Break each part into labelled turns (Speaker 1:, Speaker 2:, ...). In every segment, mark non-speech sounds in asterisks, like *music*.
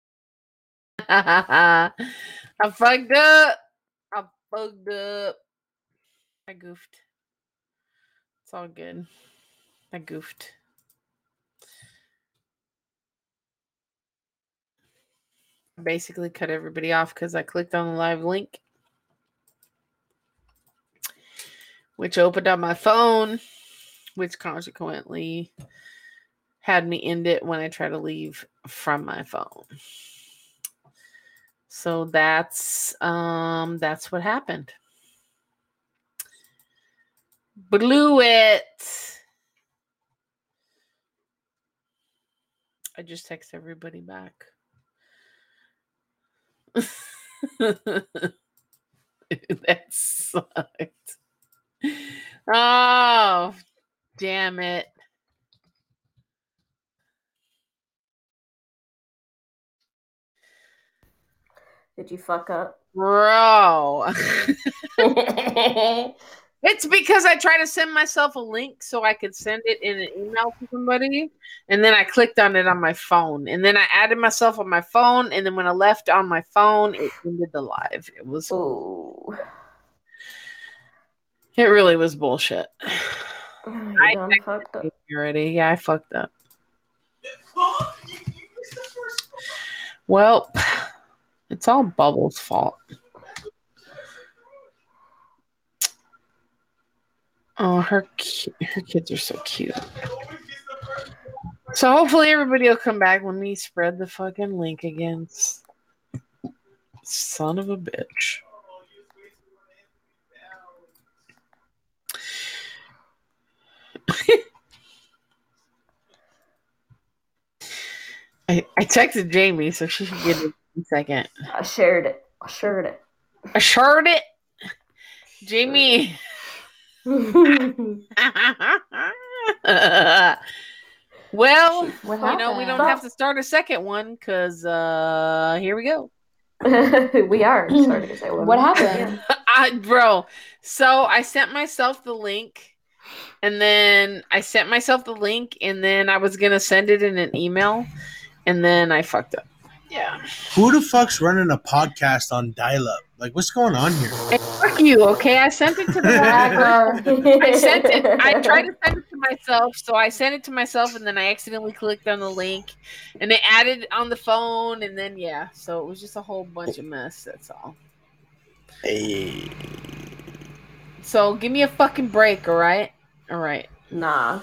Speaker 1: *laughs* I fucked up. I fucked up. I goofed. It's all good. I goofed. I basically cut everybody off because I clicked on the live link, which opened on my phone, which consequently had me end it when I try to leave from my phone. So that's um that's what happened. Blew it. I just text everybody back. *laughs* that sucked. Oh, damn it.
Speaker 2: Did you
Speaker 1: *laughs*
Speaker 2: fuck up? *laughs*
Speaker 1: Bro. *laughs*
Speaker 2: oh,
Speaker 1: It's because I try to send myself a link so I could send it in an email to somebody, and then I clicked on it on my phone, and then I added myself on my phone, and then when I left on my phone, it ended the live. It was
Speaker 2: you
Speaker 1: it really was bullshit. *sighs*
Speaker 2: Oh
Speaker 1: I-
Speaker 2: done fucked up.
Speaker 1: Already, yeah, I fucked up. Well, *sighs* it's all Bubbles' fault. Oh, her cu- her kids are so cute. So hopefully everybody will come back when we spread the fucking link again. S- Son of a bitch. I, I texted Jamie, so she should get it in a second.
Speaker 2: I shared it. I shared it. *laughs*
Speaker 1: I shared it. Jamie. *laughs* Oh, well,
Speaker 2: what
Speaker 1: you know, we don't have to start a second one because uh, here we go.
Speaker 2: happened? *laughs* we are. Sorry to say *laughs*
Speaker 3: What happened?
Speaker 1: *laughs* I, bro, so I sent myself the link and then I sent myself the link and then I was going to send it in an email and then I fucked up. Yeah.
Speaker 4: Who the fuck's running a podcast on dial up? Like, what's going on here?
Speaker 1: Hey, fuck you, okay? I sent
Speaker 3: *laughs*
Speaker 1: it to the wrong person.
Speaker 2: *laughs*
Speaker 1: I sent it. I tried to send it to myself, so I sent it to myself, and then I accidentally clicked on the link, and it added on the phone, and then yeah, so it was just a whole bunch of mess. That's all.
Speaker 4: Hey.
Speaker 1: So give me a fucking break, all right? All right. *laughs*
Speaker 2: Nah.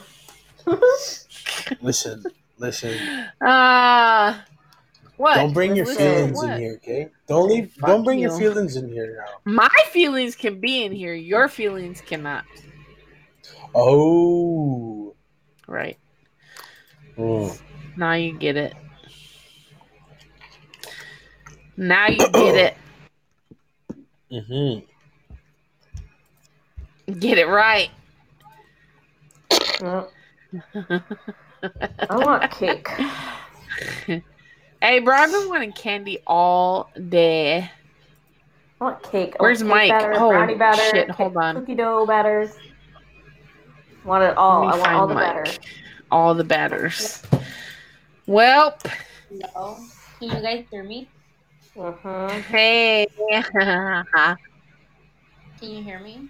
Speaker 4: Listen, listen.
Speaker 1: Uh what?
Speaker 4: Don't bring your
Speaker 1: Listen to
Speaker 4: feelings in
Speaker 1: what?
Speaker 4: here, okay? Don't leave.
Speaker 1: Fuck
Speaker 4: Don't bring your
Speaker 1: you.
Speaker 4: feelings in here now.
Speaker 1: My feelings can be in here. Your feelings cannot.
Speaker 4: Oh.
Speaker 1: Right.
Speaker 4: Mm.
Speaker 1: Now you get it. Now you get it.
Speaker 4: hmm *coughs*
Speaker 1: Get it right. *laughs*
Speaker 2: No. I want cake.
Speaker 1: Hey, bro, I've been wanting candy all day.
Speaker 2: I want cake. I
Speaker 1: Where's
Speaker 2: want cake
Speaker 1: Mike?
Speaker 2: Batter,
Speaker 1: Oh,
Speaker 2: brownie batter.
Speaker 1: shit, hold on.
Speaker 2: Cookie dough batter. Want it all.
Speaker 1: Let
Speaker 2: I
Speaker 1: me
Speaker 2: want all
Speaker 1: find
Speaker 2: the
Speaker 1: Mike.
Speaker 2: batter.
Speaker 1: All the batters. Well,
Speaker 3: No. Can you guys hear me?
Speaker 2: Mhm.
Speaker 1: hey. *laughs*
Speaker 3: Can you hear me?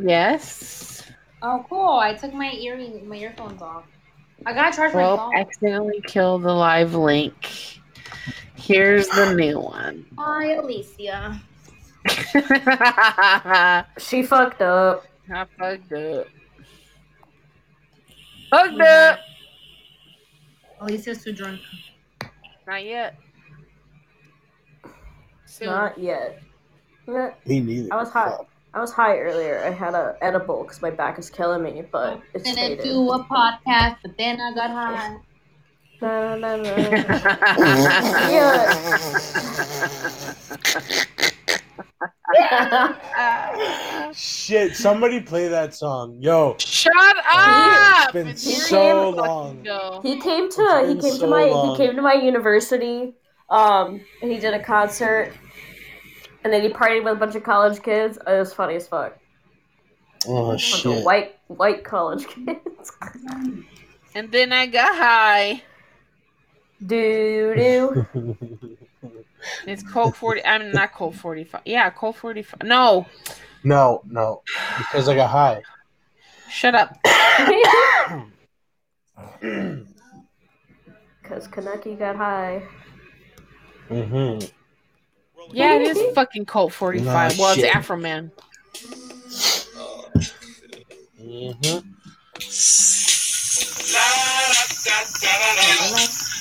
Speaker 1: yes.
Speaker 3: Oh, cool. I took my earring, my earphones off. I gotta charge my
Speaker 1: Well,
Speaker 3: phone.
Speaker 1: accidentally killed the live link. Here's the new one.
Speaker 3: Hi, Alicia.
Speaker 1: I
Speaker 2: She fucked up.
Speaker 1: fucked up. Fucked up.
Speaker 3: Alicia's too drunk.
Speaker 1: Not yet. Soon.
Speaker 2: Not yet. Yeah,
Speaker 4: Me neither.
Speaker 2: I was hot. I was high earlier. I had a edible because my back is killing me, but it's
Speaker 3: Gonna
Speaker 2: faded.
Speaker 3: do a podcast, but then I got high.
Speaker 2: Na, na, na,
Speaker 4: *laughs*
Speaker 2: na.
Speaker 1: Ah.
Speaker 4: Shit! Somebody play that song, yo.
Speaker 1: Shut
Speaker 4: Oh,
Speaker 1: up!
Speaker 4: it's been
Speaker 1: here
Speaker 2: so
Speaker 1: you fucking
Speaker 4: long.
Speaker 1: go.
Speaker 2: He came to he
Speaker 4: It's been
Speaker 2: came to
Speaker 4: so
Speaker 2: my
Speaker 4: long.
Speaker 2: he came to my university. Um, and he did a concert, and then he partied with a bunch of college kids. It was funny as fuck.
Speaker 4: Oh
Speaker 2: Bunch of
Speaker 4: shit!
Speaker 2: white white college *laughs* kids.
Speaker 1: And then I got high.
Speaker 4: *laughs*
Speaker 2: *laughs* Doo doo.
Speaker 1: It's Colt 40. I'm not Colt 45. Yeah, Colt 45. No,
Speaker 4: No, no, because I got high.
Speaker 1: shut up.
Speaker 2: Because Kaneki got high.
Speaker 4: Mm-hmm.
Speaker 1: Yeah, it is fucking Colt 45.
Speaker 4: Nah,
Speaker 1: well,
Speaker 4: shit.
Speaker 1: it's Afro Man.
Speaker 4: Mm-hmm.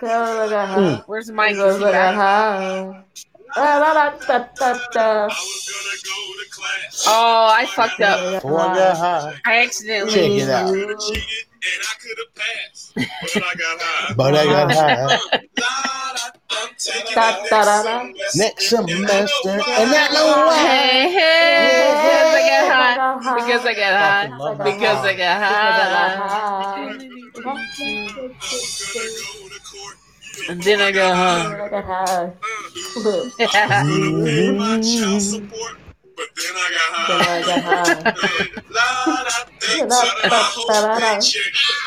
Speaker 2: Girl, I got high.
Speaker 1: Where's Mike?
Speaker 2: Girl, I
Speaker 1: Is he
Speaker 2: got
Speaker 1: back?
Speaker 2: high. Da, da, da, da, da, da.
Speaker 1: Oh, I fucked up.
Speaker 2: Dạ.
Speaker 4: Before I got high,
Speaker 1: I accidentally.
Speaker 4: Check it out. But I got high.
Speaker 2: Da, da, da, da.
Speaker 4: Next semester, another one.
Speaker 1: Hey, hey. Because I got high.
Speaker 4: Fucking love
Speaker 1: Because I
Speaker 4: that
Speaker 1: got high.
Speaker 2: high.
Speaker 1: Because I got high. And then I got high.
Speaker 2: I got high.
Speaker 4: Mhm.
Speaker 2: I got high. Da, da, da, da, da.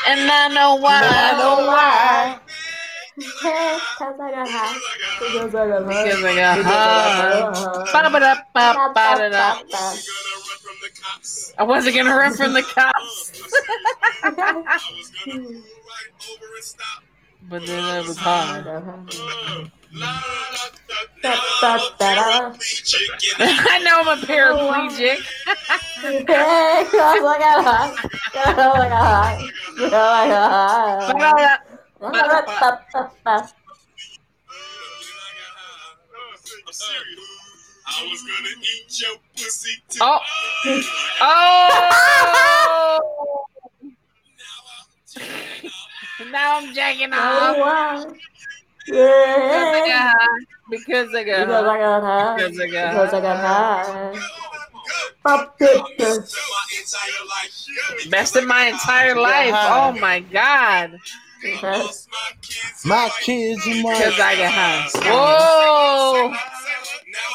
Speaker 1: and I know why.
Speaker 2: I know why. Because I got high. Because I got high.
Speaker 1: Because I got high. Ba-ba-da-ba-ba-da-da. I wasn't gonna run from the cops, *laughs* but then I was high. *laughs* I know I'm a *laughs* paraplegic. Ba-da-da. Oh. Oh! now I'm jacking off. Because I got high. Because I got high. Because I got high. Best of my entire life.
Speaker 4: high.
Speaker 1: Oh my god.
Speaker 4: My kids and my
Speaker 1: Because I got high. Whoa!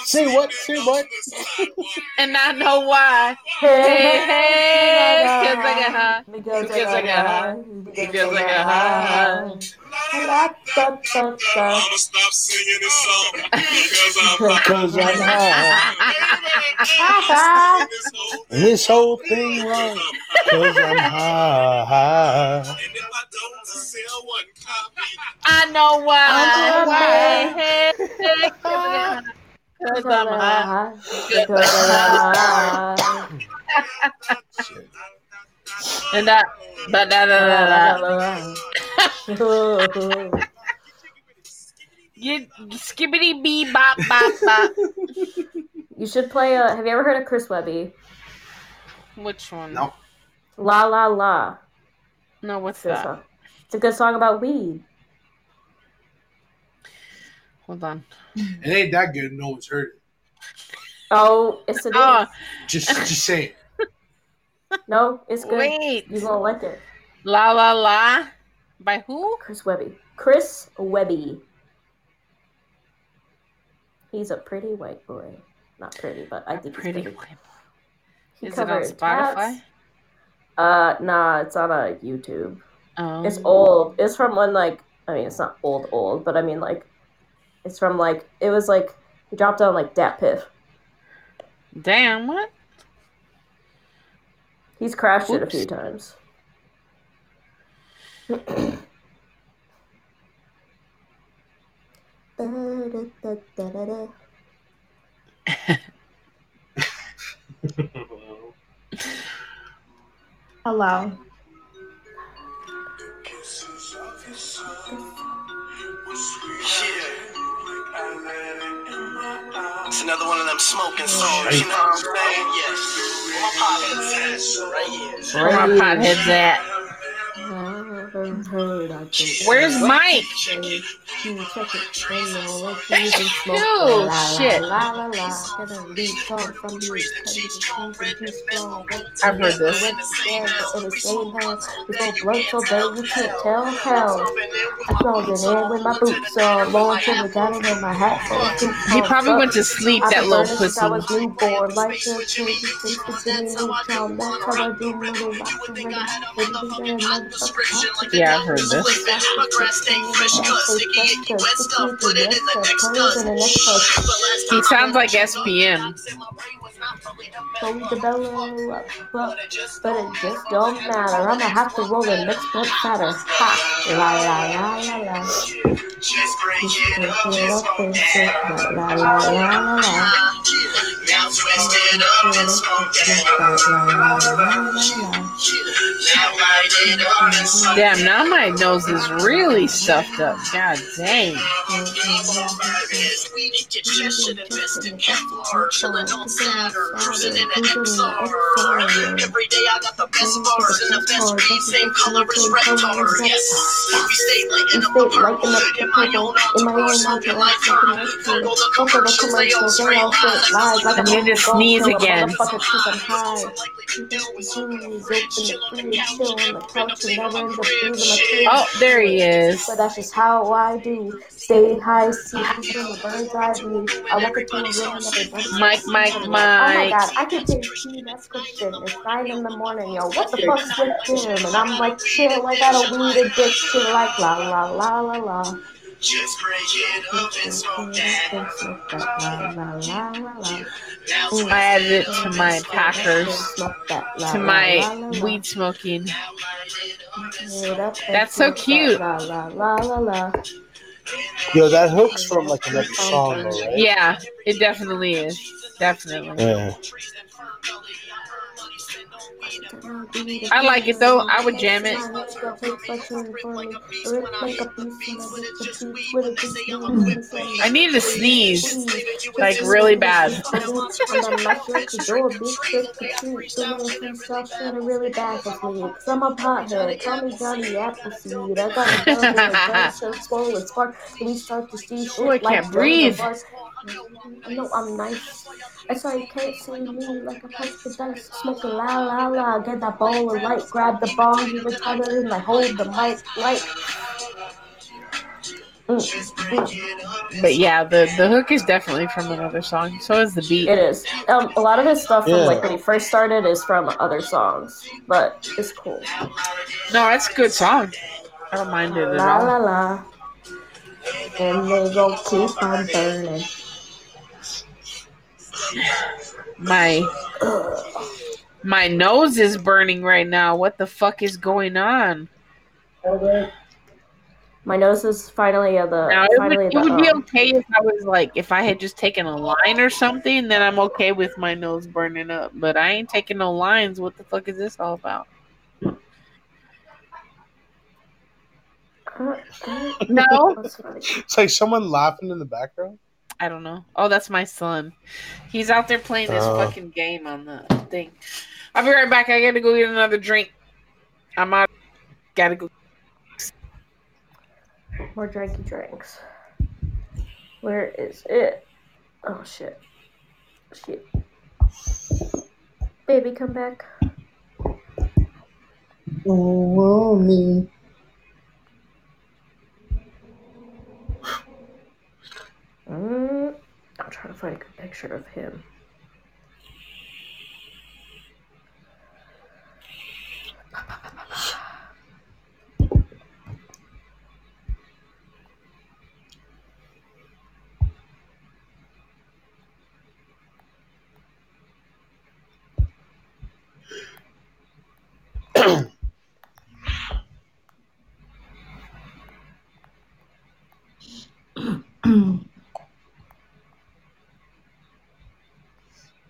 Speaker 4: see what see what
Speaker 1: And I know why. Hey, hey! Because I got high. Because I got high. Because I got high.
Speaker 4: because I'm high. And this whole thing wrong because I'm high.
Speaker 1: I know why.
Speaker 2: I know why.
Speaker 1: Hey, hey, hey, 'cause I got high. 'Cause I'm high. *laughs* And I, da, da, da, da, da. You skibbity bee bop bop bop.
Speaker 2: You should play. Uh, have you ever heard of Chris Webby?
Speaker 1: Which one?
Speaker 4: No.
Speaker 2: La la la.
Speaker 1: No, what's
Speaker 2: It's a good
Speaker 1: that?
Speaker 2: song. It's a good song about weed.
Speaker 1: Hold on.
Speaker 4: It ain't that good. No one's heard
Speaker 2: Oh, it's a good.
Speaker 1: Oh,
Speaker 4: it. Just just saying.
Speaker 2: no, it's good.
Speaker 1: wait.
Speaker 2: You're gonna like it.
Speaker 1: La la la. By who?
Speaker 2: Chris Webby. Chris Webby. He's a pretty white boy. Not pretty, but I think
Speaker 1: Pretty
Speaker 2: he's pretty.
Speaker 1: Women.
Speaker 2: He
Speaker 1: Is it on
Speaker 2: covers
Speaker 1: Spotify?
Speaker 2: cats. Uh, nah, it's on uh, YouTube.
Speaker 1: Um,
Speaker 2: It's old. It's from when like I mean it's not old old, but I mean like it's from like it was like he dropped on like Dat Piff.
Speaker 1: Damn, what?
Speaker 2: He's crashed it a
Speaker 1: Oops. *coughs*
Speaker 2: few times.
Speaker 3: Hello.
Speaker 5: It's another one of them smoking songs, you know what I'm saying? Yes. Where my pothead's
Speaker 1: Where my pothead's
Speaker 5: at? Right here.
Speaker 1: at?
Speaker 2: Never I've heard. I think.
Speaker 1: Where's Mike?
Speaker 5: Check it.
Speaker 2: You check it. They know what you even smoke.
Speaker 1: Oh, shit.
Speaker 2: La la la. la. Get a leak out from you. Cut it, come from you, strong.
Speaker 1: I've heard this.
Speaker 2: Wet the sand, but in the same house. We go blunt so bad you can't tell how. I throw it in with my boots on. Long till we got it in my hat. so I keep
Speaker 1: He probably
Speaker 2: on
Speaker 1: went to sleep, that little pussy.
Speaker 2: I was newborn, like the changes since the beginning of time. That's how I do little rock and roll. Everything that I motherfucking talk
Speaker 1: Yeah, I've heard
Speaker 2: to.
Speaker 1: this. He sounds like SPM.
Speaker 2: Hold the bellow up, but, but it just don't matter. I'ma have to roll the next month fatter. Ha! La la la la la.
Speaker 5: Just bring it up, just smoke that.
Speaker 2: La la la la la.
Speaker 5: Now twist it up and smoke that. Now light it up and smoke that.
Speaker 1: Damn, now my nose is really stuffed up. God dang.
Speaker 5: Every day I got the best bars and the best beats, same color as red bar. Yes, we stay lighting up the purple in my own entourage, smoking like purple. Fuck all the commercials, they all straight lies like
Speaker 1: I'm gonna sneeze again. Oh, there he is.
Speaker 2: But that's just how I do. Stay high, see things in the bird's eye view. I walk into a room and everybody's
Speaker 1: Mike, Mike,
Speaker 2: Oh my
Speaker 1: Mike.
Speaker 2: god, I can take tea, that's Christian. It's nine in the morning, yo. What the fuck's with him? And I'm like, chill, I got a weed addiction, like la la la la la.
Speaker 5: Just break it up and smoke that.
Speaker 2: To
Speaker 5: Now
Speaker 1: I added it to my Packers, to my weed smoking. That's so cute.
Speaker 2: La la la la la.
Speaker 4: Yo, that hook's from like another song, though, right?
Speaker 1: Yeah, it definitely is. Definitely.
Speaker 4: Yeah.
Speaker 1: I like it though. I would jam it. I need to sneeze like really bad.
Speaker 2: I'm a pothead. Call me Johnny Appleseed. I got a gun that's so swole and spark. And we start to see shit
Speaker 1: Ooh, I
Speaker 2: like
Speaker 1: can't breathe.
Speaker 2: No, I'm nice. That's why you can't see me like a puff of dust. Smoking la la la. Get that ball of light. Grab the ball. You retarded and like hold the mic like.
Speaker 1: But yeah, the the hook is definitely from another song. So is the
Speaker 6: It
Speaker 1: beat.
Speaker 6: is. Um, a lot of his stuff
Speaker 4: Yeah.
Speaker 6: from like when he first started is from other songs, but it's cool.
Speaker 1: No, that's a good song. I don't mind it at
Speaker 6: La
Speaker 1: all.
Speaker 6: la la. And they gon' keep on burning.
Speaker 1: My my nose is burning right now. What the fuck is going on?
Speaker 6: My nose is finally at the
Speaker 1: Now it would,
Speaker 6: finally
Speaker 1: it
Speaker 6: the,
Speaker 1: would be
Speaker 6: um,
Speaker 1: okay if I was like if I had just taken a line or something, then I'm okay with my nose burning up. But I ain't taking no lines. What the fuck is this all about?
Speaker 6: *laughs*
Speaker 1: No,
Speaker 6: That's um, funny.
Speaker 4: It's like someone laughing in the background.
Speaker 1: I don't know. Oh, that's my son. He's out there playing this
Speaker 4: Oh.
Speaker 1: fucking game on the thing. I'll be right back. I gotta go get another drink. I'm out. Gotta go.
Speaker 6: More drinky drinks. Where is it? Oh shit. Shit. Baby, come back.
Speaker 2: Oh, me.
Speaker 6: Mm, I'm trying to find a good picture of him.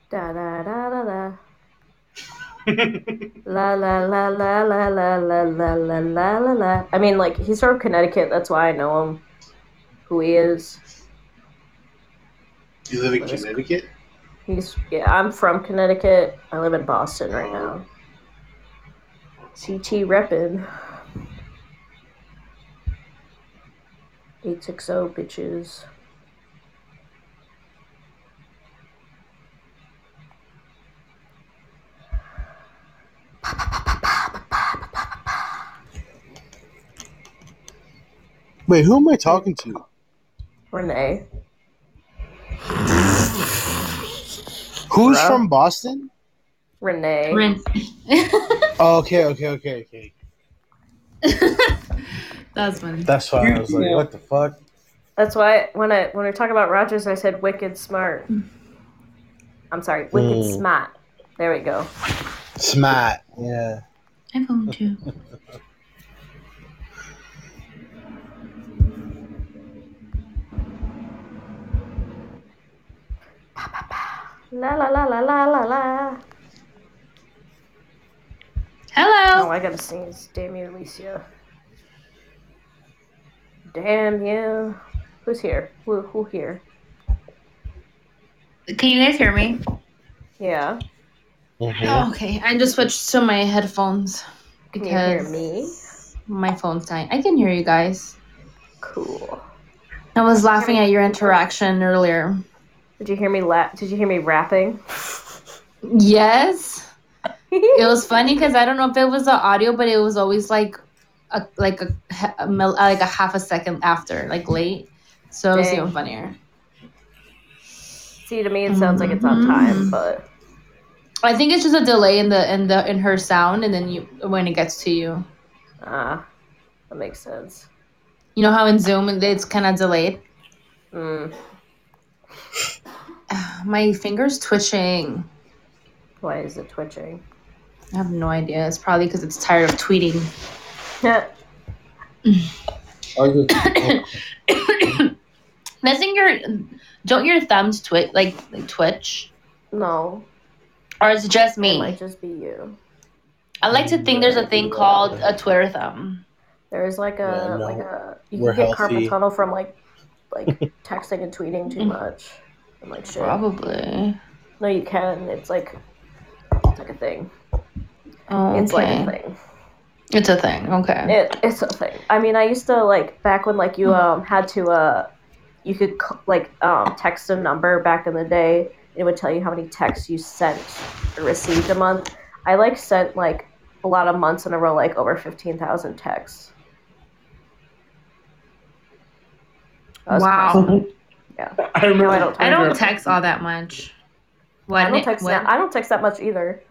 Speaker 6: Da da da da da. la la la la la la la la la la la la. I mean, like he's from Connecticut. That's why I know him, who he is.
Speaker 4: You live in Connecticut?
Speaker 6: He's yeah. I'm from Connecticut. I live in Boston right now. CT reppin.
Speaker 2: 860
Speaker 6: oh,
Speaker 2: bitches.
Speaker 4: Wait, who am I talking to?
Speaker 2: Renee.
Speaker 4: Who's
Speaker 2: Bruh.
Speaker 4: from Boston?
Speaker 2: Renee.
Speaker 3: Rin.
Speaker 4: Oh, okay, okay, okay, okay.
Speaker 3: *laughs* That's funny.
Speaker 4: That's why I was like, what the fuck?
Speaker 2: That's why when I when we were talking about Rogers, I said wicked smart. I'm sorry, wicked
Speaker 4: Mm.
Speaker 2: smart. There we go.
Speaker 4: Smart. Yeah.
Speaker 3: iPhone 2.
Speaker 2: La la la la la la la. Oh,
Speaker 3: Hello.
Speaker 2: I gotta sing this. Damn you, Alicia. Damn you. Who's here? Who who here?
Speaker 3: Can you guys hear me?
Speaker 2: Yeah.
Speaker 4: Mhm.
Speaker 3: Oh, okay. I just switched to my headphones
Speaker 2: Can you hear
Speaker 3: because
Speaker 2: me?
Speaker 3: my phone's dying. I can hear you guys.
Speaker 2: Cool.
Speaker 3: I was laughing at your interaction earlier.
Speaker 2: Did you hear me la- Did you hear me rapping?
Speaker 3: Yes. It was funny because I don't know if it was the audio, but it was always like a like a, he- a mil- like a half a second after, like late. So it was
Speaker 2: Dang.
Speaker 3: even funnier.
Speaker 2: *laughs* See, to me, it sounds like it's on time,
Speaker 3: Mhm.
Speaker 2: but
Speaker 3: I think it's just a delay in the in the in her sound, and then you when it gets to you.
Speaker 2: ah, that makes sense.
Speaker 3: You know how in Zoom it's kind of delayed. *sighs*
Speaker 2: Mm,
Speaker 3: My fingers twitching.
Speaker 2: why is it twitching? *laughs*
Speaker 3: I have no idea. It's probably because it's tired of tweeting. *coughs*
Speaker 2: That's
Speaker 4: Oh, you-
Speaker 3: Doesn't your don't your thumbs twitch like, like twitch?
Speaker 2: no,
Speaker 3: Or is it just
Speaker 2: it
Speaker 3: me?
Speaker 2: might just be you.
Speaker 3: I like to think there's a thing called a Twitter thumb.
Speaker 2: There is like a
Speaker 4: Yeah, no,
Speaker 2: like a you
Speaker 4: we're
Speaker 2: can get
Speaker 4: healthy.
Speaker 2: carpal tunnel from like like
Speaker 4: *laughs*
Speaker 2: texting and tweeting too much and like shit.
Speaker 3: Mm. Probably.
Speaker 2: No, you can. It's like it's like a thing.
Speaker 3: Oh,
Speaker 2: It's like
Speaker 3: okay.
Speaker 2: a thing.
Speaker 3: It's a thing. Okay.
Speaker 2: It, it's a thing. I mean, I used to like back when like you
Speaker 3: Mm-hmm.
Speaker 2: um had to uh you could c- like um text a number back in the day. It would tell you how many texts you sent or received a month. I like sent like a lot of months in a row, like over fifteen thousand texts. That was
Speaker 3: Wow.
Speaker 2: crazy.
Speaker 7: *laughs* I remember.
Speaker 2: No, I don't.
Speaker 3: I don't text all that much. What?
Speaker 2: I don't text. That, I don't text that much either.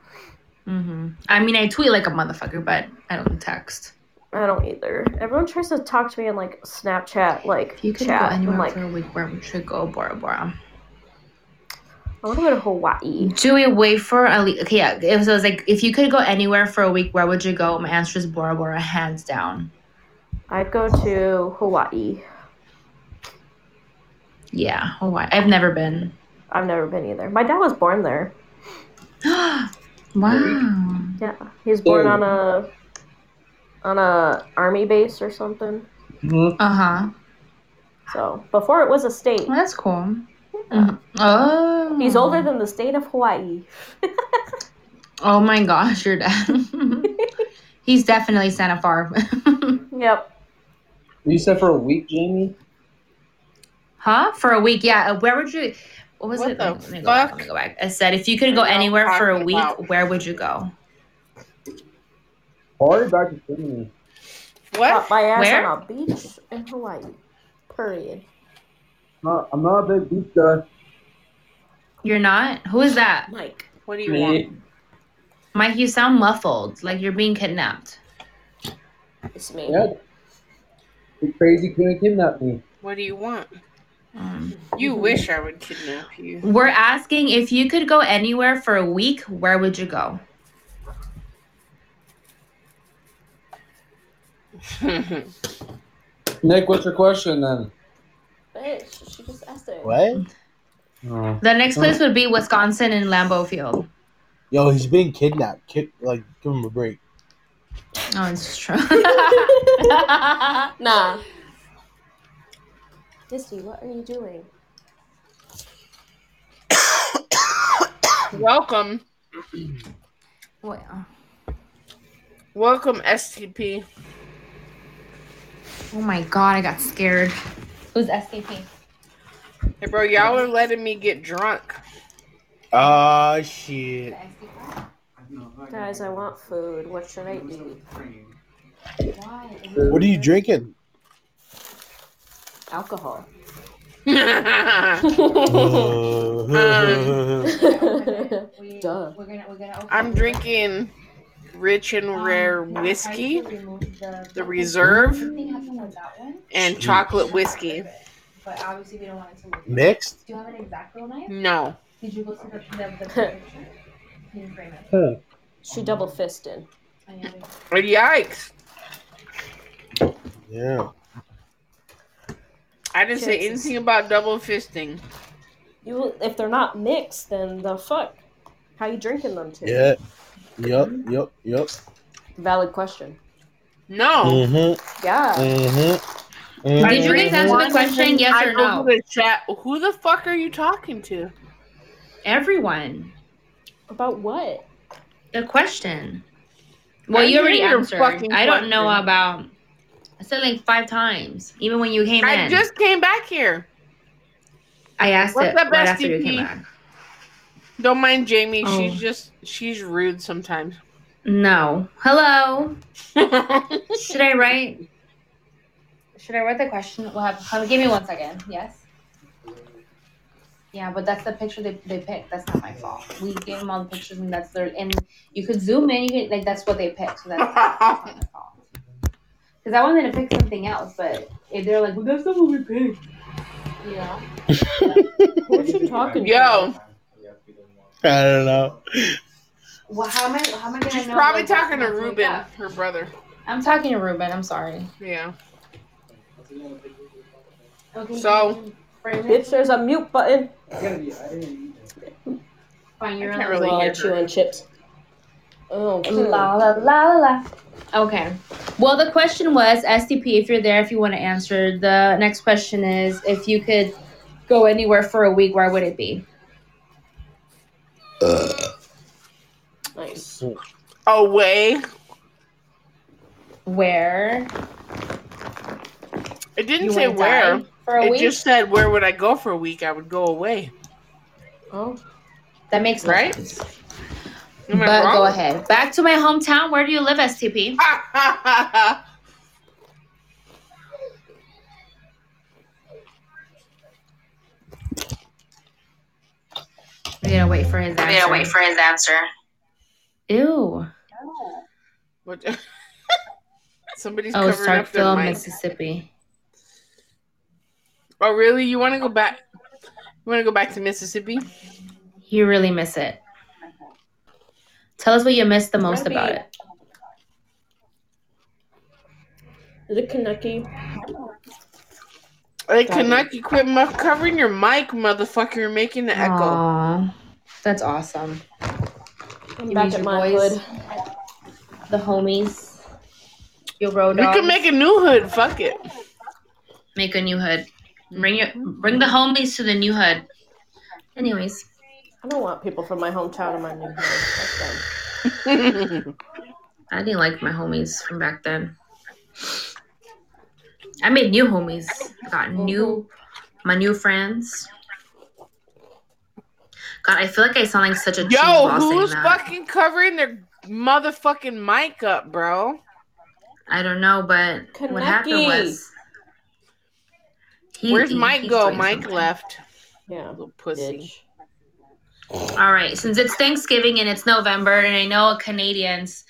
Speaker 3: hmm I mean, I tweet like a motherfucker, but I don't text.
Speaker 2: I don't either. Everyone tries to talk to me in like Snapchat, like
Speaker 3: If you could
Speaker 2: chat.
Speaker 3: go
Speaker 2: I'm
Speaker 3: anywhere
Speaker 2: like,
Speaker 3: for a week, where would you go? Bora Bora.
Speaker 2: I want to go to Hawaii.
Speaker 3: Do we wait for a le- okay? Yeah, if so, it's like if you could go anywhere for a week, where would you go? My answer is Bora Bora, hands down.
Speaker 2: I'd go to Hawaii.
Speaker 3: Yeah, Hawaii. I've never been. *gasps*
Speaker 2: I've never been either. My dad was born there.
Speaker 3: wow.
Speaker 2: Yeah, he was born
Speaker 4: Ew.
Speaker 2: on a on a army base or something.
Speaker 3: Uh huh.
Speaker 2: So before it was a state.
Speaker 3: Well, that's cool. Mhm. Oh.
Speaker 2: Mm-hmm. He's older than the state of Hawaii.
Speaker 3: Oh my gosh, your
Speaker 2: *laughs*
Speaker 3: dad. He's definitely Santa Far. *laughs*
Speaker 2: Yep.
Speaker 7: You said for a week, Jamie.
Speaker 3: huh? For a week? Yeah. uh, Where would you? What was
Speaker 1: What
Speaker 3: it?
Speaker 1: the
Speaker 3: Let me go back,
Speaker 1: fuck?
Speaker 3: Let me go back. I said, if you could go
Speaker 1: No,
Speaker 3: anywhere for a
Speaker 1: talking
Speaker 3: week,
Speaker 1: about-
Speaker 3: where would you go?
Speaker 7: Or back to Germany.
Speaker 1: What?
Speaker 2: Got my ass
Speaker 3: Where?
Speaker 2: on a beach in Hawaii. Period.
Speaker 7: Not, I'm not a big beach guy.
Speaker 3: You're not. Who is that?
Speaker 2: Mike.
Speaker 1: What do you want?
Speaker 3: Mike, you sound muffled, like you're being kidnapped.
Speaker 2: It's me.
Speaker 7: Yeah. The crazy couldn't kidnap me.
Speaker 1: What do you want?
Speaker 3: Um,
Speaker 1: You wish I would kidnap you.
Speaker 3: *laughs* we're asking if you could go anywhere for a week, where would you go?
Speaker 7: Nick, what's your question then?
Speaker 2: Bitch, she just asked it.
Speaker 4: What?
Speaker 7: Oh.
Speaker 3: The next place would be Wisconsin and Lambeau Field.
Speaker 4: Yo, he's being kidnapped. Kid, like, give him a break.
Speaker 3: Oh, it's *laughs* true. oh,
Speaker 2: Nah. Misty, what are you doing?
Speaker 1: Welcome.
Speaker 3: Wow.
Speaker 1: Welcome, STP.
Speaker 3: oh my god, I got scared. Who's SCP?
Speaker 1: Hey, bro, y'all are letting me get drunk.
Speaker 4: Ah, shit.
Speaker 2: Guys, I want food. What should I eat?
Speaker 7: Food.
Speaker 4: What are you *laughs* drinking?
Speaker 2: *laughs* Alcohol.
Speaker 1: I'm
Speaker 2: Duh.
Speaker 1: drinking rich and rare whiskey, the reserve, and chocolate whiskey.
Speaker 5: But obviously, we don't want it to look.
Speaker 4: Mixed?
Speaker 5: Do you have an exacto knife?
Speaker 1: No.
Speaker 5: Did you go to the the, the picture? Can you frame it?
Speaker 2: She double fisted.
Speaker 5: I know.
Speaker 1: Yikes.
Speaker 4: Yeah.
Speaker 1: I didn't say anything about double fisting.
Speaker 2: You, if they're not mixed, then the fuck? How you drinking them too?
Speaker 4: Yeah. Yup, yup, yup.
Speaker 2: Valid question.
Speaker 1: No.
Speaker 4: Mm-hmm.
Speaker 2: Yeah.
Speaker 4: Mm-hmm.
Speaker 1: I
Speaker 3: Did you
Speaker 1: drink
Speaker 3: guys answer
Speaker 1: one
Speaker 3: the
Speaker 1: and
Speaker 3: question?
Speaker 1: then
Speaker 3: Yes
Speaker 1: I
Speaker 3: or
Speaker 1: go
Speaker 3: no?
Speaker 1: to the chat, Who the fuck are you talking to?
Speaker 3: Everyone.
Speaker 2: About what?
Speaker 3: The question. Well,
Speaker 1: I
Speaker 3: you already
Speaker 1: hear your
Speaker 3: answered.
Speaker 1: fucking
Speaker 3: I don't know
Speaker 1: question.
Speaker 3: about. I said like five times, even when you came
Speaker 1: I
Speaker 3: in.
Speaker 1: just came back here.
Speaker 3: I asked
Speaker 1: What's
Speaker 3: it
Speaker 1: the
Speaker 3: right
Speaker 1: best
Speaker 3: after you came
Speaker 1: DP?
Speaker 3: back.
Speaker 1: Don't mind Jamie.
Speaker 3: Oh.
Speaker 1: She's just she's rude sometimes. *laughs*
Speaker 3: No. *laughs* Hello.
Speaker 1: Wait,
Speaker 3: Should I write? Should I write the question? We'll have, hold on, give me one second. Yes. Yeah, but that's the picture they, they picked. That's not my fault. We gave them all the pictures, and that's their. And you could zoom in. You could like that's what they picked. So *laughs* that's, that's not my fault. Because I wanted to pick something else, but if they're like, well, that's not what we picked. You know.
Speaker 2: Who are you
Speaker 1: *laughs*
Speaker 2: talking
Speaker 1: Yo.
Speaker 4: I don't know.
Speaker 3: Well, how am I? How am I gonna
Speaker 1: she's
Speaker 3: know,
Speaker 1: probably
Speaker 3: like, what's
Speaker 1: talking to
Speaker 3: next week
Speaker 1: Ruben,
Speaker 3: up?
Speaker 1: her brother.
Speaker 3: I'm talking to Ruben. I'm sorry.
Speaker 1: Yeah.
Speaker 3: Okay.
Speaker 1: So-
Speaker 2: to? Bitch, there's a mute button.
Speaker 3: Fine, you're
Speaker 1: I
Speaker 3: on
Speaker 1: can't
Speaker 3: the-
Speaker 1: really
Speaker 2: While I
Speaker 1: hear
Speaker 2: chew
Speaker 1: her.
Speaker 2: on chips. Oh,
Speaker 3: La la la la. Okay. Well, the question was STP. If you're there, if you want to answer, the next question is if you could go anywhere for a week, where would it be?
Speaker 2: nice.
Speaker 1: Away.
Speaker 3: Where?
Speaker 1: It didn't
Speaker 3: you
Speaker 1: say
Speaker 3: wanna
Speaker 1: where.
Speaker 3: die for a
Speaker 1: It
Speaker 3: week.
Speaker 1: just said where would I go for a week? I would go away.
Speaker 2: Oh,
Speaker 3: that makes no
Speaker 1: Right?
Speaker 3: sense.
Speaker 1: Am I
Speaker 3: But
Speaker 1: wrong?
Speaker 3: go ahead. Back to my hometown. Where do you live, STP? We're gonna wait for his answer.
Speaker 5: for his answer.
Speaker 3: Ew.
Speaker 1: *laughs* What- *laughs* Somebody's
Speaker 3: Oh,
Speaker 1: covering up their
Speaker 3: Starkville,
Speaker 1: mic.
Speaker 3: Mississippi.
Speaker 1: Oh, really? You want to go back? You want to go back to Mississippi?
Speaker 3: You really miss it. Tell us what you miss the most about it.
Speaker 2: is it Kanucky?
Speaker 1: Hey, Canuck, you quit mu- covering your mic, motherfucker. You're making the echo.
Speaker 3: Aw, that's awesome.
Speaker 2: I'm
Speaker 3: You
Speaker 2: back
Speaker 3: miss
Speaker 2: at
Speaker 3: your
Speaker 2: my
Speaker 3: boys?
Speaker 2: hood.
Speaker 3: The homies. Your road
Speaker 1: You
Speaker 3: dogs.
Speaker 1: can make a new hood. Fuck
Speaker 3: *laughs*
Speaker 1: it.
Speaker 3: Make a new hood. Bring your bring the homies to the new hood. Anyways,
Speaker 2: I don't want people from my hometown in my new hood. Fuck them.
Speaker 3: I didn't like my homies from back then. I made new homies. I got new my new friends. God, I feel like I sound like such a cheese
Speaker 1: Yo,
Speaker 3: while saying
Speaker 1: who's
Speaker 3: that.
Speaker 1: fucking covering their motherfucking mic up, bro?
Speaker 3: I don't know, but what happened
Speaker 2: Kaneki.
Speaker 3: was He-
Speaker 1: Where's
Speaker 3: he-
Speaker 1: Mike
Speaker 3: he's
Speaker 1: go?
Speaker 3: doing
Speaker 1: Mike
Speaker 3: something.
Speaker 1: left.
Speaker 2: Yeah,
Speaker 1: Little pussy.
Speaker 2: bitch.
Speaker 3: All right, since it's Thanksgiving and it's November, and I know Canadians,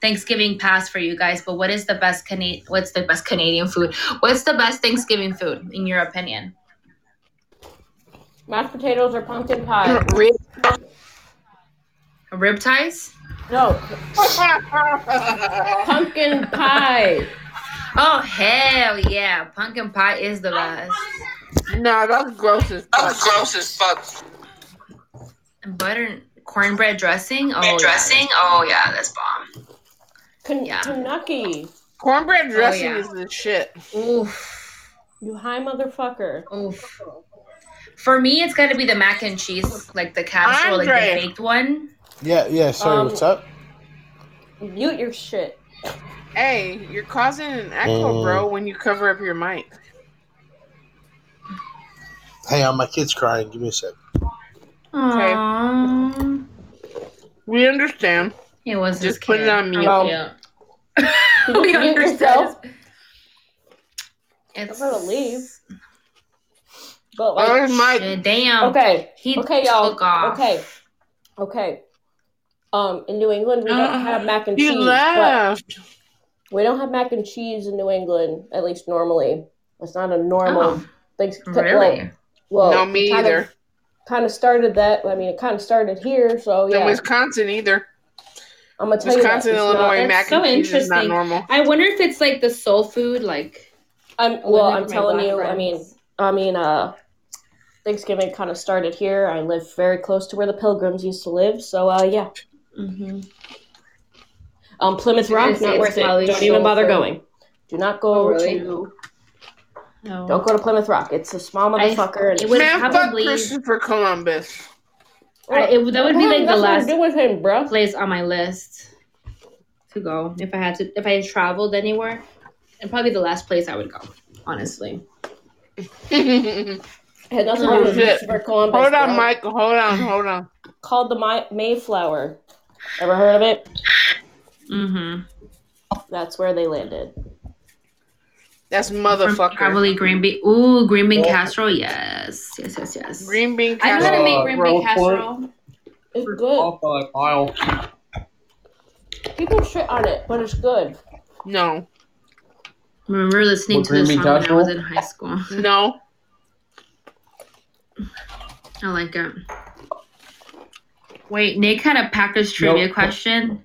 Speaker 3: Thanksgiving passed for you guys, but what is the best Cana- What's the best Canadian food? What's the best Thanksgiving food in your opinion?
Speaker 2: Mashed potatoes or pumpkin
Speaker 1: *laughs*
Speaker 2: pie?
Speaker 1: Rip.
Speaker 3: Rib ties?
Speaker 2: No, *laughs* pumpkin pie.
Speaker 3: Oh hell yeah, pumpkin pie is the best.
Speaker 1: nah, that's gross as fuck.
Speaker 5: gross as fuck.
Speaker 3: Butter cornbread dressing? Oh,
Speaker 5: dressing? Oh, yeah, that's
Speaker 8: *laughs*
Speaker 5: bomb.
Speaker 2: Kan-
Speaker 3: Yeah.
Speaker 2: Kanucky, Oh,
Speaker 1: Cornbread dressing
Speaker 3: yeah.
Speaker 1: is the shit.
Speaker 3: Yeah. Oof,
Speaker 2: you high motherfucker.
Speaker 3: oof. For me, it's got to be the mac and cheese, like the casserole, like
Speaker 1: Andre.
Speaker 3: the baked one.
Speaker 4: Yeah, yeah. Sorry,
Speaker 2: Um,
Speaker 4: what's up?
Speaker 2: Mute your shit.
Speaker 1: Hey, you're causing an echo,
Speaker 4: Mm.
Speaker 1: bro, when you cover up your mic.
Speaker 4: Hang on, uh, my kid's crying. Give me a sec.
Speaker 1: Okay.
Speaker 3: Aww.
Speaker 1: We understand.
Speaker 3: It was his
Speaker 1: Just put it
Speaker 3: kid.
Speaker 1: on mute. *laughs*
Speaker 2: Oh.
Speaker 1: Yeah.
Speaker 3: *laughs* we
Speaker 2: Mute
Speaker 3: understand.
Speaker 2: yourself.
Speaker 3: It's
Speaker 2: I'm gonna leave. But like,
Speaker 1: Oh, my.
Speaker 3: Shit, damn.
Speaker 2: okay,
Speaker 3: He
Speaker 2: okay, y'all,
Speaker 3: took off.
Speaker 2: okay, okay. Um, in New England, we don't have mac and
Speaker 1: He
Speaker 2: cheese. but
Speaker 1: Uh, left.
Speaker 2: we don't have mac and cheese in New England, at least normally. It's not a normal
Speaker 3: Oh,
Speaker 2: things.
Speaker 3: really?
Speaker 2: well,
Speaker 1: no, me
Speaker 2: kind
Speaker 1: either.
Speaker 2: Of, kind of started that. I mean, it kind of started here. So
Speaker 1: No,
Speaker 2: yeah,
Speaker 1: Wisconsin either.
Speaker 2: I'm gonna tell
Speaker 1: Wisconsin,
Speaker 2: you. that it's not-
Speaker 1: Illinois,
Speaker 3: That's
Speaker 1: mac
Speaker 3: so
Speaker 1: and cheese is not
Speaker 3: interesting.
Speaker 1: normal.
Speaker 3: I wonder if it's like the soul food, like.
Speaker 2: I'm well.
Speaker 3: whatever
Speaker 2: I'm
Speaker 3: my
Speaker 2: telling
Speaker 3: black
Speaker 2: you. I
Speaker 3: friends.
Speaker 2: mean, I mean, uh, Thanksgiving kind of started here. I live very close to where the Pilgrims used to live. So uh, yeah,
Speaker 1: Mm-hmm.
Speaker 3: Mhm.
Speaker 2: um, Plymouth
Speaker 3: They're
Speaker 2: Rock
Speaker 3: gonna say
Speaker 2: not
Speaker 3: it's
Speaker 2: worth it.
Speaker 3: probably
Speaker 2: Don't even
Speaker 3: soul
Speaker 2: bother
Speaker 3: food.
Speaker 2: going. Do not go
Speaker 3: Oh, really?
Speaker 2: to.
Speaker 3: No.
Speaker 2: Don't go to Plymouth Rock. It's a small
Speaker 3: I-
Speaker 2: motherfucker. and
Speaker 3: it would
Speaker 1: Man,
Speaker 3: probably-
Speaker 1: fuck Christopher
Speaker 2: *laughs*
Speaker 1: Columbus.
Speaker 3: I, it, that would be like the last
Speaker 2: Do with him, bro.
Speaker 3: place on my list to go if I had to. If I had traveled anywhere, and probably the last place I would go. Honestly,
Speaker 1: hold
Speaker 2: Had nothing to do with
Speaker 1: Oh, shit.
Speaker 2: Christopher Columbus,
Speaker 1: on,
Speaker 2: bro.
Speaker 1: Mike. Hold on, hold on.
Speaker 2: Called the My- Mayflower. Ever heard of it?
Speaker 3: mm-hmm.
Speaker 2: That's where they landed.
Speaker 1: That's motherfucker.
Speaker 3: probably green bean. Ooh, green bean
Speaker 7: Oh.
Speaker 3: casserole. Yes, yes, yes, yes.
Speaker 1: Green bean
Speaker 3: I know how to
Speaker 1: casserole.
Speaker 3: make
Speaker 7: Uh,
Speaker 3: green
Speaker 7: roll
Speaker 3: bean
Speaker 7: for
Speaker 3: casserole.
Speaker 2: It's good.
Speaker 7: Off by like mile.
Speaker 2: People shit on it, but it's good.
Speaker 1: No,
Speaker 3: remember listening
Speaker 7: What,
Speaker 3: to the
Speaker 7: green bean
Speaker 3: song when I
Speaker 7: casserole?
Speaker 3: was in high school.
Speaker 1: no.
Speaker 3: I like it. Wait, Nick had a Packers trivia
Speaker 7: Nope.
Speaker 3: question.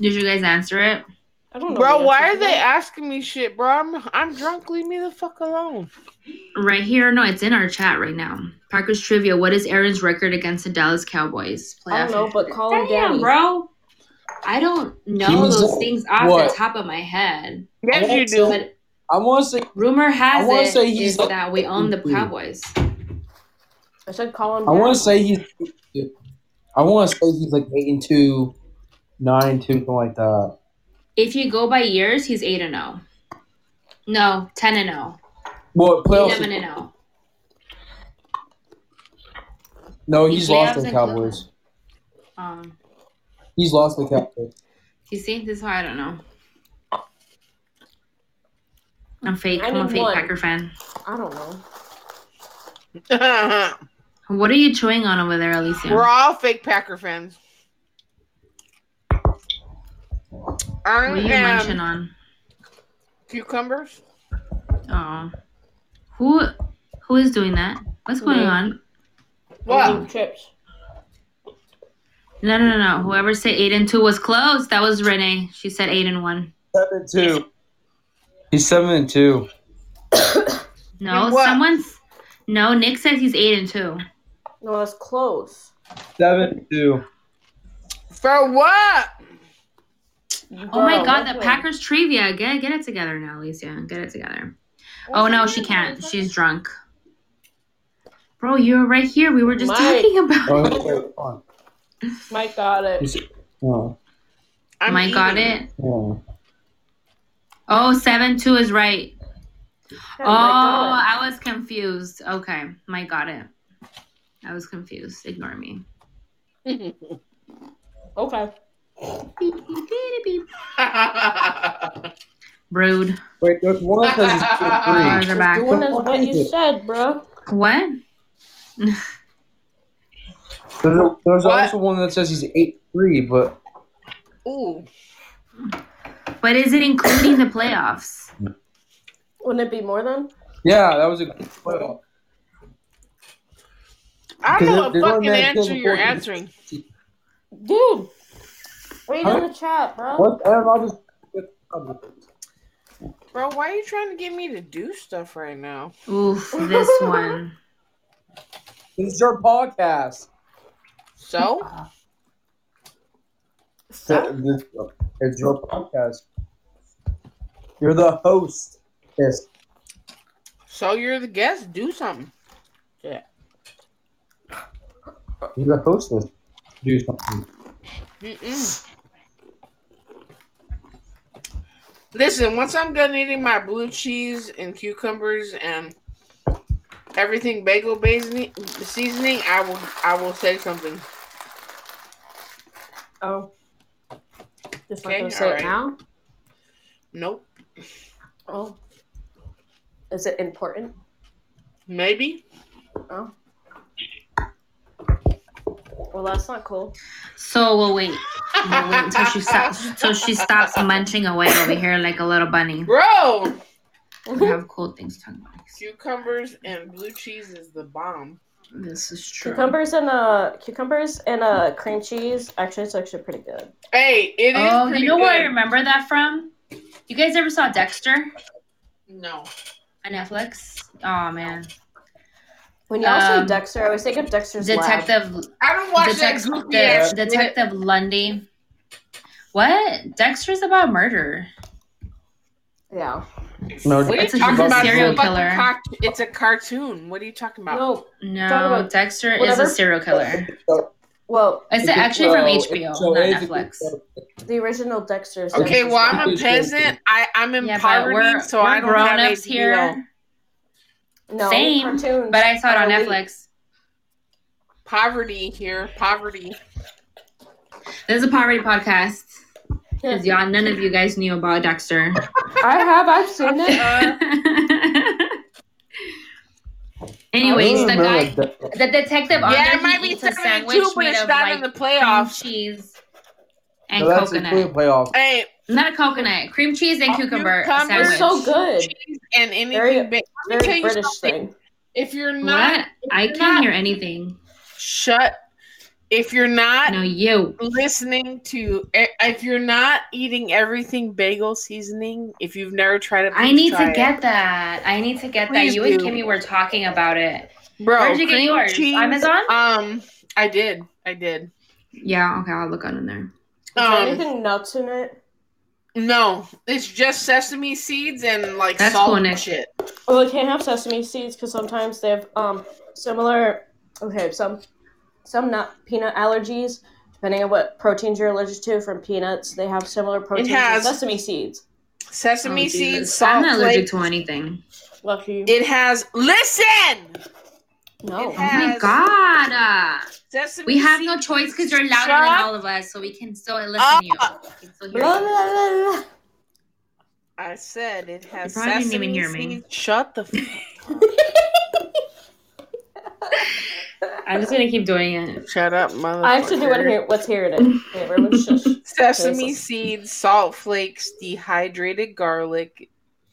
Speaker 3: Did you guys answer it?
Speaker 2: I don't know.
Speaker 1: Bro,
Speaker 2: the
Speaker 1: why are
Speaker 2: answer to
Speaker 1: they
Speaker 2: that.
Speaker 1: asking me shit, bro? I'm I'm drunk. Leave me the fuck alone.
Speaker 3: Right here, no, it's in our chat right now. Packers trivia. What is Aaron's record against the Dallas Cowboys?
Speaker 2: I don't know, but call him
Speaker 3: Damn,
Speaker 2: daddy.
Speaker 3: bro. I don't
Speaker 7: He
Speaker 3: know
Speaker 7: was-
Speaker 3: those things off
Speaker 7: what?
Speaker 3: the top of my head.
Speaker 1: Yes, you do.
Speaker 3: But
Speaker 7: I want to say
Speaker 3: rumor has
Speaker 7: I wanna
Speaker 3: it
Speaker 7: say he's
Speaker 3: is
Speaker 7: like-
Speaker 3: that we own the
Speaker 7: Mm.
Speaker 3: Cowboys.
Speaker 2: I said call him.
Speaker 7: I want to say he's. I want to say he's like eight and two, nine and two, something like that.
Speaker 3: If you go by years, he's eight and zero. No, ten and zero.
Speaker 7: Well, playoffs.
Speaker 3: Eleven and oh. zero.
Speaker 7: No, he's
Speaker 3: Playoffs
Speaker 7: lost to the
Speaker 3: and
Speaker 7: Cowboys.
Speaker 3: Um,
Speaker 7: He's lost to the Cowboys.
Speaker 3: you see, this is why I don't know. I'm fake.
Speaker 2: I
Speaker 3: I'm a
Speaker 2: need
Speaker 3: fake
Speaker 2: one.
Speaker 3: Packer fan.
Speaker 2: daddy. I don't know.
Speaker 1: *laughs*
Speaker 3: What are you chewing on over there, Alicia?
Speaker 1: We're all fake Packer fans. I
Speaker 3: what are you munching
Speaker 1: am
Speaker 3: on?
Speaker 1: cucumbers.
Speaker 3: Oh, who, who is doing that? What's going
Speaker 2: Me.
Speaker 3: on?
Speaker 1: What?
Speaker 2: Eating Chips.
Speaker 3: No, no, no, no. Whoever said eight and two was close. That was Renee. She said eight and one.
Speaker 7: Seven and two. He's seven and two.
Speaker 3: No,
Speaker 1: You what?
Speaker 3: someone's. No, Nick says he's eight and two.
Speaker 2: No, that's close.
Speaker 7: Seven and two.
Speaker 1: For what?
Speaker 3: Oh my
Speaker 2: Bro,
Speaker 3: God,
Speaker 2: that's
Speaker 3: the
Speaker 2: what-
Speaker 3: Packers trivia. Get get it together now, Alicia. Get it together. Oh no, she can't. She's drunk. Bro, you were right here. We were just
Speaker 2: Mike.
Speaker 3: talking about.
Speaker 7: Oh, he's
Speaker 2: Mike
Speaker 7: like, oh,
Speaker 2: got it.
Speaker 7: he's- oh,
Speaker 1: I'm
Speaker 3: Mike got
Speaker 1: eating.
Speaker 3: it.
Speaker 7: oh.
Speaker 3: Oh, seven two is right.
Speaker 2: Yeah,
Speaker 3: oh,
Speaker 2: Mike
Speaker 3: I was confused. Okay, Mike got it. I was confused. Ignore me. Oh.
Speaker 2: got it. Okay.
Speaker 3: Beep, beep, beep, beep. Rude.
Speaker 7: Wait, there's one that says he's two and *laughs*
Speaker 3: Bars
Speaker 7: three.
Speaker 3: are back.
Speaker 2: Doing as what you said, bro.
Speaker 3: What?
Speaker 7: There's, a, there's
Speaker 1: What?
Speaker 7: also one that says he's eight and three, but
Speaker 1: *laughs* Ooh.
Speaker 3: But is it including the playoffs?
Speaker 2: Wouldn't it be more than?
Speaker 7: yeah, that was a good playoff.
Speaker 1: I
Speaker 7: Because
Speaker 1: don't know
Speaker 7: there-
Speaker 1: what
Speaker 7: there's one
Speaker 1: fucking
Speaker 7: man killed
Speaker 1: answer you're
Speaker 7: before-
Speaker 1: answering.
Speaker 2: Dude. Read
Speaker 7: Huh?
Speaker 2: in the chat, bro.
Speaker 7: What? Aaron Rodgers. What
Speaker 1: Bro, why are you trying to get me to do stuff right now?
Speaker 3: Oof, *laughs* this one.
Speaker 7: is your podcast?
Speaker 3: *laughs*
Speaker 1: So?
Speaker 7: It's it's your podcast. You're the host. Yes.
Speaker 1: So you're the guest? Do something.
Speaker 7: You're the hostess. Do something.
Speaker 1: Mm-mm. Listen, once I'm done eating my blue cheese and cucumbers and everything bagel basing, seasoning, I will I will say something.
Speaker 9: Oh.
Speaker 2: Just
Speaker 1: Okay,
Speaker 2: not gonna say
Speaker 1: alright.
Speaker 2: it now.
Speaker 1: Nope.
Speaker 2: Oh. Is it important?
Speaker 1: Maybe.
Speaker 2: Well, that's not cool.
Speaker 3: So we'll wait. We'll wait until she stops. Till she stops munching away over here like a little
Speaker 1: *laughs*
Speaker 3: bunny.
Speaker 1: Bro,
Speaker 3: We have cool things to talk about.
Speaker 1: cucumbers and blue cheese is the bomb.
Speaker 3: This is true.
Speaker 2: Cucumbers and uh cucumbers and uh cream cheese. Actually, it's actually pretty good.
Speaker 1: Hey, it is.
Speaker 3: Oh,
Speaker 1: pretty
Speaker 3: you know
Speaker 1: good.
Speaker 3: where I remember that from? You guys ever saw Dexter
Speaker 1: No.
Speaker 3: on Netflix? Oh man,
Speaker 2: When y'all say
Speaker 3: Um,
Speaker 2: Dexter, I always think of Dexter's Lab.
Speaker 3: Detective
Speaker 1: I don't watch that
Speaker 3: Detective
Speaker 1: goofy ass shit.
Speaker 3: Detective Lundy. What? Dexter's about murder.
Speaker 2: Yeah.
Speaker 7: No,
Speaker 1: What are you
Speaker 3: It's a
Speaker 1: talking
Speaker 7: human
Speaker 1: about? It's a
Speaker 7: serial
Speaker 1: fucking
Speaker 3: killer.
Speaker 1: cock- it's a cartoon. What are you talking about?
Speaker 2: No.
Speaker 3: No,
Speaker 2: Talk about
Speaker 3: Dexter is a
Speaker 2: whatever-
Speaker 3: serial killer.
Speaker 2: Well,
Speaker 3: It's
Speaker 7: It's a-
Speaker 3: actually
Speaker 7: well,
Speaker 3: from
Speaker 7: it's-
Speaker 3: HBO,
Speaker 7: so
Speaker 3: not
Speaker 7: it's a-
Speaker 3: Netflix.
Speaker 2: the original Dexter's.
Speaker 1: Okay,
Speaker 2: Dexter's
Speaker 1: well I'm a
Speaker 7: It's just-
Speaker 1: peasant. I I'm in
Speaker 3: Yeah, but
Speaker 1: poverty,
Speaker 3: we're,
Speaker 1: so
Speaker 3: we're
Speaker 1: I don't have
Speaker 3: grown-ups
Speaker 1: HBO.
Speaker 3: here.
Speaker 2: no,
Speaker 3: same,
Speaker 2: cartoons.
Speaker 3: But I saw it on
Speaker 2: are weak.
Speaker 3: Netflix.
Speaker 1: Poverty here. Poverty.
Speaker 3: This is a poverty podcast. Because y'all, none of you guys knew about Dexter. *laughs*
Speaker 9: I have. I've seen
Speaker 1: *laughs* Uh,
Speaker 9: it.
Speaker 3: Anyways,
Speaker 7: I
Speaker 3: the
Speaker 7: don't
Speaker 3: guy,
Speaker 7: remember that.
Speaker 3: the detective on
Speaker 1: yeah,
Speaker 3: there,
Speaker 1: it might
Speaker 3: he
Speaker 1: be
Speaker 3: eats a
Speaker 1: seven and
Speaker 3: sandwich
Speaker 1: two, but
Speaker 3: made
Speaker 1: it's
Speaker 3: of
Speaker 1: not
Speaker 3: like
Speaker 1: in the
Speaker 3: cream
Speaker 1: playoffs.
Speaker 3: cheese and
Speaker 7: No, that's
Speaker 3: coconut.
Speaker 7: including playoff.
Speaker 1: Hey,
Speaker 3: Not coconut, cream cheese and
Speaker 1: Oh,
Speaker 3: cucumber
Speaker 1: cucumber.
Speaker 3: sandwich.
Speaker 2: It's so good.
Speaker 1: cheese and anything. ba-
Speaker 2: Very-
Speaker 1: Let me tell
Speaker 2: Very
Speaker 1: you
Speaker 2: British
Speaker 1: something.
Speaker 2: thing.
Speaker 1: If you're not,
Speaker 3: What? I
Speaker 1: You're
Speaker 3: can't
Speaker 1: not-
Speaker 3: hear anything.
Speaker 1: shut. If you're not
Speaker 3: No, you.
Speaker 1: listening to, eh, if you're not eating everything bagel seasoning, if you've never tried it,
Speaker 3: I
Speaker 1: please
Speaker 3: need
Speaker 1: try
Speaker 3: to
Speaker 1: it.
Speaker 3: get that. I need to get
Speaker 1: Please
Speaker 3: that. You and
Speaker 1: do.
Speaker 3: Kimmy were talking about it.
Speaker 1: Bro,
Speaker 3: Where'd you get
Speaker 1: cream
Speaker 3: yours?
Speaker 1: cheese-
Speaker 3: Amazon?
Speaker 1: Um, I did. I did.
Speaker 3: Yeah, okay, I'll look on in there.
Speaker 2: Is there
Speaker 1: Um,
Speaker 2: anything nuts in it?
Speaker 1: no, it's just sesame seeds and like
Speaker 3: That's
Speaker 1: salt
Speaker 3: cool,
Speaker 1: and
Speaker 3: Nick.
Speaker 1: shit.
Speaker 2: Well, they can't have sesame seeds because sometimes they have um similar. Okay, some some nut peanut allergies. Depending on what proteins you're allergic to from peanuts, they have similar proteins
Speaker 1: has-
Speaker 2: as sesame seeds.
Speaker 1: Sesame
Speaker 3: Oh,
Speaker 1: seeds,
Speaker 3: Jesus. I'm
Speaker 1: salt,
Speaker 3: not
Speaker 1: flakes.
Speaker 3: allergic to anything.
Speaker 2: Lucky.
Speaker 1: It has. Listen,
Speaker 2: no.
Speaker 1: it
Speaker 3: Oh my
Speaker 1: Yes.
Speaker 3: god. Uh,
Speaker 1: sesame.
Speaker 3: we have
Speaker 1: seeds-
Speaker 3: no choice because you're louder
Speaker 1: Shut Ah.
Speaker 3: than all of us, so we can still listen to you. We can still hear
Speaker 2: Blah,
Speaker 3: you.
Speaker 2: blah, blah, blah.
Speaker 1: I said it has
Speaker 3: probably didn't
Speaker 1: sesame
Speaker 3: even hear me.
Speaker 1: seeds. Shut the. F-
Speaker 2: *laughs*
Speaker 3: I'm just gonna keep doing it.
Speaker 1: Shut up, mother.
Speaker 2: I actually do want to hear what's here in it. Okay, everyone shush.
Speaker 1: *laughs* Um, Sesame
Speaker 2: Jesus.
Speaker 1: seeds, salt flakes, dehydrated garlic,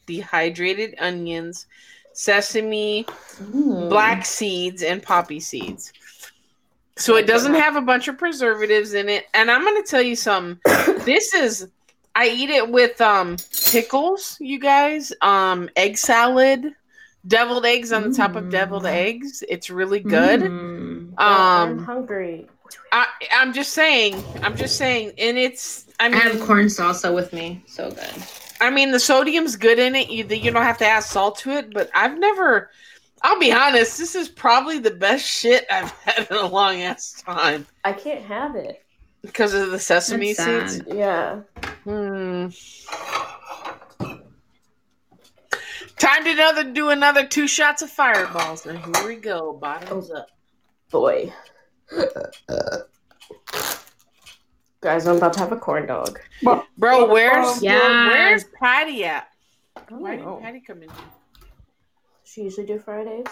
Speaker 1: dehydrated onions, sesame,
Speaker 3: Mm.
Speaker 1: black seeds, and poppy seeds. So it doesn't have a bunch of preservatives in it. And I'm gonna tell you
Speaker 3: *coughs*
Speaker 1: something. this is I eat it with um pickles, you guys, um, egg salad, deviled eggs on the top of
Speaker 3: Mm.
Speaker 1: deviled eggs. It's really good.
Speaker 3: Mm.
Speaker 2: I'm
Speaker 1: Um
Speaker 2: hungry.
Speaker 1: I, I'm just saying. I'm just saying, and it's. I
Speaker 3: I
Speaker 1: mean,
Speaker 3: have corn salsa with me. So good.
Speaker 1: I mean, the sodium's good in it. You you don't have to add salt to it. But I've never. I'll be honest. This is probably the best shit I've *laughs* had in a long ass time
Speaker 2: I can't have it.
Speaker 1: because of the sesame
Speaker 3: That's sad.
Speaker 1: seeds.
Speaker 2: Yeah.
Speaker 1: Hmm. Time to another do another two shots of fireballs. And here we go.
Speaker 3: Oh.
Speaker 1: Bottoms up.
Speaker 2: Boy. Guys, I'm about to have a corn dog. Oh,
Speaker 1: Bro, where's
Speaker 3: Yes.
Speaker 1: where's Patty at? Why did
Speaker 2: Oh.
Speaker 1: Patty come in?
Speaker 2: She usually do Fridays.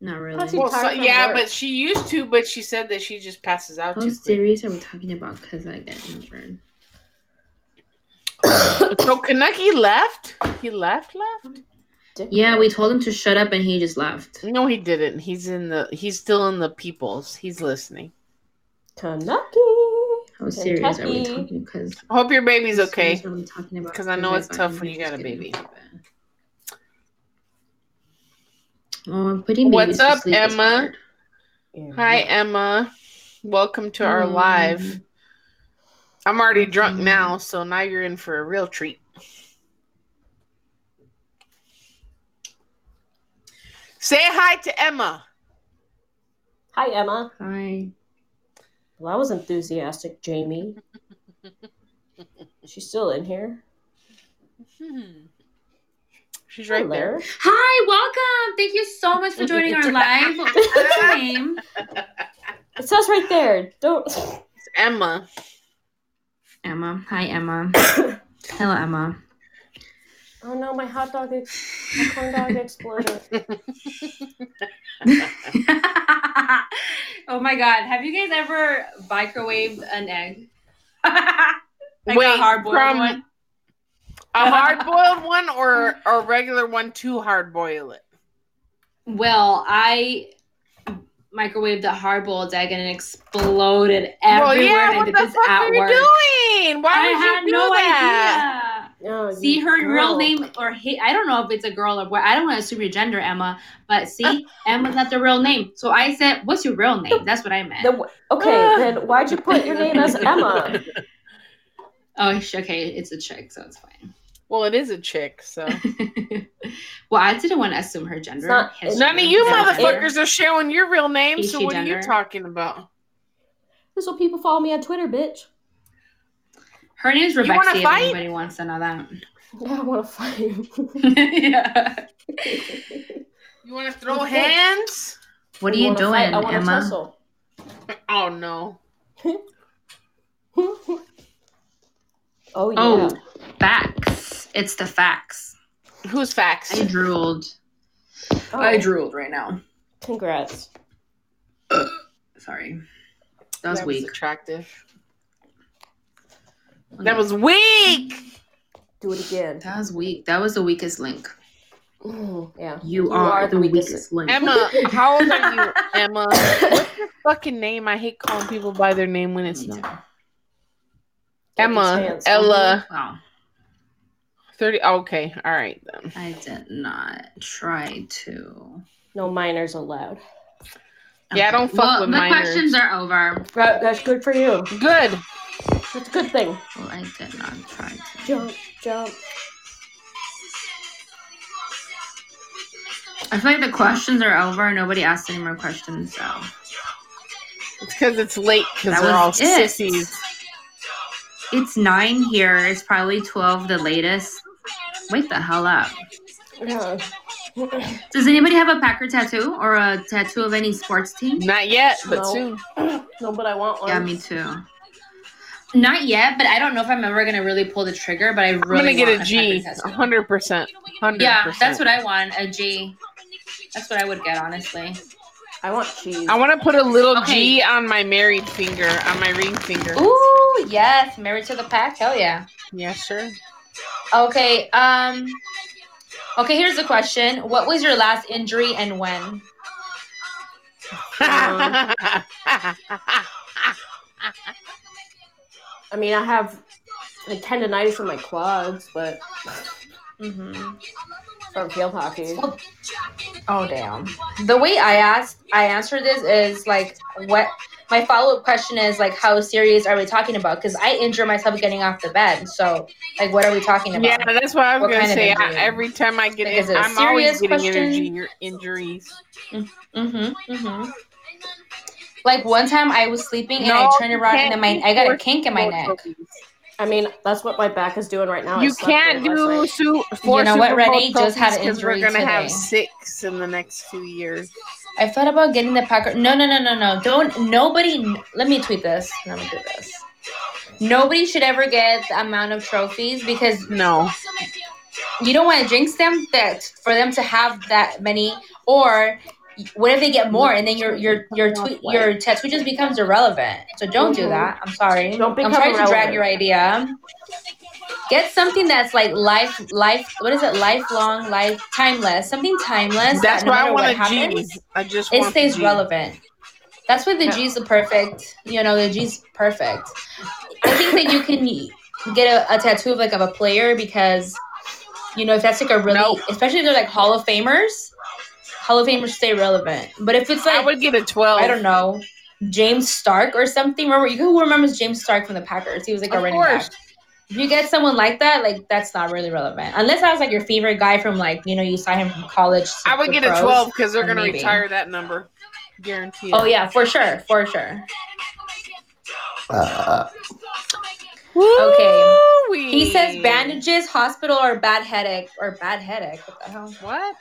Speaker 3: Not
Speaker 2: That's
Speaker 3: really.
Speaker 2: it.
Speaker 1: Well,
Speaker 2: tired
Speaker 1: so,
Speaker 2: from
Speaker 1: yeah,
Speaker 2: work.
Speaker 1: but she used to, but she said that she just passes out
Speaker 3: What
Speaker 1: too quick.
Speaker 3: series are we talking about? Because I get numbered.
Speaker 1: So Kaneki left? He left, left?
Speaker 2: Dick
Speaker 3: Yeah, we told him to shut up and he just left.
Speaker 1: No, he didn't. He's in the he's still in the peoples. He's listening.
Speaker 2: Kanaki.
Speaker 3: How serious are we
Speaker 2: Kentucky.
Speaker 3: talking? Because
Speaker 1: I hope your baby's okay.
Speaker 3: What are we talking about?
Speaker 1: 'Cause I know it's
Speaker 3: Because
Speaker 1: tough
Speaker 3: find
Speaker 1: when you got a
Speaker 3: just
Speaker 1: baby.
Speaker 3: getting stupid. Oh, I'm putting
Speaker 1: What's
Speaker 3: babies to
Speaker 1: up,
Speaker 3: sleep is
Speaker 1: Emma?
Speaker 3: hard.
Speaker 1: Hi Emma. Welcome to our
Speaker 3: Mm.
Speaker 1: live. I'm already drunk
Speaker 3: Mm.
Speaker 1: now, so now you're in for a real treat. Say hi to Emma. *laughs*
Speaker 2: Hi, Emma.
Speaker 3: Hi.
Speaker 2: Well, that was enthusiastic, Jamie. She's still in here.
Speaker 1: Hmm. She's right there.
Speaker 3: Hi, welcome. Thank you so much for joining our live. What's your *laughs* name?
Speaker 2: It says right there. Don't.
Speaker 1: It's Emma.
Speaker 3: Emma. Hi, *coughs* Emma. Hello, Emma.
Speaker 2: Oh no, my hot dog, ex- my
Speaker 1: *laughs*
Speaker 2: corn dog exploded.
Speaker 3: *laughs* oh my god, have you guys ever microwaved an egg? *laughs* like a
Speaker 1: Wait,
Speaker 3: hard boiled
Speaker 1: from-
Speaker 3: one?
Speaker 1: A hard boiled one or or a regular one to hard boil it.
Speaker 3: Well, I microwaved a hard boiled egg and it exploded everywhere. and I
Speaker 1: what
Speaker 3: did
Speaker 1: the
Speaker 3: this
Speaker 1: fuck
Speaker 3: at
Speaker 1: are you
Speaker 3: work.
Speaker 1: doing? Why
Speaker 3: I
Speaker 1: would
Speaker 3: had
Speaker 1: you do
Speaker 3: no
Speaker 1: that?
Speaker 3: idea.
Speaker 2: Oh,
Speaker 3: See
Speaker 2: you
Speaker 3: her
Speaker 2: girl.
Speaker 3: real name or he, I don't know if it's a girl or boy. I don't want to assume your gender, Emma. But
Speaker 1: Uh,
Speaker 3: see, Emma's not the real name. So I said, "What's your real name?" That's what I meant.
Speaker 2: Then wh- okay,
Speaker 1: Ah.
Speaker 2: then why'd you put your name as Emma?
Speaker 3: oh, sh- okay, it's a chick, so it's fine.
Speaker 1: Well, it is a chick, so
Speaker 3: *laughs* well, I didn't want to assume her gender.
Speaker 2: It's not-
Speaker 1: *laughs*
Speaker 3: His
Speaker 1: none of
Speaker 3: gender.
Speaker 1: you
Speaker 3: Doesn't matter.
Speaker 1: motherfuckers are sharing your real name.
Speaker 3: Is
Speaker 1: So
Speaker 3: she
Speaker 1: what are you
Speaker 3: gender?
Speaker 1: talking about?
Speaker 2: That's what people follow me on Twitter, bitch.
Speaker 3: Her name's
Speaker 1: wanna
Speaker 3: Rebecca. If
Speaker 1: fight?
Speaker 3: anybody wants to know that.
Speaker 2: Yeah, I want to fight.
Speaker 3: *laughs* yeah.
Speaker 1: *laughs* You want to throw hands?
Speaker 3: What are you doing,
Speaker 2: I wanna
Speaker 3: Emma?
Speaker 2: tussle. *laughs*
Speaker 1: Oh no!
Speaker 2: Oh yeah.
Speaker 3: Oh, facts. It's the facts.
Speaker 1: Who's facts?
Speaker 3: I drooled.
Speaker 2: Oh,
Speaker 3: I drooled right now.
Speaker 2: Congrats.
Speaker 3: Sorry. That was weak.
Speaker 1: attractive. That was weak.
Speaker 3: *laughs*
Speaker 2: Do it again.
Speaker 3: That was weak. That was the weakest link.
Speaker 2: Mm, yeah.
Speaker 3: You, are, the weakest,
Speaker 1: *laughs*
Speaker 3: link.
Speaker 1: Emma, how old are
Speaker 3: *laughs*
Speaker 1: you, Emma? What's your fucking name? I hate calling people by their name when it's not. Emma,
Speaker 2: Expands.
Speaker 1: Ella,
Speaker 3: Wow.
Speaker 1: 30. Okay, all right then.
Speaker 3: I did not try to.
Speaker 2: No minors allowed.
Speaker 1: Yeah, I don't fuck
Speaker 3: well,
Speaker 1: with
Speaker 3: the
Speaker 1: minors.
Speaker 3: questions are over.
Speaker 2: That, that's good for you.
Speaker 1: Good.
Speaker 2: That's a good thing.
Speaker 3: Well, I did not try to.
Speaker 2: Jump, jump.
Speaker 3: I feel like the questions are over. Nobody asked any more questions, so
Speaker 1: It's because it's late because
Speaker 3: That
Speaker 1: we're
Speaker 3: was
Speaker 1: all
Speaker 3: it.
Speaker 1: sissies.
Speaker 3: it's nine here. It's probably twelve, the latest. Wake the hell up.
Speaker 2: Yeah.
Speaker 3: Does anybody have a Packer tattoo or a tattoo of any sports team?
Speaker 1: Not yet, but
Speaker 2: No.
Speaker 1: soon.
Speaker 2: No, but I want one.
Speaker 3: Yeah, me too. Not yet, but I don't know if I'm ever gonna really pull the trigger. But I
Speaker 1: I'm going
Speaker 3: really
Speaker 1: to
Speaker 3: want
Speaker 1: get a
Speaker 3: a
Speaker 1: G.
Speaker 3: Packer tattoo.
Speaker 1: 100%. 100%.
Speaker 3: Yeah, that's what I want. A G. That's what I would get, honestly.
Speaker 2: I want cheese.
Speaker 1: I want to put a little
Speaker 3: Okay.
Speaker 1: G on my married finger, on my ring finger.
Speaker 3: Ooh, yes, married to the pack. Hell yeah.
Speaker 1: Yeah,
Speaker 3: *laughs*
Speaker 1: sure.
Speaker 3: Okay. Um. Okay, here's the question: What was your last injury and when?
Speaker 1: Um,
Speaker 2: I mean, I have like tendonitis in my quads, but
Speaker 3: Mm-hmm.
Speaker 2: from field hockey.
Speaker 3: Oh damn. The way I asked, I answered this is like what my follow up question is like how serious are we talking about? Because I injure myself getting off the bed, so like what are we talking about?
Speaker 1: Yeah, that's what I was
Speaker 3: What
Speaker 1: gonna
Speaker 3: kind of
Speaker 1: say. I,
Speaker 3: injury?
Speaker 1: every time I get
Speaker 3: Like,
Speaker 1: in,
Speaker 3: is it a
Speaker 1: I'm always
Speaker 3: serious
Speaker 1: getting
Speaker 3: question?
Speaker 1: energy injuries.
Speaker 3: Mm-hmm. Mm-hmm. Like one time I was sleeping and I
Speaker 1: No,
Speaker 3: turned around and then my I got a kink in my neck.
Speaker 2: I mean, that's what my back is doing right now. I
Speaker 1: You
Speaker 2: slept
Speaker 1: can't
Speaker 2: late last
Speaker 1: do
Speaker 2: night.
Speaker 1: su- four
Speaker 3: You know
Speaker 1: Super
Speaker 3: what,
Speaker 1: Bowl
Speaker 3: Renee? Just had an
Speaker 1: trophies 'cause
Speaker 3: injury
Speaker 1: We're gonna have
Speaker 3: today.
Speaker 1: six in the next few years.
Speaker 3: I thought about getting the Packer. No, no, no, no, no. Don't. Nobody. Let me tweet this. Let me do this. Nobody should ever get the amount of trophies because
Speaker 1: No,
Speaker 3: you don't want to jinx them that for them to have that many. Or what if they get more and then your your your tweet your tattoo just becomes irrelevant? So don't do that. I'm sorry.
Speaker 2: Don't become
Speaker 3: I'm trying to
Speaker 2: irrelevant.
Speaker 3: drag your idea. Get something that's like life, life. What is it? Lifelong, life, timeless. Something timeless.
Speaker 1: that's
Speaker 3: that no
Speaker 1: why I
Speaker 3: matter what
Speaker 1: want a G.
Speaker 3: happens,
Speaker 1: I just
Speaker 3: it
Speaker 1: want the
Speaker 3: stays
Speaker 1: G.
Speaker 3: relevant. That's why the
Speaker 2: Yeah.
Speaker 3: G's the perfect. You know, the G's perfect. I think that you can get a, a tattoo of like of a player because, you know, if that's like a really,
Speaker 1: Nope.
Speaker 3: especially if they're like Hall of Famers, Hall of Famers stay relevant. But if it's
Speaker 1: I
Speaker 3: like
Speaker 1: would get a twelve.
Speaker 3: I don't know James Stark or something, remember you who remembers James Stark from the Packers? He was like a
Speaker 1: Of
Speaker 3: running
Speaker 1: course.
Speaker 3: back. If you get someone like that, like that's not really relevant. Unless that was like your favorite guy from like you know you saw him from college. to
Speaker 1: I would
Speaker 3: the
Speaker 1: get a
Speaker 3: pros.
Speaker 1: twelve because they're gonna
Speaker 3: Maybe.
Speaker 1: retire that number, guaranteed.
Speaker 3: Oh yeah, for sure, for sure.
Speaker 1: Woo!
Speaker 3: Okay.
Speaker 1: we?
Speaker 3: He
Speaker 2: Hmm.
Speaker 3: says bandages, hospital, or bad headache, or bad headache. What the hell?
Speaker 1: What?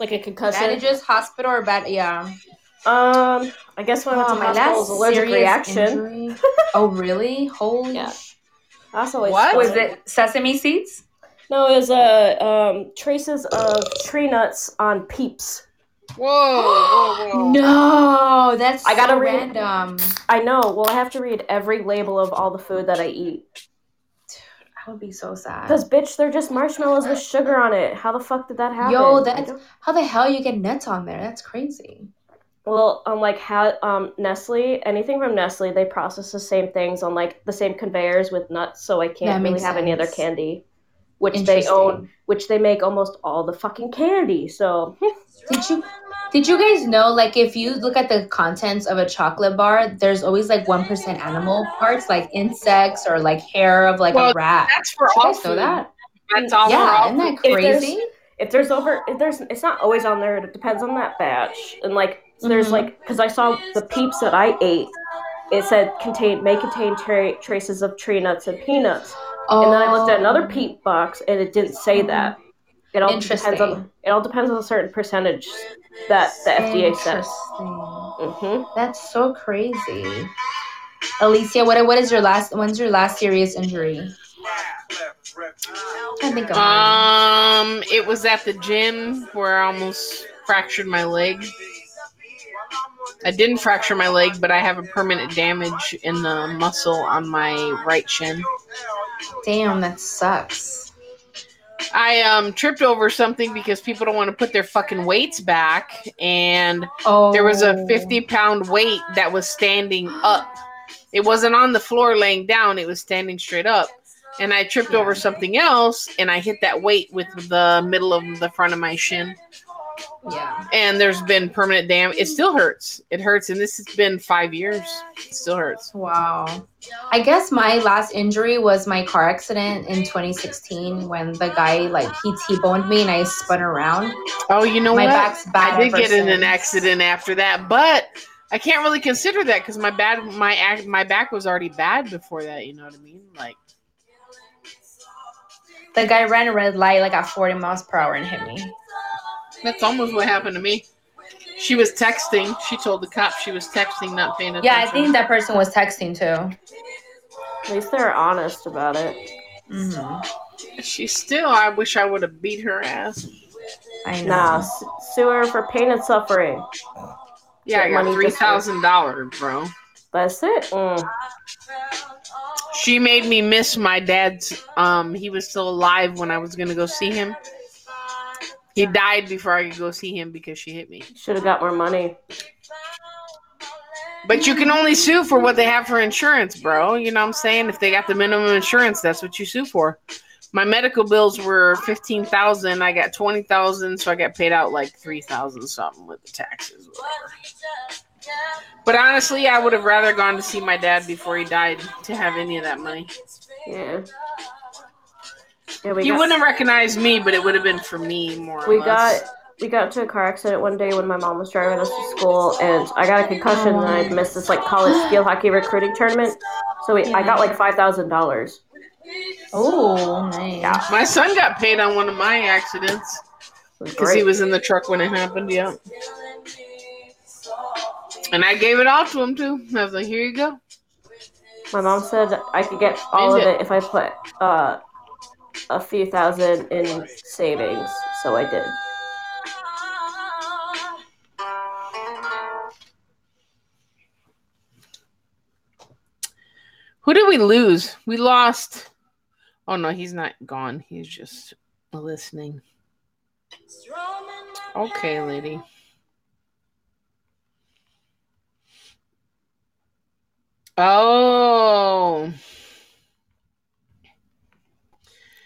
Speaker 10: Like a concussion.
Speaker 3: Bandages, hospital, or bad. Yeah.
Speaker 2: Um, I guess when I went to
Speaker 3: Oh, my
Speaker 2: hospital, it was
Speaker 3: last
Speaker 2: allergic
Speaker 3: serious
Speaker 2: reaction.
Speaker 3: injury. *laughs* Oh, really? Holy.
Speaker 2: Yeah.
Speaker 3: sh-
Speaker 2: That's always
Speaker 1: What?
Speaker 2: fun.
Speaker 3: Was it sesame seeds?
Speaker 2: No, it was uh, um, traces of tree nuts on peeps.
Speaker 1: Whoa, whoa, whoa.
Speaker 3: *gasps* No, that's
Speaker 2: I gotta
Speaker 3: so
Speaker 2: read-
Speaker 3: random.
Speaker 2: I know. Well, I have to read every label of all the food that I eat.
Speaker 3: I would be so sad.
Speaker 2: Because, bitch, they're just marshmallows with sugar on it. How the fuck did that happen?
Speaker 3: Yo, that's how the hell you get nuts on there? That's crazy.
Speaker 2: Well, on like how um, Nestle, anything from Nestle, they process the same things on like the same conveyors with nuts, so I
Speaker 3: That
Speaker 2: can't really
Speaker 3: makes
Speaker 2: have any other
Speaker 3: sense.
Speaker 2: candy, which they own, which they make almost all the fucking candy. So hmm.
Speaker 3: Did you did you guys know like if you look at the contents of a chocolate bar, there's always like one percent animal parts, like insects or like hair of like
Speaker 1: Well,
Speaker 3: a rat.
Speaker 1: That's for
Speaker 3: Did you
Speaker 1: all
Speaker 3: guys know
Speaker 1: food.
Speaker 3: that?
Speaker 1: That's all for
Speaker 3: yeah,
Speaker 1: all
Speaker 3: isn't that
Speaker 2: If there's-
Speaker 3: crazy?
Speaker 2: if there's over, if there's, it's not always on there. It depends on that batch, and like so there's
Speaker 3: Mhm.
Speaker 2: like because I saw the peeps that I ate, it said contain may contain tra- traces of tree nuts and peanuts.
Speaker 3: Oh, Mm-hmm.
Speaker 2: and then I looked at another peat box, and it didn't say that. It all depends
Speaker 3: Interesting.
Speaker 2: on it all depends on a certain percentage that the FDA says.
Speaker 3: Interesting.
Speaker 2: hmm
Speaker 3: That's so crazy. Alicia, what what is your last? When's your last serious injury? I think. of mine.
Speaker 1: Um, it was at the gym where I almost fractured my leg. I didn't fracture my leg, but I have a permanent damage in the muscle on my right shin.
Speaker 3: Damn, that sucks.
Speaker 1: I um tripped over something because people don't want to put their fucking weights back, and
Speaker 3: Oh,
Speaker 1: there was a 50 pound weight that was standing up. It wasn't on the floor laying down, it was standing straight up. And I tripped over something else and I hit that weight with the middle of the front of my shin.
Speaker 3: Yeah.
Speaker 1: And there's been permanent damage. It still hurts. It hurts. And this has been five years. It still hurts.
Speaker 3: Wow. I guess my last injury was my car accident in 2016 when the guy like he t-boned me and I spun around.
Speaker 1: Oh, you know
Speaker 3: my
Speaker 1: what?
Speaker 3: back's bad.
Speaker 1: I did
Speaker 3: ever
Speaker 1: get in an
Speaker 3: since.
Speaker 1: accident after that, but I can't really consider that because my bad my ac- my back was already bad before that. You know what I mean? Like,
Speaker 3: The guy ran a red light like at 40 miles per hour and hit me.
Speaker 1: That's almost what happened to me. She was texting. She told the cop she was texting, not paying attention.
Speaker 3: Yeah, I think that person was texting too.
Speaker 2: At least they're honest about it.
Speaker 3: hmm
Speaker 1: she still. I wish I would have beat her ass.
Speaker 3: I know.
Speaker 2: Nah, s- sue her for pain and suffering.
Speaker 1: Yeah, I
Speaker 2: Get
Speaker 1: got
Speaker 2: money
Speaker 1: three
Speaker 2: just for-
Speaker 1: thousand dollars, bro.
Speaker 2: That's it. Mm.
Speaker 1: She made me miss my dad's. Um, he was still alive when I was gonna go see him. He died before I could go see him because she hit me.
Speaker 2: Should have got more money.
Speaker 1: But you can only sue for what they have for insurance, bro. You know what I'm saying? If they got the minimum insurance, that's what you sue for. My medical bills were fifteen thousand. I got twenty thousand, so I got paid out like three thousand something with the taxes. Whatever. But honestly, I would have rather gone to see my dad before he died to have any of that money.
Speaker 2: Yeah. Yeah, we
Speaker 1: He
Speaker 2: got,
Speaker 1: wouldn't have recognized me, but it would have been for me more. Or
Speaker 2: we
Speaker 1: less.
Speaker 2: got we got into a car accident one day when my mom was driving us to school, and I got a concussion, and I missed this like college field hockey recruiting tournament. So we, I got like five thousand dollars.
Speaker 3: Oh, nice.
Speaker 1: my son got paid on one of my accidents because he was in the truck when it happened. Yeah. And I gave it all to him too. I was like, "Here you go."
Speaker 2: My mom said I could get all of
Speaker 1: Ninja.
Speaker 2: it if I put uh, a few thousand in savings, so I did.
Speaker 1: Who did we lose? We lost. Oh no, he's not gone. He's just listening. Okay, lady. Oh,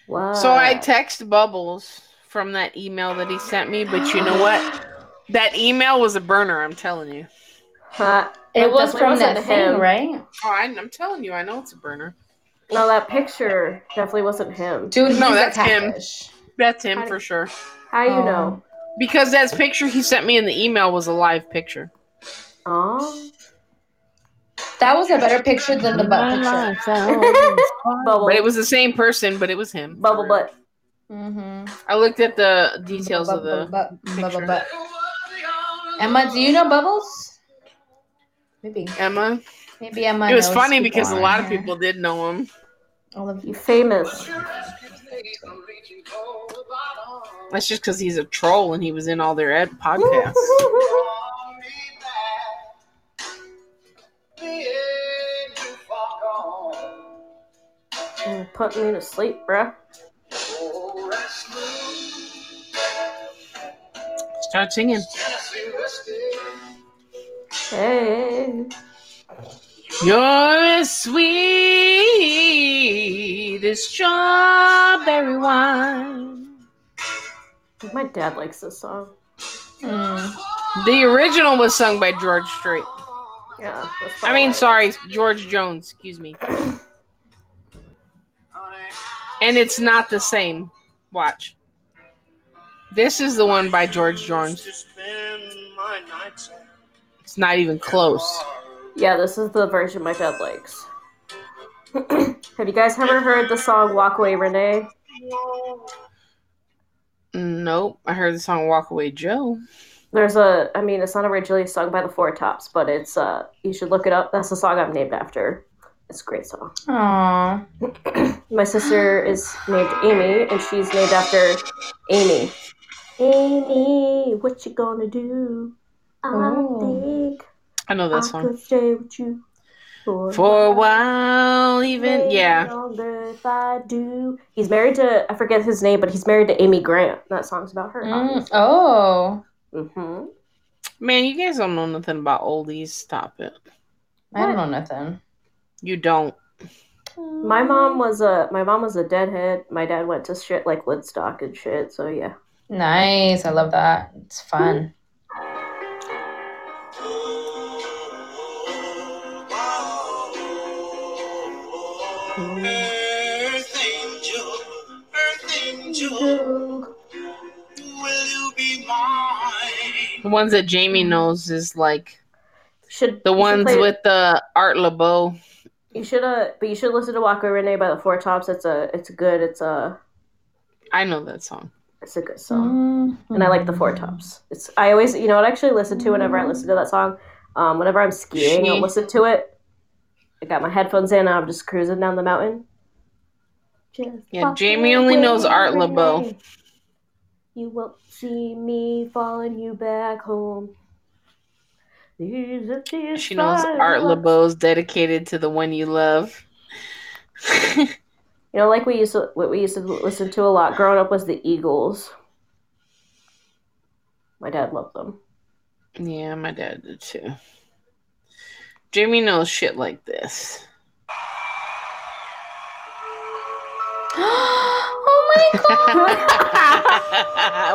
Speaker 2: Wow.
Speaker 1: so I text Bubbles from that email that he sent me, but you know what? That email was a burner. I'm telling you.
Speaker 2: Huh.
Speaker 3: It
Speaker 2: That
Speaker 3: was
Speaker 2: definitely
Speaker 3: from
Speaker 2: wasn't
Speaker 3: that thing,
Speaker 2: him.
Speaker 3: right?
Speaker 1: Oh, I, I'm telling you, I know it's a burner.
Speaker 2: No, that picture definitely wasn't him.
Speaker 3: Dude,
Speaker 1: No,
Speaker 3: he's a
Speaker 1: that's him.
Speaker 3: catfish.
Speaker 1: That's him for sure.
Speaker 2: How you
Speaker 3: Oh.
Speaker 2: know?
Speaker 1: Because that picture he sent me in the email was a live picture.
Speaker 2: Oh,
Speaker 3: That was a better picture than the butt
Speaker 2: Ah.
Speaker 3: picture.
Speaker 2: Bubble,
Speaker 1: But it was the same person, but it was him.
Speaker 2: bubble butt.
Speaker 3: Mm-hmm.
Speaker 1: I looked at the details of the. picture.
Speaker 3: Emma, do you know Bubbles? Maybe.
Speaker 1: Emma.
Speaker 3: Maybe Emma.
Speaker 1: It was
Speaker 3: knows
Speaker 1: funny
Speaker 3: people
Speaker 1: because a
Speaker 3: on
Speaker 1: lot of
Speaker 3: here.
Speaker 1: people did know him.
Speaker 3: All of
Speaker 2: You famous.
Speaker 1: That's just because he's a troll and he was in all their ed podcasts.
Speaker 2: *laughs* Mm, Put me to sleep, bruh.
Speaker 1: Start singing.
Speaker 2: Hey.
Speaker 1: You're as sweet as strawberry wine.
Speaker 2: My dad likes this song.
Speaker 3: Mm.
Speaker 1: The original was sung by George Strait.
Speaker 2: Yeah. that's
Speaker 1: I mean, sorry, George Jones, excuse me. And it's not the same. Watch. This is the one by George Jones. It's not even close.
Speaker 2: Yeah, this is the version my dad likes. *clears throat* Have you guys ever heard the song Walk Away Renee?
Speaker 1: Nope. I heard the song Walk Away Joe.
Speaker 2: There's a, I mean, it's not originally sung by the Four Tops, but it's, uh, you should look it up. That's the song I'm named after. It's a great song.
Speaker 3: Aww.
Speaker 2: My sister is named Amy, and she's named after Amy. Amy, what you gonna do? I
Speaker 3: Ooh.
Speaker 2: think
Speaker 1: I know
Speaker 2: I
Speaker 1: that song.
Speaker 2: could stay with you for,
Speaker 1: For a while, even.
Speaker 2: Maybe
Speaker 1: Yeah.
Speaker 2: longer if I do. He's married to I forget his name, but he's married to Amy Grant. That song's about her.
Speaker 3: Mm. Oh.
Speaker 2: Mm-hmm.
Speaker 1: Man, you guys don't know nothing about oldies. Stop it.
Speaker 3: I don't know nothing.
Speaker 1: You don't.
Speaker 2: My mom was a my mom was a deadhead. My dad went to shit like Woodstock and shit. So yeah.
Speaker 3: Nice. I love that. It's
Speaker 2: Mm.
Speaker 3: fun.
Speaker 5: Earth angel, earth angel, will you be mine?
Speaker 1: The ones that Jamie knows is like
Speaker 2: Should
Speaker 1: the
Speaker 2: you should
Speaker 1: ones
Speaker 2: play-
Speaker 1: with the Art LeBeau.
Speaker 2: you should uh but you should listen to Walk Away Renee by the Four Tops. It's a it's good. It's a
Speaker 1: I know that song.
Speaker 2: it's a good song. Mm. And I like the Four Tops. It's I always you know what I actually listen to whenever I listen to that song. Um, whenever I'm skiing, I'll
Speaker 1: She-
Speaker 2: listen to it. I got my headphones in and I'm just cruising down the mountain.
Speaker 1: Yeah, Jamie only knows Art LeBeau.
Speaker 2: You won't see me following you back home. These are the
Speaker 1: She knows
Speaker 2: fireworks.
Speaker 1: Art LeBeau's dedicated to the one you love.
Speaker 2: You know, like we used to, what we used to listen to a lot growing up was the Eagles. My dad loved them.
Speaker 1: yeah, my dad did too. Jamie knows shit like this.
Speaker 3: *gasps*
Speaker 1: *laughs*
Speaker 3: oh my *laughs*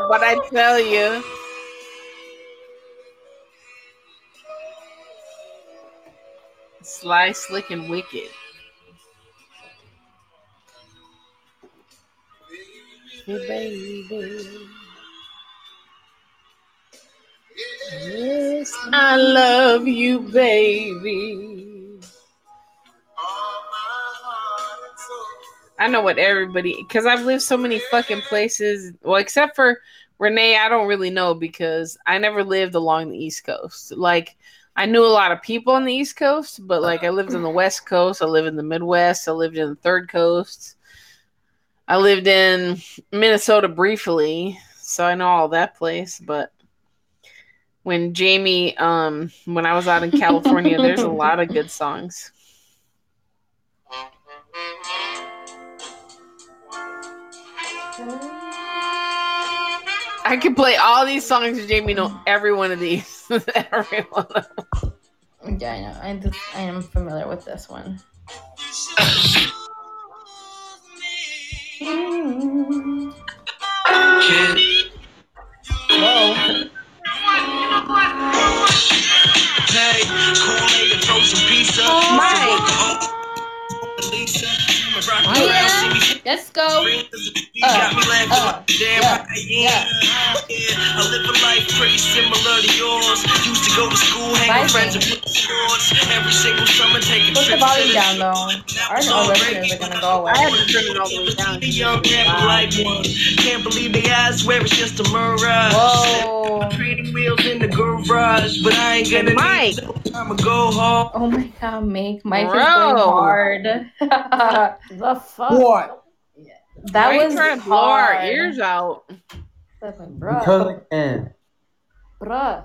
Speaker 1: what
Speaker 3: god.
Speaker 1: I tell you. Sly, slick, and wicked. Hey, baby. Yes, I love you, baby. I know what everybody, because I've lived so many fucking places. Well, except for Renee, I don't really know because I never lived along the East Coast. Like, I knew a lot of people on the East Coast, but like, I lived on the West Coast. I lived in the Midwest. I lived in the Third Coast. I lived in Minnesota briefly, so I know all that place. But when Jamie, um, when I was out in California, there's a lot of good songs. I could play all these songs and Jamie know every one of these. *laughs* every one of them.
Speaker 3: Yeah, I know. I, just, I am familiar with this one.
Speaker 5: Hey, Kool-Aid and frozen pizza.
Speaker 1: Mike.
Speaker 5: Lisa,
Speaker 3: Yeah. Let's
Speaker 8: Oh.
Speaker 3: go. uh, yeah,
Speaker 5: I live a life pretty similar to yours. Used to go to school, hang with friends and play sports. Every single summer, taking
Speaker 8: Put the
Speaker 5: trips to
Speaker 8: volume
Speaker 5: the
Speaker 8: down though. Our all listeners are gonna go away.
Speaker 1: I had to turn it all the way down.
Speaker 5: The young rapper like one. Can't believe the eyes where it's just a mirage.
Speaker 8: Whoa.
Speaker 3: Oh.
Speaker 5: Trading wheels in the garage, but I ain't gonna
Speaker 1: Mike.
Speaker 5: need no time to go home.
Speaker 8: Oh my god, Mike. Mike is
Speaker 1: Bro.
Speaker 8: going hard.
Speaker 3: *laughs*
Speaker 8: that
Speaker 6: The fuck?
Speaker 7: What?
Speaker 1: Why
Speaker 8: was
Speaker 1: you trying to blow our
Speaker 8: hard.
Speaker 1: ears out?
Speaker 8: That's like, bruh,
Speaker 7: Because I can.
Speaker 8: bruh.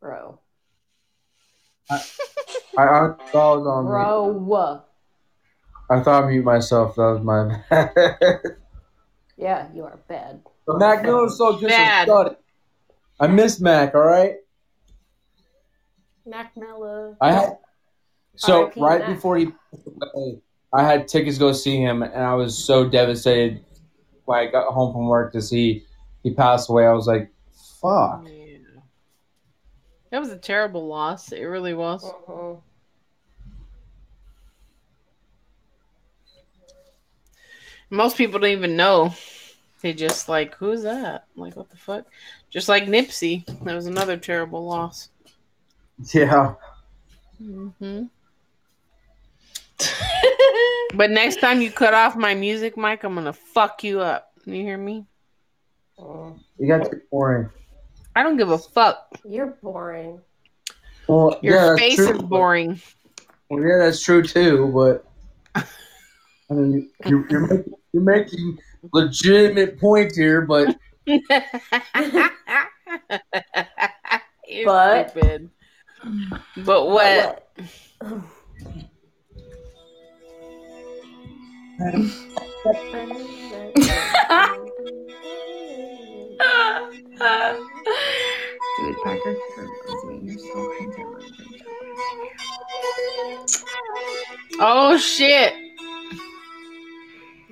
Speaker 8: Bro.
Speaker 7: I honestly thought I was on mute.
Speaker 8: Bro.
Speaker 7: I thought I mute myself. That was my *laughs* bad.
Speaker 8: Yeah, you are bad.
Speaker 7: But Mac Miller is so just
Speaker 1: Bad.
Speaker 7: started. I miss Mac. All right.
Speaker 6: Mac Miller.
Speaker 7: I had so
Speaker 6: RIP
Speaker 7: right
Speaker 6: Mac.
Speaker 7: before he, passed away, I had tickets to go see him, and I was so devastated when I got home from work to see he passed away. I was like, "Fuck." *laughs*
Speaker 1: Yeah. That was a terrible loss. It really was.
Speaker 6: Mhm.
Speaker 1: Most people don't even know. They just like, who's that? I'm like, what the fuck? Just like Nipsey. That was another terrible loss.
Speaker 7: Yeah.
Speaker 1: hmm *laughs* but next time you cut off my music, Mike, I'm gonna fuck you up. You hear me?
Speaker 6: Mm-hmm.
Speaker 7: You got too boring.
Speaker 1: I don't give a fuck.
Speaker 6: You're boring.
Speaker 7: Well,
Speaker 1: Your
Speaker 7: yeah, that's
Speaker 1: face
Speaker 7: true.
Speaker 1: is boring.
Speaker 7: Well, yeah, that's true too. But I mean, you're, you're, making, you're making legitimate points
Speaker 1: *laughs*
Speaker 7: here, but
Speaker 1: You're
Speaker 6: But-
Speaker 1: stupid. But what?
Speaker 8: Dude, Packer is doing yourself into
Speaker 1: Oh shit!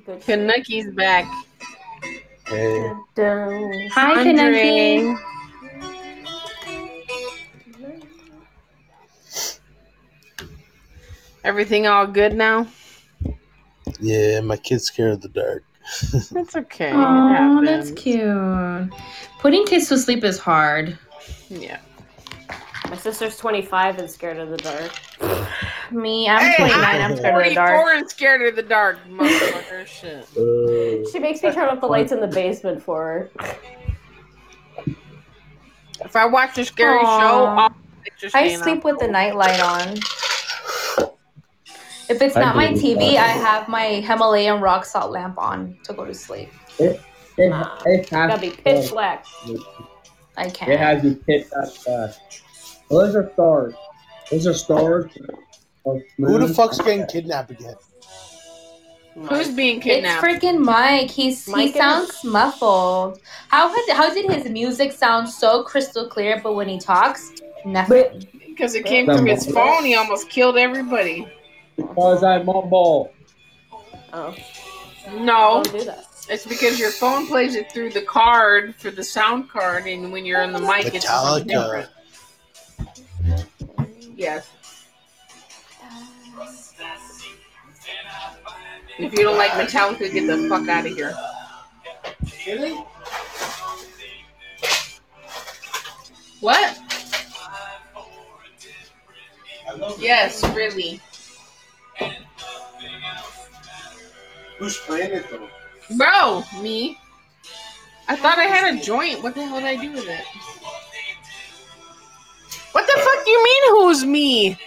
Speaker 6: Good shit.
Speaker 1: Kanucky's back.
Speaker 7: hey,
Speaker 6: Dun.
Speaker 3: Hi, Kanuki.
Speaker 1: Andre. Everything all good now?
Speaker 4: Yeah, my kid's scared of the dark.
Speaker 1: That's okay. It
Speaker 3: Oh, that's
Speaker 1: happens.
Speaker 3: cute. Putting kids to sleep is hard.
Speaker 1: Yeah.
Speaker 6: My sister's 25 and scared of the dark.
Speaker 3: Me, I'm
Speaker 1: Hey,
Speaker 3: 29.
Speaker 4: I'm
Speaker 3: I'm scared of the
Speaker 1: 44
Speaker 3: dark.
Speaker 1: and scared of the dark, motherfucker. Shit.
Speaker 4: Uh,
Speaker 6: She makes me turn off the lights in the basement for her.
Speaker 1: If I watch a scary
Speaker 8: Aw.
Speaker 1: show, I'll picture
Speaker 8: I
Speaker 1: staying
Speaker 8: sleep
Speaker 1: up.
Speaker 8: with the nightlight on.
Speaker 3: If it's
Speaker 7: I
Speaker 3: not my
Speaker 7: believe
Speaker 3: TV,
Speaker 7: that.
Speaker 3: I have my Himalayan rock salt lamp on to go to sleep.
Speaker 7: it,
Speaker 6: Nah.
Speaker 7: it
Speaker 6: Gotta
Speaker 7: has
Speaker 6: be pitch black.
Speaker 3: I can't.
Speaker 7: it has you hit that fast. Well, those are stars. Those are stars.
Speaker 4: who the fuck's getting kidnapped again?
Speaker 1: Who's being
Speaker 3: It's
Speaker 1: kidnapped?
Speaker 3: freaking Mike. He's
Speaker 6: Mike
Speaker 3: he
Speaker 6: is-
Speaker 3: sounds muffled. How could how did his music sound so crystal clear, but when he talks, nothing.
Speaker 1: Because it came through his phone. He almost killed everybody.
Speaker 7: Because I'm on ball.
Speaker 6: Oh,
Speaker 1: No,
Speaker 6: don't do that.
Speaker 1: it's because your phone plays it through the card for the sound card, and when you're on the mic, it's something
Speaker 4: Metallica.
Speaker 1: different. Yes. If you don't like Metallica, get the fuck out of here.
Speaker 4: Really?
Speaker 1: What? Yes, really.
Speaker 4: Who's playing it though?
Speaker 1: Bro, me. I thought I had a joint. What the hell did I do with it? What the fuck do you mean, who's me?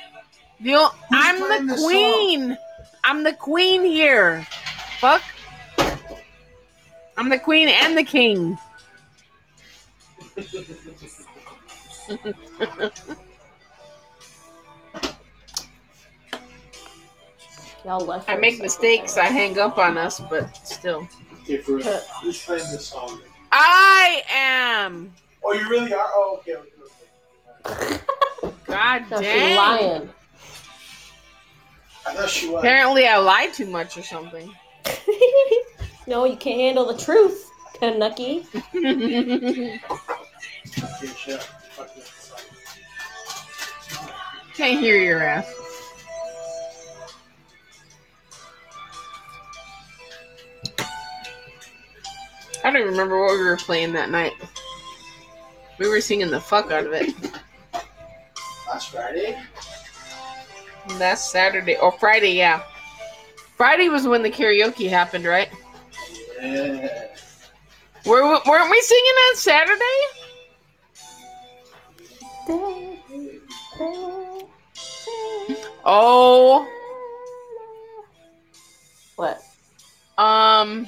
Speaker 1: The o- I'm
Speaker 4: playing
Speaker 1: the
Speaker 4: this
Speaker 1: queen. I'm the queen here. Fuck. I'm the queen and the king.
Speaker 6: Y'all left.
Speaker 1: I
Speaker 6: her
Speaker 1: make
Speaker 6: so-
Speaker 1: mistakes. I hang up on us, but still.
Speaker 4: Okay, for real. Who's playing this song?
Speaker 1: I am.
Speaker 4: Oh, you really are? Oh, okay. okay, okay.
Speaker 1: God
Speaker 6: No, she's
Speaker 1: dang.
Speaker 6: lying.
Speaker 4: I thought she was.
Speaker 1: Apparently, I lie too much or something.
Speaker 2: *laughs*
Speaker 6: no, you can't handle the truth, Kanucky.
Speaker 1: Can't
Speaker 4: Okay, shut up. Fuck that song.
Speaker 1: hear your ass. I don't remember what we were playing that night. We were singing the fuck out of it.
Speaker 4: Last Friday?
Speaker 1: That's Saturday or Friday, yeah. Friday was when the karaoke happened, right?
Speaker 4: Yeah.
Speaker 1: Were, weren't we singing on Saturday? Oh,
Speaker 8: What?
Speaker 1: um,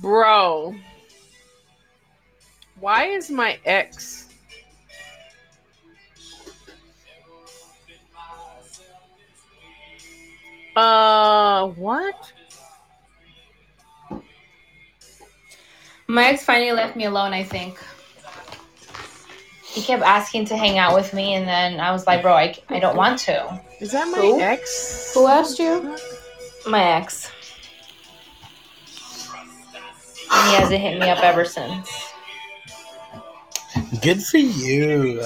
Speaker 1: bro, why is my ex? Uh, what?
Speaker 3: My ex finally left me alone, I think. He kept asking to hang out with me, and then I was like, bro, I, I don't want to.
Speaker 1: Is that my
Speaker 8: Who?
Speaker 1: ex?
Speaker 8: Who asked you?
Speaker 3: My ex. And he hasn't hit me up ever since.
Speaker 4: Good for you.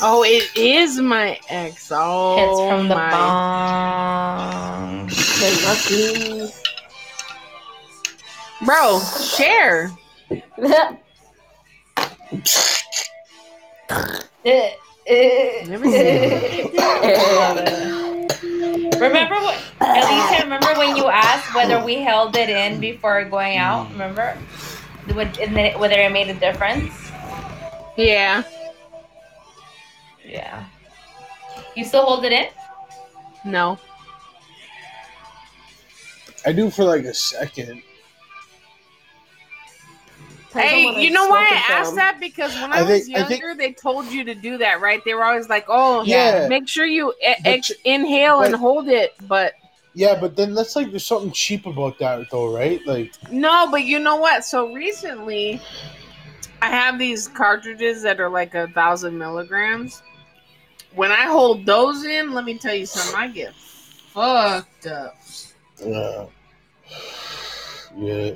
Speaker 1: Oh, it is my ex. Oh,
Speaker 3: Hits from the
Speaker 1: my.
Speaker 3: bomb.
Speaker 1: Bro, share. Never seen
Speaker 3: Remember what? Alicia, remember when you asked whether we held it in before going out? Remember? Would- and then it- Whether it made a difference?
Speaker 1: Yeah.
Speaker 3: Yeah. You still hold it in?
Speaker 1: No.
Speaker 4: I do for like a second.
Speaker 1: Hey, you know why I asked that? Because when I,
Speaker 4: I
Speaker 1: was
Speaker 4: think- I
Speaker 1: younger,
Speaker 4: think-
Speaker 1: they told you to do that, right? They were always like, "Oh,
Speaker 4: Yeah.
Speaker 1: make sure you e-
Speaker 4: But
Speaker 1: ex- inhale and
Speaker 4: but-
Speaker 1: hold it." But
Speaker 4: Yeah, but then that's like there's something cheap about that though, right? Like
Speaker 1: no, but you know what? So recently, I have these cartridges that are like a thousand milligrams. When I hold those in, let me tell you something. I get fucked up.
Speaker 4: uh, yeah.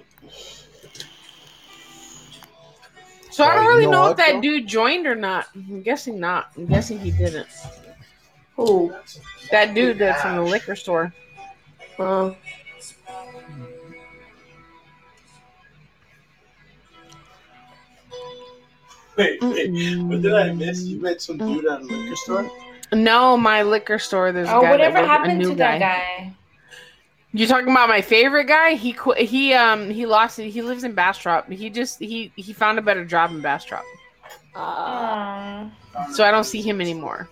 Speaker 1: So I
Speaker 4: Uh,
Speaker 1: don't
Speaker 4: you
Speaker 1: really
Speaker 4: know
Speaker 1: know, if
Speaker 4: what,
Speaker 1: that
Speaker 4: though?
Speaker 1: dude joined or not. I'm guessing not. I'm guessing he didn't.
Speaker 8: Who?
Speaker 1: That dude that's from the liquor store.
Speaker 2: Oh,
Speaker 4: Wait, met some dude at a liquor store?
Speaker 1: No, my liquor store. There's a
Speaker 3: Or
Speaker 1: guy
Speaker 3: Oh, whatever
Speaker 1: that worked- a
Speaker 3: happened
Speaker 1: new
Speaker 3: to
Speaker 1: guy.
Speaker 3: that guy?
Speaker 1: You talking about my favorite guy? He qu- he um he lost it. He lives in Bastrop. He just he he found a better job in Bastrop,
Speaker 2: uh,
Speaker 3: Aw.
Speaker 1: so I don't see him anymore.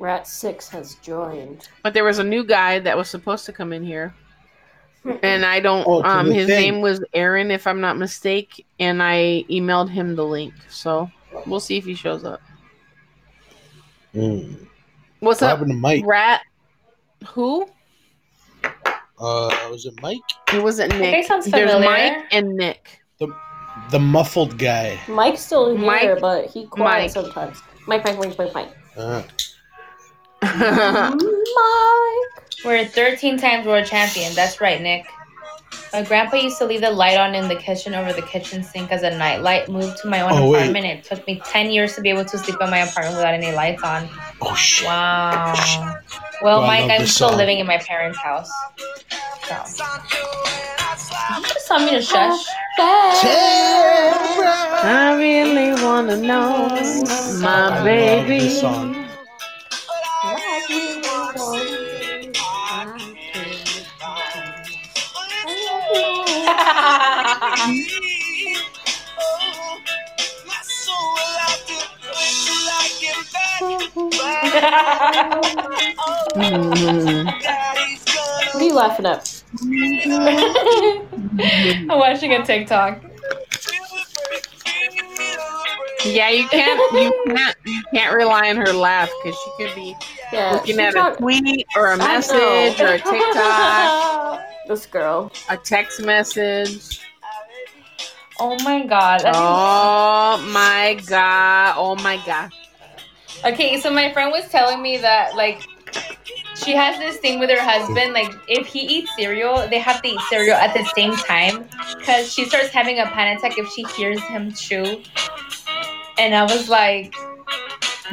Speaker 2: Rat Six has joined.
Speaker 1: But there was a new guy that was supposed to come in here, and I don't.
Speaker 4: Oh, to
Speaker 1: um,
Speaker 4: the
Speaker 1: his
Speaker 4: thing.
Speaker 1: name was Aaron, if I'm not mistaken, and I emailed him the link. So we'll see if he shows up. What's
Speaker 4: Mm. What
Speaker 1: up,
Speaker 4: happened to Mike?
Speaker 1: Rat? Who?
Speaker 4: Uh, was it Mike?
Speaker 1: It wasn't
Speaker 3: guy
Speaker 1: Nick.
Speaker 3: sounds
Speaker 1: There's
Speaker 3: familiar.
Speaker 1: Mike and Nick. *laughs*
Speaker 4: The muffled guy.
Speaker 2: Mike's still here,
Speaker 1: Mike-
Speaker 2: but he quiet
Speaker 1: Mike.
Speaker 2: sometimes. Mike, Mike, Mike, Mike, Mike.
Speaker 4: Uh,
Speaker 1: Uh.
Speaker 2: Mike.
Speaker 3: We're 13 times world champion. That's right, Nick. My grandpa used to leave the light on in the kitchen over the kitchen sink as a nightlight. Moved to my own
Speaker 4: Oh, wait.
Speaker 3: apartment. It took me 10 years to be able to sleep in my apartment without any lights on.
Speaker 4: oh shit!
Speaker 3: Wow.
Speaker 1: *laughs*
Speaker 3: Well,
Speaker 4: I
Speaker 3: Mike,
Speaker 4: love
Speaker 3: I'm
Speaker 4: this
Speaker 3: still
Speaker 4: song.
Speaker 3: living in my parents' house. So. You just tell me to shush.
Speaker 1: I really wanna know my
Speaker 4: I love
Speaker 1: baby.
Speaker 4: this song.
Speaker 1: Mhm.
Speaker 2: What are you laughing at?
Speaker 3: *laughs* I'm watching a TikTok.
Speaker 1: Yeah, you can't you can't you can't rely on her laugh because she could be
Speaker 2: Yeah,
Speaker 1: looking
Speaker 2: she
Speaker 1: at a
Speaker 2: talk-
Speaker 1: tweet or a
Speaker 2: know.
Speaker 1: message or a TikTok,
Speaker 2: this girl.
Speaker 1: a text message.
Speaker 3: *laughs* Oh my god. That's
Speaker 1: Oh my god! Oh my god!
Speaker 3: Okay, so my friend was telling me that like she has this thing with her husband. Like if he eats cereal, they have to eat cereal at the same time because she starts having a panic attack if she hears him chew. And I was like,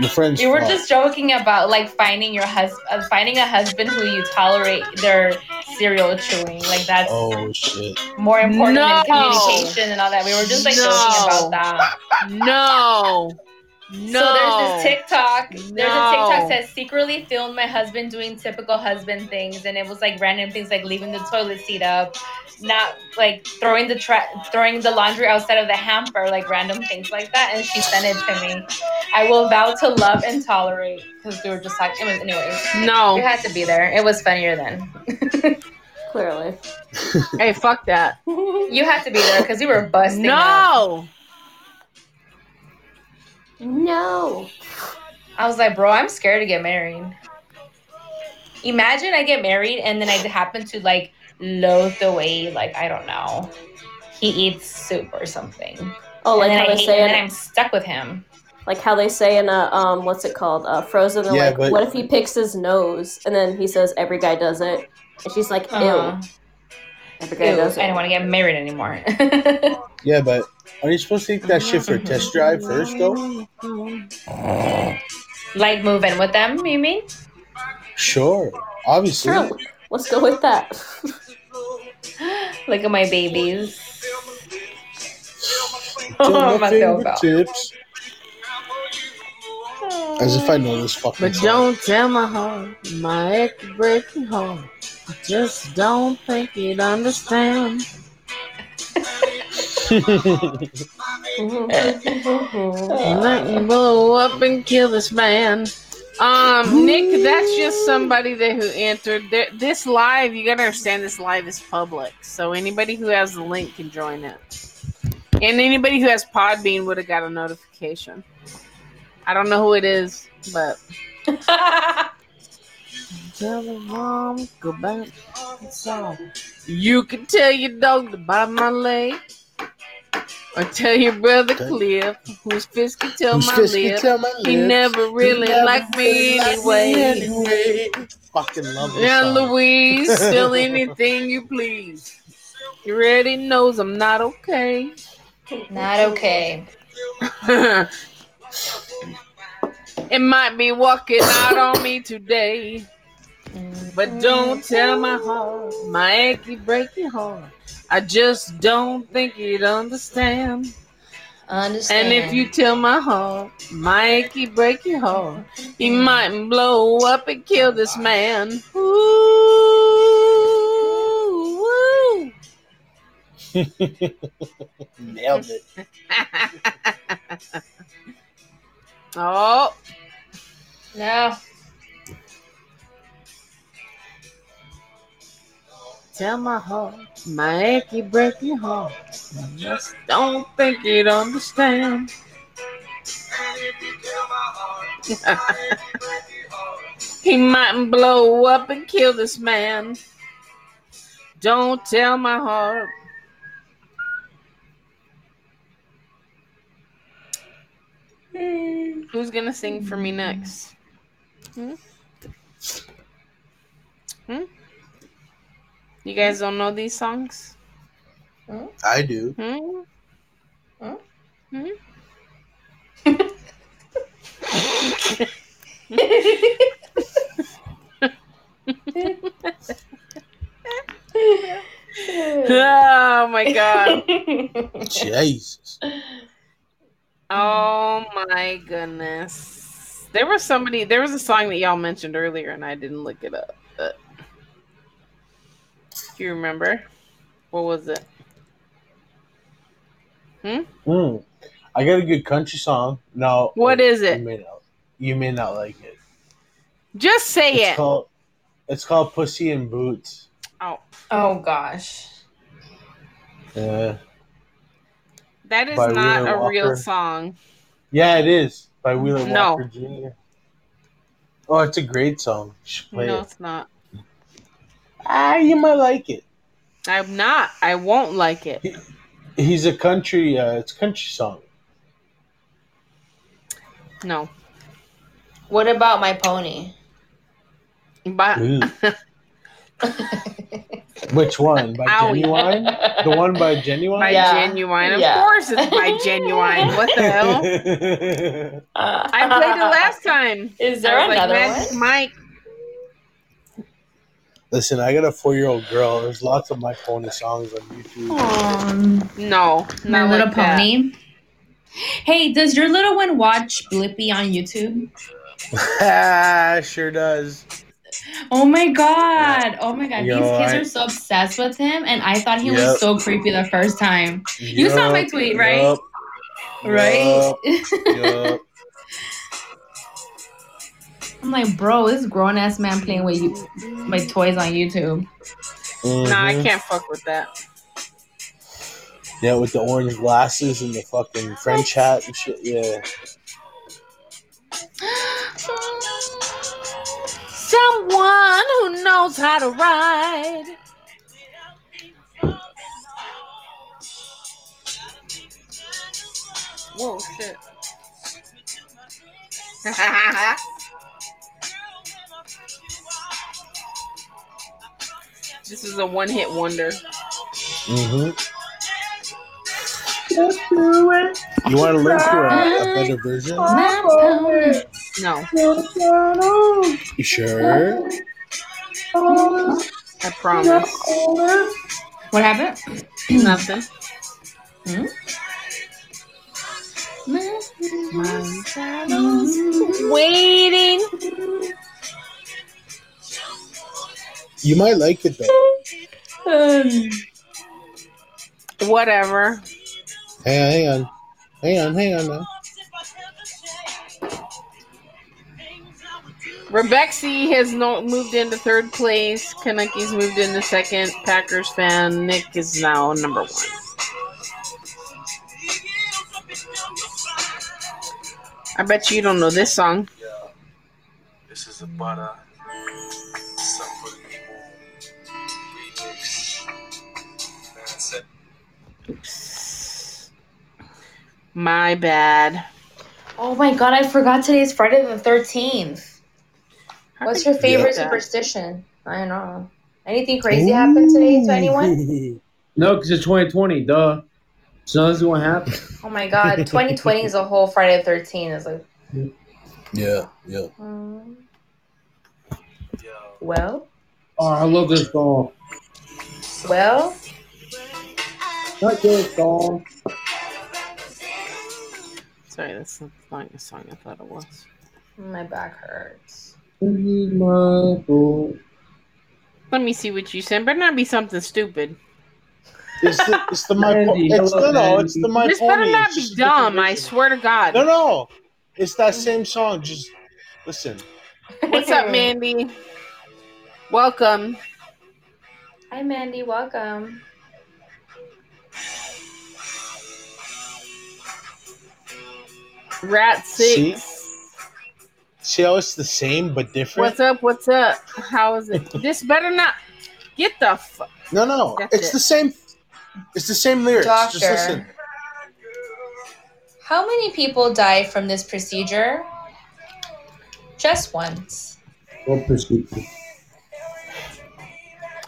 Speaker 11: The friend's
Speaker 3: You were
Speaker 11: fault.
Speaker 3: just joking about like finding your husband, uh, finding a husband who you tolerate their cereal chewing. Like that's
Speaker 4: Oh shit!
Speaker 3: more important
Speaker 1: No.
Speaker 3: than communication and all that. We were just like
Speaker 1: No.
Speaker 3: joking about that.
Speaker 1: No. No.
Speaker 3: So there's this TikTok. There's a
Speaker 1: No.
Speaker 3: TikTok that secretly filmed my husband doing typical husband things, and it was like random things like leaving the toilet seat up, not like throwing the tra- throwing the laundry outside of the hamper, like random things like that. And she sent it to me. I will vow to love and tolerate because we were just like it was anyways. You
Speaker 1: no.
Speaker 3: had to be there. It was funnier then.
Speaker 2: Clearly. *laughs*
Speaker 1: Hey, fuck that.
Speaker 3: You had to be there because you were busting. up.
Speaker 1: No.
Speaker 2: No.
Speaker 3: I was like, bro, I'm scared to get married. Imagine I get married and then I happen to like loathe the way, like, I don't know, he eats soup or something.
Speaker 2: Oh, like
Speaker 3: and
Speaker 2: how
Speaker 3: then, I
Speaker 2: they
Speaker 3: hate, and
Speaker 2: say
Speaker 3: then
Speaker 2: in,
Speaker 3: I'm stuck with him.
Speaker 2: like how they say in a um, what's it called? Uh, Frozen. They're
Speaker 4: Yeah,
Speaker 2: like,
Speaker 4: but-
Speaker 2: what if he picks his nose? And then he says, every guy does it. And she's like, ew,
Speaker 3: Uh,
Speaker 2: every guy
Speaker 3: ew, I
Speaker 2: does
Speaker 3: don't
Speaker 2: it.
Speaker 3: want to get married anymore. *laughs*
Speaker 4: Yeah, but are you supposed to take that shit for a test drive first though?
Speaker 3: like, move in with them, you mean?
Speaker 4: Sure,
Speaker 2: *laughs*
Speaker 4: obviously.
Speaker 2: Sure, let's go with that. *laughs*
Speaker 3: Look at my babies. *laughs*
Speaker 4: To
Speaker 3: Oh,
Speaker 4: my
Speaker 3: Mateo fell.
Speaker 4: fingertips. As if I know this fucking.
Speaker 1: But
Speaker 4: song.
Speaker 1: don't tell my heart, my ex breaking heart. I just don't think you'd understand.
Speaker 2: Mm-hmm.
Speaker 1: And Let me blow up and kill this man. Um, Nick, that's just somebody that who entered There- this live. You gotta understand, this live is public, so anybody who has the link can join it. And anybody who has Podbean would have got a notification. I don't know who it is, but
Speaker 3: *laughs*
Speaker 1: tell the mom go back. inside. You can tell your dog to bite my leg, or tell your brother
Speaker 4: Okay.
Speaker 1: Cliff, whose fist can tell
Speaker 4: Who's
Speaker 1: my
Speaker 4: this? You
Speaker 1: lip.
Speaker 4: tell my
Speaker 1: He
Speaker 4: lips.
Speaker 1: never really
Speaker 4: never
Speaker 1: liked me anyway.
Speaker 4: anyway. Fucking love this
Speaker 1: Now,
Speaker 4: song.
Speaker 1: Louise, still anything you please. You already knows I'm not okay.
Speaker 3: Not okay.
Speaker 1: it might be walking out on me today, but don't tell my heart, my achy breaking heart. I just don't think you'd understand.
Speaker 3: Understand.
Speaker 1: And if you tell my heart, my achy breaky heart, he might blow up and kill this man. Ooh, woo.
Speaker 4: Nailed it.
Speaker 1: *laughs* oh,
Speaker 3: No.
Speaker 1: tell my heart, my achy breaky heart, I just don't think you'd understand. he might blow up and kill this man. Don't tell my heart. Who's gonna sing for me next? Hmm? Hmm? You guys don't know these songs?
Speaker 4: I do.
Speaker 1: Hmm?
Speaker 3: Hmm?
Speaker 1: Hmm? Oh my god.
Speaker 4: Jesus.
Speaker 1: Oh my goodness. There was somebody there was a song that y'all mentioned earlier and I didn't look it up, but do you remember? What was it?
Speaker 4: Mm. I got a good country song. No.
Speaker 1: What is it?
Speaker 4: You may not, you may not like it.
Speaker 1: Just say
Speaker 4: It's
Speaker 1: it.
Speaker 4: called It's called Pussy in Boots.
Speaker 1: Oh.
Speaker 3: *laughs* oh gosh.
Speaker 4: Yeah.
Speaker 1: That is
Speaker 4: By
Speaker 1: not
Speaker 4: Wheeler
Speaker 1: a real
Speaker 4: Walker.
Speaker 1: song.
Speaker 4: Yeah, it is by Wheeler
Speaker 1: No.
Speaker 4: Walker Jr. Oh, it's a great song. You should play
Speaker 1: No,
Speaker 4: it.
Speaker 1: it's not.
Speaker 4: Ah, you might like it.
Speaker 1: I'm not. I won't like it.
Speaker 4: He's a country. Uh, it's a country song.
Speaker 1: No.
Speaker 3: What about my pony?
Speaker 1: But
Speaker 4: Ooh. Which one? By
Speaker 1: Owie.
Speaker 4: Genuine? The one by Genuine?
Speaker 1: By
Speaker 8: Yeah.
Speaker 1: genuine, of
Speaker 8: Yeah.
Speaker 1: course, it's by genuine. What the hell?
Speaker 8: *laughs*
Speaker 1: I played it last time.
Speaker 8: Is there
Speaker 1: I was
Speaker 8: another
Speaker 1: like,
Speaker 8: one?
Speaker 1: Magic Mike.
Speaker 4: *laughs* Listen, I got a four-year-old girl. There's lots of My Pony songs on YouTube.
Speaker 3: Um,
Speaker 1: No,
Speaker 3: My
Speaker 1: not
Speaker 3: Little
Speaker 1: like that.
Speaker 3: Pony. Hey, does your little one watch Blippi on YouTube?
Speaker 4: ah, *laughs* sure does.
Speaker 3: Oh my god! Oh my god!
Speaker 4: Yo,
Speaker 3: These kids
Speaker 4: I-
Speaker 3: are so obsessed with him, and I thought he was
Speaker 4: Yep.
Speaker 3: so creepy the first time. You saw my tweet, right?
Speaker 4: yup,
Speaker 3: Right? *laughs*
Speaker 4: yup, yup.
Speaker 3: I'm like, bro, this grown ass man playing with you, with toys on YouTube.
Speaker 1: No, I
Speaker 4: Mhm.
Speaker 1: can't fuck with that.
Speaker 4: Yeah, with the orange glasses and the fucking French hat and shit. Yeah.
Speaker 1: Someone who knows how to ride. Whoa, shit. *laughs* this is a one hit wonder.
Speaker 4: Mm-hmm. You want to listen to a, a better version?
Speaker 1: No,
Speaker 4: You sure?
Speaker 1: I promise.
Speaker 3: What happened?
Speaker 1: Nothing. Waiting.
Speaker 4: You might like it though.
Speaker 1: Whatever.
Speaker 4: Hang on, hang on, hang on, hang on. Now.
Speaker 1: Rebexy has no, moved into third place. Kanucky's moved into second. Packers fan Nick is now number one. I bet you don't know this song.
Speaker 12: This is a butter. Some for the people. Remix. That's it.
Speaker 1: My bad.
Speaker 5: Oh my god, I forgot today's Friday the 13th.
Speaker 1: How
Speaker 5: What's
Speaker 1: could
Speaker 5: your
Speaker 1: you do
Speaker 5: favorite
Speaker 1: that?
Speaker 5: superstition? I don't know. Anything crazy happened today to anyone?
Speaker 7: No, because it's 2020, duh. So this is what happened.
Speaker 5: Oh my god, 2020 is a whole Friday the 13th. It's like,
Speaker 4: Yeah, yeah.
Speaker 5: hmm,
Speaker 12: Yo.
Speaker 5: well,
Speaker 7: Oh, I love this song.
Speaker 5: well,
Speaker 7: Not this song.
Speaker 1: Sorry, that's not the song I thought it was.
Speaker 5: my back hurts.
Speaker 3: Mm-hmm.
Speaker 7: It's
Speaker 1: Let me see what you sent. Better not be something stupid.
Speaker 4: It's the, it's the my po-
Speaker 7: Mandy,
Speaker 4: it's no
Speaker 7: hello,
Speaker 4: no
Speaker 7: Mandy.
Speaker 4: it's the my
Speaker 1: this better
Speaker 4: pony.
Speaker 1: not
Speaker 4: It's
Speaker 1: be
Speaker 4: just a different
Speaker 1: dumb. I
Speaker 4: version.
Speaker 1: swear to God.
Speaker 4: No no, it's that same song. Just listen.
Speaker 1: What's up, Mandy? Welcome.
Speaker 5: Hi, Mandy. Welcome.
Speaker 1: Rat six.
Speaker 4: See how it's the same but different?
Speaker 1: What's up? What's up? How is it? this better not get the fuck.
Speaker 4: No no,
Speaker 1: That's
Speaker 4: it's
Speaker 1: it.
Speaker 4: the same. It's the same lyrics. Just
Speaker 5: Doctor.
Speaker 4: listen.
Speaker 5: How many people die from this procedure? Just once.
Speaker 1: Uh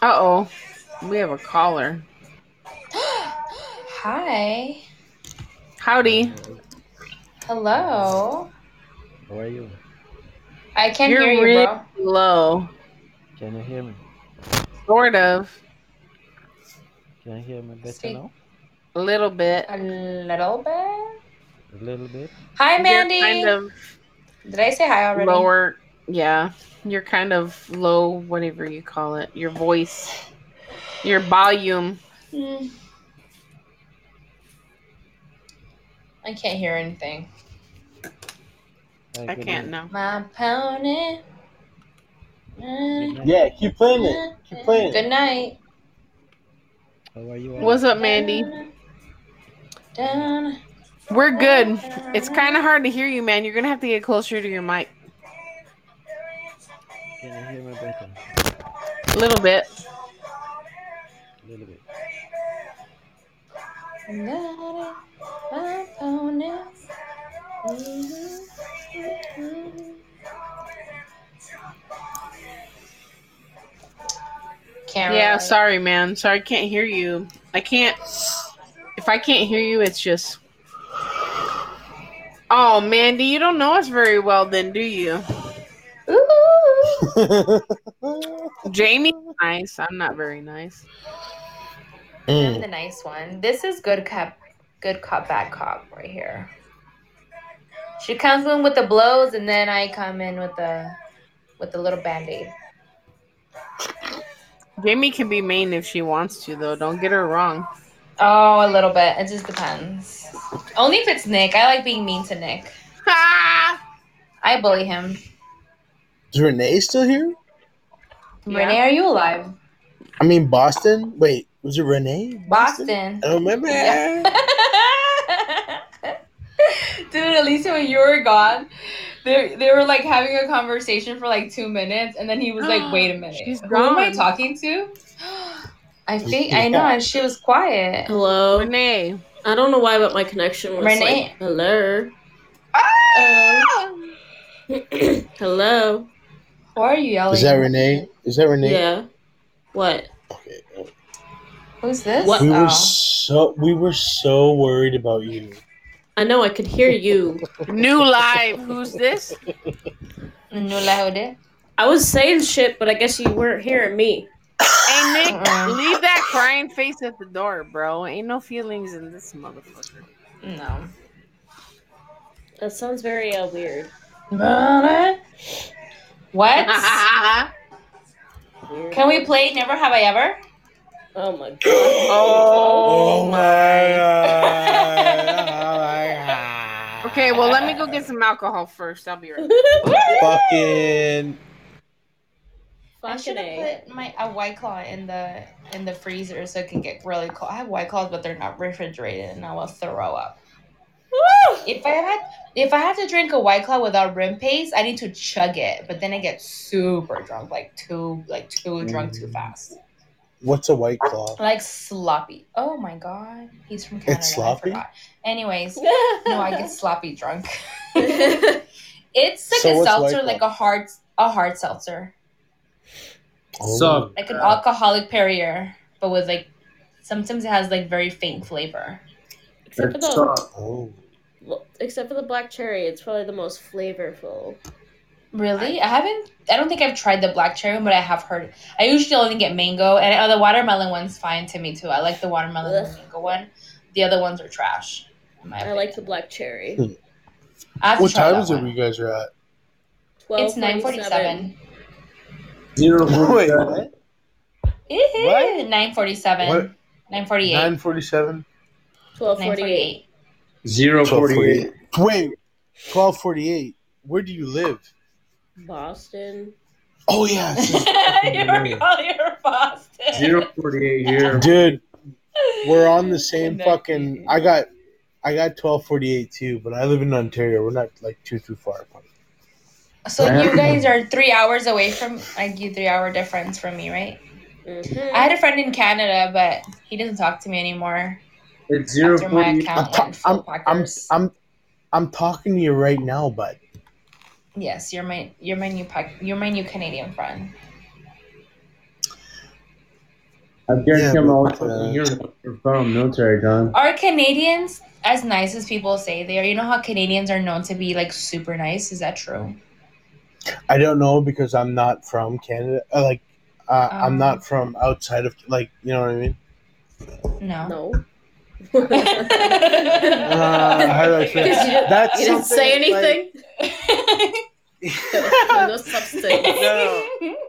Speaker 1: oh, we have a caller.
Speaker 5: *gasps* Hi.
Speaker 1: Howdy.
Speaker 5: Hello.
Speaker 13: How are you?
Speaker 5: I can't
Speaker 1: You're
Speaker 5: hear you,
Speaker 1: really-
Speaker 5: bro.
Speaker 1: Hello.
Speaker 13: Can you hear me?
Speaker 1: Sort of.
Speaker 13: Can you hear me better
Speaker 5: Speak.
Speaker 13: now?
Speaker 1: A little bit.
Speaker 5: A little bit.
Speaker 13: A little bit.
Speaker 5: Hi, Mandy.
Speaker 1: You're kind of
Speaker 5: Did I say hi already?
Speaker 1: lower. Yeah. You're kind of low, whatever you call it. Your voice, your volume.
Speaker 5: Mm. I can't hear anything.
Speaker 1: I
Speaker 13: can
Speaker 1: can't
Speaker 13: hear.
Speaker 1: know.
Speaker 5: My pony.
Speaker 13: Good
Speaker 5: Mm,
Speaker 13: night.
Speaker 4: Yeah, keep playing it. Keep playing
Speaker 5: Good
Speaker 4: it.
Speaker 5: night.
Speaker 13: How are you? all?
Speaker 1: What's up, Mandy?
Speaker 5: Dun,
Speaker 1: We're good.
Speaker 5: dun.
Speaker 1: It's kind of hard to hear you, man. You're gonna have to get closer to your mic.
Speaker 13: Can you hear me better?
Speaker 1: A little bit.
Speaker 13: A little
Speaker 4: *laughs*
Speaker 13: bit.
Speaker 5: My
Speaker 3: Mm-hmm.
Speaker 5: pony. Mhm, mhm.
Speaker 3: can't.
Speaker 1: yeah,
Speaker 3: relate.
Speaker 1: sorry, man. Sorry, I can't hear you. I can't. If I can't hear you, it's just. Oh, Mandy, you don't know us very well, then, do you? Jamie, nice. I'm not very nice.
Speaker 4: Hmm.
Speaker 3: I'm the nice one. This is good cop, good cop, bad cop right here. She comes in with the blows, and then I come in with the with the little band aid.
Speaker 1: Jamie can be mean if she wants to, though. Don't get her wrong.
Speaker 3: Oh, a little bit. It just depends. Only if it's Nick. I like being mean to Nick. I bully him.
Speaker 4: Is Renee still here?
Speaker 3: Renee, are you alive?
Speaker 4: I mean, Boston? Wait, was it Renee?
Speaker 3: Boston.
Speaker 4: I don't remember.
Speaker 3: *laughs* Dude, at least when you were gone, they, they were like having a conversation for like two minutes, and then he was like, "Wait a *gasps* minute, who am I
Speaker 1: gone.
Speaker 3: talking to?" *gasps* I think I know, and she was quiet.
Speaker 2: Hello.
Speaker 1: Renee.
Speaker 2: I don't know why, but my connection was
Speaker 3: Renee.
Speaker 2: like, hello. hello.
Speaker 3: Why are you yelling?
Speaker 4: Is that Renee? Is that Renee?
Speaker 2: Yeah. What?
Speaker 3: Who's this?
Speaker 2: What?
Speaker 4: We
Speaker 2: Oh.
Speaker 4: were so we were so worried about you.
Speaker 2: I know I could hear you.
Speaker 1: New live. Who's this?
Speaker 3: No laude.
Speaker 2: I was saying shit, but I guess you weren't hearing me.
Speaker 1: Hey, Nick, leave that crying face at the door, bro. Ain't no feelings in this motherfucker.
Speaker 3: No.
Speaker 2: That sounds very uh, weird.
Speaker 3: What?
Speaker 1: Uh-huh.
Speaker 2: Weird.
Speaker 3: *laughs* Can we play Never Have I Ever?
Speaker 2: Oh my god.
Speaker 1: *gasps* Oh,
Speaker 4: my god!
Speaker 1: Okay, well, let me go get some alcohol first. I'll be right
Speaker 4: Fucking
Speaker 3: I should
Speaker 2: Fucking A.
Speaker 3: have put my a white claw in the in the freezer so it can get really cold. I have white claws, but they're not refrigerated, and I will throw up. If I had if I had to drink a white claw without rim paste, I need to chug it, but then I get super drunk, like too like too drunk
Speaker 4: Mm.
Speaker 3: too fast,
Speaker 4: what's a white claw?
Speaker 3: like sloppy. Oh my god, he's from Canada.
Speaker 4: It's sloppy?
Speaker 3: I forgot.
Speaker 2: *laughs*
Speaker 3: Anyways, no, I get sloppy drunk. it's like
Speaker 4: So
Speaker 3: a
Speaker 4: what's
Speaker 3: seltzer,
Speaker 4: White
Speaker 3: like
Speaker 4: Claw?
Speaker 3: a hard a hard seltzer.
Speaker 7: So
Speaker 3: like an alcoholic Perrier, but with like sometimes it has like very faint flavor.
Speaker 2: Except for,
Speaker 7: it's,
Speaker 2: the,
Speaker 7: uh,
Speaker 4: Oh.
Speaker 2: except for the black cherry, it's probably the most flavorful.
Speaker 3: Really, I haven't. I don't think I've tried the black cherry, one, but I have heard. I usually only get mango, and oh, the watermelon one's fine to me too. I like the watermelon and
Speaker 2: Ugh.
Speaker 3: mango one. The other ones are trash. in my
Speaker 2: I like the black cherry.
Speaker 3: opinion. I have to
Speaker 4: What
Speaker 3: try that
Speaker 4: time is it
Speaker 3: one.
Speaker 4: you guys are at?
Speaker 3: It's nine forty-seven.
Speaker 7: zero
Speaker 4: *laughs* Wait,
Speaker 7: percent.
Speaker 4: What?
Speaker 3: Nine
Speaker 4: What?
Speaker 3: forty-seven. Nine forty-eight.
Speaker 4: Nine forty-seven.
Speaker 2: 1248.
Speaker 3: 948.
Speaker 7: Zero forty-eight.
Speaker 4: Wait, twelve forty-eight. Where do you live?
Speaker 2: Boston.
Speaker 4: Oh yeah, it's just-
Speaker 3: *laughs* you're, you're Boston.
Speaker 7: Zero forty-eight
Speaker 4: *laughs*
Speaker 7: here.
Speaker 4: dude. We're on the same
Speaker 3: Connected.
Speaker 4: fucking. I got, I got twelve forty-eight too, but I live in Ontario. We're not like too too far apart.
Speaker 3: So you guys are three hours away from like you three hour difference from me, right? I had a friend in Canada, but he doesn't talk to me anymore.
Speaker 7: It's zero
Speaker 3: after my
Speaker 7: forty-eight.
Speaker 4: I'm,
Speaker 3: account
Speaker 4: ta-
Speaker 3: went full
Speaker 4: I'm, I'm,
Speaker 3: packers.
Speaker 4: I'm, I'm talking to you right now, bud.
Speaker 3: yes, you're my you're my new pack, you're my new Canadian friend.
Speaker 7: I
Speaker 4: Yeah,
Speaker 7: guarantee I'm
Speaker 4: but,
Speaker 7: always
Speaker 4: uh,
Speaker 7: here from military, John.
Speaker 3: Are Canadians as nice as people say they are? You know how Canadians are known to be like super nice. Is that true?
Speaker 4: I don't know because I'm not from Canada. Uh, like, uh, I'm
Speaker 3: Um.
Speaker 4: not from outside of like, you know what I mean.
Speaker 3: No.
Speaker 2: Mm-hmm. No. *laughs*
Speaker 3: *laughs*
Speaker 4: Uh, how do I say
Speaker 2: Because you didn't-
Speaker 4: *laughs* That's
Speaker 2: You didn't say
Speaker 4: something, like-
Speaker 2: anything?
Speaker 4: *laughs*
Speaker 2: *laughs* no substance.
Speaker 4: No,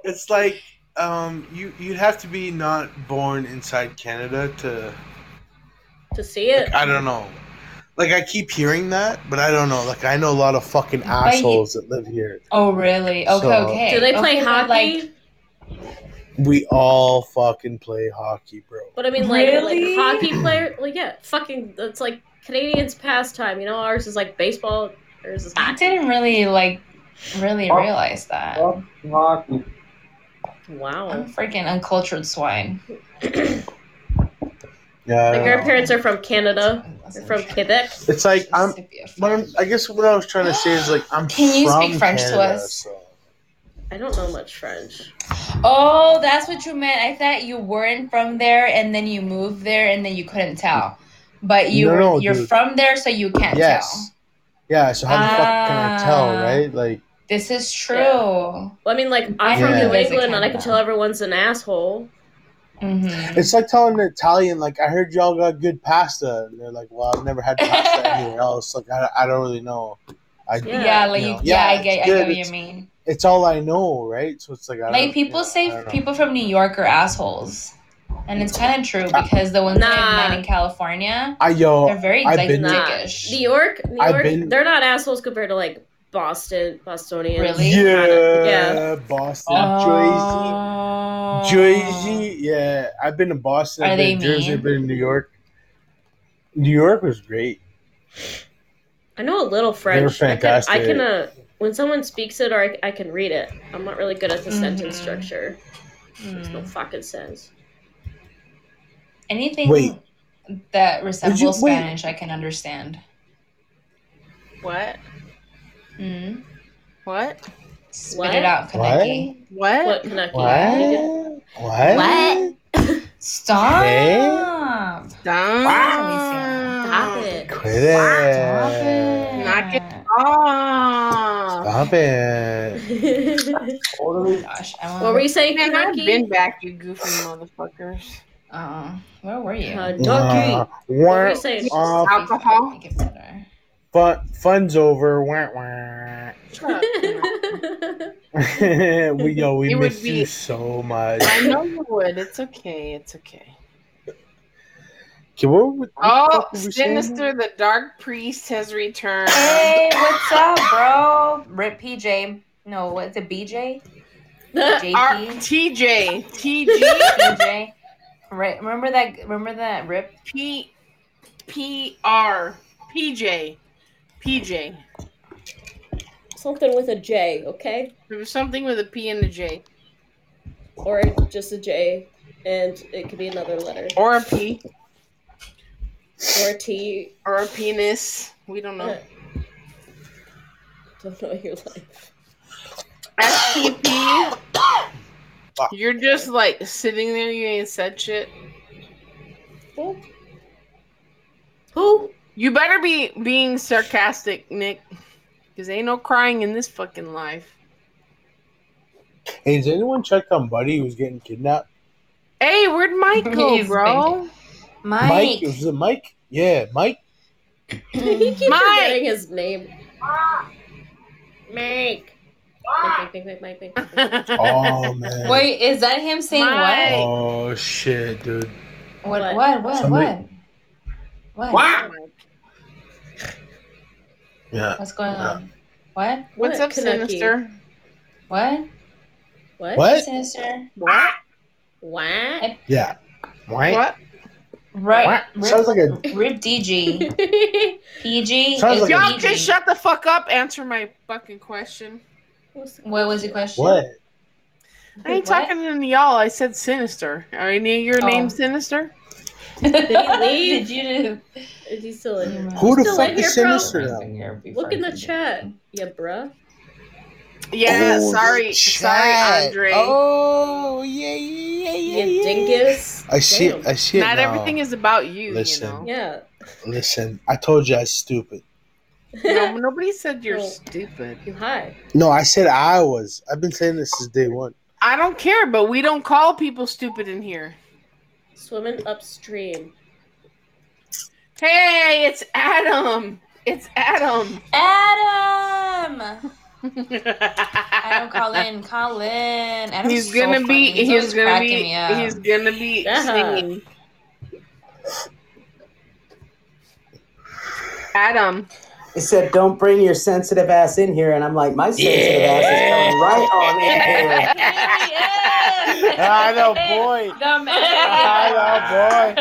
Speaker 4: it's like um, you you'd have to be not born inside Canada to.
Speaker 2: To see it?
Speaker 4: I don't know. Like I keep hearing that, but I don't know. Like I know a lot of fucking
Speaker 3: you-
Speaker 4: assholes that live here.
Speaker 3: *laughs* oh really? Okay,
Speaker 4: So-
Speaker 3: okay.
Speaker 2: Do they play
Speaker 3: Okay,
Speaker 2: hockey?
Speaker 3: Like
Speaker 4: We all fucking play hockey, bro.
Speaker 2: but I mean, like,
Speaker 3: Really?
Speaker 2: like hockey player? Well, yeah, fucking, that's like Canadians' pastime. You know, ours is like baseball, ours is
Speaker 3: I
Speaker 2: hockey.
Speaker 3: didn't really like really
Speaker 7: Oh.
Speaker 3: realize that.
Speaker 7: Fuck hockey.
Speaker 2: Wow.
Speaker 3: I'm freaking uncultured swine.
Speaker 4: Yeah. I
Speaker 2: My
Speaker 4: don't know.
Speaker 2: grandparents are from Canada. They're from Quebec.
Speaker 4: It's like I'm.
Speaker 3: Mississippi.
Speaker 4: What I'm, I guess what I was trying to say is like I'm.
Speaker 3: Can you
Speaker 4: from
Speaker 3: speak French to
Speaker 4: Canada,
Speaker 3: us?
Speaker 4: so-
Speaker 2: I don't know much French.
Speaker 3: Oh, that's what you meant. I thought you weren't from there, and then you moved there, and then you couldn't tell. But you
Speaker 4: No,
Speaker 3: were,
Speaker 4: no,
Speaker 3: you're
Speaker 4: dude.
Speaker 3: from there, so you can't tell.
Speaker 4: Yes. Yeah. So how the fuck can I tell,
Speaker 3: Ah.
Speaker 4: right? Like,
Speaker 3: This is true.
Speaker 2: Well, I mean, like I'm
Speaker 4: Yeah.
Speaker 2: from New
Speaker 4: Yeah.
Speaker 2: England, and I can tell everyone's an asshole.
Speaker 3: Mm-hmm.
Speaker 4: it's like telling the Italian, like, I heard y'all got good pasta, and they're like, well, I've never
Speaker 3: *laughs*
Speaker 4: had pasta anywhere else. Like, I, I don't really know. I,
Speaker 3: Yeah, like you,
Speaker 4: know,
Speaker 3: yeah, I
Speaker 4: it's
Speaker 3: get,
Speaker 4: good,
Speaker 3: I get what
Speaker 4: it's-
Speaker 3: you mean.
Speaker 4: It's all I know, right? So it's like, I don't,
Speaker 3: Like people
Speaker 4: I
Speaker 3: say,
Speaker 4: don't know.
Speaker 3: people from New York are assholes, and it's kind of true
Speaker 4: Ah.
Speaker 3: because the ones that I've met in California,
Speaker 4: I yo,
Speaker 3: they're very
Speaker 4: I've
Speaker 3: like
Speaker 4: been,
Speaker 3: dickish.
Speaker 2: New York, New
Speaker 4: I've
Speaker 2: York,
Speaker 4: been-
Speaker 2: they're not assholes compared to like Boston, Bostonians.
Speaker 3: Really?
Speaker 4: yeah,
Speaker 2: Yeah.
Speaker 4: Boston,
Speaker 3: Oh.
Speaker 4: Jersey, Jersey, yeah. I've been to Boston,
Speaker 3: Are
Speaker 4: I've been to
Speaker 3: they
Speaker 4: Jersey,
Speaker 3: mean?
Speaker 4: I've been to New York. New York was great.
Speaker 2: I know a little French. I can, I
Speaker 4: fantastic.
Speaker 2: can uh, when someone speaks it or I, I can read it. I'm not really good at the sentence structure. Makes
Speaker 3: Mm-hmm.
Speaker 2: no fucking sense.
Speaker 3: Anything
Speaker 4: Wait.
Speaker 3: that resembles
Speaker 4: wait.
Speaker 3: Spanish, I can understand.
Speaker 1: What?
Speaker 3: Mm.
Speaker 1: What?
Speaker 3: Spit
Speaker 2: What?
Speaker 3: it out,
Speaker 4: What?
Speaker 3: Kaneki.
Speaker 1: What?
Speaker 2: What can I?
Speaker 4: What? What?
Speaker 3: What? Stop.
Speaker 1: Stop.
Speaker 2: Stop it.
Speaker 4: Quit it.
Speaker 1: Knock it off.
Speaker 4: Stop it.
Speaker 3: Oh gosh, I
Speaker 2: what were you saying,
Speaker 1: Man, I've
Speaker 2: Kanaki?
Speaker 1: been back, you goofy motherfuckers.
Speaker 3: Uh, where were you?
Speaker 2: Kentucky.
Speaker 4: Nah.
Speaker 2: What were
Speaker 4: Wah,
Speaker 2: you saying?
Speaker 4: uh,
Speaker 1: Alcohol?
Speaker 3: Make it better.
Speaker 4: fun, fun's over. Wah, wah. *laughs*
Speaker 1: Shut up.
Speaker 4: we yo, we
Speaker 1: It would
Speaker 4: miss
Speaker 1: be-
Speaker 4: you so much.
Speaker 1: I know you would. It's okay. It's okay.
Speaker 4: Okay, what, what the
Speaker 1: Oh,
Speaker 4: fuck were we saying?
Speaker 1: Sinister the Dark Priest has returned.
Speaker 3: Hey, what's up, bro? Rip PJ. No, what's it?
Speaker 2: *laughs*
Speaker 3: BJ?
Speaker 1: Our,
Speaker 3: JP?
Speaker 1: TJ. TG.
Speaker 3: PJ? Right. Remember that? Remember that rip?
Speaker 1: P. P. R. PJ. PJ.
Speaker 2: *laughs* Something with a J, okay?
Speaker 1: There was something with a P and a J.
Speaker 2: Or just a J, and it could be another letter.
Speaker 1: Or a P.
Speaker 2: Or a T.
Speaker 1: Or a penis. We don't know.
Speaker 2: *laughs* Don't know your life.
Speaker 1: STP. You're just like sitting there, you ain't said shit.
Speaker 2: Who?
Speaker 1: You better be being sarcastic, Nick. Because ain't no crying in this fucking life.
Speaker 4: Hey, has anyone checked on Buddy who was getting kidnapped?
Speaker 1: Hey, where'd Mike go,
Speaker 3: He's
Speaker 1: bro?
Speaker 3: Mike.
Speaker 4: Was it Mike? Yeah, Mike.
Speaker 2: *laughs* he keeps
Speaker 1: Mike!
Speaker 2: forgetting his name. Mike. Mike, Mike, Mike, Mike, Mike, Mike,
Speaker 3: *laughs*
Speaker 1: *laughs*
Speaker 2: Mike.
Speaker 4: Oh man.
Speaker 3: Wait, is that him saying
Speaker 1: Mike.
Speaker 4: Oh shit, dude.
Speaker 3: what? What? What? What?
Speaker 4: Somebody-
Speaker 3: What?
Speaker 4: Yeah.
Speaker 3: What's going on? What?
Speaker 1: What's up,
Speaker 2: What, Kaneki?
Speaker 1: Sinister?
Speaker 3: What?
Speaker 2: What?
Speaker 4: What?
Speaker 3: Sinister.
Speaker 1: What?
Speaker 2: What?
Speaker 4: Yeah. What?
Speaker 1: What?
Speaker 3: Right.
Speaker 4: What? Sounds like a
Speaker 3: Rip DG.
Speaker 2: *laughs*
Speaker 4: *laughs*
Speaker 3: PG.
Speaker 4: Sounds
Speaker 3: It's
Speaker 4: like a-
Speaker 1: Y'all
Speaker 3: PG.
Speaker 1: just shut the fuck up. Answer my fucking question.
Speaker 3: What was the question?
Speaker 4: what?
Speaker 1: I ain't
Speaker 3: What?
Speaker 1: talking to y'all. I said Sinister. Are any of your
Speaker 3: Oh.
Speaker 1: names Sinister?
Speaker 3: Did
Speaker 2: he leave?
Speaker 3: Did you?
Speaker 2: Is he still in here?
Speaker 4: Who the
Speaker 2: Still
Speaker 4: fuck
Speaker 2: in
Speaker 4: is
Speaker 2: here, bro?
Speaker 4: Sinister? Though?
Speaker 2: Look in the chat. Yeah, bruh.
Speaker 1: Yeah,
Speaker 4: Oh,
Speaker 1: sorry.
Speaker 4: the
Speaker 1: Sorry,
Speaker 4: chat.
Speaker 1: Andre.
Speaker 4: Oh yeah, yeah,
Speaker 2: Yeah, dingus.
Speaker 4: I see.
Speaker 2: Damn.
Speaker 4: It, I see it
Speaker 1: Not
Speaker 4: now.
Speaker 1: everything is about you,
Speaker 4: Listen.
Speaker 1: you know.
Speaker 2: Yeah. *laughs*
Speaker 4: Listen, I told you I was stupid.
Speaker 1: No, nobody said you're
Speaker 2: Well-
Speaker 1: stupid.
Speaker 2: you high.
Speaker 4: No, I said I was. I've been saying this since day one.
Speaker 1: I don't care, but we don't call people stupid in here.
Speaker 2: Swimming upstream.
Speaker 1: Hey, it's Adam. It's Adam.
Speaker 3: Adam. Adam
Speaker 1: Adam
Speaker 4: *laughs*
Speaker 3: Colin. Colin. Adam's
Speaker 1: He's
Speaker 3: so
Speaker 1: gonna be.
Speaker 3: funny. He's,
Speaker 1: He's
Speaker 3: always
Speaker 1: gonna
Speaker 3: cracking
Speaker 1: be.
Speaker 3: me up.
Speaker 1: He's gonna be
Speaker 2: Yeah.
Speaker 1: singing.
Speaker 3: *laughs*
Speaker 1: Adam.
Speaker 5: It said, "Don't bring your sensitive ass in here," and I'm like, "My sensitive ass is coming right on in here."
Speaker 4: *laughs* I know,
Speaker 5: *laughs*
Speaker 4: boy.
Speaker 3: The
Speaker 4: *laughs*
Speaker 3: man.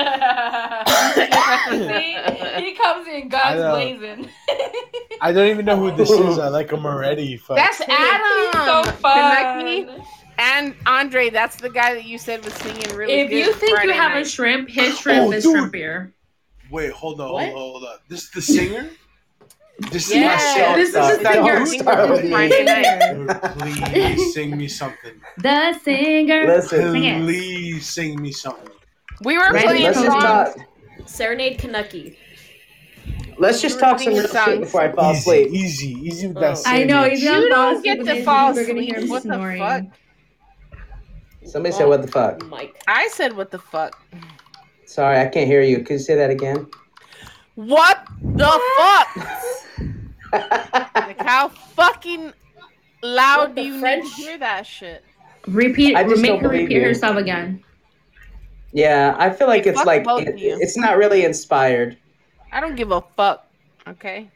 Speaker 4: I
Speaker 3: *laughs* See, he comes in guns
Speaker 4: know.
Speaker 3: blazing.
Speaker 4: I don't even know who this is. I like him already. Fuck.
Speaker 1: That's Adam.
Speaker 3: so
Speaker 1: Kaneki
Speaker 3: fun.
Speaker 1: and Andre. That's the guy that you said was singing really
Speaker 14: If
Speaker 1: good
Speaker 14: you think
Speaker 1: Friday
Speaker 14: you have a
Speaker 1: night.
Speaker 14: shrimp, his shrimp
Speaker 4: Oh,
Speaker 14: is
Speaker 4: dude.
Speaker 14: shrimpier.
Speaker 4: Wait, hold on,
Speaker 2: What?
Speaker 4: hold on, hold on. This is the singer. This
Speaker 1: Yeah,
Speaker 5: this is the thing you're thinking of Friday
Speaker 4: Please sing me something.
Speaker 5: The singer. Sing it.
Speaker 4: please sing me something.
Speaker 1: We were
Speaker 15: Let's-
Speaker 1: playing
Speaker 15: let's just
Speaker 1: songs.
Speaker 2: Serenade Kanucky.
Speaker 15: Let's just talk some real shit before I fall asleep.
Speaker 4: Easy, easy with that.
Speaker 15: I know, if you
Speaker 1: You
Speaker 15: don't
Speaker 1: don't
Speaker 15: fall
Speaker 1: get
Speaker 15: asleep,
Speaker 1: to
Speaker 15: then
Speaker 1: fall
Speaker 15: we're gonna
Speaker 1: asleep.
Speaker 15: hear him
Speaker 1: What the
Speaker 15: snoring.
Speaker 1: fuck?
Speaker 15: Somebody said, "What the fuck?"
Speaker 2: Mike.
Speaker 1: I said what the fuck.
Speaker 15: Sorry, I can't hear you. Could you say that again?
Speaker 1: *laughs* What the fuck? like how fucking loud do you need to hear that shit?
Speaker 5: Repeat.
Speaker 15: I just
Speaker 5: Make
Speaker 15: don't
Speaker 5: her
Speaker 15: believe
Speaker 5: repeat
Speaker 15: you.
Speaker 5: herself again.
Speaker 15: Yeah, I feel like
Speaker 1: Hey,
Speaker 15: it's
Speaker 1: fuck
Speaker 15: like
Speaker 1: both
Speaker 15: it,
Speaker 1: of you.
Speaker 15: it's not really inspired.
Speaker 1: I don't give a fuck. Okay.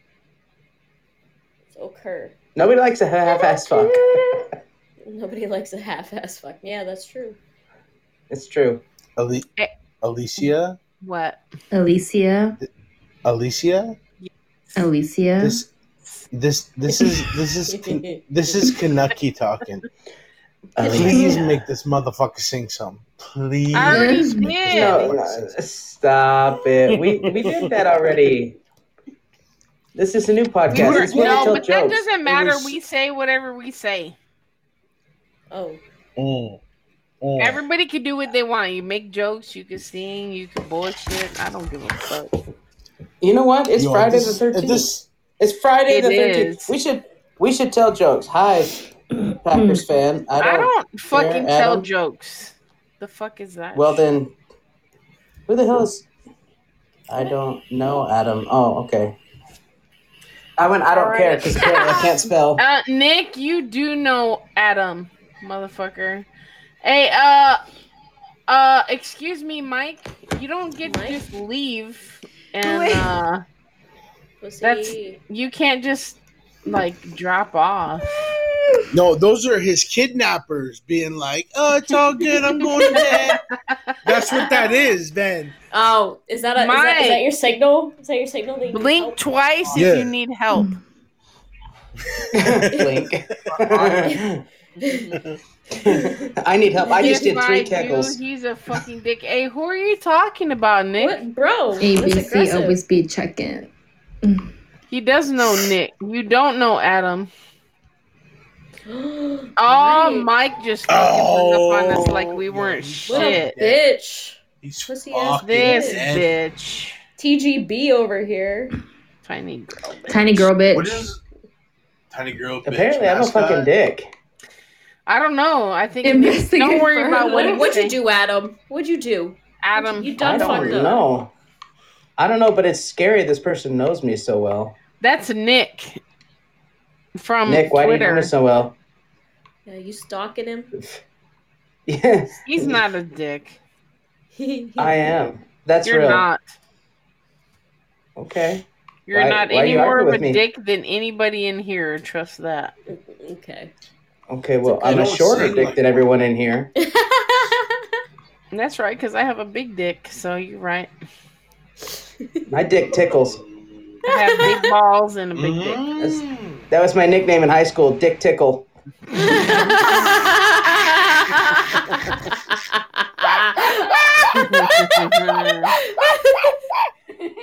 Speaker 2: Okay.
Speaker 15: Nobody likes a half-ass fuck.
Speaker 2: Nobody likes a half-ass fuck. Yeah, that's true. *laughs*
Speaker 15: It's true.
Speaker 4: Ali- Alicia,
Speaker 1: What?
Speaker 5: Alicia.
Speaker 4: Alicia,
Speaker 5: Alicia.
Speaker 4: This- this this is this is Kan- this is Kanucky talking.
Speaker 2: Oh,
Speaker 4: Please make this motherfucker sing some. Please.
Speaker 1: I already did.
Speaker 15: No, no, stop it. We we did
Speaker 1: *laughs*
Speaker 15: that already. This is a new
Speaker 1: We
Speaker 15: podcast.
Speaker 1: were-
Speaker 15: It's where we
Speaker 1: no,
Speaker 15: tell
Speaker 1: but that
Speaker 15: jokes.
Speaker 1: doesn't matter. We say whatever we say.
Speaker 2: Oh.
Speaker 4: Mm.
Speaker 1: Everybody can do what they want. You make jokes, you can sing, you can bullshit. I don't give a fuck.
Speaker 15: You know what? It's
Speaker 4: Yo,
Speaker 15: Friday
Speaker 4: this-
Speaker 15: the thirteenth.
Speaker 4: this-
Speaker 15: It's Friday
Speaker 1: It
Speaker 15: the thirteenth.
Speaker 1: is.
Speaker 15: We should we should tell
Speaker 1: *clears throat*
Speaker 15: jokes. Hi, Packers fan. I don't,
Speaker 1: I don't fucking
Speaker 15: care,
Speaker 1: tell
Speaker 15: Adam.
Speaker 1: jokes. The fuck is that?
Speaker 15: Well then, who the hell is? I don't know, Adam. Oh, okay. I went. I don't
Speaker 1: Alright.
Speaker 15: care because I can't
Speaker 1: *laughs*
Speaker 15: spell.
Speaker 1: Uh, Nick, you do know Adam, motherfucker. Hey, uh, uh, excuse me, Mike. You don't get to just leave, and
Speaker 2: Wait.
Speaker 1: uh,
Speaker 2: Pussy.
Speaker 1: that's you can't just like drop off.
Speaker 4: No, those are his kidnappers being like, "Oh, it's all good. I'm going to bed." That's what that is, man.
Speaker 2: Oh, is that, a, is, that, is that your signal? Is that your signal? That you need
Speaker 1: Blink
Speaker 2: help?
Speaker 1: twice
Speaker 4: Yeah.
Speaker 1: if Mm. you need help.
Speaker 15: Blink. I need help. I just did
Speaker 1: If
Speaker 15: three
Speaker 1: do,
Speaker 15: tackles.
Speaker 1: he's a fucking dick. Hey, who are you talking about, Nick?
Speaker 2: What, bro? that's
Speaker 5: ABC
Speaker 2: aggressive.
Speaker 5: always be checking.
Speaker 1: He does know Nick. You don't know Adam.
Speaker 2: oh,
Speaker 1: Oh, Mike just fucking hung up on us like we
Speaker 15: Oh,
Speaker 1: weren't
Speaker 2: *gasps* what
Speaker 1: shit.
Speaker 2: a bitch.
Speaker 4: He's
Speaker 2: Pussy ass
Speaker 4: fucking
Speaker 1: This
Speaker 4: dead.
Speaker 1: bitch.
Speaker 2: TGB
Speaker 1: *laughs*
Speaker 2: over here.
Speaker 1: Tiny girl. bitch.
Speaker 5: Tiny girl bitch.
Speaker 4: What is tiny girl? bitch,
Speaker 15: Apparently, I'm a
Speaker 4: mascot?
Speaker 15: fucking dick.
Speaker 1: I don't know. I think
Speaker 5: Investigate
Speaker 1: don't worry about
Speaker 5: further.
Speaker 1: what he
Speaker 2: What, what'd you
Speaker 1: said.
Speaker 2: do, Adam? What'd you do?
Speaker 1: Adam.
Speaker 2: You
Speaker 15: I
Speaker 2: done
Speaker 15: don't
Speaker 2: fucked up.
Speaker 15: know. I don't know, but it's scary. This person knows me so well.
Speaker 1: That's Nick from
Speaker 15: Nick, why do you know
Speaker 1: Twitter.
Speaker 15: me so well? *laughs*
Speaker 2: Yeah, you stalking him? *laughs*
Speaker 15: Yeah,
Speaker 1: He's not a dick.
Speaker 15: I am. That's
Speaker 1: You're
Speaker 15: real.
Speaker 1: not.
Speaker 15: Okay.
Speaker 1: You're
Speaker 15: Why-
Speaker 1: not
Speaker 15: why you
Speaker 1: any more
Speaker 15: arguing
Speaker 1: of a
Speaker 15: with me?
Speaker 1: dick than anybody in here. Trust that.
Speaker 2: Okay. *laughs*
Speaker 15: Okay. Well,
Speaker 4: okay.
Speaker 15: I'm
Speaker 4: I
Speaker 15: a
Speaker 4: don't
Speaker 15: shorter
Speaker 4: sing
Speaker 15: dick
Speaker 4: like
Speaker 15: than everyone in here.
Speaker 1: And that's right, because I have a big dick. So you're right.
Speaker 15: My dick tickles.
Speaker 1: I have
Speaker 2: *laughs*
Speaker 1: big balls and a
Speaker 4: Mm-hmm.
Speaker 1: big
Speaker 15: Mm-hmm.
Speaker 1: dick.
Speaker 15: That's- that was my nickname in high school,
Speaker 1: *laughs*
Speaker 15: Dick Tickle.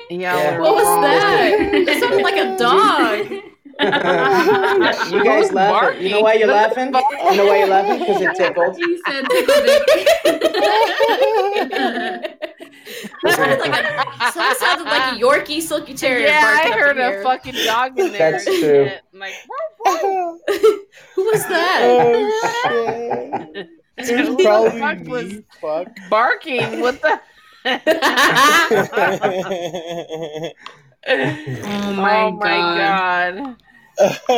Speaker 1: Yeah.
Speaker 2: what
Speaker 1: *laughs*
Speaker 2: was that? That sounded like a dog. *laughs*
Speaker 15: you
Speaker 4: *laughs*
Speaker 15: guys
Speaker 1: Who's
Speaker 15: laughing. You know
Speaker 1: barking?
Speaker 15: why you're laughing? You know why you're laughing? Because it tickled. *laughs*
Speaker 5: He said tickle
Speaker 2: sounded like a, someone sounded like a Yorkie silky terrier.
Speaker 1: Yeah,
Speaker 2: barked
Speaker 1: I
Speaker 2: up
Speaker 1: heard a
Speaker 2: in here.
Speaker 1: fucking dog in there.
Speaker 15: That's
Speaker 1: and
Speaker 15: true.
Speaker 1: shit. Like,
Speaker 2: Who was that?
Speaker 4: Oh shit!
Speaker 1: who
Speaker 4: It's
Speaker 1: the
Speaker 4: probably
Speaker 1: fuck was
Speaker 4: me.
Speaker 1: *laughs*
Speaker 4: Fuck. *laughs*
Speaker 1: barking? What
Speaker 15: *laughs*
Speaker 1: the?
Speaker 5: Oh
Speaker 1: *laughs* oh my god.
Speaker 15: Oh
Speaker 1: *laughs*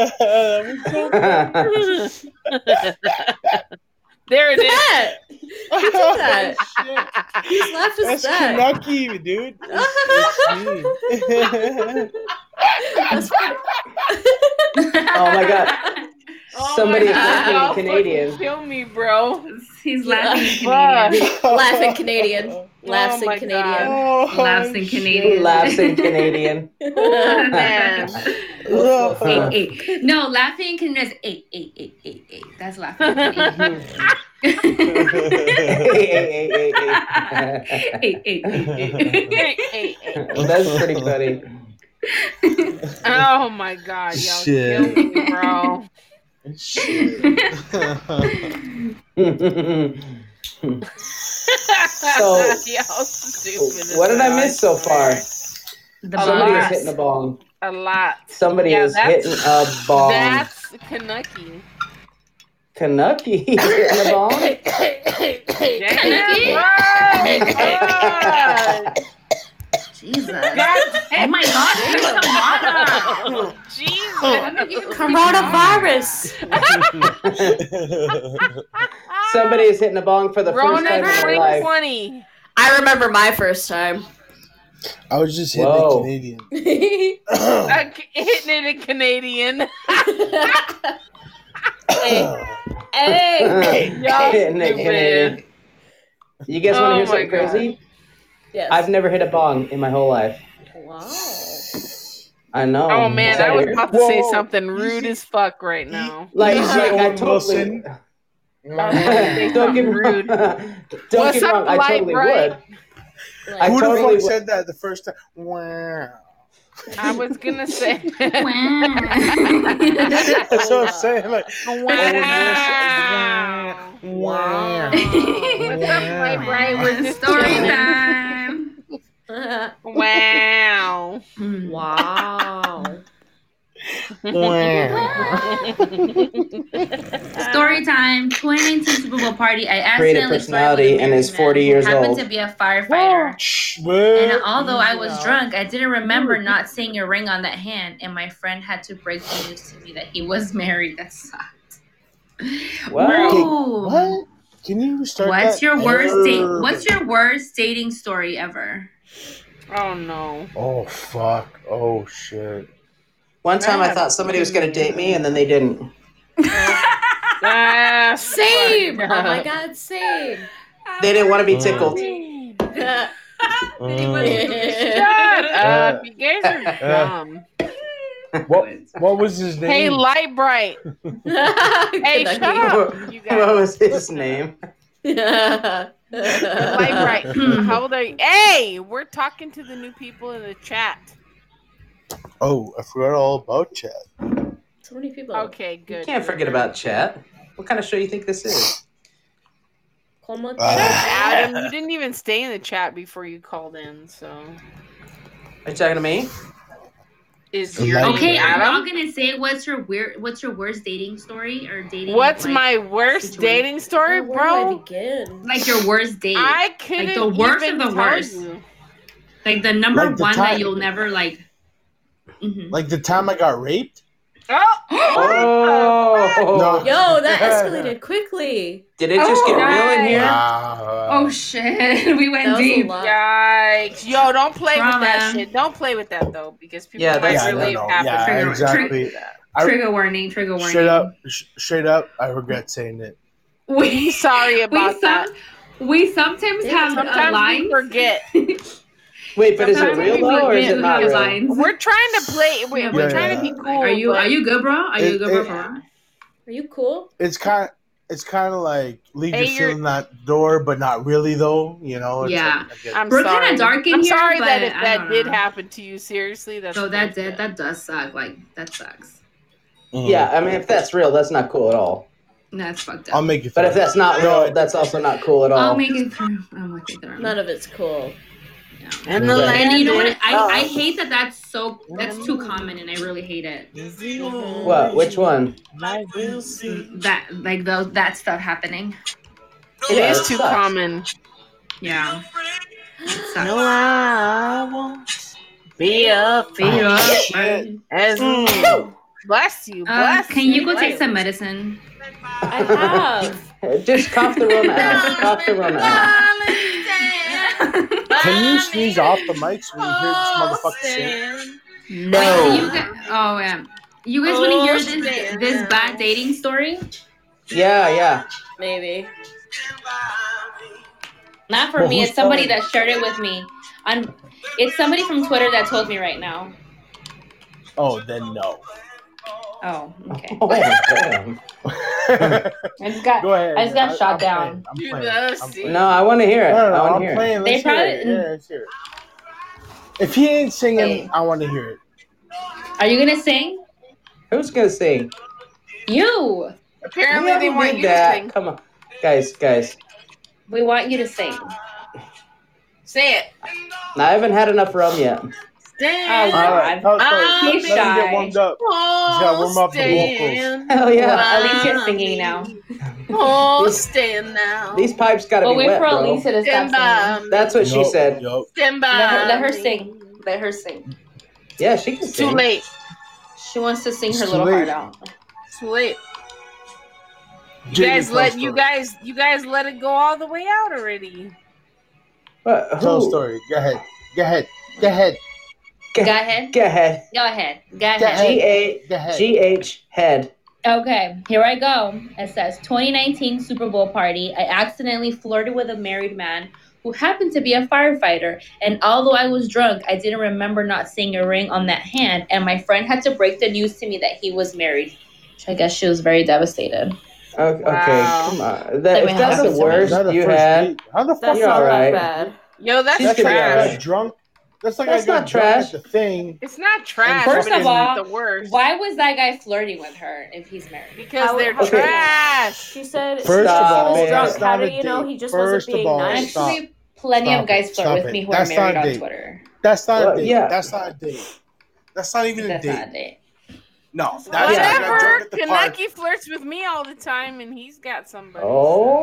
Speaker 1: there it is.
Speaker 2: that? Who did that?
Speaker 1: *laughs*
Speaker 2: Whose laugh is
Speaker 4: That's
Speaker 2: *laughs* that?
Speaker 4: Kanucky, dude.
Speaker 1: Oh
Speaker 4: It's- it's me.
Speaker 2: That's funny.
Speaker 15: Oh my god.
Speaker 1: Oh
Speaker 15: Somebody
Speaker 1: my God,
Speaker 15: laughing
Speaker 1: y'all
Speaker 15: in Canadian.
Speaker 1: fucking Kill me, bro.
Speaker 5: He's laughing.
Speaker 1: Fuck.
Speaker 2: Laughing Canadian. Laughs
Speaker 1: my
Speaker 2: in Canadian.
Speaker 4: Oh,
Speaker 5: Laughs in
Speaker 4: shit.
Speaker 15: Who
Speaker 5: Canadian.
Speaker 15: laughs
Speaker 3: *laughs*
Speaker 15: in Canadian? *laughs*
Speaker 1: Man.
Speaker 15: Huh.
Speaker 5: Eight, eight.
Speaker 8: No, laughing can is eight, eight, eight, eight, eight. That's laughing.
Speaker 15: Mm-hmm.
Speaker 8: Eight,
Speaker 3: *laughs*
Speaker 15: *laughs* Hey, hey, hey, hey, *laughs*
Speaker 8: eight, eight,
Speaker 15: hey.
Speaker 8: eight, eight.
Speaker 1: *laughs* *laughs* Hey, hey, hey.
Speaker 15: That's pretty funny. *laughs*
Speaker 1: oh my god, y'all
Speaker 16: Shit.
Speaker 1: killed me, bro.
Speaker 15: So,
Speaker 1: *laughs* y'all stupid.
Speaker 15: what did I
Speaker 1: as
Speaker 15: miss so far?
Speaker 1: hell.
Speaker 15: Somebody
Speaker 1: a
Speaker 15: is
Speaker 1: lot.
Speaker 15: hitting a bong.
Speaker 1: A lot.
Speaker 15: Somebody
Speaker 1: Yeah,
Speaker 15: is
Speaker 1: that's-
Speaker 15: hitting a bong.
Speaker 1: That's Kanucky.
Speaker 15: Kanucky
Speaker 1: *laughs*
Speaker 15: is hitting a bong.
Speaker 3: Jesus. oh my God, there's a lot of-
Speaker 1: *laughs*
Speaker 2: Coronavirus.
Speaker 15: *laughs* Somebody is hitting a bong for the first time in their life.
Speaker 2: I remember my first *laughs* time.
Speaker 4: I was just hitting a
Speaker 15: Whoa.
Speaker 4: *coughs* Canadian.
Speaker 1: *laughs* Uh, c- hitting it in Canadian. hey, hey, y'all
Speaker 15: Hitting it, hitting
Speaker 1: stupid.
Speaker 15: it. You guys want to
Speaker 1: Oh
Speaker 15: hear
Speaker 1: my
Speaker 15: something
Speaker 1: God.
Speaker 15: crazy?
Speaker 2: Yes.
Speaker 15: I've never hit a bong in my whole life. I know.
Speaker 1: Oh man,
Speaker 15: Is that
Speaker 1: I was
Speaker 15: weird?
Speaker 1: about to say something rude as fuck right now.
Speaker 2: *laughs*
Speaker 15: Like, like I totally.
Speaker 4: Wilson.
Speaker 15: *laughs* don't get me wrong. Don't
Speaker 1: What's
Speaker 15: get me
Speaker 1: up,
Speaker 15: wrong. I
Speaker 1: light
Speaker 15: totally
Speaker 1: bright?
Speaker 15: would. I
Speaker 4: Who the
Speaker 15: totally
Speaker 4: fuck
Speaker 15: would.
Speaker 4: said that the first time?
Speaker 3: *laughs*
Speaker 4: Wow.
Speaker 1: I was gonna
Speaker 2: *laughs*
Speaker 1: say. *laughs*
Speaker 4: That's what I'm saying. Like,
Speaker 1: wow.
Speaker 4: wow.
Speaker 3: *laughs*
Speaker 1: What's up, Light Bright? We're just story time. wow.
Speaker 2: Wow.
Speaker 3: *laughs* Story time. 2019 Super Bowl party. I
Speaker 15: Creative
Speaker 3: accidentally
Speaker 15: personality and is 40 years
Speaker 3: happened
Speaker 15: old.
Speaker 3: to be a firefighter. And although I was drunk, I didn't remember not seeing a ring on that hand, and my friend had to break the news to me that he was *laughs* married. That sucked.
Speaker 15: What?
Speaker 3: Ooh.
Speaker 4: What? Can you start? that?
Speaker 3: What's your worst date?
Speaker 4: Err.
Speaker 3: What's your worst dating story ever?
Speaker 1: Oh no.
Speaker 4: Oh fuck! Oh shit!
Speaker 15: One time I thought somebody was going to date me and then they didn't.
Speaker 1: Ah,
Speaker 2: Same. Oh
Speaker 1: fuck.
Speaker 2: my god, same.
Speaker 1: *laughs*
Speaker 15: They didn't want to be tickled.
Speaker 3: Mm.
Speaker 2: *laughs*
Speaker 1: Shut up.
Speaker 4: Uh,
Speaker 1: You guys are
Speaker 4: uh.
Speaker 1: dumb.
Speaker 4: What? What was his name?
Speaker 1: Hey, Light
Speaker 4: *laughs*
Speaker 1: Bright. hey, shut up. You guys.
Speaker 15: *laughs* what was his name?
Speaker 1: Light Bright. How old are you? Hey, we're talking to the new people in the chat.
Speaker 4: Oh, I forgot all about Chad.
Speaker 2: So many people.
Speaker 1: Okay, good.
Speaker 15: You can't forget about chat. What kind of show you think this is?
Speaker 2: Coma- Ah.
Speaker 4: Ah.
Speaker 1: Adam, you didn't even stay in the chat before you called in, so
Speaker 15: Are you talking to me?
Speaker 1: is your
Speaker 3: Okay, are
Speaker 1: Adam?
Speaker 3: y'all gonna say what's your weird, what's your worst dating story or dating?
Speaker 1: What's
Speaker 3: like-
Speaker 1: my worst dating story,
Speaker 2: Where do I
Speaker 1: bro?
Speaker 2: begin?
Speaker 3: like your worst date?
Speaker 1: I couldn't
Speaker 3: like the worst of
Speaker 1: even
Speaker 3: the
Speaker 1: tell
Speaker 3: worst,
Speaker 1: you.
Speaker 3: like the number
Speaker 4: Like the
Speaker 3: one
Speaker 4: time.
Speaker 3: that you'll
Speaker 8: *laughs*
Speaker 3: never like. Mhm.
Speaker 4: Like the time I got raped.
Speaker 1: Oh,
Speaker 15: Oh,
Speaker 2: Yo, that
Speaker 4: *laughs*
Speaker 2: escalated quickly.
Speaker 15: did it just
Speaker 1: Oh,
Speaker 15: get real in here?
Speaker 4: Wow.
Speaker 3: Oh shit, *laughs* we
Speaker 2: That
Speaker 3: went
Speaker 2: was a
Speaker 3: deep.
Speaker 2: lot.
Speaker 1: yikes! Yo, don't play with that
Speaker 3: Trauma.
Speaker 1: shit. Don't play with that though, because people
Speaker 15: Yeah,
Speaker 1: might
Speaker 15: that's-
Speaker 4: Yeah,
Speaker 1: really
Speaker 4: no, no.
Speaker 1: have
Speaker 4: Yeah,
Speaker 1: a trigger-
Speaker 4: exactly.
Speaker 1: trigger that.
Speaker 4: I-
Speaker 3: Trigger warning, trigger warning.
Speaker 4: Straight up, sh- straight up, I regret saying it.
Speaker 1: We
Speaker 3: We
Speaker 1: sorry about
Speaker 3: we
Speaker 1: that.
Speaker 3: some, uh, we sometimes
Speaker 2: Yeah,
Speaker 3: have a
Speaker 1: Sometimes
Speaker 3: line.
Speaker 1: we
Speaker 3: *laughs*
Speaker 1: forget.
Speaker 15: Wait, but is it
Speaker 3: Sometimes
Speaker 15: real
Speaker 3: people
Speaker 15: though, or is
Speaker 3: do
Speaker 15: it not
Speaker 3: have
Speaker 15: real?
Speaker 3: lines.
Speaker 1: We're trying to play. we- We're
Speaker 4: Yeah.
Speaker 1: trying to be
Speaker 3: Like,
Speaker 1: cool.
Speaker 3: are you are
Speaker 1: but-
Speaker 3: you good, bro? Are
Speaker 4: It-
Speaker 3: you good, bro?
Speaker 4: it-
Speaker 3: for that?
Speaker 2: Are you cool?
Speaker 4: It's kind. It's kind of like leave
Speaker 1: Hey,
Speaker 4: your
Speaker 1: you're-
Speaker 4: foot in that door, but not really though. You know. It's
Speaker 3: Yeah.
Speaker 4: Like, I get-
Speaker 1: I'm
Speaker 3: We're
Speaker 1: sorry.
Speaker 3: kinda dark in
Speaker 1: I'm
Speaker 3: here,
Speaker 1: sorry that
Speaker 3: but
Speaker 1: if
Speaker 3: I
Speaker 1: that
Speaker 3: don't
Speaker 1: did
Speaker 3: know.
Speaker 1: happen to you, seriously, that's
Speaker 3: So
Speaker 1: bullshit.
Speaker 3: that did that does suck. Like that sucks.
Speaker 4: Mhm.
Speaker 15: Yeah, I mean, if that's real, that's not cool at all.
Speaker 3: That's fucked
Speaker 4: I'll
Speaker 3: up.
Speaker 4: make you.
Speaker 15: But
Speaker 4: feel
Speaker 15: if that's not real, that's also not cool at
Speaker 3: I'll
Speaker 15: all.
Speaker 3: make it through. I'll make it through.
Speaker 2: None of it's cool.
Speaker 15: And the
Speaker 4: Right.
Speaker 3: And you know what?
Speaker 15: Oh.
Speaker 3: I, I hate that that's so that's too common, and I really hate it.
Speaker 15: What? Which one?
Speaker 3: That like the, that stuff happening.
Speaker 1: It
Speaker 15: Yeah,
Speaker 1: is
Speaker 15: it
Speaker 1: too
Speaker 15: sucks.
Speaker 1: common.
Speaker 3: Yeah.
Speaker 1: No, I won't be a fear. As bless you,
Speaker 3: Uh,
Speaker 1: bless
Speaker 3: Mm. can you go take some medicine? *laughs*
Speaker 2: *laughs* I have.
Speaker 15: *laughs* Just cough the Rona out. Cough the Rona out.
Speaker 4: Can you sneeze off the mics when you hear this motherfucker sing?
Speaker 3: Wait, you guys, oh yeah. You guys want to hear this this bad dating story?
Speaker 15: Yeah, yeah.
Speaker 2: Maybe.
Speaker 3: Not for
Speaker 4: Well,
Speaker 3: me.
Speaker 4: who's
Speaker 3: It's somebody
Speaker 4: telling
Speaker 3: that shared it with me. On, it's somebody from Twitter that told me right now.
Speaker 4: Oh, then no. *laughs*
Speaker 3: Oh, *laughs* okay.
Speaker 15: Oh, damn.
Speaker 3: I just got.
Speaker 4: Go ahead.
Speaker 3: I just got
Speaker 4: I'm
Speaker 3: shot
Speaker 4: playing.
Speaker 3: down.
Speaker 4: I'm
Speaker 1: You
Speaker 4: playing.
Speaker 1: love
Speaker 4: I'm
Speaker 1: seeing-
Speaker 4: playing.
Speaker 15: No, I want to hear it.
Speaker 4: No, no,
Speaker 15: I
Speaker 4: no,
Speaker 15: want
Speaker 4: I'm
Speaker 15: to hear it.
Speaker 4: playing. Let's
Speaker 3: They
Speaker 4: hear it.
Speaker 3: probably-
Speaker 4: Yeah, let's hear it. If he ain't singing, I want to hear it.
Speaker 3: Are you gonna sing?
Speaker 15: Who's gonna sing?
Speaker 3: You.
Speaker 1: Apparently, they
Speaker 15: already
Speaker 1: want
Speaker 15: did
Speaker 1: you to
Speaker 15: that.
Speaker 1: sing.
Speaker 15: Come on, guys, guys.
Speaker 3: We want you to sing.
Speaker 1: Say it.
Speaker 15: I haven't had enough rum yet. *laughs*
Speaker 1: Stand.
Speaker 15: All right.
Speaker 4: Oh,
Speaker 1: I'm
Speaker 4: sorry. Let me get
Speaker 3: shy.
Speaker 4: warmed up. Yeah, warm up the vocals.
Speaker 1: stand.
Speaker 15: Hell yeah.
Speaker 3: At least you're singing now.
Speaker 1: Oh, stand now.
Speaker 15: These pipes gotta
Speaker 3: Well,
Speaker 15: be
Speaker 3: wait
Speaker 15: wet,
Speaker 3: for
Speaker 15: bro.
Speaker 3: Elisa to stop
Speaker 1: Stand by.
Speaker 3: singing.
Speaker 1: me.
Speaker 15: That's what she
Speaker 4: Yup,
Speaker 15: said.
Speaker 4: yup.
Speaker 1: Stand by.
Speaker 3: Let her, let her
Speaker 1: me.
Speaker 3: sing. Let her sing.
Speaker 15: Yeah, she can
Speaker 1: It's Too
Speaker 15: sing.
Speaker 1: late.
Speaker 3: She wants to sing her
Speaker 4: It's
Speaker 3: little
Speaker 4: late.
Speaker 3: heart out.
Speaker 1: It's Too late. You
Speaker 4: Jimmy
Speaker 1: guys let
Speaker 4: Cross
Speaker 1: you
Speaker 4: story.
Speaker 1: guys you guys let it go all the way out already.
Speaker 15: But who?
Speaker 4: Tell a story. Go ahead. Go ahead. Go ahead.
Speaker 3: Go
Speaker 15: Go
Speaker 3: ahead.
Speaker 15: Go ahead.
Speaker 3: Go ahead. Go ahead.
Speaker 4: ahead.
Speaker 15: G A
Speaker 4: Go ahead.
Speaker 15: G H head.
Speaker 3: Okay, here I go. It says 2019 Super Bowl party. I accidentally flirted with a married man who happened to be a firefighter. And although I was drunk, I didn't remember not seeing a ring on that hand. And my friend had to break the news to me that he was married. Which I guess she was very devastated.
Speaker 15: O- Okay,
Speaker 1: Wow.
Speaker 15: come on.
Speaker 3: Like
Speaker 15: That,
Speaker 3: we
Speaker 15: if that's
Speaker 3: have
Speaker 15: the
Speaker 3: to-
Speaker 15: worst
Speaker 4: Not a
Speaker 15: you
Speaker 4: first
Speaker 15: had,
Speaker 4: date. How the fuck *laughs*
Speaker 2: That's
Speaker 15: You're
Speaker 4: you
Speaker 2: not
Speaker 15: alright.
Speaker 2: that bad.
Speaker 1: Yo, that's
Speaker 15: She's gonna be
Speaker 1: trash.
Speaker 15: alright.
Speaker 4: got drunk? That's like
Speaker 15: That's
Speaker 4: I got
Speaker 15: not
Speaker 4: drunk
Speaker 15: trash.
Speaker 4: at the thing.
Speaker 1: It's not trash.
Speaker 3: First
Speaker 1: but
Speaker 3: of
Speaker 1: it's
Speaker 3: all,
Speaker 1: the worst
Speaker 3: Why was that guy flirting with her if he's married?
Speaker 1: because
Speaker 2: I
Speaker 1: they're
Speaker 2: would-
Speaker 15: Okay.
Speaker 1: trash.
Speaker 2: She said
Speaker 4: First
Speaker 2: she
Speaker 15: Stop
Speaker 2: was
Speaker 15: it.
Speaker 2: drunk.
Speaker 15: That's
Speaker 2: How
Speaker 4: not
Speaker 2: do
Speaker 4: a
Speaker 2: you know
Speaker 4: date.
Speaker 2: he just
Speaker 4: First
Speaker 2: wasn't being
Speaker 4: of all,
Speaker 2: nice?
Speaker 4: stop.
Speaker 3: Actually, plenty
Speaker 4: Stop
Speaker 3: of guys
Speaker 4: it.
Speaker 3: flirt
Speaker 4: Stop
Speaker 3: with
Speaker 4: it.
Speaker 3: me who
Speaker 4: That's
Speaker 3: are
Speaker 4: not
Speaker 3: married
Speaker 4: a
Speaker 3: on
Speaker 4: date.
Speaker 3: Twitter.
Speaker 4: That's not
Speaker 15: Well,
Speaker 4: a date.
Speaker 15: yeah.
Speaker 4: That's not a date. That's not even
Speaker 3: That's
Speaker 4: a date.
Speaker 3: not a date.
Speaker 4: No, that's I got drunk
Speaker 1: Whatever.
Speaker 4: at the park.
Speaker 1: Kaneki flirts with me all the time, and he's got somebody. *laughs*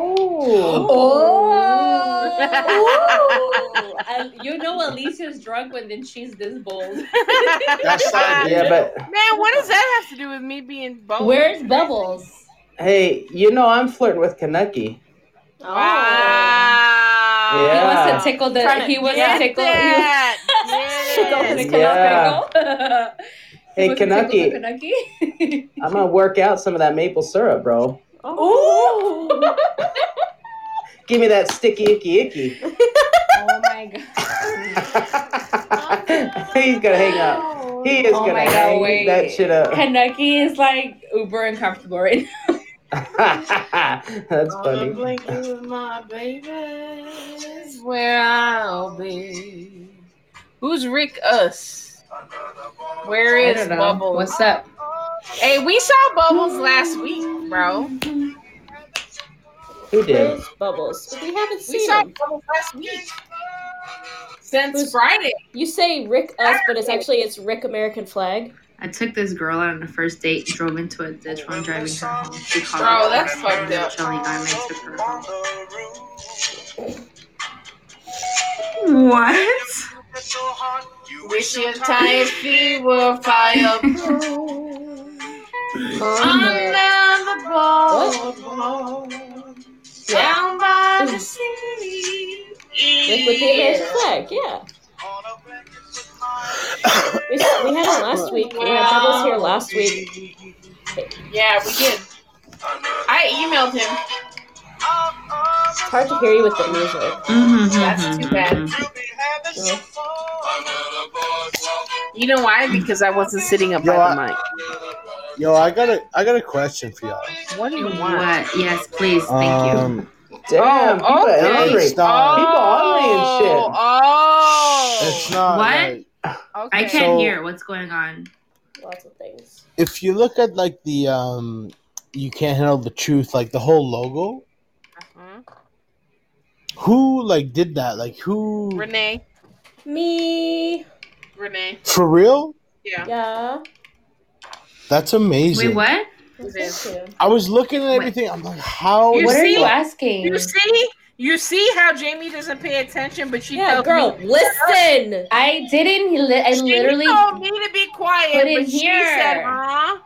Speaker 15: Oh.
Speaker 3: Oh,
Speaker 1: Oh.
Speaker 3: *laughs* Uh, you know Alicia's drunk when then she's this bold.
Speaker 4: That's not a date.
Speaker 15: Yeah, but
Speaker 1: Man, what does that have to do with me being bold?
Speaker 3: Where's Bubbles?
Speaker 15: hey, you know I'm flirting with Kaneki.
Speaker 2: Oh.
Speaker 1: Wow.
Speaker 15: Yeah.
Speaker 3: He wants to tickle the.
Speaker 2: Trying to
Speaker 3: He wants
Speaker 1: Get
Speaker 3: to tickle.
Speaker 1: that.
Speaker 3: *laughs* He wants
Speaker 1: Yes.
Speaker 3: to tickle.
Speaker 15: Yeah.
Speaker 3: Yeah.
Speaker 15: Hey, Kaneki,
Speaker 3: Kanaki. *laughs*
Speaker 15: I'm gonna work out some of that maple syrup, bro.
Speaker 3: Oh
Speaker 15: Give me that sticky icky icky. *laughs*
Speaker 3: Oh my god.
Speaker 15: He's gonna hang up. He is
Speaker 3: Oh
Speaker 15: gonna
Speaker 3: my God,
Speaker 15: hang
Speaker 3: wait.
Speaker 15: that shit up.
Speaker 3: Kanaki is like uber uncomfortable right now.
Speaker 15: *laughs* That's
Speaker 1: I'm
Speaker 4: Oh,
Speaker 15: funny.
Speaker 1: blinking with my baby. Is where I'll be. Who's Rick? Us. Where
Speaker 3: I
Speaker 1: is
Speaker 3: don't know.
Speaker 1: Bubbles?
Speaker 3: What's up?
Speaker 1: Hey, we saw Bubbles last week, bro.
Speaker 15: Who did?
Speaker 2: Where's Bubbles? We haven't
Speaker 1: We
Speaker 2: seen
Speaker 1: saw
Speaker 2: him.
Speaker 1: Bubbles last week. Since Friday.
Speaker 2: You say Rick us, but it's actually it's Rick American flag.
Speaker 3: I took this girl on a first date, drove into a ditch while driving her home. She called
Speaker 1: Bro,
Speaker 3: me
Speaker 1: Oh, that's
Speaker 3: back, and
Speaker 1: fucked up.
Speaker 3: Shelly and I took her home.
Speaker 5: What?
Speaker 1: Wish your tired feet were fireproof. Under the boardwalk, down by the sea.
Speaker 2: Rick with the American flag, yeah. We, s- we had him last week. We had Bubbles here last week.
Speaker 1: Yeah, we did. I emailed him.
Speaker 2: It's hard to hear you with the music.
Speaker 1: That's
Speaker 3: Mm-hmm.
Speaker 1: too bad. You know why? Because I wasn't sitting up
Speaker 4: Yo,
Speaker 1: by the
Speaker 4: I-
Speaker 1: mic.
Speaker 4: Yo, I got a I got a question for y'all.
Speaker 1: What do you want?
Speaker 3: What? Yes, please. Thank you.
Speaker 4: Um,
Speaker 1: Oh,
Speaker 15: Damn, people are
Speaker 1: okay.
Speaker 15: hungry.
Speaker 4: It's not.
Speaker 15: People hungry and
Speaker 1: Oh,
Speaker 15: shit.
Speaker 1: oh.
Speaker 4: It's not.
Speaker 3: What?
Speaker 4: like-
Speaker 1: Okay.
Speaker 3: I can't
Speaker 4: So-
Speaker 3: hear what's going on.
Speaker 2: Lots of things.
Speaker 4: if you look at like the um, you can't handle the truth, like the whole logo.
Speaker 1: Mhm.
Speaker 4: Mm-hmm. Who like did that? Like who?
Speaker 1: Renee.
Speaker 2: Me.
Speaker 1: Renee.
Speaker 4: For real?
Speaker 1: Yeah.
Speaker 2: Yeah.
Speaker 4: That's amazing.
Speaker 3: Wait, what?
Speaker 1: It is.
Speaker 4: I was looking at
Speaker 3: Wait.
Speaker 4: everything. I'm like, how?
Speaker 1: You
Speaker 3: what are
Speaker 1: see-
Speaker 3: you asking?
Speaker 1: You see, you see how Jamie doesn't pay attention, but she
Speaker 2: Yeah,
Speaker 1: tells
Speaker 2: girl,
Speaker 1: me.
Speaker 2: listen.
Speaker 3: I didn't. Li- I
Speaker 1: she
Speaker 3: literally.
Speaker 1: told me to be quiet,
Speaker 3: put it
Speaker 1: but she
Speaker 3: here.
Speaker 1: said, "Huh,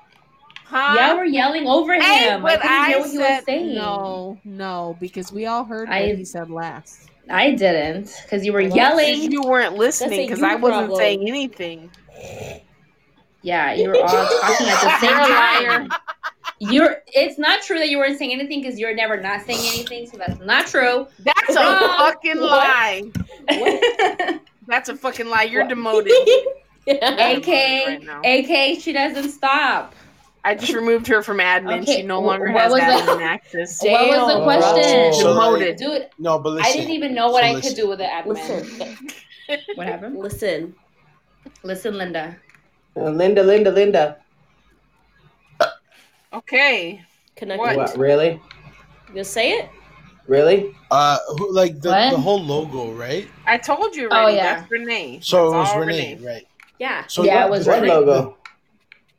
Speaker 1: huh."
Speaker 3: Y'all were yelling over him.
Speaker 1: Hey,
Speaker 3: I
Speaker 1: but
Speaker 3: couldn't
Speaker 1: I,
Speaker 3: hear what he was
Speaker 1: said
Speaker 3: saying.
Speaker 1: no, no, because we all heard
Speaker 3: I-
Speaker 1: what he said last.
Speaker 3: I didn't, because you were
Speaker 2: Well,
Speaker 3: yelling.
Speaker 1: You weren't listening
Speaker 2: That's a
Speaker 1: because
Speaker 2: you
Speaker 1: I wasn't
Speaker 2: problem.
Speaker 1: saying anything.
Speaker 3: Yeah, you were all talking at the same
Speaker 1: You're a liar.
Speaker 3: time. You're. It's not true that you weren't saying anything, because you're never not saying anything. So that's not true.
Speaker 1: That's a
Speaker 3: Wrong.
Speaker 1: fucking
Speaker 3: What?
Speaker 1: lie. That's a fucking lie. You're
Speaker 3: What? *laughs*
Speaker 1: demoted.
Speaker 2: yeah.
Speaker 1: I'm
Speaker 3: AK,
Speaker 1: right now.
Speaker 3: AK, she doesn't stop.
Speaker 1: I just removed her from admin.
Speaker 3: Okay,
Speaker 1: She no
Speaker 3: wh-
Speaker 1: longer
Speaker 3: what
Speaker 1: has
Speaker 3: was the-
Speaker 1: admin access.
Speaker 3: what was
Speaker 8: *laughs*
Speaker 2: Damn,
Speaker 3: the
Speaker 2: bro.
Speaker 3: question?
Speaker 4: So, like,
Speaker 1: Demoted.
Speaker 3: Dude,
Speaker 4: no, but listen.
Speaker 3: I didn't even know what
Speaker 4: So
Speaker 3: I
Speaker 4: listen.
Speaker 3: could do with the admin.
Speaker 2: Listen.
Speaker 3: What happened?
Speaker 2: Listen.
Speaker 3: Listen, Linda.
Speaker 15: Uh, Linda, Linda, Linda.
Speaker 1: Okay.
Speaker 2: Connect.
Speaker 15: What, really?
Speaker 2: You gonna say it?
Speaker 1: *laughs*
Speaker 15: Really?
Speaker 4: Uh, who, like the,
Speaker 2: What?
Speaker 4: the whole logo, right?
Speaker 1: I told you
Speaker 4: Oh,
Speaker 1: already.
Speaker 4: yeah.
Speaker 1: That's Renee.
Speaker 4: So
Speaker 1: That's
Speaker 4: it
Speaker 1: all
Speaker 4: was Renee, right?
Speaker 2: Yeah.
Speaker 4: So
Speaker 8: yeah,
Speaker 4: what-
Speaker 8: it was
Speaker 4: what
Speaker 8: Renee.
Speaker 4: logo?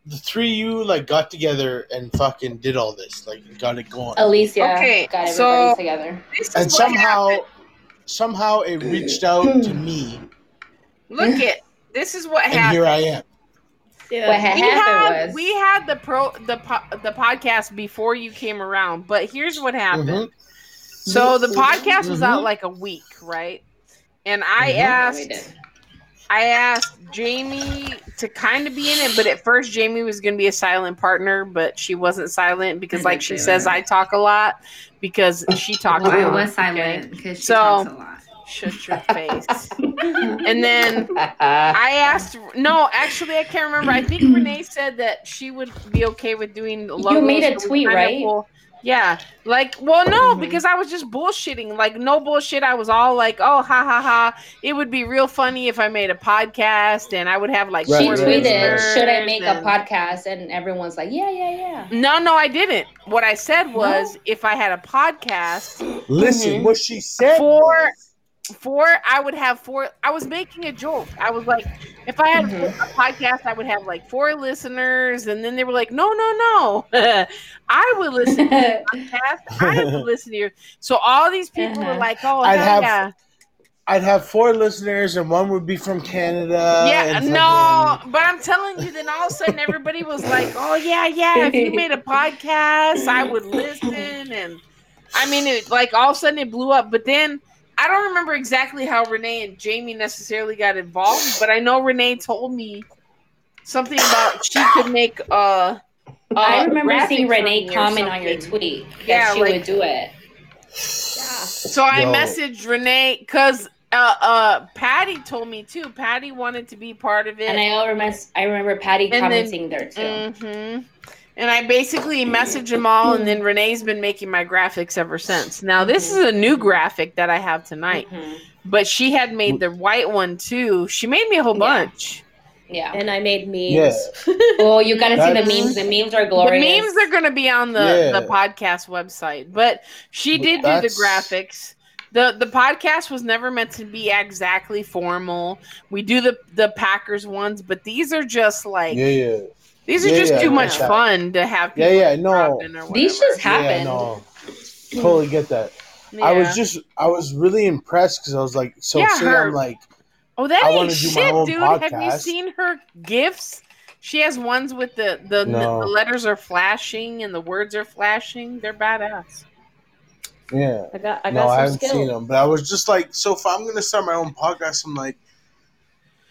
Speaker 4: The three you like got together and fucking did all this, like got it going.
Speaker 8: Alicia
Speaker 1: Okay,
Speaker 8: got everybody
Speaker 1: so-
Speaker 8: together.
Speaker 4: and somehow, somehow it reached out to me,
Speaker 1: Look it. This is
Speaker 4: *laughs*
Speaker 1: what
Speaker 4: and
Speaker 1: happened.
Speaker 4: here I am.
Speaker 8: What had
Speaker 1: we
Speaker 8: happened
Speaker 1: had,
Speaker 8: was-
Speaker 1: we had the pro the po- the podcast before you came around, but here's what happened.
Speaker 5: Mhm.
Speaker 1: So the podcast was out
Speaker 5: Mhm.
Speaker 1: like a week, right? And I
Speaker 5: Mhm.
Speaker 1: asked
Speaker 5: Yeah, we did.
Speaker 1: I asked Jamie to kind of be in it, but at first Jamie was going to be a silent partner, but she wasn't silent because
Speaker 8: I
Speaker 1: like
Speaker 8: did
Speaker 1: she
Speaker 8: say
Speaker 1: says
Speaker 8: that.
Speaker 1: I talk a lot because she talks
Speaker 8: Well,
Speaker 1: a
Speaker 8: I
Speaker 1: lot.
Speaker 8: was
Speaker 1: okay?
Speaker 8: silent because she
Speaker 1: So-
Speaker 8: talks a lot.
Speaker 1: Shut your face. and then I asked. No, actually, I can't remember. I think Renee said that she would be okay with doing. Logos
Speaker 8: made a
Speaker 1: so we
Speaker 8: tweet,
Speaker 1: kinda
Speaker 8: right?
Speaker 1: pull- yeah, like, well, no, because I was just bullshitting. Like, no bullshit. I was all like, "Oh, ha ha ha! It would be real funny if I made a podcast, and I would have like."
Speaker 8: she
Speaker 1: four
Speaker 8: tweeted,
Speaker 1: listeners
Speaker 8: "Should I make a
Speaker 1: and-
Speaker 8: podcast?" And everyone's like, "Yeah, yeah, yeah."
Speaker 1: No, no, I didn't. What I said was, if I had a podcast,
Speaker 4: Listen, what she said.
Speaker 1: Mm-hmm. four four i would have four i was making a joke i was like if i had
Speaker 4: Mm-hmm.
Speaker 1: a podcast i would have like four listeners and then they were like no no no *laughs* i would listen to
Speaker 3: *laughs*
Speaker 1: your
Speaker 4: *laughs*
Speaker 1: podcast i would listen to your so all these people were like oh
Speaker 4: I'd
Speaker 1: hell
Speaker 4: have-
Speaker 1: yeah
Speaker 4: I'd have four listeners, and one would be from Canada.
Speaker 1: yeah,
Speaker 4: and
Speaker 1: no, but I'm telling you, then all of a sudden everybody was like, oh, yeah, yeah, if you made a podcast, I would listen. And I mean, it like all of a sudden it blew up. But then I don't remember exactly how Renee and Jamie necessarily got involved, but I know Renee told me something about she could make uh
Speaker 8: I
Speaker 1: uh,
Speaker 8: remember
Speaker 1: graphics
Speaker 8: seeing
Speaker 1: for
Speaker 8: Renee
Speaker 1: me or
Speaker 8: comment on your
Speaker 1: something.
Speaker 8: tweet that
Speaker 1: Yeah,
Speaker 8: she
Speaker 1: like-
Speaker 8: would do it.
Speaker 1: So I
Speaker 8: Yo.
Speaker 1: messaged Renee because uh, uh, Patty told me too. Patty wanted to be part of it,
Speaker 8: And I all remember, I remember Patty
Speaker 1: And then-
Speaker 8: commenting there too.
Speaker 3: mm,
Speaker 1: Mhm. And I basically message them all, and then Renee's been making my graphics ever since. Now this is a new graphic that I have tonight,
Speaker 8: Mm-hmm.
Speaker 1: but she had made the white one too. She made me a whole bunch.
Speaker 8: Yeah,
Speaker 2: and I made memes.
Speaker 1: Yeah.
Speaker 8: Oh, you gotta see the
Speaker 1: That's-
Speaker 8: memes. The memes are glorious.
Speaker 1: The memes are going to be on the,
Speaker 8: Yeah.
Speaker 1: the podcast website, but she did do the
Speaker 8: that's-
Speaker 1: graphics. the The podcast was never meant to be exactly formal. We do the the Packers ones, but these are just like
Speaker 4: Yeah, yeah.
Speaker 1: these are
Speaker 4: Yeah,
Speaker 1: just
Speaker 4: yeah,
Speaker 1: too
Speaker 4: I
Speaker 1: much
Speaker 4: get that.
Speaker 1: fun to have.
Speaker 4: Yeah,
Speaker 1: People
Speaker 4: yeah, no.
Speaker 1: These
Speaker 8: just
Speaker 4: Yeah,
Speaker 8: happen.
Speaker 4: no. Totally get that. I
Speaker 1: Yeah.
Speaker 4: was just, I was really impressed because I was like, so
Speaker 1: Yeah,
Speaker 4: say
Speaker 1: her-
Speaker 4: I'm like,
Speaker 1: Oh, that
Speaker 4: I
Speaker 1: ain't
Speaker 4: wanna do my
Speaker 1: shit,
Speaker 4: own
Speaker 1: dude. Have you
Speaker 4: podcast.
Speaker 1: seen her gifts? She has ones with the the,
Speaker 4: No.
Speaker 1: the letters are flashing and the words are flashing. They're badass.
Speaker 4: yeah.
Speaker 2: *laughs* I got, I
Speaker 4: no,
Speaker 2: got some
Speaker 4: I haven't
Speaker 2: skill.
Speaker 4: seen them, but I was just like, so if I'm gonna start my own podcast, I'm like,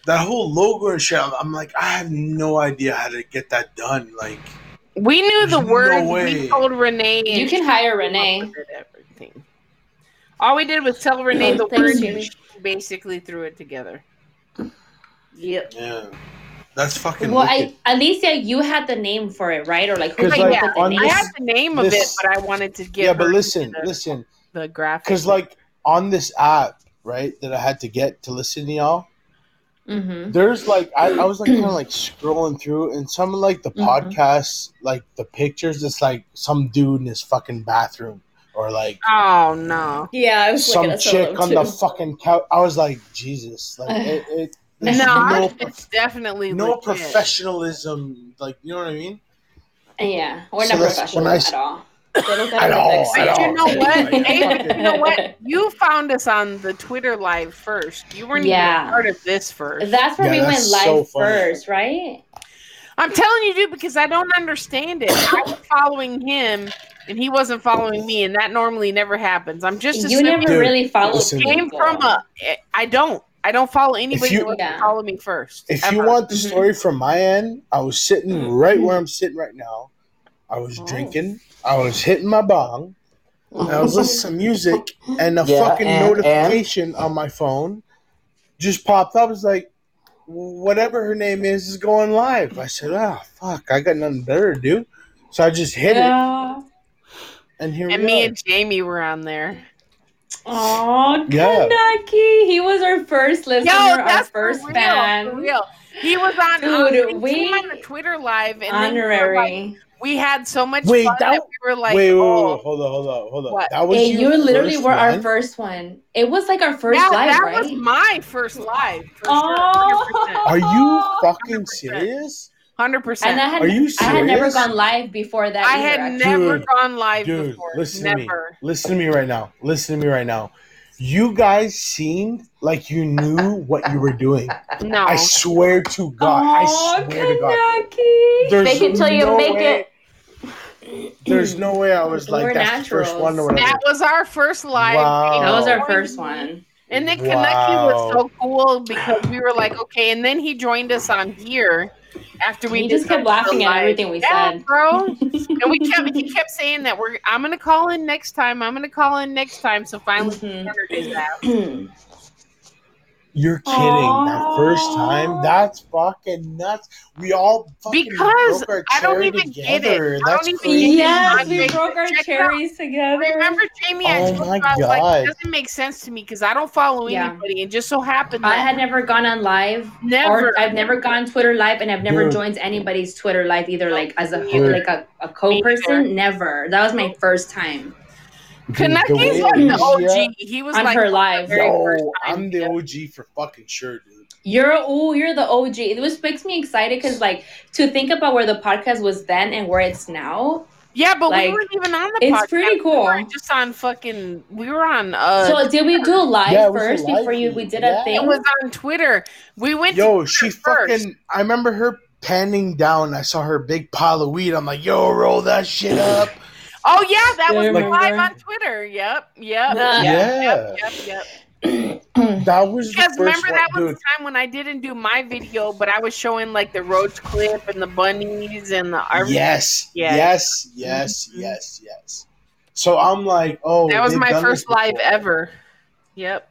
Speaker 4: that whole logo and shit. I'm I'm like, I have no idea how to get that done. Like,
Speaker 1: We knew the
Speaker 4: No
Speaker 1: word.
Speaker 4: way.
Speaker 1: we told Renee. and
Speaker 8: You can
Speaker 1: she
Speaker 8: hire
Speaker 1: came up
Speaker 8: Renee.
Speaker 1: with it, Everything. All we did was tell Renee the
Speaker 8: Thanks,
Speaker 1: word,
Speaker 8: Jamie.
Speaker 1: and she basically threw it together.
Speaker 2: Yep.
Speaker 4: yeah, that's fucking.
Speaker 8: Well,
Speaker 4: wicked.
Speaker 8: I, Alicia, you had the name for it, right? Or like, who
Speaker 4: 'Cause,
Speaker 8: came
Speaker 4: like,
Speaker 8: up with the
Speaker 4: on
Speaker 8: name?
Speaker 4: this-
Speaker 1: I had the name of
Speaker 4: this-
Speaker 1: it, but I wanted to give.
Speaker 4: yeah, but
Speaker 1: her
Speaker 4: listen,
Speaker 1: the, *laughs*
Speaker 4: listen.
Speaker 1: the graphic.
Speaker 4: Because like on this app, right, that I had to get to listen to y'all,
Speaker 8: Mm-hmm.
Speaker 4: there's like I, I was like kind
Speaker 1: *clears throat*
Speaker 4: of like scrolling through, and some of like the
Speaker 1: Mm-hmm.
Speaker 4: podcasts, like the pictures, it's like some dude in his fucking bathroom, or like
Speaker 1: Oh no.
Speaker 2: Yeah, I
Speaker 4: some chick on the fucking couch. I was like, Jesus,
Speaker 1: *sighs*
Speaker 4: like it. it
Speaker 1: no,
Speaker 4: there's
Speaker 1: ours-
Speaker 4: no,
Speaker 1: it's definitely
Speaker 4: no
Speaker 1: legit.
Speaker 4: professionalism, like you know what I mean?
Speaker 8: Yeah,
Speaker 4: we're So not that's professional when I s- at
Speaker 8: all.
Speaker 4: *laughs* At all, at
Speaker 1: But
Speaker 4: all.
Speaker 1: you
Speaker 4: *laughs*
Speaker 1: know what? Hey,
Speaker 4: Fucking-
Speaker 1: you know
Speaker 4: *laughs*
Speaker 1: what? You found us on the Twitter live first. You weren't
Speaker 8: Yeah.
Speaker 1: even part of this first.
Speaker 8: That's where we
Speaker 4: Yeah,
Speaker 8: went
Speaker 4: that's so
Speaker 8: live
Speaker 4: funny.
Speaker 8: first, right?
Speaker 1: I'm telling you, dude, because I don't understand it. I was following him, and he wasn't following me, and that normally never happens. I'm just
Speaker 8: You never
Speaker 4: Dude,
Speaker 8: really follow
Speaker 4: listen.
Speaker 1: It came
Speaker 8: people.
Speaker 1: from a. eh, I don't. I don't follow anybody
Speaker 4: you-
Speaker 1: who doesn't follow me first.
Speaker 4: If
Speaker 1: ever. Mm-hmm.
Speaker 4: you want the story from my end, I was sitting right where I'm sitting right now. I was drinking. I was hitting my bong. And I was listening to music, and a
Speaker 15: Yeah,
Speaker 4: fucking
Speaker 15: and-
Speaker 4: notification on my phone just popped up. It's like, whatever her name is, is going live. I said, ah, fuck, I got nothing better to do. So I just hit it,
Speaker 8: Yeah.
Speaker 4: and here
Speaker 1: and
Speaker 4: we
Speaker 1: me
Speaker 4: are.
Speaker 1: and Jamie were on there.
Speaker 8: Oh,
Speaker 4: Yeah.
Speaker 8: Kanaki. He was our first listener,
Speaker 1: Yo,
Speaker 8: our
Speaker 1: that's
Speaker 8: first
Speaker 1: for real,
Speaker 8: fan.
Speaker 1: For real. He was on,
Speaker 17: Dude,
Speaker 1: um,
Speaker 17: we-
Speaker 1: we on the Twitter live and then we were like-
Speaker 17: Honorary.
Speaker 1: we had so much
Speaker 4: Wait,
Speaker 1: fun
Speaker 4: that-
Speaker 1: that, we were like,
Speaker 4: wait, wait, wait,
Speaker 1: oh,
Speaker 4: wait, hold on, hold on, hold on.
Speaker 1: What?
Speaker 4: That was
Speaker 17: Hey,
Speaker 4: your
Speaker 17: you literally
Speaker 4: first
Speaker 17: were our
Speaker 4: one?
Speaker 17: first one. It was like our first
Speaker 1: yeah,
Speaker 17: live,
Speaker 1: that
Speaker 17: right?
Speaker 1: was my first live. For
Speaker 17: Oh.
Speaker 4: Are you fucking serious?
Speaker 1: hundred percent.
Speaker 17: and I had
Speaker 4: Are you
Speaker 17: I had never
Speaker 4: serious?
Speaker 17: gone live before that.
Speaker 1: I
Speaker 17: either,
Speaker 1: had
Speaker 17: actually.
Speaker 1: never
Speaker 4: Dude,
Speaker 1: gone live
Speaker 4: Dude,
Speaker 1: before.
Speaker 4: listen to me.
Speaker 1: never.
Speaker 4: Listen to me right now. Listen to me right now. You guys seemed like you knew what you were doing.
Speaker 1: No.
Speaker 4: I swear to God.
Speaker 1: Oh,
Speaker 4: I swear to God.
Speaker 17: Kanaki.
Speaker 4: There's
Speaker 18: Fake it till you
Speaker 4: no
Speaker 18: make
Speaker 4: way,
Speaker 18: it.
Speaker 4: There's no way I was like
Speaker 17: We're
Speaker 4: that's the first
Speaker 17: naturals.
Speaker 4: one or whatever.
Speaker 1: that was our first live.
Speaker 4: Wow.
Speaker 17: That was our
Speaker 1: Joined
Speaker 17: first
Speaker 1: me.
Speaker 17: one.
Speaker 1: And then
Speaker 4: Wow.
Speaker 1: Kaneki was so cool because we were like, okay. And then he joined us on here after we
Speaker 17: He
Speaker 1: did
Speaker 17: just kept
Speaker 1: the
Speaker 17: laughing at
Speaker 1: live.
Speaker 17: everything we
Speaker 1: Yeah,
Speaker 17: said.
Speaker 1: bro. and we kept
Speaker 17: *laughs*
Speaker 1: he kept saying that we're I'm gonna call in next time. I'm gonna call in next time. So finally,
Speaker 17: Mhm.
Speaker 1: Tanner did
Speaker 17: *laughs*
Speaker 1: that.
Speaker 17: *clears throat*
Speaker 4: You're kidding. That first time? That's fucking nuts. We all fucking
Speaker 1: Because
Speaker 4: broke our
Speaker 1: I don't
Speaker 4: cherry
Speaker 1: even get it.
Speaker 4: together.
Speaker 1: I
Speaker 4: That's
Speaker 1: don't even
Speaker 4: crazy.
Speaker 17: yes, we
Speaker 1: Check
Speaker 17: broke our
Speaker 1: it out.
Speaker 17: cherries together.
Speaker 1: Remember, Jamie? I
Speaker 4: Oh
Speaker 1: told you,
Speaker 4: my
Speaker 1: I was like,
Speaker 4: God.
Speaker 1: it doesn't make sense to me because I don't follow
Speaker 17: Yeah.
Speaker 1: anybody, and just so happened
Speaker 17: I
Speaker 1: that
Speaker 17: had never gone on live.
Speaker 1: never.
Speaker 17: Or I've never gone Twitter live, and I've never
Speaker 4: Dude.
Speaker 17: joined anybody's Twitter live either, like as a
Speaker 4: Dude.
Speaker 17: like a, a co-person. Never. That was my first time
Speaker 1: Kaneki's like the OG. He was
Speaker 17: on
Speaker 1: like
Speaker 17: her live.
Speaker 1: very first
Speaker 4: Yo,
Speaker 1: time.
Speaker 4: I'm the OG for fucking sure, dude.
Speaker 17: You're ooh, you're the OG. It was makes me excited because like to think about where the podcast was then and where it's now.
Speaker 1: Yeah, but
Speaker 17: Like,
Speaker 1: we weren't even on the
Speaker 17: it's
Speaker 1: podcast.
Speaker 17: pretty
Speaker 1: We were
Speaker 17: cool.
Speaker 1: just on fucking. We were on. Uh,
Speaker 17: so did we do live
Speaker 4: Yeah, it was a
Speaker 17: first
Speaker 4: live
Speaker 17: before you?
Speaker 4: feed.
Speaker 17: We did
Speaker 4: Yeah.
Speaker 17: a
Speaker 1: it
Speaker 17: thing.
Speaker 1: was on Twitter. We went. to
Speaker 4: Yo, she
Speaker 1: Twitter first.
Speaker 4: fucking. I remember her panning down. I saw her big pile of weed. I'm like, yo, roll that shit up.
Speaker 1: Oh yeah, that was live
Speaker 17: Yeah, remember?
Speaker 1: on Twitter. Yep, yep,
Speaker 17: Yeah.
Speaker 1: yep, yep, yep.
Speaker 4: That was
Speaker 1: Because
Speaker 4: the first
Speaker 1: remember
Speaker 4: one,
Speaker 1: that was
Speaker 4: dude.
Speaker 1: the time when I didn't do my video, but I was showing like the roach clip and the bunnies and the everything.
Speaker 4: Yes,
Speaker 1: Yeah.
Speaker 4: yes, yes,
Speaker 1: Mhm.
Speaker 4: yes, yes. So I'm like, oh,
Speaker 1: that was
Speaker 4: they've
Speaker 1: my
Speaker 4: done
Speaker 1: first
Speaker 4: this
Speaker 1: live
Speaker 4: before.
Speaker 1: ever. Yep.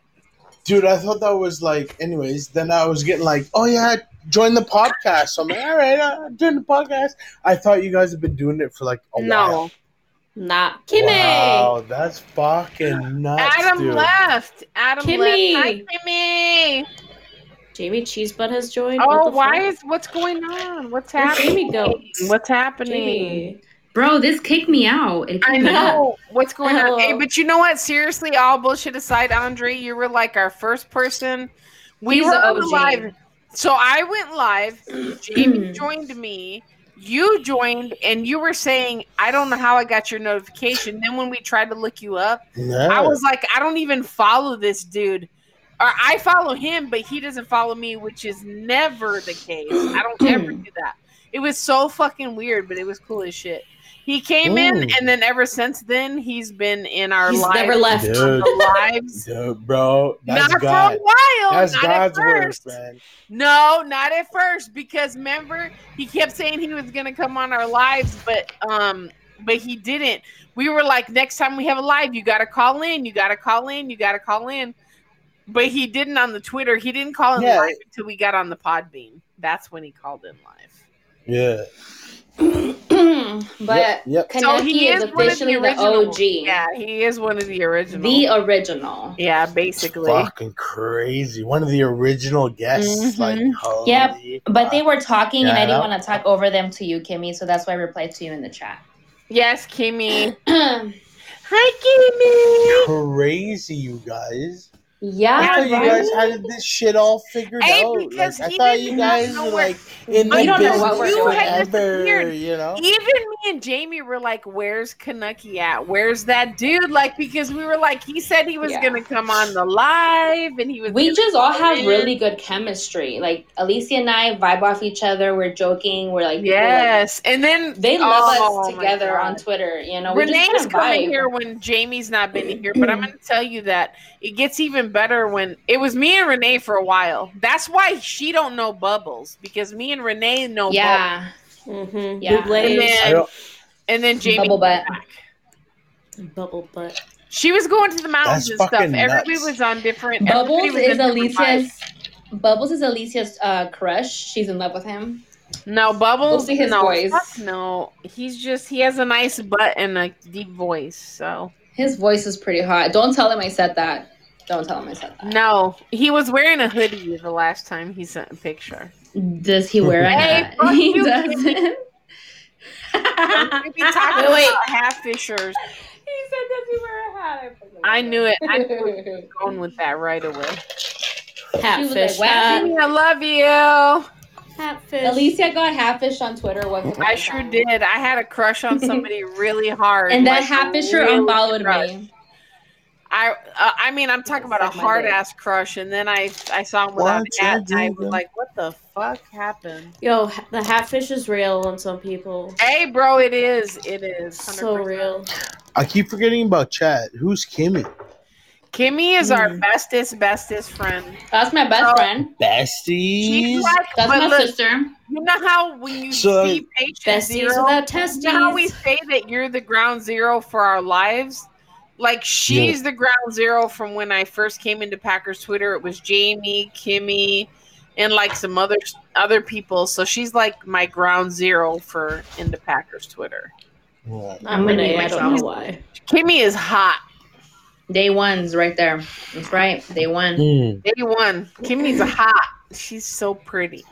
Speaker 4: dude. I thought that was like, anyways. Then I was getting like, oh yeah, join the podcast. So I'm like, all right, uh, join the podcast. I thought you guys have been doing it for like a while.
Speaker 1: no,
Speaker 2: Nah.
Speaker 17: Kimmy.
Speaker 4: Wow, that's fucking nuts,
Speaker 1: Adam
Speaker 4: dude.
Speaker 1: left. Adam
Speaker 2: Kimmy!
Speaker 1: left. Hi, Kimmy.
Speaker 2: Jamie Cheesebutt has joined. What
Speaker 1: Oh,
Speaker 2: the
Speaker 1: why
Speaker 2: fuck?
Speaker 1: is what's going on? What's
Speaker 2: Where'd
Speaker 1: happening?
Speaker 2: Jamie go?
Speaker 1: What's happening?
Speaker 2: Jamie.
Speaker 17: Bro, this kicked me out. It kicked
Speaker 1: I
Speaker 17: me out.
Speaker 1: know what's going on. Hey,
Speaker 2: Hello.
Speaker 1: but you know what? Seriously, all bullshit aside, Andre, you were like our first person. We
Speaker 17: He's
Speaker 1: were
Speaker 17: a
Speaker 1: on
Speaker 17: OG.
Speaker 1: live. So I went live. Jamie joined me. You joined, and you were saying, "I don't know how I got your notification." Then when we tried to look you up,
Speaker 4: Yeah.
Speaker 1: I was like, "I don't even follow this dude." Or I follow him, but he doesn't follow me, which is never the case. I
Speaker 4: *clears throat*
Speaker 1: don't ever do that. It was so fucking weird, but it was cool as shit. He came in,
Speaker 4: Ooh.
Speaker 1: and then ever since then, he's been in our
Speaker 2: He's
Speaker 1: lives.
Speaker 2: never left.
Speaker 4: dude,
Speaker 1: the lives.
Speaker 4: dude, bro, that's
Speaker 1: not
Speaker 4: God.
Speaker 1: for a while.
Speaker 4: That's
Speaker 1: not
Speaker 4: God's
Speaker 1: at
Speaker 4: word,
Speaker 1: first.
Speaker 4: man.
Speaker 1: No, not at first because remember he kept saying he was gonna come on our lives, but um, but he didn't. We were like, next time we have a live, you gotta call in, you gotta call in, you gotta call in. But he didn't on the Twitter. He didn't call in
Speaker 4: Yeah.
Speaker 1: live until we got on the Podbean. That's when he called in live.
Speaker 4: Yeah.
Speaker 17: *clears throat* but
Speaker 4: yep. yep.
Speaker 17: Kaneki
Speaker 1: So he
Speaker 17: is,
Speaker 1: is one of
Speaker 17: officially
Speaker 1: the
Speaker 17: the,
Speaker 1: original.
Speaker 17: OG.
Speaker 1: Yeah, he is one of the original.
Speaker 17: The original.
Speaker 1: yeah, basically.
Speaker 4: Fucking crazy. One of the original guests. Like,
Speaker 1: Mhm.
Speaker 4: holy
Speaker 17: Yep, But they
Speaker 4: fuck.
Speaker 17: were talking, and I
Speaker 4: Yeah.
Speaker 17: didn't want to talk over them to you, Kimmy. So that's why I replied to you in the *clears throat* chat.
Speaker 1: Yes, Kimmy. Hi, Kimmy.
Speaker 4: crazy, you guys. I
Speaker 17: yeah,
Speaker 4: thought you
Speaker 17: right?
Speaker 4: guys had this shit all figured
Speaker 1: Hey,
Speaker 4: out.
Speaker 1: because
Speaker 4: Like, I
Speaker 1: he
Speaker 4: thought
Speaker 1: didn't
Speaker 4: you guys
Speaker 1: know
Speaker 4: were
Speaker 1: where-
Speaker 4: like in
Speaker 17: We
Speaker 4: the
Speaker 17: don't know
Speaker 4: business
Speaker 17: what we're
Speaker 1: You
Speaker 17: doing.
Speaker 1: had
Speaker 4: forever,
Speaker 1: disappeared.
Speaker 4: you know.
Speaker 1: Even me and Jamie were like, "Where's Kanucky at? Where's that dude?" Like because we were like, he said he was
Speaker 17: Yeah.
Speaker 1: gonna come on the live, and he was.
Speaker 17: we
Speaker 1: gonna
Speaker 17: just all
Speaker 1: come
Speaker 17: have
Speaker 1: in.
Speaker 17: really good chemistry. Like Alicia and I vibe off each other. We're joking. We're like,
Speaker 1: yes, and
Speaker 17: we're
Speaker 1: then
Speaker 17: like- they love
Speaker 1: Oh,
Speaker 17: us
Speaker 1: my
Speaker 17: together
Speaker 1: God.
Speaker 17: on Twitter. You know, we just
Speaker 1: Renee's
Speaker 17: kinda
Speaker 1: coming
Speaker 17: vibe.
Speaker 1: here when Jamie's not been here, but I'm going to tell you that it gets even better when it was me and Renee for a while. That's why she don't know bubbles because me and Renee know bubbles.
Speaker 17: Yeah,
Speaker 2: Mm-hmm.
Speaker 17: Yeah.
Speaker 1: And
Speaker 4: I
Speaker 1: then,
Speaker 4: don't-
Speaker 1: and then Jamie
Speaker 17: bubble butt.
Speaker 2: Bubble butt.
Speaker 1: She was going to the mountains
Speaker 4: That's
Speaker 1: and stuff.
Speaker 4: fucking
Speaker 1: Everybody
Speaker 4: nuts.
Speaker 1: was on different. everybody
Speaker 17: Bubbles
Speaker 1: was
Speaker 17: is
Speaker 1: in different vibes.
Speaker 17: Alicia's. Bubbles is Alicia's uh, crush. She's in love with him.
Speaker 1: No, Bubbles.
Speaker 17: We'll see his
Speaker 1: no,
Speaker 17: voice.
Speaker 1: fuck no, he's just he has a nice butt and a deep voice. So
Speaker 17: His voice is pretty hot. Don't tell him I said that. Don't tell him I said
Speaker 8: *laughs*
Speaker 17: that.
Speaker 1: no, he was wearing a hoodie the last time he sent a picture.
Speaker 8: Does he wear a
Speaker 1: Hey,
Speaker 8: hat?
Speaker 17: *laughs*
Speaker 1: fuck
Speaker 8: he
Speaker 1: you,
Speaker 8: doesn't.
Speaker 1: Jimmy. *laughs*
Speaker 8: he
Speaker 1: We be talking
Speaker 8: Wait.
Speaker 1: about hat fishers.
Speaker 8: said, "Does he wear a hat?" I forgot.
Speaker 1: I knew it. I knew where you were going with that right away.
Speaker 8: Catfish.
Speaker 1: Jimmy, I love you.
Speaker 8: Catfish.
Speaker 3: Alicia got halfish on Twitter once.
Speaker 1: I sure did. I had a crush
Speaker 8: *laughs*
Speaker 1: on somebody really hard,
Speaker 8: And that
Speaker 1: like,
Speaker 8: half-fisher
Speaker 1: really
Speaker 8: unfollowed
Speaker 1: crush.
Speaker 8: me.
Speaker 1: I uh, I mean, I'm talking about a
Speaker 8: Suck my
Speaker 1: hard
Speaker 8: dick.
Speaker 1: ass crush, and then I I saw him without
Speaker 2: Why'd
Speaker 1: a hat, and
Speaker 2: you
Speaker 1: I
Speaker 2: do
Speaker 1: was
Speaker 2: that?
Speaker 1: like, what the fuck happened?
Speaker 2: Yo, ha- the hatfish is real on some people.
Speaker 1: Hey, bro, it is. It is.
Speaker 2: So real.
Speaker 4: I keep forgetting about Chad. Who's Kimmy?
Speaker 1: Kimmy is our bestest, bestest friend.
Speaker 8: That's my best
Speaker 1: Oh.
Speaker 8: friend.
Speaker 4: Besties.
Speaker 1: She's like,
Speaker 8: That's
Speaker 1: but
Speaker 8: my
Speaker 1: look,
Speaker 8: sister.
Speaker 1: You know how when you
Speaker 4: So-
Speaker 1: see patient
Speaker 2: Besties
Speaker 1: zero,
Speaker 2: without
Speaker 1: you know how we
Speaker 2: testes.
Speaker 1: say that you're the ground zero for our lives? Like she's the ground zero from when I first came into Packers Twitter. It was Jamie, Kimmy, and like some other other people. So she's like my ground zero for into Packers Twitter.
Speaker 2: I'm
Speaker 8: gonna
Speaker 2: Renee. I don't
Speaker 8: myself.
Speaker 2: know why.
Speaker 1: Kimmy is hot.
Speaker 8: Day one's right there. That's right. Day one.
Speaker 4: Hmm.
Speaker 1: Day one. Kimmy's hot. She's so pretty.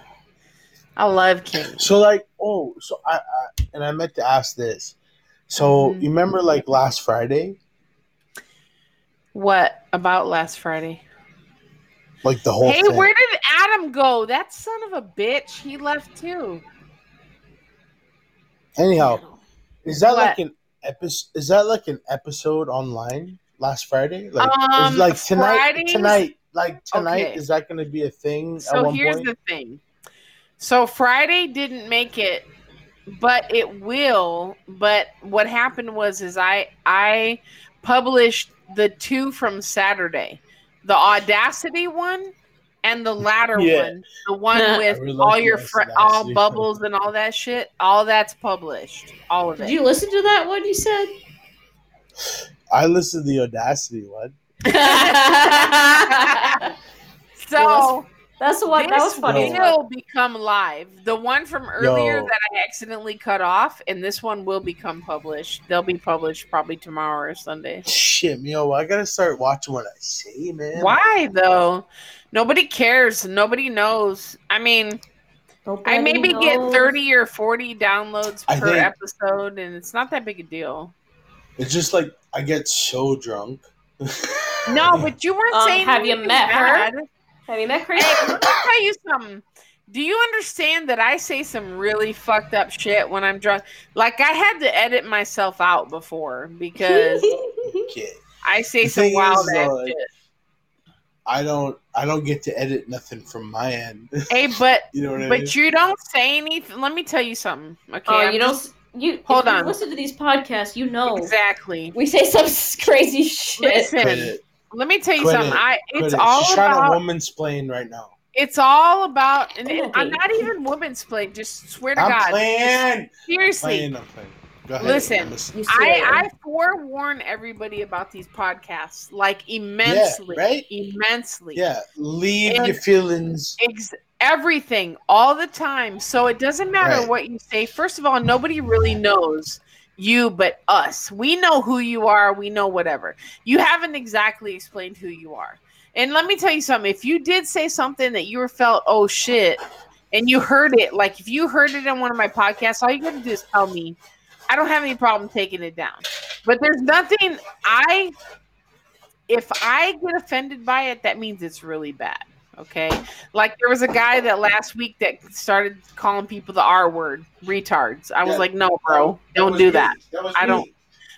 Speaker 1: I love Kimmy.
Speaker 4: So like, oh, so I, I and I meant to ask this. So
Speaker 1: Mm-hmm.
Speaker 4: you remember like last Friday,
Speaker 1: What about last Friday?
Speaker 4: like the whole
Speaker 1: hey,
Speaker 4: thing.
Speaker 1: where did Adam go? That son of a bitch. He left too.
Speaker 4: Anyhow, is that
Speaker 1: What?
Speaker 4: like an episode? Is that like an episode online last Friday? Like,
Speaker 1: Um,
Speaker 4: is like tonight,
Speaker 1: Fridays-
Speaker 4: tonight, like tonight.
Speaker 1: Okay.
Speaker 4: Is that going to be a thing at
Speaker 1: So
Speaker 4: one
Speaker 1: here's
Speaker 4: point?
Speaker 1: the thing. So Friday didn't make it, but it will. But what happened was is I I published the two from Saturday. The Audacity one and the latter
Speaker 4: Yeah.
Speaker 1: one. The one
Speaker 2: *laughs* I
Speaker 1: with
Speaker 4: really
Speaker 1: all
Speaker 4: like
Speaker 1: your
Speaker 4: the
Speaker 1: fr-
Speaker 4: Audacity.
Speaker 1: all bubbles and all that shit. All that's published. All of it.
Speaker 2: Did you listen to that one you said?
Speaker 4: I listened to the Audacity one.
Speaker 1: so
Speaker 2: *laughs* That's the one. that was
Speaker 1: this
Speaker 2: funny.
Speaker 1: will become live. The one from earlier
Speaker 4: Yo.
Speaker 1: that I accidentally cut off, and this one will become published. They'll be published probably tomorrow or Sunday.
Speaker 4: Shit, Mio, I gotta start watching what I say, man.
Speaker 1: Why though? Nobody cares. Nobody knows. I mean, I
Speaker 2: Nobody
Speaker 1: maybe get
Speaker 2: knows.
Speaker 1: thirty or forty downloads
Speaker 4: I
Speaker 1: per
Speaker 4: think-
Speaker 1: episode, and it's not that big a deal.
Speaker 4: It's just like I get so drunk. *laughs*
Speaker 1: No, but you weren't
Speaker 2: Um,
Speaker 1: saying.
Speaker 2: have you
Speaker 1: anything
Speaker 2: met her?
Speaker 1: bad.
Speaker 2: Have you met Chris?
Speaker 1: Hey, let me tell you something. Do you understand that I say some really fucked up shit when I'm drunk? Like I had to edit myself out before because
Speaker 4: Okay.
Speaker 1: I say
Speaker 4: The
Speaker 1: some
Speaker 4: thing
Speaker 1: wild
Speaker 4: is,
Speaker 1: ass
Speaker 4: though,
Speaker 1: shit.
Speaker 4: I don't I don't get to edit nothing from my end.
Speaker 1: Hey,
Speaker 4: *laughs*
Speaker 1: but
Speaker 4: you know what I mean?
Speaker 1: but you don't say anything. Let me tell you something. Okay,
Speaker 2: *laughs* oh,
Speaker 1: I'm
Speaker 2: you don't.
Speaker 1: just-
Speaker 2: s- You if
Speaker 1: Hold
Speaker 2: you
Speaker 1: on.
Speaker 2: Listen to these podcasts. You know.
Speaker 1: exactly.
Speaker 6: We say some s- crazy shit.
Speaker 4: Quit
Speaker 1: Listen,
Speaker 4: it.
Speaker 1: let me tell you
Speaker 4: Quit
Speaker 1: something.
Speaker 4: it.
Speaker 1: I
Speaker 4: Quit
Speaker 1: it's
Speaker 4: it.
Speaker 1: all
Speaker 4: She's trying
Speaker 1: about
Speaker 4: to woman's plain right now.
Speaker 1: it's all about. And it- I'm
Speaker 2: Okay.
Speaker 1: not even woman's playing. Just swear to
Speaker 4: I'm
Speaker 1: God.
Speaker 4: playing.
Speaker 1: Seriously,
Speaker 4: Playing, I'm playing. Go ahead.
Speaker 1: Listen,
Speaker 2: You see
Speaker 1: I, I forewarn everybody about these podcasts, like immensely,
Speaker 4: right?
Speaker 1: immensely.
Speaker 4: yeah, leave
Speaker 1: And-
Speaker 4: your feelings.
Speaker 1: Ex- everything, all the time. So it doesn't matter
Speaker 4: Right.
Speaker 1: what you say. First of all, nobody really knows you but us. We know who you are. We know whatever. You haven't exactly explained who you are. And let me tell you something. If you did say something that you were felt, oh shit, and you heard it, like if you heard it in one of my podcasts, all you got to do is tell me. I don't have any problem taking it down. But there's nothing I if I get offended by it, that means it's really bad. Okay. Like there was a guy that last week that started calling people the R word, retards. I was
Speaker 4: Yeah.
Speaker 1: like, no, bro, don't
Speaker 4: was
Speaker 1: do
Speaker 4: me.
Speaker 1: that.
Speaker 4: was
Speaker 1: I
Speaker 4: me.
Speaker 1: don't-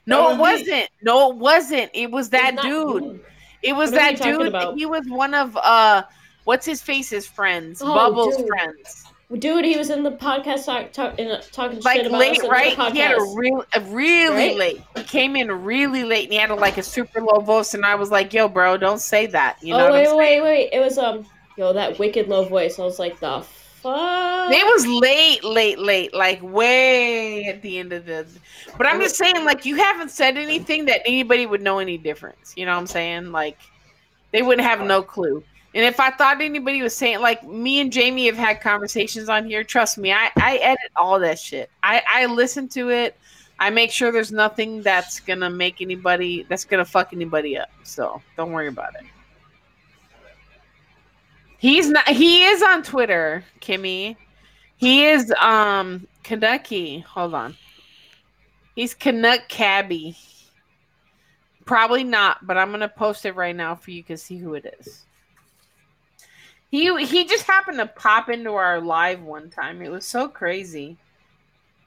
Speaker 1: No, it
Speaker 4: That was
Speaker 1: wasn't.
Speaker 4: me.
Speaker 1: No, it wasn't. It was that
Speaker 2: It's not
Speaker 1: dude.
Speaker 2: you.
Speaker 1: It was
Speaker 2: What are
Speaker 1: that
Speaker 2: you talking
Speaker 1: dude.
Speaker 2: about?
Speaker 1: He was one of uh what's his face's friends,
Speaker 2: Oh,
Speaker 1: Bubbles
Speaker 2: dude.
Speaker 1: friends.
Speaker 2: Dude, he was in the podcast talk, talk, in, talking
Speaker 1: Like
Speaker 2: shit about us
Speaker 1: late,
Speaker 2: in
Speaker 1: right?
Speaker 2: the podcast.
Speaker 1: He had a real, a really
Speaker 2: Right?
Speaker 1: late. He came in really late, and he had a, like a super low voice. And I was like, "Yo, bro, don't say that." You know
Speaker 2: oh
Speaker 1: what I'm
Speaker 2: wait,
Speaker 1: saying?
Speaker 2: wait, wait! It was um, yo, that wicked low voice. I was like, the fuck.
Speaker 1: They was late, late, late, like way at the end of the. But I'm just saying, like, you haven't said anything that anybody would know any difference. You know what I'm saying? Like, they wouldn't have no clue. And if I thought anybody was saying, like, me and Jamie have had conversations on here. Trust me, I I edit all that shit. I I listen to it. I make sure there's nothing that's gonna make anybody that's gonna fuck anybody up. So don't worry about it. He's not. He is on Twitter, Kimmy. He is um Canucky. Hold on. He's Canuck Cabby. Probably not, but I'm gonna post it right now for you to see who it is. He he just happened to pop into our live one time. It was so crazy.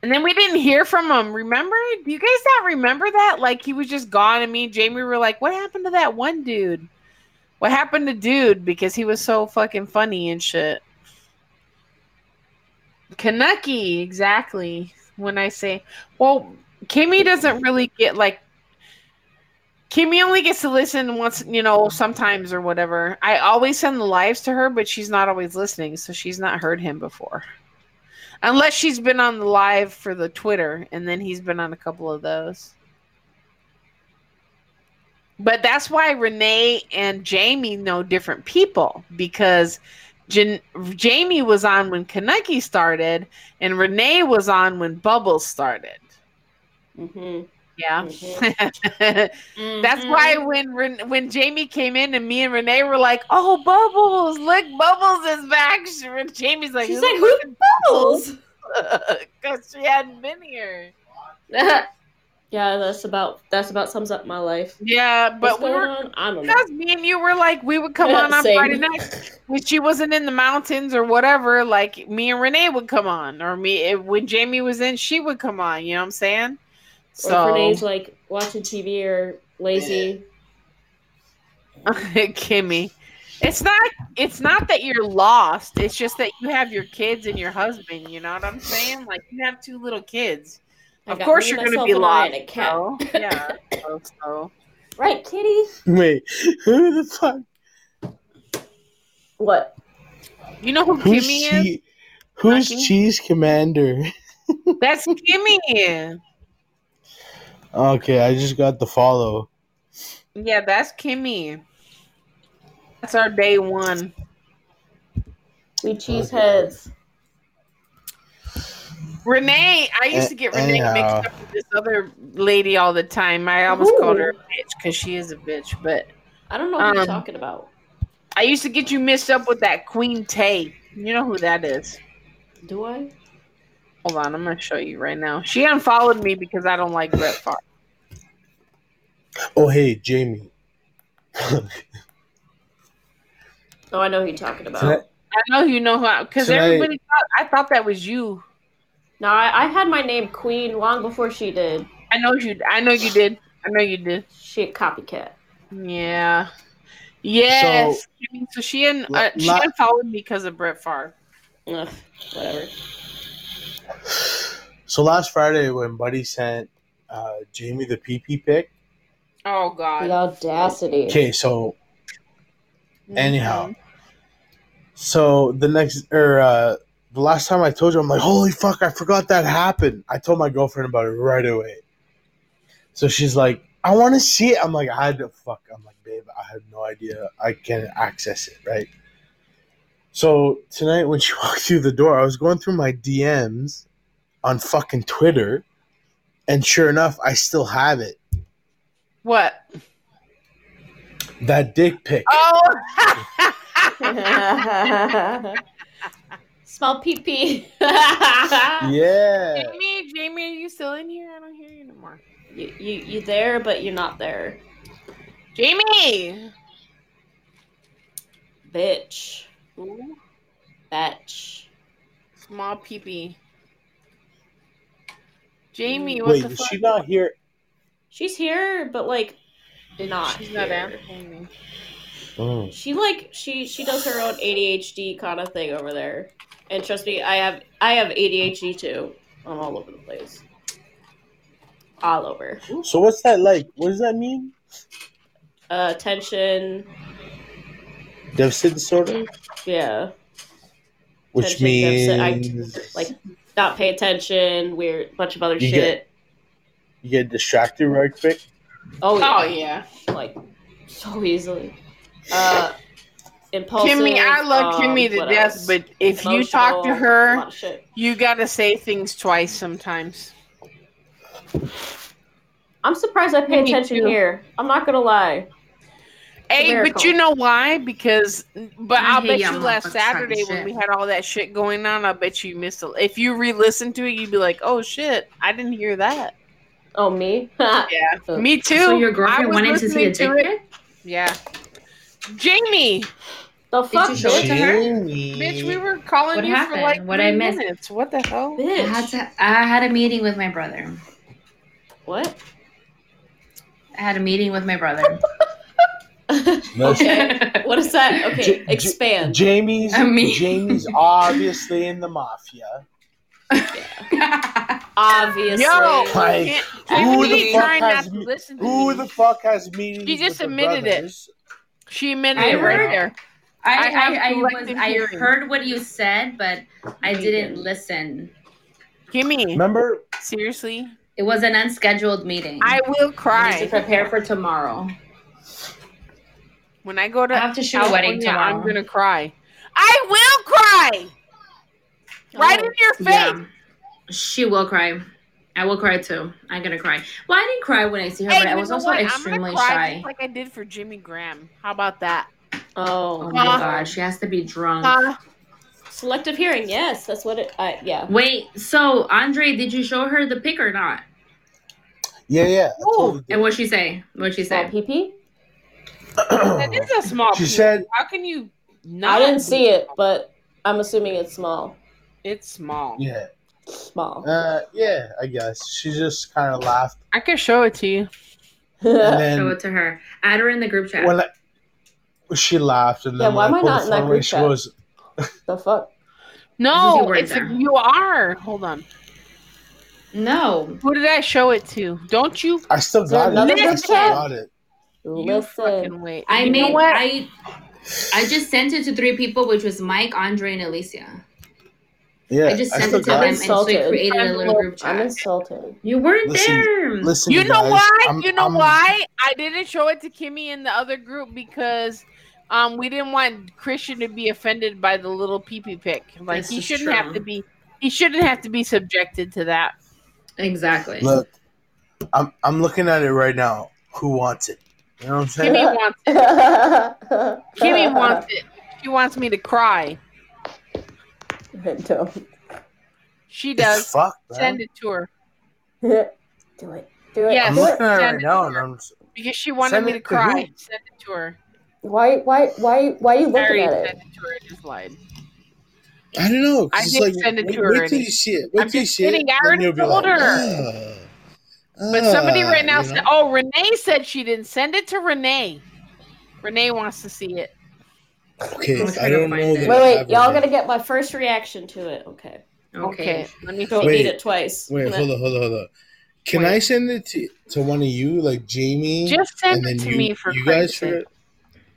Speaker 1: And then we didn't hear from him. Remember? Do you guys not remember that? Like he was just gone, and me and Jamie were like, "What happened to that one dude? What happened to dude? Because he was so fucking funny and shit." Kanucky, exactly. When I say, well, Kimmy doesn't really get like. Kimmy only gets to listen once, you know, sometimes or whatever. I always send the lives to her, but she's not always listening, so she's not heard him before unless she's been on the live for the Twitter, and then he's been on a couple of those. But that's why Renee and Jamie know different people because Jan- Jamie was on when Kaneki started, and Renee was on when Bubbles started.
Speaker 2: Mm-hmm.
Speaker 1: Yeah, *laughs* that's why when Ren- when Jamie came in and me and Renee were like, "Oh, Bubbles! Look, Bubbles is back." *laughs* She- and Jamie's like,
Speaker 2: She's like, "Who's
Speaker 1: *laughs*
Speaker 2: Bubbles?"
Speaker 1: Because she hadn't been here.
Speaker 2: yeah, that's about that's about sums up my life.
Speaker 1: Yeah,
Speaker 2: What's
Speaker 1: but we
Speaker 2: going
Speaker 1: were
Speaker 2: on? I don't know.
Speaker 1: because me and you were like, we would come
Speaker 2: Yeah,
Speaker 1: on on
Speaker 2: same.
Speaker 1: Friday night when she wasn't in the mountains or whatever. Like me and Renee would come on, or me eh, when Jamie was in, she would come on. You know what I'm saying?
Speaker 2: Or if
Speaker 1: So *laughs*
Speaker 2: Renee's like watching TV or lazy.
Speaker 1: Kimmy. It's not it's not that you're lost. It's just that you have your kids and your husband, you know what I'm saying? Like you have two little kids.
Speaker 2: I
Speaker 1: of
Speaker 2: got
Speaker 1: course
Speaker 2: me,
Speaker 1: you're gonna
Speaker 2: myself,
Speaker 1: be
Speaker 2: and I
Speaker 1: lost.
Speaker 2: and a cat.
Speaker 1: so, yeah. so, so.
Speaker 2: Right, kitty?
Speaker 4: Wait, who the fuck?
Speaker 2: What?
Speaker 1: You know who
Speaker 4: Who's,
Speaker 1: Kimmy
Speaker 4: che- who's Cheese Commander?
Speaker 1: is? That's Kimmy.
Speaker 4: Okay, I just got the follow.
Speaker 1: Yeah, that's Kimmy. That's our day one.
Speaker 2: We cheeseheads.
Speaker 1: Renee, I used
Speaker 4: A-
Speaker 1: to get Renee
Speaker 4: anyhow.
Speaker 1: mixed up with this other lady all the time. I almost called her a bitch because she is a bitch, but
Speaker 2: I don't know what you're
Speaker 1: Um,
Speaker 2: talking about.
Speaker 1: I used to get you mixed up with that Queen Tay. You know who that is.
Speaker 2: Do I?
Speaker 1: Hold on, I'm gonna show you right now. She unfollowed me because I don't like Brett Favre.
Speaker 4: Oh, hey, Jamie. Can
Speaker 2: Oh, I know who you're talking about.
Speaker 4: I-
Speaker 1: I know you know who because
Speaker 4: Can I-
Speaker 1: everybody thought I thought that was you.
Speaker 2: No, I, I had my name Queen long before she did.
Speaker 1: I know you I know you did. I know you did.
Speaker 2: She a copycat.
Speaker 1: Yeah. Yes. I mean, so she and uh, she
Speaker 4: La-
Speaker 1: unfollowed me because of Brett Favre.
Speaker 2: Ugh, whatever.
Speaker 4: so last Friday when Buddy sent uh, Jamie the PP pick.
Speaker 1: Oh
Speaker 2: The
Speaker 1: God.
Speaker 2: audacity.
Speaker 4: Okay, so anyhow, so the next or uh, the last time I told you, I'm like, holy fuck, I forgot that happened. I told my girlfriend about it right away. So she's like, I want to see it. I'm like, I had to fuck. I'm like, babe, I have no idea. I can't access it, right? So tonight when *laughs* she walked through the door, I was going through my DMs on fucking Twitter, and sure enough, I still have it.
Speaker 1: What?
Speaker 2: *laughs*
Speaker 4: That dick pic.
Speaker 1: Oh. *laughs*
Speaker 2: Small pee pee. *laughs*
Speaker 4: Yeah.
Speaker 1: Jamie, Jamie, are you still in here? I don't hear you no more.
Speaker 2: *laughs* you, you you there, but you're not there,
Speaker 1: Jamie.
Speaker 2: bitch.
Speaker 1: Ooh,
Speaker 2: Bitch.
Speaker 1: small peepee. Jamie, what
Speaker 4: Wait,
Speaker 1: the
Speaker 4: is
Speaker 1: fuck?
Speaker 4: she not here?
Speaker 2: She's here, but like, not.
Speaker 1: She's not
Speaker 2: here.
Speaker 1: answering me.
Speaker 4: Mm.
Speaker 2: She like she she does her own ADHD kind of thing over there, and trust me, I have I have ADHD too. I'm all over the place, all over.
Speaker 4: So what's that like? What does that mean?
Speaker 2: Uh, attention,
Speaker 4: Deficit disorder,
Speaker 2: yeah,
Speaker 4: which
Speaker 2: Attention deficit,
Speaker 4: means
Speaker 2: like not pay attention, weird, bunch of other
Speaker 4: You
Speaker 2: shit.
Speaker 4: get- you get distracted right quick.
Speaker 2: Oh,
Speaker 1: Oh
Speaker 2: yeah.
Speaker 1: yeah,
Speaker 2: like so easily. Uh, impulsive.
Speaker 1: Kimmy, I love
Speaker 2: um,
Speaker 1: Kimmy to
Speaker 2: what
Speaker 1: death,
Speaker 2: else?
Speaker 1: but if you talk to
Speaker 2: Emotional, a lot
Speaker 1: her,
Speaker 2: of shit.
Speaker 1: you gotta say things twice sometimes.
Speaker 2: I'm surprised I pay
Speaker 1: Me
Speaker 2: attention
Speaker 1: too.
Speaker 2: here. I'm not gonna lie.
Speaker 1: Hey, but
Speaker 3: Miracle.
Speaker 1: you know why? Because, but
Speaker 3: I
Speaker 1: I'll
Speaker 3: hate
Speaker 1: bet
Speaker 3: y'all
Speaker 1: you last
Speaker 3: motherfuckers talking
Speaker 1: Saturday when
Speaker 3: shit.
Speaker 1: we had all that shit going on, I bet you missed it. If you re listened to it, you'd be like, oh shit, I didn't hear that.
Speaker 17: Oh,
Speaker 2: *laughs*
Speaker 17: me?
Speaker 1: yeah. Me too.
Speaker 3: So your
Speaker 1: I
Speaker 3: girlfriend
Speaker 1: was
Speaker 3: wanted to see a
Speaker 1: listening
Speaker 3: dick
Speaker 1: to
Speaker 3: pic?
Speaker 1: Yeah. Jamie!
Speaker 17: The
Speaker 3: fuck, you show it to her?
Speaker 4: Jamie.
Speaker 1: Bitch, we were calling
Speaker 3: What
Speaker 1: you
Speaker 3: happened?
Speaker 1: for like
Speaker 3: What
Speaker 1: three
Speaker 3: I missed?
Speaker 1: minutes. What the hell?
Speaker 3: I had, to, I had a meeting with my brother.
Speaker 2: What?
Speaker 3: I had a meeting with my brother.
Speaker 1: *laughs*
Speaker 2: Okay. what is that? Okay,
Speaker 4: J- J-
Speaker 2: expand.
Speaker 4: Jamie's
Speaker 3: I mean- *laughs*
Speaker 4: Jamie's obviously in the mafia.
Speaker 2: Obviously.
Speaker 1: Yo,
Speaker 4: Like,
Speaker 1: can't-
Speaker 4: who
Speaker 1: Jamie,
Speaker 4: the
Speaker 1: you
Speaker 4: fuck
Speaker 1: trying not
Speaker 4: has
Speaker 1: to
Speaker 4: me-
Speaker 1: listen to
Speaker 4: who
Speaker 1: me.
Speaker 4: the fuck has meetings?
Speaker 1: She just
Speaker 4: with the
Speaker 1: admitted it.
Speaker 4: brothers?
Speaker 1: She admitted
Speaker 3: I
Speaker 1: it right
Speaker 3: heard-
Speaker 1: there.
Speaker 3: I,
Speaker 1: have
Speaker 3: I, I, was,
Speaker 1: collective
Speaker 3: I
Speaker 1: hearing.
Speaker 3: heard what you said, but I didn't listen.
Speaker 1: Gimme.
Speaker 4: Remember,
Speaker 1: Seriously?
Speaker 3: It was an unscheduled meeting.
Speaker 1: I will
Speaker 3: I need to
Speaker 1: cry.
Speaker 3: prepare for tomorrow.
Speaker 1: When I go to
Speaker 3: I have to shoot a wedding
Speaker 1: California, I'm
Speaker 3: tomorrow.
Speaker 1: gonna cry. I will cry. Right in your face.
Speaker 3: Oh, Yeah. She will cry. I will cry too. I'm gonna cry. Well, I didn't cry when I see her,
Speaker 1: Hey,
Speaker 3: but I
Speaker 1: you
Speaker 3: was
Speaker 1: know
Speaker 3: also
Speaker 1: what? I'm gonna
Speaker 3: extremely
Speaker 1: cry
Speaker 3: shy.
Speaker 1: just like I did for Jimmy Graham. How about that? Uh,
Speaker 3: Oh
Speaker 2: Oh,
Speaker 3: my
Speaker 1: Huh?
Speaker 3: god, she has to be drunk.
Speaker 1: Huh?
Speaker 2: selective hearing. Yes, that's what it. Uh, yeah.
Speaker 3: Wait, so Andre, did you show her the pic or not?
Speaker 4: Yeah, yeah. I totally did.
Speaker 3: And what she say? What she
Speaker 17: Small
Speaker 3: say?
Speaker 17: PP?
Speaker 1: that is a small.
Speaker 4: She
Speaker 1: piece.
Speaker 4: said-
Speaker 1: "How can you not?"
Speaker 2: I didn't see it, but I'm assuming it's small.
Speaker 1: It's small.
Speaker 4: yeah,
Speaker 2: Small. *laughs*
Speaker 4: uh, yeah. I guess she just kind of laughed,
Speaker 1: I can show it to you.
Speaker 4: and
Speaker 3: Show
Speaker 4: then
Speaker 3: it to her. Add her in the group chat.
Speaker 4: when I- she laughed, and then
Speaker 2: Yeah, why
Speaker 4: when I
Speaker 2: am I
Speaker 4: pulled
Speaker 2: not
Speaker 4: the
Speaker 2: in that
Speaker 4: phone away,
Speaker 2: group
Speaker 4: she
Speaker 2: chat?
Speaker 4: goes,
Speaker 2: the fuck?
Speaker 3: This is
Speaker 1: No,
Speaker 3: your
Speaker 1: it's
Speaker 3: word there.
Speaker 1: you are. Hold on.
Speaker 3: no.
Speaker 1: Who did I show it to? Don't you
Speaker 4: "I still
Speaker 2: Is there
Speaker 4: got it.
Speaker 2: another
Speaker 4: I
Speaker 2: group
Speaker 4: still
Speaker 2: chat?
Speaker 4: got it."
Speaker 1: you
Speaker 2: Listen.
Speaker 1: fucking wait.
Speaker 3: I
Speaker 1: you know
Speaker 3: made
Speaker 1: what?
Speaker 3: I I just sent it to three people, which was Mike, Andre, and Alicia.
Speaker 4: Yeah,
Speaker 3: I just sent
Speaker 4: still
Speaker 3: it to
Speaker 4: got
Speaker 3: them
Speaker 4: it.
Speaker 3: and so it
Speaker 2: Insulted.
Speaker 3: created a little group
Speaker 2: I'm
Speaker 3: chat.
Speaker 2: insulted. *laughs*
Speaker 3: You weren't
Speaker 4: Listen-
Speaker 3: there.
Speaker 4: Listen,
Speaker 1: You know
Speaker 4: guys,
Speaker 1: why?
Speaker 4: I'm-
Speaker 1: you know
Speaker 4: I'm-
Speaker 1: why? I didn't show it to Kimmy in the other group because um we didn't want Christian to be offended by the little pee pee pick. Like
Speaker 3: This
Speaker 1: he
Speaker 3: is
Speaker 1: shouldn't
Speaker 3: true.
Speaker 1: have to be he shouldn't have to be subjected to
Speaker 4: *laughs*
Speaker 1: that.
Speaker 3: Exactly.
Speaker 4: Look, I'm I'm looking at it right now. Who wants it? You know what I'm saying?
Speaker 1: Kimmy wants it.
Speaker 2: *laughs*
Speaker 1: Kimmy
Speaker 4: *laughs*
Speaker 2: Kimmy
Speaker 1: wants it. She wants me to cry.
Speaker 17: Don't.
Speaker 1: She
Speaker 4: It's
Speaker 1: does.
Speaker 4: fucked, man.
Speaker 1: Send it to her.
Speaker 17: Do it. Do it.
Speaker 1: Yes.
Speaker 4: I'm looking at it
Speaker 1: Send
Speaker 4: right
Speaker 1: it
Speaker 4: now,
Speaker 1: to
Speaker 4: and
Speaker 1: her.
Speaker 4: I'm just-
Speaker 1: Because she wanted
Speaker 4: Send
Speaker 1: me to
Speaker 4: it to who?
Speaker 1: cry. Send it to her.
Speaker 17: Why? Why? Why? Why are you
Speaker 1: I
Speaker 17: looking
Speaker 1: already
Speaker 17: at
Speaker 1: sent
Speaker 17: it?
Speaker 1: it to her. I just lied.
Speaker 4: I don't know. 'cause
Speaker 1: I
Speaker 4: it's
Speaker 1: did send it
Speaker 4: wait,
Speaker 1: to her
Speaker 4: Wait till
Speaker 1: already.
Speaker 4: you see it. Wait
Speaker 1: I'm
Speaker 4: till you
Speaker 1: just
Speaker 4: see it.
Speaker 1: kidding, I
Speaker 4: then
Speaker 1: already
Speaker 4: you'll be
Speaker 1: told
Speaker 4: like,
Speaker 1: her.
Speaker 4: "Ah,
Speaker 1: But somebody
Speaker 4: ah,"
Speaker 1: right now
Speaker 4: you know?
Speaker 1: said, "Oh, Renee said she didn't send it to Renee. Renee wants to see it.
Speaker 4: Okay,
Speaker 3: I'm
Speaker 4: I
Speaker 3: trying to
Speaker 4: don't
Speaker 3: find
Speaker 4: know
Speaker 3: it.
Speaker 4: that.
Speaker 3: Wait,
Speaker 4: I
Speaker 17: wait,
Speaker 4: have
Speaker 17: y'all
Speaker 4: it.
Speaker 17: gotta
Speaker 2: Get my first reaction to it. Okay.
Speaker 3: Okay.
Speaker 1: Okay, let me.
Speaker 2: Don't
Speaker 4: Wait.
Speaker 2: need it twice.
Speaker 4: Wait, hold on, hold on, hold on. Can
Speaker 1: Wait.
Speaker 4: I send it to, to one of you, like Jamie?
Speaker 1: Just send
Speaker 4: and
Speaker 1: it
Speaker 4: then
Speaker 1: to
Speaker 4: you,
Speaker 1: me for
Speaker 4: you
Speaker 1: Christ's
Speaker 4: guys
Speaker 1: sake.
Speaker 4: figure.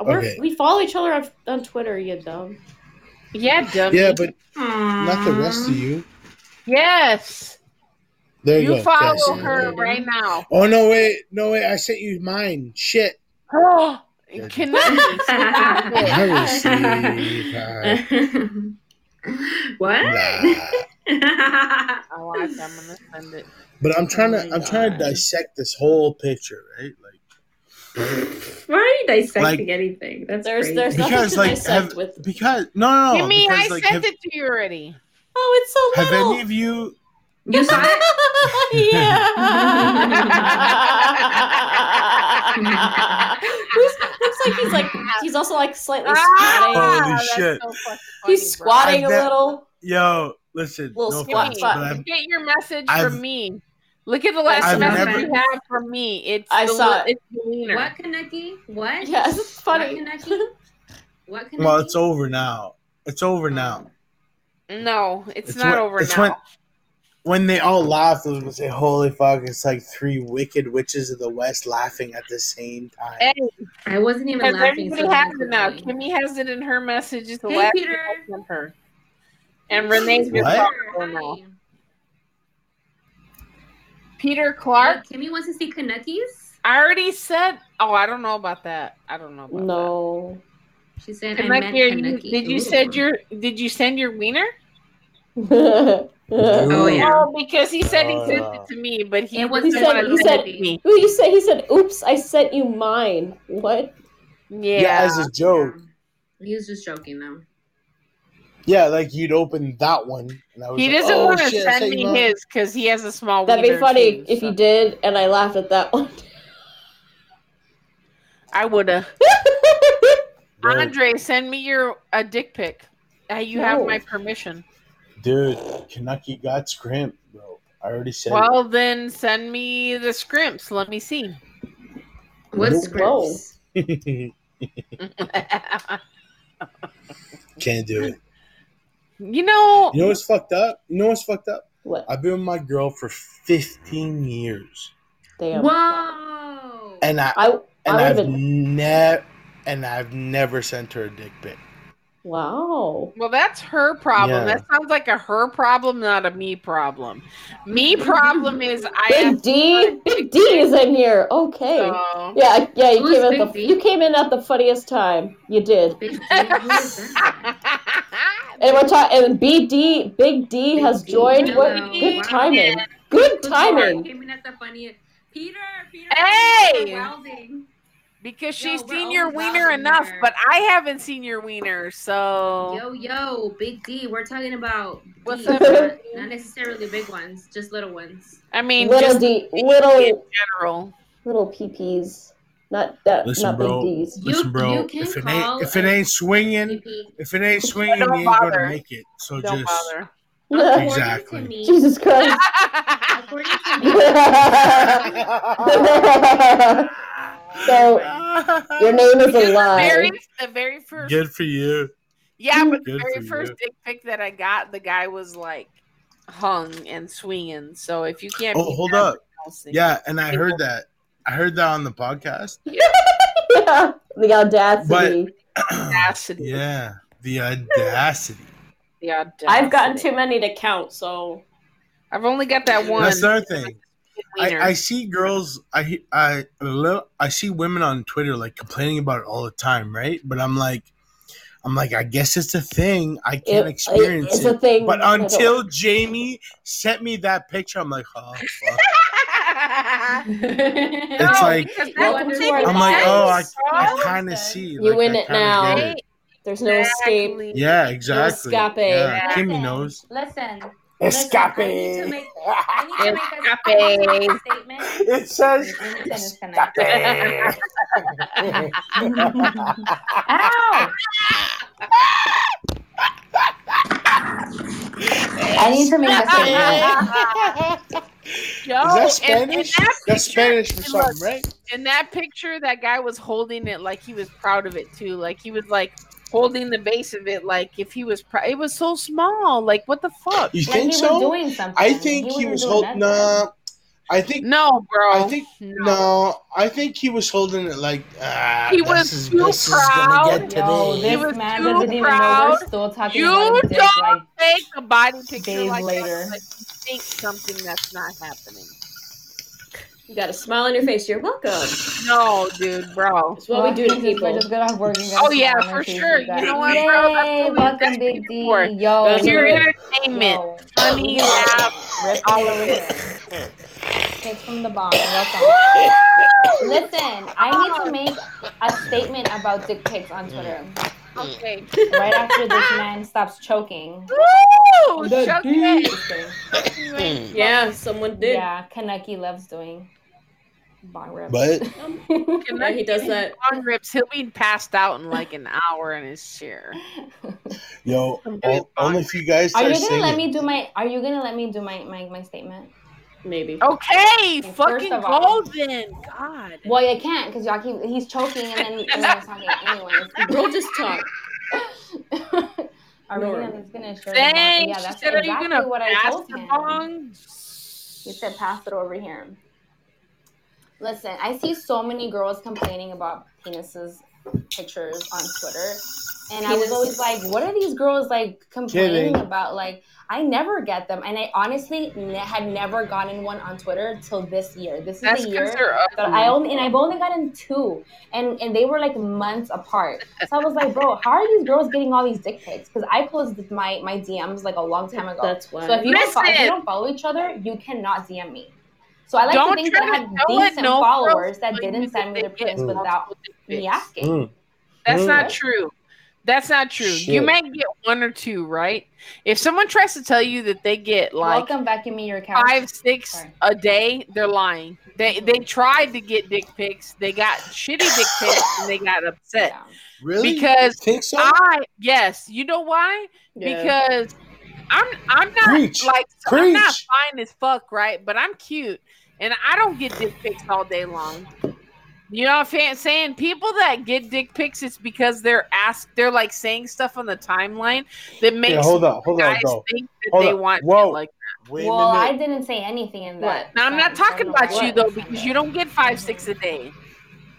Speaker 2: We're,
Speaker 4: Okay.
Speaker 2: We follow each other on, on Twitter. You dumb.
Speaker 1: Yeah, dummy.
Speaker 4: Yeah, but not the rest of you.
Speaker 1: yes,
Speaker 4: There you,
Speaker 1: you
Speaker 4: go.
Speaker 1: follow
Speaker 4: Yes.
Speaker 1: her right now.
Speaker 4: Oh no! Wait, no wait! I sent you mine. Shit.
Speaker 1: Oh,
Speaker 4: Yeah. *laughs*
Speaker 1: *laughs* cannot.
Speaker 4: I was asleep. Ah,
Speaker 3: *laughs* what?
Speaker 4: nah.
Speaker 1: I'll watch. I'm gonna send it.
Speaker 4: But I'm trying
Speaker 3: Oh
Speaker 4: to.
Speaker 3: my
Speaker 4: I'm trying to
Speaker 3: God.
Speaker 4: dissect this whole picture, right? Like
Speaker 3: Why are you dissecting
Speaker 4: Like-
Speaker 3: anything? *laughs* That's
Speaker 2: There's
Speaker 3: crazy.
Speaker 2: there's
Speaker 4: Because,
Speaker 2: nothing to
Speaker 4: like,
Speaker 2: dissect
Speaker 4: have-
Speaker 2: with.
Speaker 4: because no, no, no.
Speaker 1: Kimmy,
Speaker 4: Oh, because,
Speaker 1: I
Speaker 4: like,
Speaker 1: sent
Speaker 4: have,
Speaker 1: it to you already.
Speaker 2: Oh, it's
Speaker 4: have
Speaker 2: so little.
Speaker 4: any of you?
Speaker 3: you saw it?
Speaker 2: *laughs*
Speaker 4: *laughs*
Speaker 2: yeah. Who's, looks like he's like he's also like slightly
Speaker 3: Ah!
Speaker 2: squatting.
Speaker 4: Holy
Speaker 1: Ah, that's
Speaker 4: shit.
Speaker 1: so fucking
Speaker 2: He's
Speaker 1: funny, bro.
Speaker 2: squatting
Speaker 4: I
Speaker 2: a
Speaker 4: bet-
Speaker 2: little.
Speaker 4: Yo, listen.
Speaker 2: Little
Speaker 4: no
Speaker 2: squat,
Speaker 4: offense,
Speaker 2: squat.
Speaker 4: but I've,
Speaker 1: Get your message
Speaker 4: I've-
Speaker 1: from me. Look at the last
Speaker 4: I've
Speaker 1: message
Speaker 4: never-
Speaker 1: you have from me. It's
Speaker 2: I
Speaker 1: the,
Speaker 2: saw
Speaker 1: It's the wiener.
Speaker 3: What Kaneki?
Speaker 2: *laughs*
Speaker 3: What? *laughs*
Speaker 2: Yes, it's funny.
Speaker 3: What *laughs* Kaneki? What Kaneki?
Speaker 4: well, it's over now. It's over now.
Speaker 1: No, it's, not
Speaker 4: when-
Speaker 1: over
Speaker 4: it's
Speaker 1: now.
Speaker 4: When, when they all laugh, it was gonna say, "Holy fuck!" It's like three wicked witches of the west laughing at the same time.
Speaker 1: Hey,
Speaker 3: I wasn't even
Speaker 1: Because
Speaker 3: laughing.
Speaker 1: everybody
Speaker 3: so
Speaker 1: has it now.
Speaker 3: quickly.
Speaker 1: Kimmy has it in her messages. The
Speaker 3: Hey,
Speaker 1: last
Speaker 3: Peter.
Speaker 1: thing I sent her. And Renee's been
Speaker 4: What?
Speaker 1: talking
Speaker 3: Hi.
Speaker 1: all. Peter Clark.
Speaker 3: Look, Kimmy wants to see Kanekis.
Speaker 1: I already said. Oh, I don't know about that. I don't know about
Speaker 2: No.
Speaker 3: She said,
Speaker 1: that.
Speaker 3: I meant
Speaker 1: Kaneki, are you,
Speaker 3: Kaneki.
Speaker 1: did you
Speaker 3: Ooh.
Speaker 1: send your? Did you send your wiener?
Speaker 2: *laughs* Ooh,
Speaker 3: Oh yeah.
Speaker 1: Oh, because he said he sent
Speaker 4: Uh.
Speaker 1: it to me, but he
Speaker 3: It was
Speaker 1: didn't
Speaker 3: the
Speaker 1: wanna
Speaker 3: one
Speaker 1: send
Speaker 3: that
Speaker 1: it to
Speaker 3: we-
Speaker 1: me.
Speaker 2: you said he said, "Oops, I sent you mine." What?
Speaker 1: Yeah.
Speaker 4: as a joke.
Speaker 15: He was just joking though.
Speaker 4: Yeah, like you'd open that one. And I was
Speaker 1: He
Speaker 4: like,
Speaker 1: doesn't
Speaker 4: "Oh,
Speaker 1: want to
Speaker 4: shit, I
Speaker 1: send
Speaker 4: sent
Speaker 1: me
Speaker 4: you mine."
Speaker 1: his because he has a small.
Speaker 2: That'd be
Speaker 1: wiener,
Speaker 2: funny
Speaker 1: too,
Speaker 2: if
Speaker 1: so.
Speaker 2: you did, and I laughed at that *laughs* one.
Speaker 1: I woulda. Andre, send me your a dick pic. Uh, you have
Speaker 4: No.
Speaker 1: my permission.
Speaker 4: Dude, Kanucky got scrimped, bro. I already said it.
Speaker 1: Well, then send me the scrimps. Let me see. *laughs*
Speaker 4: What *laughs*
Speaker 1: scrimps?
Speaker 4: Can't do it.
Speaker 1: you know,
Speaker 4: You know what's fucked up? You know what's fucked up?
Speaker 2: What?
Speaker 4: I've been with my girl for 15 years.
Speaker 2: Damn.
Speaker 15: Whoa.
Speaker 4: And I,
Speaker 2: I
Speaker 4: and
Speaker 2: I
Speaker 4: I've
Speaker 2: would've
Speaker 4: never and I've never sent her a dick pic.
Speaker 2: Wow.
Speaker 1: well, that's her problem.
Speaker 4: Yeah.
Speaker 1: That sounds like a her problem, not a me problem. Me problem is I
Speaker 2: Big D, Big D is in here. Okay.
Speaker 1: So- *laughs*
Speaker 2: Yeah, yeah. You
Speaker 1: Who's
Speaker 2: came
Speaker 1: Big
Speaker 2: at the
Speaker 1: D?
Speaker 2: you came in at the funniest time. You did.
Speaker 1: *laughs*
Speaker 2: And we're talking. And BD, Big D has joined. What good timing? Good timing.
Speaker 15: Came in at the funniest. Peter, Peter.
Speaker 1: Hey!
Speaker 15: you're Wilding.
Speaker 1: because
Speaker 15: Yo,
Speaker 1: she's
Speaker 15: we're
Speaker 1: seen
Speaker 15: all
Speaker 1: your wiener
Speaker 15: loving
Speaker 1: enough,
Speaker 15: her.
Speaker 1: but I haven't seen your wiener. So
Speaker 15: Yo, yo, Big D. We're talking about
Speaker 1: What's
Speaker 15: D's,
Speaker 1: up,
Speaker 15: not, not necessarily big ones, just little ones.
Speaker 1: I mean,
Speaker 2: Little
Speaker 1: just
Speaker 2: D,
Speaker 1: in
Speaker 2: little
Speaker 1: general.
Speaker 2: little PPs. Not that.
Speaker 4: Listen,
Speaker 2: not
Speaker 4: bro.
Speaker 2: Big *laughs* D's.
Speaker 4: Listen, bro.
Speaker 15: you can
Speaker 4: if it
Speaker 15: call
Speaker 4: ain't if it ain't swinging,
Speaker 1: *laughs*
Speaker 4: if it ain't swinging, you
Speaker 1: Don't
Speaker 4: ain't gonna
Speaker 1: bother.
Speaker 4: make it. So
Speaker 1: Don't
Speaker 4: just
Speaker 1: bother.
Speaker 2: *laughs*
Speaker 4: exactly.
Speaker 15: me,
Speaker 2: Jesus Christ. *laughs*
Speaker 15: according to me,
Speaker 2: *laughs* so your name is a
Speaker 1: The
Speaker 2: lie.
Speaker 1: *laughs* very, the very first,
Speaker 4: Good for you.
Speaker 1: yeah, but the
Speaker 4: Good for
Speaker 1: very
Speaker 4: you.
Speaker 1: first dick pic that I got, the guy was like hung and swinging. So if you can't,
Speaker 4: Oh,
Speaker 1: beat
Speaker 4: hold
Speaker 1: that,
Speaker 4: up.
Speaker 1: I'll see.
Speaker 4: Yeah, and I heard that. I heard that on the podcast. *clears throat*
Speaker 2: yeah, *laughs* the audacity.
Speaker 1: audacity,
Speaker 4: Yeah, the audacity.
Speaker 1: the audacity.
Speaker 2: I've gotten too many to count, so
Speaker 1: I've only got that one.
Speaker 4: That's another thing. I,
Speaker 1: wiener. *laughs*
Speaker 4: I see girls. I he- I a little. I see women on Twitter like complaining about it all the time, right? But I'm like, I'm like, I guess it's a thing. I can't
Speaker 2: It-
Speaker 4: experience
Speaker 2: it's
Speaker 4: it.
Speaker 2: a
Speaker 17: Mm,
Speaker 2: thing.
Speaker 4: But
Speaker 2: I don't-
Speaker 4: until Jamie sent me that picture, I'm like, oh,
Speaker 17: *laughs*
Speaker 4: fuck.
Speaker 1: *laughs*
Speaker 4: it's like
Speaker 1: because that
Speaker 2: Welcome
Speaker 1: doesn't
Speaker 2: to our
Speaker 1: make
Speaker 4: I'm like,
Speaker 1: sense,
Speaker 4: oh, I,
Speaker 1: dog.
Speaker 4: I kind of see.
Speaker 2: You
Speaker 4: like,
Speaker 2: win
Speaker 4: I
Speaker 2: it
Speaker 4: kinda
Speaker 2: now.
Speaker 4: get it.
Speaker 2: there's no
Speaker 1: *laughs*
Speaker 2: escape.
Speaker 1: Exactly.
Speaker 4: Yeah, exactly.
Speaker 2: escape.
Speaker 4: Yeah, Kimmy
Speaker 15: Listen.
Speaker 4: knows.
Speaker 15: Listen. listen, I need to
Speaker 19: Escape.
Speaker 15: make, I need to make a- I need to make a statement.
Speaker 19: It says
Speaker 15: I need to understand that.
Speaker 19: escape.
Speaker 15: Ow!
Speaker 17: I need to
Speaker 2: *laughs*
Speaker 17: make a statement.
Speaker 1: Yo,
Speaker 4: Is Oh, that
Speaker 1: and- and
Speaker 4: Spanish?
Speaker 1: that
Speaker 4: That's
Speaker 1: picture-
Speaker 4: Spanish for
Speaker 1: and look,
Speaker 4: something, right?
Speaker 1: in that picture, that guy was holding it like he was proud of it too. Like he was like holding the base of it, like if he was proud. It was so small. Like what the fuck?
Speaker 4: You
Speaker 17: Like he
Speaker 4: think
Speaker 17: was
Speaker 4: so?
Speaker 17: doing something.
Speaker 4: I think he
Speaker 17: wasn't
Speaker 4: was
Speaker 17: doing
Speaker 4: holding.
Speaker 17: nothing.
Speaker 4: Nah, I think
Speaker 1: No, bro.
Speaker 4: I think
Speaker 1: no.
Speaker 4: no. I think he was holding it like ah,
Speaker 1: He
Speaker 4: this
Speaker 1: was
Speaker 4: is,
Speaker 1: too
Speaker 4: this is gonna
Speaker 1: proud.
Speaker 4: get today.
Speaker 17: Yo,
Speaker 1: He
Speaker 17: this
Speaker 1: was
Speaker 17: man
Speaker 1: too
Speaker 17: doesn't even know
Speaker 1: proud.
Speaker 17: we're still talking
Speaker 1: You
Speaker 17: about his dick.
Speaker 1: don't-
Speaker 17: Like,
Speaker 1: Take a body picture
Speaker 17: Days
Speaker 1: like
Speaker 17: later.
Speaker 1: that. Like you think something that's not happening.
Speaker 2: You got a smile on your face. You're welcome. That's
Speaker 1: No, dude, bro.
Speaker 2: what
Speaker 17: well,
Speaker 2: we do to
Speaker 17: Jesus, we're
Speaker 2: people.
Speaker 17: just good off working.
Speaker 1: Oh yeah, for sure. You know what, bro? That's
Speaker 17: Yay,
Speaker 1: what we- that's
Speaker 17: welcome,
Speaker 1: what
Speaker 17: Big
Speaker 1: we're
Speaker 17: D.
Speaker 1: for.
Speaker 17: Yo,
Speaker 2: That's
Speaker 1: Pure
Speaker 2: what
Speaker 17: rip,
Speaker 1: entertainment,
Speaker 17: yo,
Speaker 1: funny laugh.
Speaker 17: rip
Speaker 1: all
Speaker 17: all
Speaker 1: of
Speaker 17: over
Speaker 1: it.
Speaker 17: here. Takes from the bottom. Welcome. Listen, I need to make a statement about dick pics on Twitter.
Speaker 1: Okay.
Speaker 17: Right after this man stops choking.
Speaker 1: Woo!
Speaker 4: The
Speaker 1: Chuck
Speaker 4: D.
Speaker 1: it.
Speaker 17: Just
Speaker 2: *laughs*
Speaker 17: kidding.
Speaker 2: Yeah, someone did.
Speaker 17: Yeah, Kaneki loves doing bong rips. *laughs*
Speaker 4: But
Speaker 2: Yeah, he does that.
Speaker 1: On rips, he'll be passed out in like an hour in his chair.
Speaker 4: yo,
Speaker 1: I'm doing
Speaker 4: o- only if you guys
Speaker 17: Are
Speaker 4: start
Speaker 17: you gonna
Speaker 4: singing.
Speaker 17: let me do my? Are you gonna let me do my my, my statement?
Speaker 2: Maybe.
Speaker 1: Okay,
Speaker 17: Well,
Speaker 1: fucking
Speaker 17: first of all-
Speaker 1: go then. God.
Speaker 17: Well, you can't because y'all keep he's choking and then, and then I'm talking
Speaker 2: *laughs*
Speaker 17: anyways.
Speaker 2: Bro, just talk.
Speaker 17: *laughs* Are we
Speaker 2: Norm.
Speaker 17: gonna, it's gonna show the bong-
Speaker 1: Dang,
Speaker 17: Yeah,
Speaker 1: she
Speaker 17: that's
Speaker 1: said,
Speaker 17: exactly
Speaker 1: "Are you gonna
Speaker 17: what I
Speaker 1: pass
Speaker 17: told
Speaker 1: the
Speaker 17: him.
Speaker 1: bong?"
Speaker 17: He said, "Pass it over here." Listen, I see so many girls complaining about penises pictures on Twitter, and I was
Speaker 2: Penis.
Speaker 17: always like, "What are these girls like complaining
Speaker 4: Kidding.
Speaker 17: about?" Like, I never get them, and I honestly ne- had never gotten one on Twitter till this year. This is
Speaker 1: That's
Speaker 17: the
Speaker 1: 'cause
Speaker 17: year
Speaker 1: they're
Speaker 17: that
Speaker 1: ugly.
Speaker 17: I only and I've only gotten two, and and they were like months apart.
Speaker 1: *laughs*
Speaker 17: So I was like, "Bro, how are these girls getting all these dick pics?" Because I closed my my DMs like a long time ago.
Speaker 2: That's
Speaker 17: So if
Speaker 2: why.
Speaker 17: you, don't follow, if you
Speaker 1: Listen.
Speaker 17: don't follow each other, you cannot DM me. So I like
Speaker 1: Don't
Speaker 17: to think
Speaker 1: try
Speaker 17: that I
Speaker 1: to-
Speaker 17: had
Speaker 1: don't let
Speaker 17: decent
Speaker 1: no
Speaker 17: followers that
Speaker 1: girls
Speaker 17: didn't send me their
Speaker 1: get Mm.
Speaker 17: pins without
Speaker 1: multiple dick
Speaker 17: me
Speaker 1: pics.
Speaker 17: asking.
Speaker 4: Mm.
Speaker 1: That's not true. That's not true. You
Speaker 20: Shit.
Speaker 1: might get one or two, right? If someone tries to tell you that they get like
Speaker 3: Welcome back to me, your couch.
Speaker 1: five, six a day, they're lying. They they tried to get dick pics, they got shitty dick pics, and they got upset.
Speaker 4: Really?
Speaker 1: Because
Speaker 4: Think so?
Speaker 1: I yes, you know why?
Speaker 4: Yeah.
Speaker 1: Because I'm I'm not
Speaker 4: Preach.
Speaker 1: like I'm not
Speaker 4: Preach.
Speaker 1: fine as fuck, right? But I'm cute, and I don't get dick pics all day long. You know what I'm saying? People that get dick pics, it's because they're asked, they're like saying stuff on the timeline that makes
Speaker 4: hold up, hold up,
Speaker 1: guys
Speaker 4: though.
Speaker 1: think that
Speaker 4: Hold
Speaker 1: they
Speaker 4: up.
Speaker 1: want
Speaker 4: Whoa.
Speaker 1: shit like that.
Speaker 4: Wait a
Speaker 17: Well, I didn't say anything in that.
Speaker 1: Now I'm not
Speaker 17: sentence. I
Speaker 1: talking
Speaker 17: don't
Speaker 1: about
Speaker 17: know
Speaker 1: you
Speaker 17: what
Speaker 1: though, because you don't get five, six a day.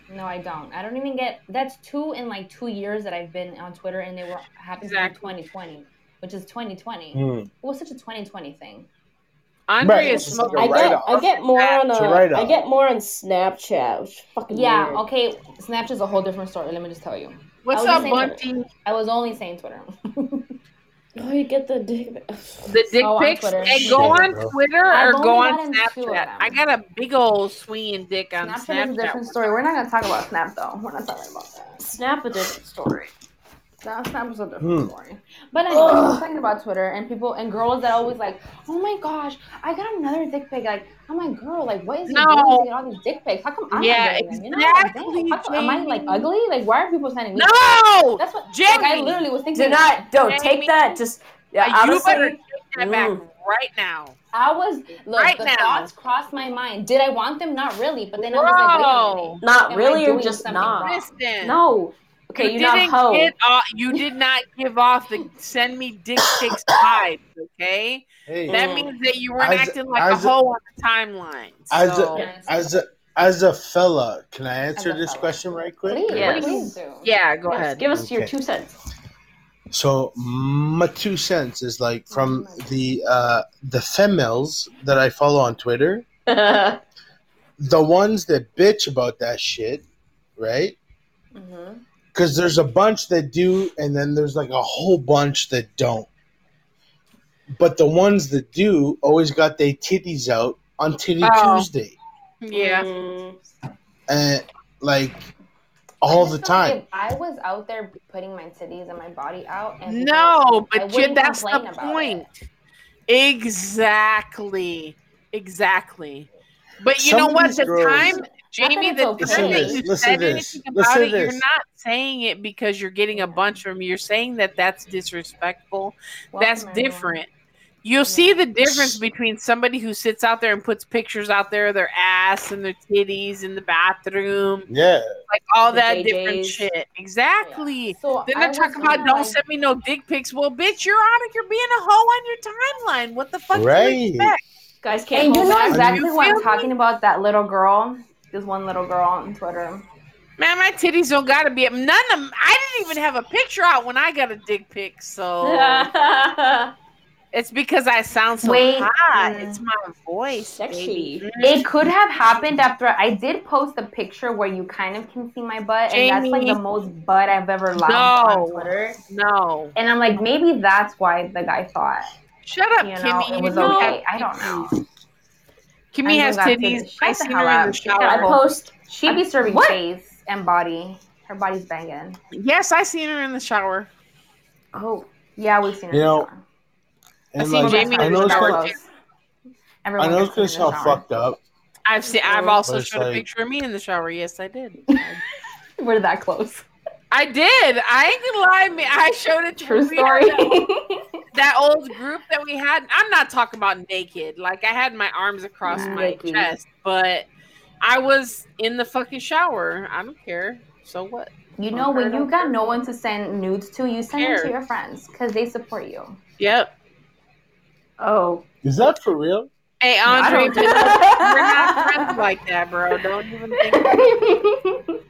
Speaker 17: No, I don't. I don't even get. That's two in like two years that I've been on Twitter, and they were happened in 2020, which is 2020.
Speaker 4: Hmm.
Speaker 17: It was such a 2020 thing.
Speaker 1: Andre
Speaker 17: Right.
Speaker 1: is smoking.
Speaker 2: I get, I get more on uh,
Speaker 17: It's a write-off.
Speaker 2: I get more on Snapchat. Which is fucking
Speaker 17: Yeah.
Speaker 2: weird.
Speaker 17: Okay. Snapchat's a whole different story. Let me just tell you.
Speaker 1: What's
Speaker 17: I was
Speaker 1: up,
Speaker 17: saying Twitter.
Speaker 1: Bunty?
Speaker 17: I was only saying Twitter.
Speaker 2: Oh, you get the dick.
Speaker 1: The dick
Speaker 17: Oh, on
Speaker 1: pics.
Speaker 17: Twitter.
Speaker 1: Hey, go
Speaker 17: Yeah,
Speaker 1: on
Speaker 17: bro.
Speaker 1: Twitter
Speaker 17: I've
Speaker 1: or
Speaker 17: only
Speaker 1: go on
Speaker 17: gotten two of
Speaker 1: Snapchat. I got a big old swinging dick on
Speaker 17: Snapchat is a
Speaker 1: Snapchat.
Speaker 17: different story. We're not gonna talk about Snap though. We're not talking about that.
Speaker 2: Snap a different story.
Speaker 17: Snap, Snap is a different
Speaker 2: Hmm.
Speaker 17: story. But anyway, I was talking about Twitter and people and girls that always like, oh my gosh, I got another dick pic. Like, I'm like, girl, like, what is it
Speaker 1: No.
Speaker 17: doing to get all these dick pics? How come I'm
Speaker 1: Yeah,
Speaker 17: not getting them? You know, like, damn,
Speaker 1: exactly,
Speaker 17: how come- am I like ugly? Like, why are people sending me?
Speaker 1: No,
Speaker 17: that's what.
Speaker 1: Jamie,
Speaker 17: like, I literally was
Speaker 2: *laughs*
Speaker 17: thinking.
Speaker 2: Do not. Don't
Speaker 17: that.
Speaker 2: take that. Just yeah.
Speaker 17: You
Speaker 2: honestly,
Speaker 17: better
Speaker 1: take that back
Speaker 2: Mm.
Speaker 1: right now.
Speaker 17: I was look.
Speaker 1: Right
Speaker 17: the
Speaker 1: now.
Speaker 17: thoughts crossed my mind. Did I want them? Not really. But then I was like, wait a
Speaker 1: Bro,
Speaker 17: minute.
Speaker 2: Not
Speaker 17: Am I
Speaker 2: really, or
Speaker 17: doing
Speaker 2: just
Speaker 17: something
Speaker 2: not.
Speaker 17: wrong?
Speaker 1: Listen.
Speaker 2: No. Okay, you are not
Speaker 1: didn't
Speaker 2: hoe.
Speaker 1: get off, you did not give off the send me dick pics vibes, okay?
Speaker 4: Hey.
Speaker 1: that means that you weren't
Speaker 4: Mm. As-
Speaker 1: acting like
Speaker 4: as-
Speaker 1: a hoe on the timeline.
Speaker 4: As
Speaker 1: so-
Speaker 4: a as a as a fella, can I answer
Speaker 1: As a
Speaker 4: this question right quick?
Speaker 1: Yes. Yeah, go ahead.
Speaker 2: Give us your
Speaker 4: Okay.
Speaker 2: two cents. *laughs*
Speaker 4: So my two cents is like from the uh, the females that I follow on Twitter, the ones that bitch about that shit, right? Because there's a bunch that do, and then there's like a whole bunch that don't. But the ones that do always got their titties out on Titty
Speaker 1: Oh.
Speaker 4: Tuesday,
Speaker 1: Yeah.
Speaker 4: and like all the time.
Speaker 17: If I was out there putting my titties and my body out, and people
Speaker 1: No,
Speaker 17: were- I
Speaker 1: but you,
Speaker 17: wouldn't
Speaker 1: that's
Speaker 17: complain
Speaker 1: the
Speaker 17: about
Speaker 1: point. Exactly. Exactly. But you
Speaker 4: Some
Speaker 1: know
Speaker 4: of
Speaker 1: what?
Speaker 4: these
Speaker 1: The
Speaker 4: girls-
Speaker 1: time,
Speaker 17: Not that
Speaker 1: Jamie,
Speaker 17: it's
Speaker 1: the
Speaker 17: okay.
Speaker 1: time that
Speaker 4: Listen
Speaker 1: you
Speaker 4: to this,
Speaker 1: said
Speaker 4: listen to
Speaker 1: anything
Speaker 4: this,
Speaker 1: about
Speaker 4: listen
Speaker 1: it,
Speaker 4: to
Speaker 1: you're
Speaker 4: this.
Speaker 1: not saying it because you're getting a bunch from. 'em. You're saying that that's disrespectful. that's
Speaker 17: Welcome, everyone.
Speaker 1: different. You'll see the difference between somebody who sits out there and puts pictures out there of their ass and their titties in the bathroom,
Speaker 4: Yeah.
Speaker 1: like all
Speaker 17: The
Speaker 1: that different
Speaker 17: JJs.
Speaker 1: shit. Exactly.
Speaker 17: So
Speaker 1: Then
Speaker 17: I
Speaker 1: they're
Speaker 17: was
Speaker 1: talking about
Speaker 17: kinda
Speaker 1: don't
Speaker 17: like-
Speaker 1: send me no dick pics. Well, bitch, you're on it. You're being a hoe on your timeline. What the fuck do
Speaker 4: Right.
Speaker 1: you expect?
Speaker 2: Guys
Speaker 17: And you know exactly
Speaker 1: You
Speaker 17: what
Speaker 1: feel
Speaker 17: I'm
Speaker 1: me?
Speaker 17: talking about. That little girl, this one little girl
Speaker 1: *laughs*
Speaker 17: on Twitter.
Speaker 1: Man, my titties don't gotta be up. None of 'em- I didn't even have a picture out when I got a dick pic,
Speaker 17: *laughs*
Speaker 1: so it's because I sound so
Speaker 17: Wait,
Speaker 1: hot.
Speaker 17: mm.
Speaker 1: It's my voice,
Speaker 2: sexy.
Speaker 17: It could have happened after I did post a picture where you kind of can see my butt, and that's like
Speaker 1: Jamie.
Speaker 17: the most butt I've ever lounged on
Speaker 1: No,
Speaker 17: Twitter.
Speaker 1: no.
Speaker 17: And I'm like, maybe that's why the guy thought,
Speaker 1: Shut up,
Speaker 17: you know,
Speaker 1: Kimmy.
Speaker 17: it
Speaker 1: You
Speaker 17: was
Speaker 1: don't
Speaker 17: okay. I
Speaker 1: have
Speaker 17: don't know.
Speaker 1: Kimmy
Speaker 17: I
Speaker 1: has
Speaker 17: know that
Speaker 1: titties.
Speaker 17: titties.
Speaker 1: I
Speaker 17: Shut the
Speaker 1: seen
Speaker 17: hell
Speaker 1: her in the
Speaker 17: up. Shut
Speaker 1: shower.
Speaker 17: up.
Speaker 2: I post.
Speaker 17: She be serving
Speaker 2: What?
Speaker 17: face and body. Her body's banging.
Speaker 1: Yes, I seen her in the shower.
Speaker 17: Oh, yeah, we've seen her.
Speaker 4: You know,
Speaker 17: I
Speaker 4: and
Speaker 17: see
Speaker 4: like
Speaker 17: Jamie
Speaker 4: I know it's
Speaker 17: Rizzo
Speaker 4: gonna,
Speaker 17: close.
Speaker 4: I
Speaker 17: Everyone
Speaker 4: know it's
Speaker 17: gets in
Speaker 4: gonna
Speaker 17: the
Speaker 4: sound
Speaker 17: shower.
Speaker 4: fucked up.
Speaker 1: I've seen. I've
Speaker 4: Well,
Speaker 1: also
Speaker 4: it's
Speaker 1: showed a
Speaker 4: like-
Speaker 1: picture of me in the shower. Yes, I did.
Speaker 17: *laughs* We're that close.
Speaker 1: I did. I ain't gonna lie. Me, I showed it to
Speaker 17: True
Speaker 1: we had
Speaker 17: story.
Speaker 1: That, that old group that we had. I'm not talking about naked. Like I had my arms across
Speaker 2: Naked.
Speaker 1: my chest, but I was in the fucking shower. I don't care. So what?
Speaker 17: *laughs* You know, when you got no one to send nudes to, you send them
Speaker 1: Care.
Speaker 17: to your friends because they support you.
Speaker 1: Yep.
Speaker 2: Oh.
Speaker 4: Is that for real?
Speaker 1: Hey
Speaker 17: I
Speaker 1: Andre,
Speaker 17: don't-
Speaker 1: we're not friends like that, bro. Don't even
Speaker 17: *laughs*
Speaker 1: think. About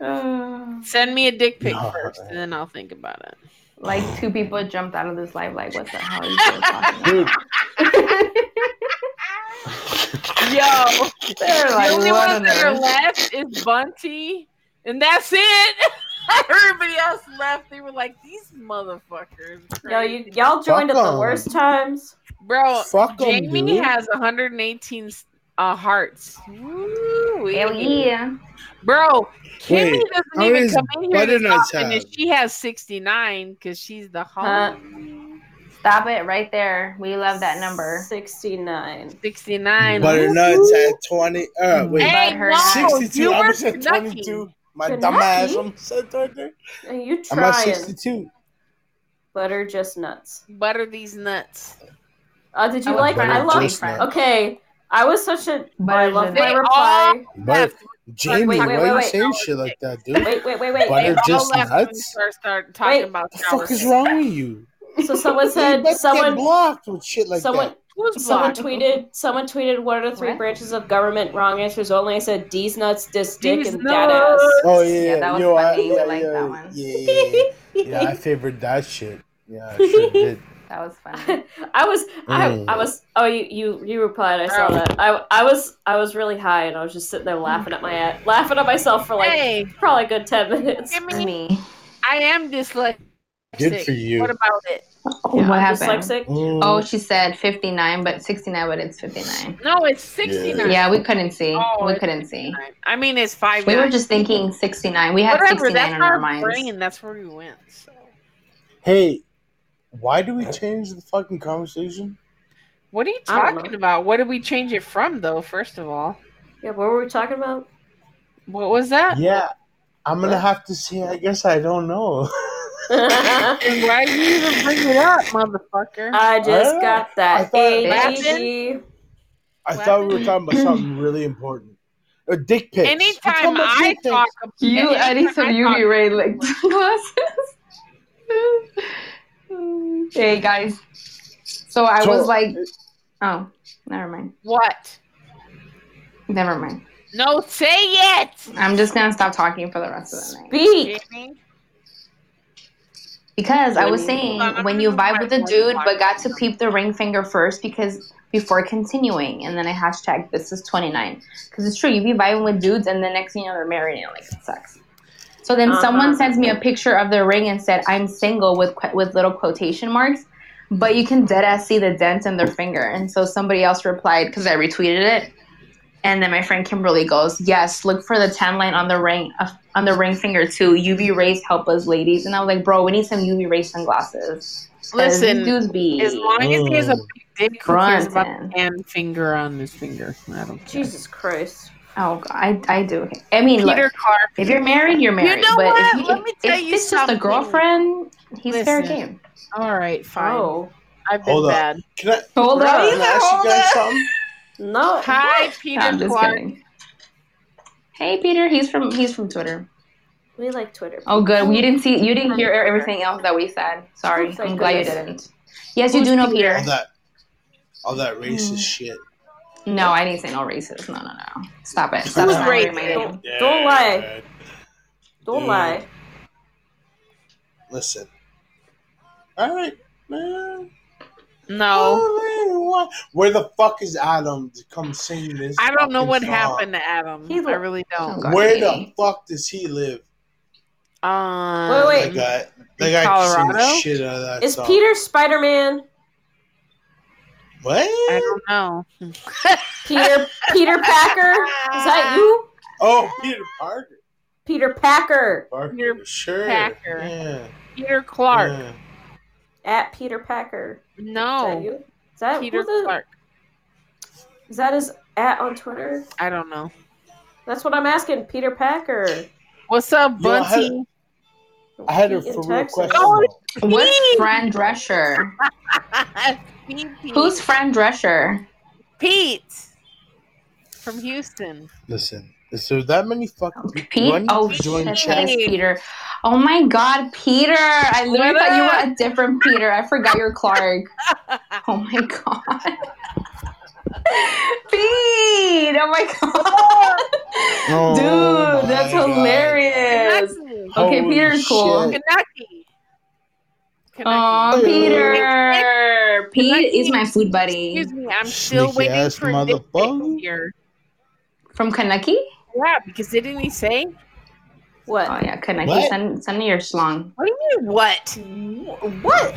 Speaker 1: it. Send me a dick pic first, and then I'll think about it.
Speaker 17: *laughs* Like two people jumped out of this live. Like, what the hell are you guys talking about?
Speaker 4: Dude,
Speaker 1: Yo,
Speaker 17: They're like,
Speaker 1: the only
Speaker 17: what
Speaker 1: ones
Speaker 17: on
Speaker 1: that are
Speaker 17: earth?
Speaker 1: left is Bunty, and that's it. *laughs* Everybody else left. They were like these motherfuckers.
Speaker 2: Yo, you y'all joined
Speaker 4: Fuck
Speaker 2: at the
Speaker 4: 'em.
Speaker 2: worst times.
Speaker 1: Bro,
Speaker 4: Fuck 'em,
Speaker 1: Jamie
Speaker 4: dude.
Speaker 1: has 118 uh, hearts. Woo,
Speaker 3: Hell yeah.
Speaker 1: Bro, Kimmy
Speaker 3: Wait,
Speaker 1: doesn't
Speaker 3: how
Speaker 1: even
Speaker 3: is
Speaker 1: come in here to
Speaker 3: Butternuts
Speaker 1: top, and then she has 69 because she's the
Speaker 3: Huh?
Speaker 1: home.
Speaker 3: Stop it right there. We love that number.
Speaker 2: 69.
Speaker 1: 69.
Speaker 4: Butternuts at 20. Uh, wait.
Speaker 1: Hey, no,
Speaker 4: 62.
Speaker 1: you
Speaker 4: I
Speaker 1: were
Speaker 4: almost said
Speaker 1: lucky.
Speaker 4: 22. My
Speaker 2: You're
Speaker 4: dumbass.
Speaker 2: lucky.
Speaker 4: I'm set right there.
Speaker 2: And you
Speaker 4: I'm at
Speaker 2: trying.
Speaker 4: 62.
Speaker 2: Butter just nuts.
Speaker 1: Butter these nuts.
Speaker 2: Uh, did you
Speaker 1: I was
Speaker 2: like?
Speaker 1: trying
Speaker 2: I
Speaker 1: to
Speaker 2: love.
Speaker 1: taste that.
Speaker 2: Okay, I was such a. I love
Speaker 1: just-
Speaker 2: my
Speaker 1: They
Speaker 2: reply.
Speaker 4: But Jamie,
Speaker 2: wait,
Speaker 4: why
Speaker 2: wait,
Speaker 4: are you
Speaker 2: wait.
Speaker 4: saying shit like that, dude?
Speaker 2: Wait, wait, wait, wait.
Speaker 4: Butter
Speaker 2: They all
Speaker 4: just
Speaker 2: left
Speaker 1: When we
Speaker 4: nuts?
Speaker 1: first started talking about
Speaker 4: What the fuck is wrong with you?
Speaker 2: So someone
Speaker 4: You
Speaker 2: said
Speaker 4: must get
Speaker 2: someone
Speaker 4: blocked with shit like
Speaker 2: someone
Speaker 4: that.
Speaker 2: someone
Speaker 1: blocked?
Speaker 2: tweeted someone tweeted what are the three branches of government? Wrong answers only. I said D's nuts, dis dick,
Speaker 1: D's
Speaker 2: and
Speaker 1: nuts.
Speaker 2: dat ass.
Speaker 4: Oh yeah, yeah,
Speaker 3: that was
Speaker 4: yo, I,
Speaker 3: funny. We
Speaker 4: yeah,
Speaker 3: liked
Speaker 4: yeah,
Speaker 3: that one.
Speaker 4: Yeah, yeah, yeah. yeah, I favored that shit. Yeah, I sure did.
Speaker 3: That was funny.
Speaker 2: I was I,
Speaker 4: Mm.
Speaker 2: I was oh you, you you replied I saw that I, I was I was really high and I was just sitting there laughing at my laughing at myself for like
Speaker 1: Hey.
Speaker 2: probably a good ten minutes.
Speaker 1: Kimmy, I am dyslexic.
Speaker 4: Good for you.
Speaker 1: What about it?
Speaker 3: what
Speaker 2: I'm
Speaker 3: happened?
Speaker 2: dyslexic.
Speaker 3: Oh, she said 59, but 69, but it's 59.
Speaker 1: No, it's 69.
Speaker 3: Yeah, we couldn't see.
Speaker 1: Oh,
Speaker 3: we
Speaker 1: it's
Speaker 3: couldn't see.
Speaker 1: I mean, it's five.
Speaker 3: We were
Speaker 1: nine.
Speaker 3: just thinking 69. We had
Speaker 1: Whatever,
Speaker 3: 69
Speaker 1: that's
Speaker 3: in our
Speaker 1: our
Speaker 3: minds.
Speaker 1: brain. That's where we went. So.
Speaker 4: Hey, why do we change the fucking conversation?
Speaker 1: What are you
Speaker 2: I don't
Speaker 1: talking about? What did we change it from, though? First of all,
Speaker 2: Yeah, what were we
Speaker 1: *laughs*
Speaker 2: talking about?
Speaker 1: what was that?
Speaker 4: Yeah, I'm gonna have to see. I guess I don't know.
Speaker 1: And why did you even bring it up, motherfucker?
Speaker 2: I just
Speaker 4: I
Speaker 2: got
Speaker 4: Uh, I
Speaker 2: that
Speaker 4: thought-
Speaker 2: ADD.
Speaker 4: I thought we were talking about something really important. A dick pic.
Speaker 1: Anytime I talk, about
Speaker 3: You, Eddie, some UV ray like *laughs* glasses. hey, guys. So I
Speaker 4: So-
Speaker 3: was like, oh, never mind.
Speaker 1: what?
Speaker 3: Never mind.
Speaker 1: No, say
Speaker 2: *laughs*
Speaker 1: it.
Speaker 3: I'm just going to stop talking for the rest of the night.
Speaker 2: Speak.
Speaker 3: Because I was
Speaker 1: Hold on,
Speaker 3: saying
Speaker 1: I'm
Speaker 3: when
Speaker 1: gonna
Speaker 3: you
Speaker 1: move
Speaker 3: vibe
Speaker 1: my
Speaker 3: with a
Speaker 1: voice
Speaker 3: dude, but
Speaker 1: box.
Speaker 3: got to peep the ring finger first because before continuing, and then I hashtag this is twenty nine because it's true. You be vibing with dudes, and the next thing you know, they're married, and like it sucks. So then
Speaker 2: Uh-huh.
Speaker 3: someone sends me a picture of their ring and said, "I'm single" with qu- with little quotation marks, but you can dead ass see the dent in their finger. And so somebody else replied because I retweeted it, and then my friend Kimberly goes, "Yes, look for the tan line on the ring uh, on the ring finger too. UV rays help us, ladies." And I was like, "Bro, we need some UV ray sunglasses." 'Cause
Speaker 1: Listen,
Speaker 3: these dudes be
Speaker 1: As long as he has a
Speaker 4: Mm.
Speaker 1: big dick, who cares about
Speaker 3: Brunton.
Speaker 1: the hand finger on his finger? I don't care.
Speaker 2: Jesus Christ.
Speaker 3: oh, God, I I do. I mean,
Speaker 1: Peter
Speaker 3: look,
Speaker 1: Carp.
Speaker 3: if you're married, you're married.
Speaker 1: know
Speaker 3: but
Speaker 1: what?
Speaker 3: if, you,
Speaker 1: Let
Speaker 3: if-
Speaker 1: me tell
Speaker 3: if
Speaker 1: you
Speaker 3: it's just a
Speaker 1: something.
Speaker 3: girlfair-friend, he's fair
Speaker 1: Listen.
Speaker 3: game.
Speaker 1: All right, fine.
Speaker 2: Oh
Speaker 1: I've been
Speaker 4: Hold up.
Speaker 1: bad.
Speaker 4: Can I,
Speaker 3: Hold
Speaker 4: can I
Speaker 3: up.
Speaker 4: ask you guys something?
Speaker 2: no.
Speaker 1: Hi,
Speaker 3: No, I'm
Speaker 1: Peter
Speaker 3: just
Speaker 1: Clark.
Speaker 3: kidding. Hey, Peter. He's from he's from Twitter.
Speaker 2: We like Twitter.
Speaker 3: Oh, good. You didn't see you didn't hear everything else that we said. Sorry,
Speaker 2: Thank
Speaker 3: I'm glad you
Speaker 2: goodness.
Speaker 3: didn't. Yes, you do know Peter.
Speaker 4: All that, all that racist shit.
Speaker 3: No, I didn't say no racist. No, no, no. Stop it. Stop
Speaker 4: Who's
Speaker 3: slandering my
Speaker 2: racist?
Speaker 3: name.
Speaker 2: Don't lie.
Speaker 4: Yeah.
Speaker 2: Don't
Speaker 4: Dude.
Speaker 2: lie.
Speaker 4: Listen. All right, man.
Speaker 2: Oh.
Speaker 1: No,
Speaker 4: Where the fuck is Adam to come sing this?
Speaker 1: I don't know
Speaker 4: fucking
Speaker 1: what
Speaker 4: song?
Speaker 1: happened to Adam.
Speaker 2: He's
Speaker 1: I really
Speaker 3: Oh,
Speaker 1: don't.
Speaker 3: God,
Speaker 4: Where the
Speaker 3: Katie.
Speaker 4: fuck does he live?
Speaker 1: Um,
Speaker 2: Wait,
Speaker 4: That guy, that guy can
Speaker 1: Colorado?
Speaker 4: sing the shit out of that
Speaker 2: Is
Speaker 4: song.
Speaker 2: Peter Spider Man?
Speaker 1: I
Speaker 4: What?
Speaker 1: don't know.
Speaker 2: Peter Peter Packer? Is that
Speaker 1: Uh,
Speaker 2: you?
Speaker 4: Oh, Peter Parker.
Speaker 2: Peter Packer.
Speaker 4: Parker.
Speaker 1: Peter
Speaker 4: sure.
Speaker 1: Packer.
Speaker 4: Yeah.
Speaker 1: Peter Clark.
Speaker 4: yeah.
Speaker 2: At Peter Packer. Is that
Speaker 1: No,
Speaker 2: you? Is that
Speaker 1: Oh. Peter
Speaker 2: who the-
Speaker 1: Clark.
Speaker 2: Is that his at on Twitter?
Speaker 1: I don't know.
Speaker 2: That's what I'm asking. Peter Packer.
Speaker 1: What's up,
Speaker 4: Yo, I had-
Speaker 1: Bunty?
Speaker 4: I had a
Speaker 2: He in
Speaker 4: for real
Speaker 2: Texas.
Speaker 4: question.
Speaker 1: Oh,
Speaker 4: though.
Speaker 3: What's Fran Drescher?
Speaker 1: *laughs*
Speaker 3: Who's Fran Drescher?
Speaker 1: Pete from Houston?
Speaker 4: Listen, is there that many fucking people?
Speaker 3: Pete?
Speaker 4: Do I need
Speaker 3: Oh,
Speaker 4: to join
Speaker 3: shit,
Speaker 4: chat?
Speaker 3: that is Peter. Oh my God, Peter! I literally
Speaker 1: What
Speaker 3: thought
Speaker 1: up?
Speaker 3: you were a different Peter. I forgot
Speaker 1: *laughs*
Speaker 3: you're Clark. Oh my God, *laughs* Pete! Oh my God,
Speaker 4: Oh
Speaker 3: dude, that's
Speaker 4: my God.
Speaker 3: hilarious.
Speaker 1: Kentucky.
Speaker 3: Okay,
Speaker 4: Holy
Speaker 3: Peter's cool.
Speaker 4: shit.
Speaker 1: Kentucky.
Speaker 3: Oh,
Speaker 4: Kentucky.
Speaker 3: Peter! Pete is my food buddy
Speaker 1: Excuse me, I'm still
Speaker 4: Sneaky
Speaker 1: waiting
Speaker 4: ass
Speaker 1: for a dick pic
Speaker 4: motherfucker.
Speaker 1: here.
Speaker 3: from Kanaki.
Speaker 1: Yeah, because didn't he say?
Speaker 2: What?
Speaker 3: Oh yeah, Kanaki.
Speaker 4: What?
Speaker 3: Send send me your schlong.
Speaker 1: What do you mean? What?
Speaker 2: What?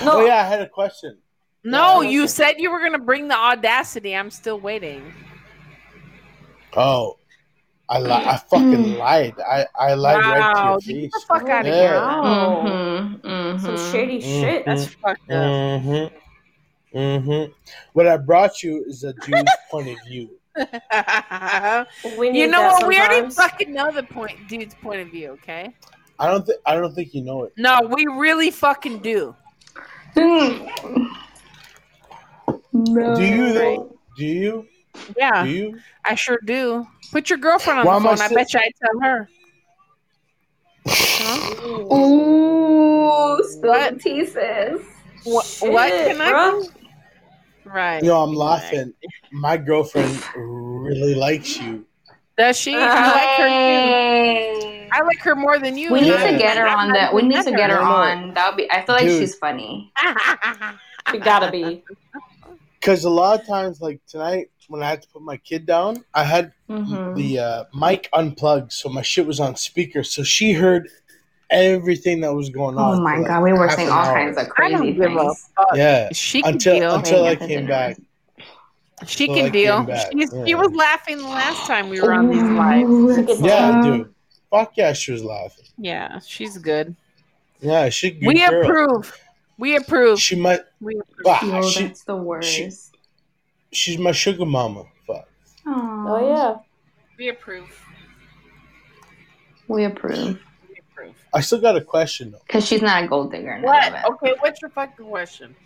Speaker 4: Oh
Speaker 2: No.
Speaker 4: yeah, I had a question.
Speaker 1: No, you said you were gonna bring the audacity. I'm still waiting.
Speaker 4: Oh, I li- I fucking lied. I I lied right to
Speaker 1: Wow,
Speaker 4: your
Speaker 1: get
Speaker 4: face.
Speaker 1: the fuck out of
Speaker 4: Yeah. Mm.
Speaker 1: here.
Speaker 2: Oh,
Speaker 3: Mm-hmm.
Speaker 2: Some shady shit.
Speaker 1: That's fucked up.
Speaker 4: Mm-hmm. Mm-hmm. What I brought you is a dude's point of view.
Speaker 1: you *laughs*
Speaker 2: need
Speaker 1: know
Speaker 2: that
Speaker 1: what? We already
Speaker 2: sometimes.
Speaker 1: fucking know the point, dude's point of view. Okay.
Speaker 4: I don't think I don't think you know it.
Speaker 1: No, we really fucking do.
Speaker 4: do you?
Speaker 1: Right.
Speaker 4: Though? Do you?
Speaker 1: Yeah.
Speaker 4: Do you?
Speaker 1: I sure do. Put your girlfriend on
Speaker 4: Why am I
Speaker 1: the phone. I
Speaker 4: sit-
Speaker 1: bet you I tell her.
Speaker 3: Ooh, spill the tea, sis.
Speaker 1: What, what can I do? Right.
Speaker 4: Yo, I'm laughing. My girlfriend really likes you.
Speaker 1: Does she? I like her too. I like her more than you.
Speaker 3: We
Speaker 1: and
Speaker 3: need
Speaker 1: I-
Speaker 3: to get her
Speaker 1: I'm
Speaker 3: on
Speaker 1: not
Speaker 3: that. We
Speaker 1: even
Speaker 3: need to
Speaker 1: at
Speaker 3: get her
Speaker 4: No, no.
Speaker 3: on. That would be. I feel like
Speaker 4: Dude.
Speaker 3: she's funny.
Speaker 2: She gotta be.
Speaker 4: Because a lot of times, like tonight, when I had to put my kid down, I had
Speaker 3: Mm-hmm.
Speaker 4: the uh, mic unplugged, so my shit was on speaker, so she heard everything that was going on.
Speaker 3: Oh my
Speaker 4: for, like,
Speaker 3: god, we were
Speaker 4: half
Speaker 3: saying
Speaker 4: an
Speaker 3: all
Speaker 4: hour.
Speaker 3: kinds of crazy
Speaker 1: give a
Speaker 3: things.
Speaker 4: Yeah,
Speaker 1: *laughs* She can
Speaker 4: until
Speaker 1: deal.
Speaker 4: until I
Speaker 3: Ain't nothing
Speaker 4: came
Speaker 3: to
Speaker 4: back.
Speaker 1: She
Speaker 4: Until I
Speaker 1: can
Speaker 4: came
Speaker 1: deal.
Speaker 4: back,
Speaker 1: She's, She
Speaker 4: yeah.
Speaker 1: was laughing last time we were on these lives.
Speaker 3: Um,
Speaker 4: Yeah, dude. Fuck yeah, she was laughing.
Speaker 1: Yeah, she's good.
Speaker 4: Yeah, she. a Good
Speaker 1: we
Speaker 4: girl.
Speaker 1: approve. We approve.
Speaker 4: She might.
Speaker 1: We approve.
Speaker 4: Bah, she-
Speaker 3: the worst.
Speaker 4: she- she's my sugar mama. Fuck.
Speaker 2: Oh yeah.
Speaker 1: We approve.
Speaker 3: We approve
Speaker 4: I still got a question though.
Speaker 3: because she's not a gold digger.
Speaker 1: What? Okay, what's your fucking question?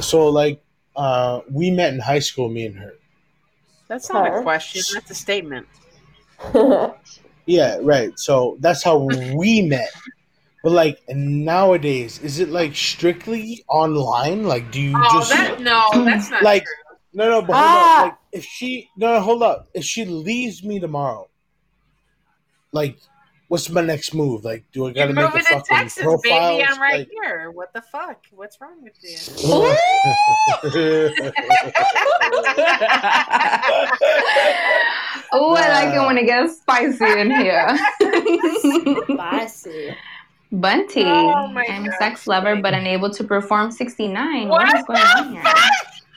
Speaker 4: So like, uh, we met in high school, me and her.
Speaker 1: That's not
Speaker 2: Her.
Speaker 1: a question. That's a statement.
Speaker 4: Yeah, right. So that's how we met. But like nowadays, is it like strictly online? Like, do you
Speaker 1: Oh,
Speaker 4: just
Speaker 1: that no, that's not
Speaker 4: like?
Speaker 1: true.
Speaker 4: No, no. But hold
Speaker 2: Ah!
Speaker 4: up. Like, if she no, no, hold up. If she leaves me tomorrow, like, what's my next move? Like, do I
Speaker 1: You're
Speaker 4: gotta make a
Speaker 1: moving to
Speaker 4: fucking
Speaker 1: Texas,
Speaker 4: profile?
Speaker 1: baby. I'm right
Speaker 4: Like-
Speaker 1: here. What the fuck? What's wrong with you?
Speaker 4: *laughs*
Speaker 3: *laughs* Oh, I like it when it gets spicy in here. *laughs*
Speaker 6: Spicy.
Speaker 3: Bunty,
Speaker 1: Oh my
Speaker 3: I'm
Speaker 1: gosh.
Speaker 3: a sex lover but unable to perform 69. what is
Speaker 1: What
Speaker 3: going on here?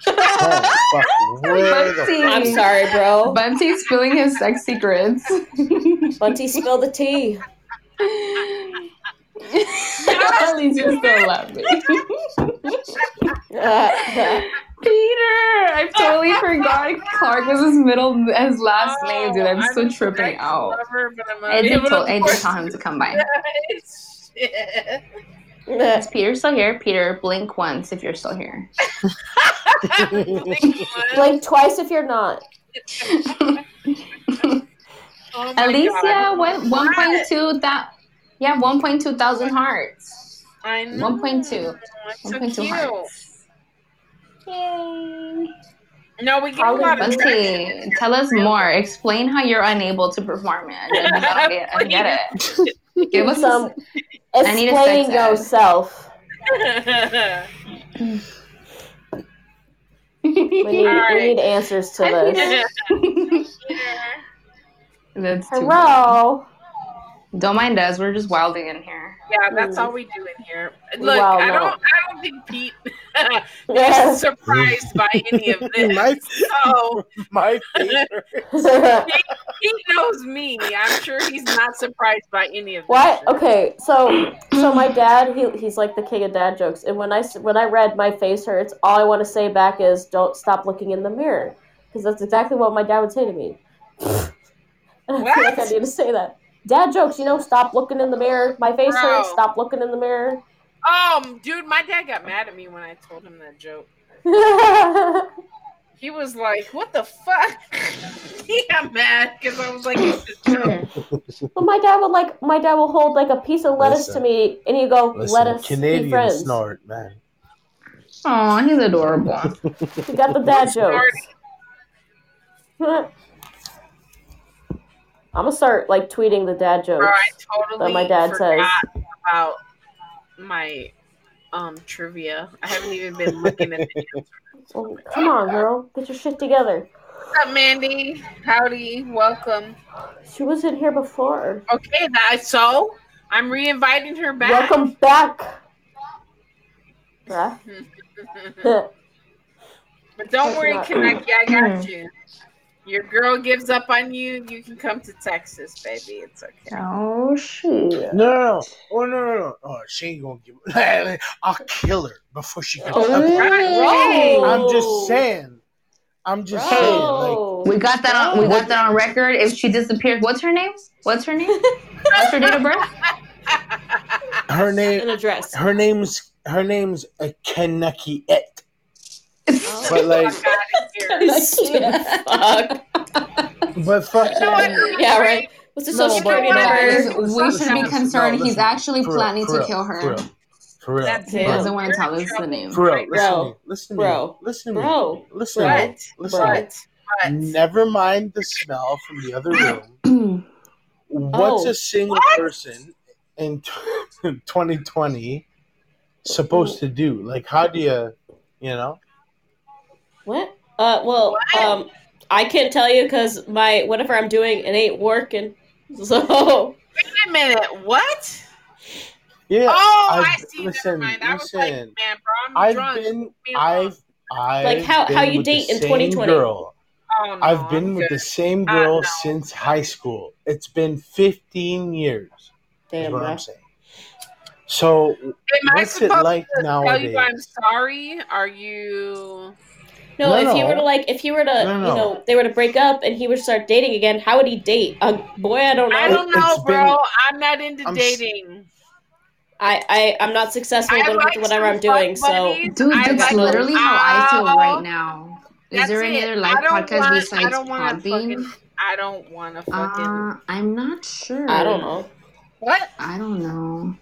Speaker 4: Oh, *laughs*
Speaker 1: *laughs*
Speaker 4: fuck, where the
Speaker 3: Bunty.
Speaker 6: I'm sorry, bro.
Speaker 3: Bunty's spilling his sex secrets.
Speaker 2: *laughs* Bunty spilled the tea.
Speaker 3: *laughs*
Speaker 2: *laughs*
Speaker 3: At least you still love me. Peter, I
Speaker 1: *laughs*
Speaker 3: totally forgot Clark was his middle, his *laughs* last
Speaker 1: Oh,
Speaker 3: name, dude. I'm so
Speaker 1: a
Speaker 3: tripping
Speaker 1: sex
Speaker 3: out.
Speaker 1: lover, but I'm
Speaker 3: I did,
Speaker 1: unable
Speaker 3: tell,
Speaker 1: to
Speaker 3: I did
Speaker 1: force
Speaker 3: tell him to come by.
Speaker 1: *laughs* it. Shit.
Speaker 3: Is Peter still here? Peter, blink once if you're still here.
Speaker 1: *laughs*
Speaker 2: Blink twice if you're not.
Speaker 1: Oh my
Speaker 3: Alicia,
Speaker 1: God.
Speaker 3: what? 1.2 that. Yeah, 1.2 thousand hearts.
Speaker 1: I know.
Speaker 3: 1.2.
Speaker 1: It's So
Speaker 3: 1.2
Speaker 1: cute.
Speaker 3: hearts.
Speaker 1: No, we get a lot of *laughs*
Speaker 3: Bunty, tell us more. Explain how you're unable to perform it. I just
Speaker 1: *laughs*
Speaker 3: don't get, I get it. Give us
Speaker 2: Some
Speaker 3: some. I need a
Speaker 2: explain
Speaker 3: sex ed.
Speaker 2: yourself. We need,
Speaker 1: All
Speaker 2: we
Speaker 1: right.
Speaker 2: need answers to
Speaker 3: I
Speaker 2: this.
Speaker 3: need
Speaker 1: Yeah.
Speaker 3: *laughs* That's too
Speaker 2: Hello.
Speaker 3: bad. Don't mind us. We're just wilding in here.
Speaker 1: Yeah, that's all we do in here. Look,
Speaker 2: Wow,
Speaker 1: I
Speaker 2: no.
Speaker 1: don't I don't think Pete *laughs* is surprised by any of this.
Speaker 4: My-
Speaker 1: So
Speaker 4: my favorite.
Speaker 1: he, he knows me. I'm sure he's not surprised by any of this.
Speaker 2: *laughs* What? Okay, so so my dad, he, he's like the king of dad jokes, and when I s- when I read my face hurts, all I want to say back is don't stop looking in the mirror, because that's exactly what my dad would say to me. *laughs* and I feel like I
Speaker 1: What?
Speaker 2: need to say that. Dad jokes, you know, stop looking in the mirror. My face
Speaker 1: Bro.
Speaker 2: hurts. Stop looking in the mirror. *laughs*
Speaker 1: Um, dude, my dad got mad at me when I told him that joke. He was like, "What the fuck?" *laughs* he got mad because I was like, "It's a joke."
Speaker 2: but my dad would like my dad will hold like a piece of lettuce
Speaker 4: Listen.
Speaker 2: to me, and he go,
Speaker 4: Listen,
Speaker 2: "Let us be
Speaker 4: Canadian
Speaker 2: friends."
Speaker 4: snort, man.
Speaker 3: Oh, he's adorable.
Speaker 2: We got the dad
Speaker 1: Sorry.
Speaker 2: jokes. *laughs* I'm gonna start like tweeting the dad jokes.
Speaker 1: Bro, I totally
Speaker 2: that my dad says.
Speaker 1: forgot about my um trivia. I haven't even been looking at the answers.
Speaker 2: Well, Oh, come on, girl, get your shit together.
Speaker 1: What's up, Mandy? Howdy, welcome.
Speaker 2: She was in here before.
Speaker 1: Okay, that so I'm re-inviting her back. *laughs*
Speaker 2: Welcome back. Bruh. *laughs*
Speaker 17: Mm.
Speaker 1: but don't worry, Kaneki, I got you. Your girl gives up on you. You can come to Texas, baby. It's okay. *laughs*
Speaker 21: Oh shit.
Speaker 4: No, no, no. Oh no, no, no. Oh, she ain't gonna give. *laughs* I'll kill her before she gets.
Speaker 17: Oh.
Speaker 4: up.
Speaker 17: Right.
Speaker 4: I'm
Speaker 2: Oh.
Speaker 4: just saying. I'm just saying. Like,
Speaker 17: we got that on we got that on record. If she disappeared, what's her name? What's her name? What's her date of birth?
Speaker 4: her name. An
Speaker 2: *laughs*
Speaker 4: address. Her name's her name's a Kaneki Et. But like,
Speaker 17: *laughs*
Speaker 2: Fuck.
Speaker 4: but fuck.
Speaker 17: Yeah, right.
Speaker 2: What's
Speaker 17: the
Speaker 2: the social
Speaker 17: social security
Speaker 2: security
Speaker 17: number?
Speaker 2: number?
Speaker 17: We should be concerned. He's actually
Speaker 4: for real,
Speaker 17: planning
Speaker 4: for
Speaker 17: to
Speaker 4: real,
Speaker 17: kill her.
Speaker 4: For real. For real.
Speaker 17: That's
Speaker 4: for
Speaker 17: it.
Speaker 4: real.
Speaker 17: Doesn't want to tell us the name.
Speaker 4: For real, listen
Speaker 17: Bro.
Speaker 4: to me. Listen to me. Listen to
Speaker 17: Bro.
Speaker 4: me.
Speaker 17: Bro.
Speaker 4: Listen to me.
Speaker 17: Bro.
Speaker 4: Listen
Speaker 17: Bro.
Speaker 4: to me. Never mind the smell from the
Speaker 2: *clears throat*
Speaker 4: other room. What's
Speaker 17: Oh.
Speaker 4: a single person in *laughs* 2020 supposed to do? Like, how do you, you know?
Speaker 2: What? Uh, well, um, I can't tell you because my whatever I'm doing it ain't working. *laughs* So
Speaker 1: Wait a minute. What?
Speaker 4: Yeah.
Speaker 1: Oh, I
Speaker 4: I've-
Speaker 1: see.
Speaker 4: Listen,
Speaker 1: Never mind. I was like, man,
Speaker 4: listen.
Speaker 1: bro, I'm
Speaker 4: I've
Speaker 1: drunk.
Speaker 4: been,
Speaker 1: Leave me alone.
Speaker 4: I've, I've
Speaker 2: Like, how-
Speaker 4: been
Speaker 2: how you
Speaker 4: with the
Speaker 2: date in
Speaker 4: same
Speaker 2: 2020?
Speaker 4: Girl.
Speaker 1: Oh, no,
Speaker 4: I've been
Speaker 1: I'm
Speaker 4: with
Speaker 1: good.
Speaker 4: the same girl since high school. It's been 15 years.
Speaker 2: Damn,
Speaker 4: is what
Speaker 2: bro.
Speaker 4: I'm saying. So,
Speaker 1: Am I
Speaker 4: what's it
Speaker 1: supposed
Speaker 4: like
Speaker 1: to tell
Speaker 4: nowadays?
Speaker 1: you I'm sorry? Are you?
Speaker 2: No,
Speaker 4: No,
Speaker 2: if he
Speaker 4: no.
Speaker 2: were to like, if he were to,
Speaker 4: No, no.
Speaker 2: you know, they were to break up and he would start dating again, how would he date? Uh, boy, I don't know.
Speaker 1: I don't know,
Speaker 4: it's
Speaker 1: bro.
Speaker 4: been-
Speaker 1: I'm not into
Speaker 4: I'm s-
Speaker 1: dating.
Speaker 2: I, I, I'm not successful
Speaker 1: I
Speaker 2: with
Speaker 1: like
Speaker 2: whatever I'm
Speaker 1: some
Speaker 2: doing.
Speaker 1: fuck
Speaker 2: So,
Speaker 1: buddies.
Speaker 17: Dude,
Speaker 1: I
Speaker 17: that's
Speaker 1: like-
Speaker 17: literally how I feel
Speaker 1: Oh,
Speaker 17: right now. Is
Speaker 1: that's
Speaker 17: there any
Speaker 1: it.
Speaker 17: other live
Speaker 1: I don't
Speaker 17: podcast
Speaker 1: want- I
Speaker 17: besides
Speaker 1: don't want to
Speaker 17: Podbean?
Speaker 1: fucking. I don't want to fucking.
Speaker 17: Uh, I'm not sure.
Speaker 2: I don't know.
Speaker 1: what?
Speaker 17: I don't know.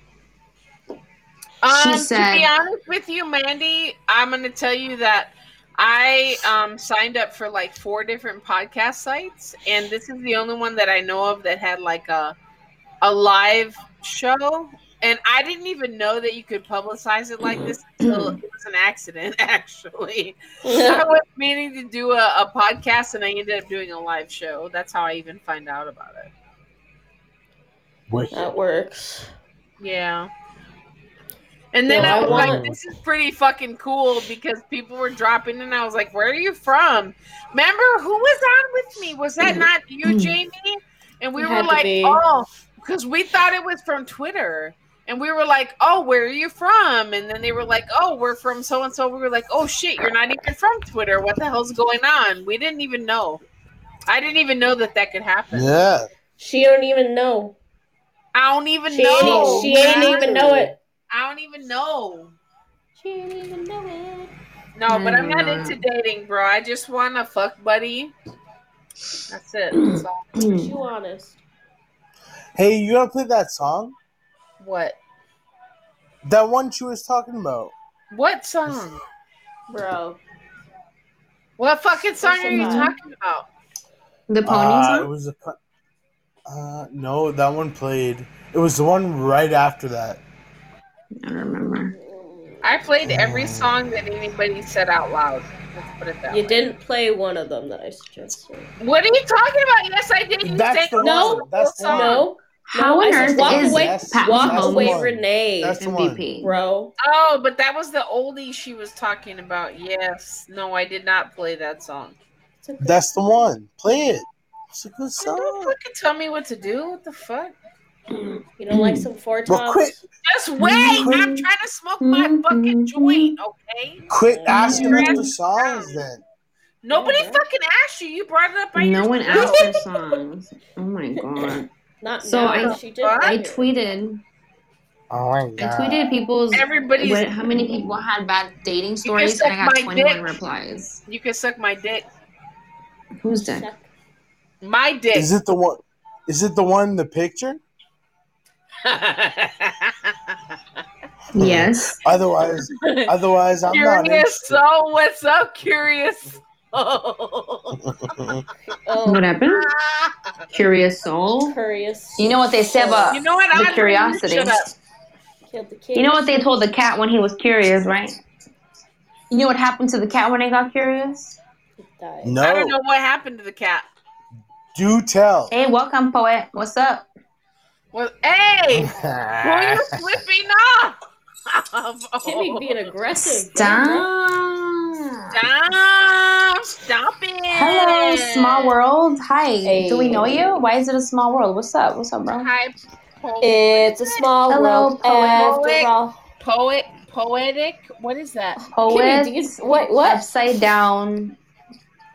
Speaker 1: Um,
Speaker 17: she said,
Speaker 1: to be honest with you, Mandy, I'm going to tell you that I um, signed up for like four different podcast sites, and this is the only one that I know of that had like a a live show. And I didn't even know that you could publicize it like
Speaker 17: *clears throat*
Speaker 1: this until it was an accident, *laughs* actually.
Speaker 17: *laughs*
Speaker 1: I was meaning to do a, a podcast and I ended up doing a live show. That's how I even find out about it.
Speaker 2: *laughs* that works.
Speaker 1: Yeah. And then
Speaker 2: Yeah,
Speaker 1: I
Speaker 2: I
Speaker 1: was like,
Speaker 2: want-
Speaker 1: this is pretty fucking cool because people were dropping and I was like, where are you from? Remember who was on with me? Was that
Speaker 2: *clears throat*
Speaker 1: not you, Jamie? And we
Speaker 2: It
Speaker 1: were
Speaker 2: had to
Speaker 1: like,
Speaker 2: be.
Speaker 1: oh, because we thought it was from Twitter. And we were like, oh, where are you from? And then they were like, oh, we're from so and so. We were like, oh shit, you're not even from Twitter. What the hell's going on? We didn't even know. I didn't even know that that could happen.
Speaker 4: Yeah.
Speaker 2: She don't even know.
Speaker 1: I don't even
Speaker 2: She ain't, e,
Speaker 1: know.
Speaker 2: she ain't
Speaker 1: man.
Speaker 2: even know it.
Speaker 1: I don't even know.
Speaker 2: She ain't even know it.
Speaker 1: No, but I'm not
Speaker 17: Mm.
Speaker 1: into dating, bro. I just want to fuck buddy. That's it. That's all.
Speaker 2: You honest.
Speaker 4: Hey, you gonna play that song?
Speaker 1: What?
Speaker 4: That one she was talking about.
Speaker 1: What song?
Speaker 2: Bro.
Speaker 1: What fucking song are you
Speaker 2: Listen, man.
Speaker 1: talking about?
Speaker 17: the pony
Speaker 4: Uh, it
Speaker 17: song?
Speaker 4: was a. pla- Uh, no, that one played. It was the one right after that.
Speaker 17: I don't remember.
Speaker 1: I played every
Speaker 4: Mm.
Speaker 1: song that anybody said out loud. Let's put it that
Speaker 2: You
Speaker 1: way.
Speaker 2: didn't play one of them that I suggested.
Speaker 1: What are you talking about? Yes, I did. You
Speaker 4: That's
Speaker 1: sang
Speaker 4: the
Speaker 2: No,
Speaker 4: one. That's the one.
Speaker 2: No.
Speaker 17: How
Speaker 2: no,
Speaker 17: on
Speaker 2: I said
Speaker 17: earth
Speaker 2: walk
Speaker 17: is
Speaker 2: away,
Speaker 4: Yes,
Speaker 2: walk
Speaker 17: that's the
Speaker 2: away,
Speaker 4: one.
Speaker 2: Renee,
Speaker 4: That's the one.
Speaker 17: MVP?
Speaker 2: bro.
Speaker 1: Oh, but that was the oldie she was talking about. Yes. No, I did not play that song.
Speaker 2: It's okay.
Speaker 4: That's the one. Play it. It's a good
Speaker 1: Don't
Speaker 4: song.
Speaker 1: fucking tell me what to do. What the fuck?
Speaker 2: You don't like some four tops?
Speaker 4: Well, quit,
Speaker 1: Just wait. I'm trying to smoke my fucking joint, okay?
Speaker 4: quit asking
Speaker 1: You're
Speaker 4: us the
Speaker 1: asking
Speaker 4: songs
Speaker 1: around.
Speaker 4: then.
Speaker 1: Nobody
Speaker 2: Yeah.
Speaker 1: fucking asked you. You brought it up by
Speaker 17: No
Speaker 1: yourself.
Speaker 17: one asked for songs. Oh my god.
Speaker 2: Not
Speaker 17: So
Speaker 2: now,
Speaker 17: I-
Speaker 2: she did.
Speaker 17: I
Speaker 2: hear.
Speaker 17: tweeted.
Speaker 4: Oh my
Speaker 17: I
Speaker 4: god.
Speaker 17: tweeted people's
Speaker 1: Everybody's.
Speaker 17: what, how many people had bad dating stories,
Speaker 1: suck
Speaker 17: and I got
Speaker 1: my
Speaker 17: 21
Speaker 1: dick.
Speaker 17: replies.
Speaker 1: You can suck my dick.
Speaker 17: Who's dick?
Speaker 1: My dick.
Speaker 4: Is it the one? Is it the one in the picture?
Speaker 17: Yes.
Speaker 4: Otherwise, otherwise I'm not.
Speaker 1: curious
Speaker 4: interested.
Speaker 1: soul. What's up, curious? *laughs* soul?
Speaker 2: Oh,
Speaker 17: What happened? Curious soul.
Speaker 2: curious.
Speaker 17: You know what they said about
Speaker 1: you know what?
Speaker 17: the
Speaker 1: I'm
Speaker 17: curiosity.
Speaker 1: Shut up.
Speaker 2: Killed the kid.
Speaker 17: You know what they told the cat when he was curious, right? You know what happened to the cat when it got curious?
Speaker 2: Died.
Speaker 1: I don't
Speaker 4: No,
Speaker 1: know what happened to the cat.
Speaker 4: do tell.
Speaker 17: Hey, welcome, poet. What's up?
Speaker 1: Well,
Speaker 4: *laughs*
Speaker 1: hey,
Speaker 4: Oh.
Speaker 1: who are you flipping off? *laughs*
Speaker 4: *laughs*
Speaker 2: Kimmy being aggressive.
Speaker 17: Stop.
Speaker 1: Stop Stop it.
Speaker 2: Hello, small world. Hi. Do we know you? Why is it a small world? What's up? What's up, bro?
Speaker 1: Hi, po-
Speaker 2: It's a small Hello,
Speaker 1: world after
Speaker 2: Poet.
Speaker 1: all. poet, poetic. What is that?
Speaker 2: Poet. Kimmy, do you- what- what?
Speaker 17: Upside down.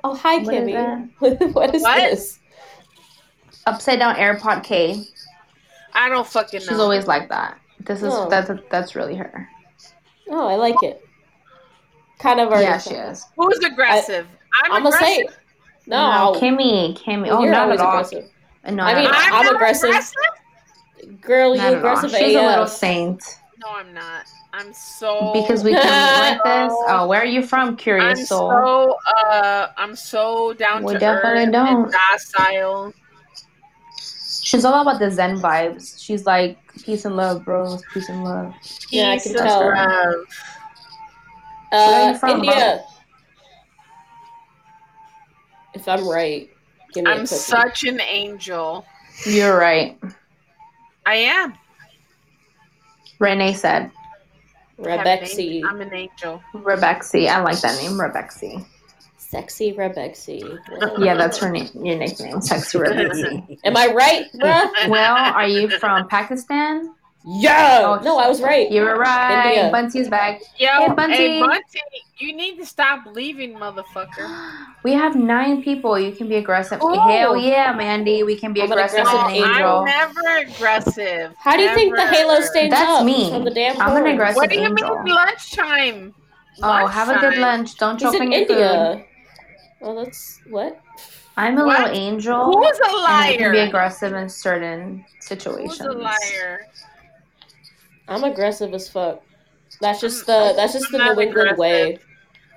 Speaker 2: Oh, hi,
Speaker 17: What is
Speaker 2: Kimmy. *laughs*
Speaker 17: that?
Speaker 2: what is
Speaker 1: What?
Speaker 2: this?
Speaker 17: Upside down AirPod K.
Speaker 1: I don't fucking know.
Speaker 17: She's always like that. This is
Speaker 2: Oh.
Speaker 17: that's that's really her.
Speaker 2: Oh, I like it. Kind of
Speaker 17: Yeah,
Speaker 2: artistic.
Speaker 17: she is.
Speaker 1: Who's aggressive? I,
Speaker 2: I'm gonna say
Speaker 1: aggressive.
Speaker 2: no.
Speaker 17: Kimmy, Kimmy. Oh,
Speaker 2: You're
Speaker 17: not
Speaker 2: always
Speaker 17: at all.
Speaker 2: aggressive.
Speaker 17: No,
Speaker 2: I mean,
Speaker 17: not at all.
Speaker 2: I'm, aggressive. Girl, you
Speaker 17: Not at all.
Speaker 2: aggressive
Speaker 17: She's a
Speaker 2: AF.
Speaker 17: little saint
Speaker 1: No, I'm not. I'm so
Speaker 17: because we can like
Speaker 2: *laughs*
Speaker 17: this. Oh, where are you from,
Speaker 1: I'm
Speaker 17: curious soul?
Speaker 1: so uh, I'm so down
Speaker 17: We
Speaker 1: to
Speaker 17: definitely
Speaker 1: earth
Speaker 17: don't.
Speaker 1: and docile.
Speaker 17: She's all about the Zen vibes. She's like peace and love, bros. Peace and love.
Speaker 2: Yeah, I
Speaker 1: Peace
Speaker 2: can
Speaker 1: and
Speaker 2: tell.
Speaker 1: love.
Speaker 17: Where are
Speaker 2: Uh,
Speaker 17: you from,
Speaker 2: India. If I'm right, give me a
Speaker 1: I'm
Speaker 2: cookie.
Speaker 1: such an angel.
Speaker 17: You're right.
Speaker 1: I am.
Speaker 17: Renee said.
Speaker 2: Rebexy.
Speaker 1: I'm an angel.
Speaker 17: Rebexy. I like that name, Rebexy.
Speaker 2: Sexy Rebexy.
Speaker 17: Yeah, that's her name. Your nickname, Sexy Rebexy.
Speaker 2: *laughs* Am I
Speaker 1: *laughs*
Speaker 2: right, bruh?
Speaker 17: well, are you from Pakistan?
Speaker 1: Oh,
Speaker 2: Yeah. No, I was right.
Speaker 17: You were right.
Speaker 2: India.
Speaker 17: Bunty's back.
Speaker 1: Yo,
Speaker 17: Hey, Bunty.
Speaker 1: hey, Bunty, you need to stop leaving, motherfucker.
Speaker 17: We have nine people. You can be aggressive.
Speaker 1: Ooh.
Speaker 17: Hell yeah, Mandy. We can be
Speaker 2: I'm an
Speaker 17: aggressive,
Speaker 2: aggressive
Speaker 17: and angel.
Speaker 1: Oh, I'm never aggressive.
Speaker 2: How do you think the
Speaker 1: Never.
Speaker 2: Halo stays
Speaker 17: That's
Speaker 2: up?
Speaker 17: me.
Speaker 2: From the damn
Speaker 17: I'm an
Speaker 2: horn?
Speaker 17: aggressive
Speaker 1: What do you
Speaker 17: angel.
Speaker 1: mean lunchtime?
Speaker 17: oh, have a good
Speaker 1: Lunchtime.
Speaker 17: lunch. Don't
Speaker 2: He's
Speaker 17: choke
Speaker 2: in
Speaker 17: on your food.
Speaker 2: India. Well, that's what?
Speaker 17: I'm a
Speaker 1: What?
Speaker 17: little angel.
Speaker 1: Who's a
Speaker 17: and I can be
Speaker 1: liar?
Speaker 17: aggressive in certain situations.
Speaker 1: Who's a liar?
Speaker 2: I'm aggressive as fuck. That's just the that's just the
Speaker 1: I'm not
Speaker 2: New England
Speaker 1: aggressive.
Speaker 2: way.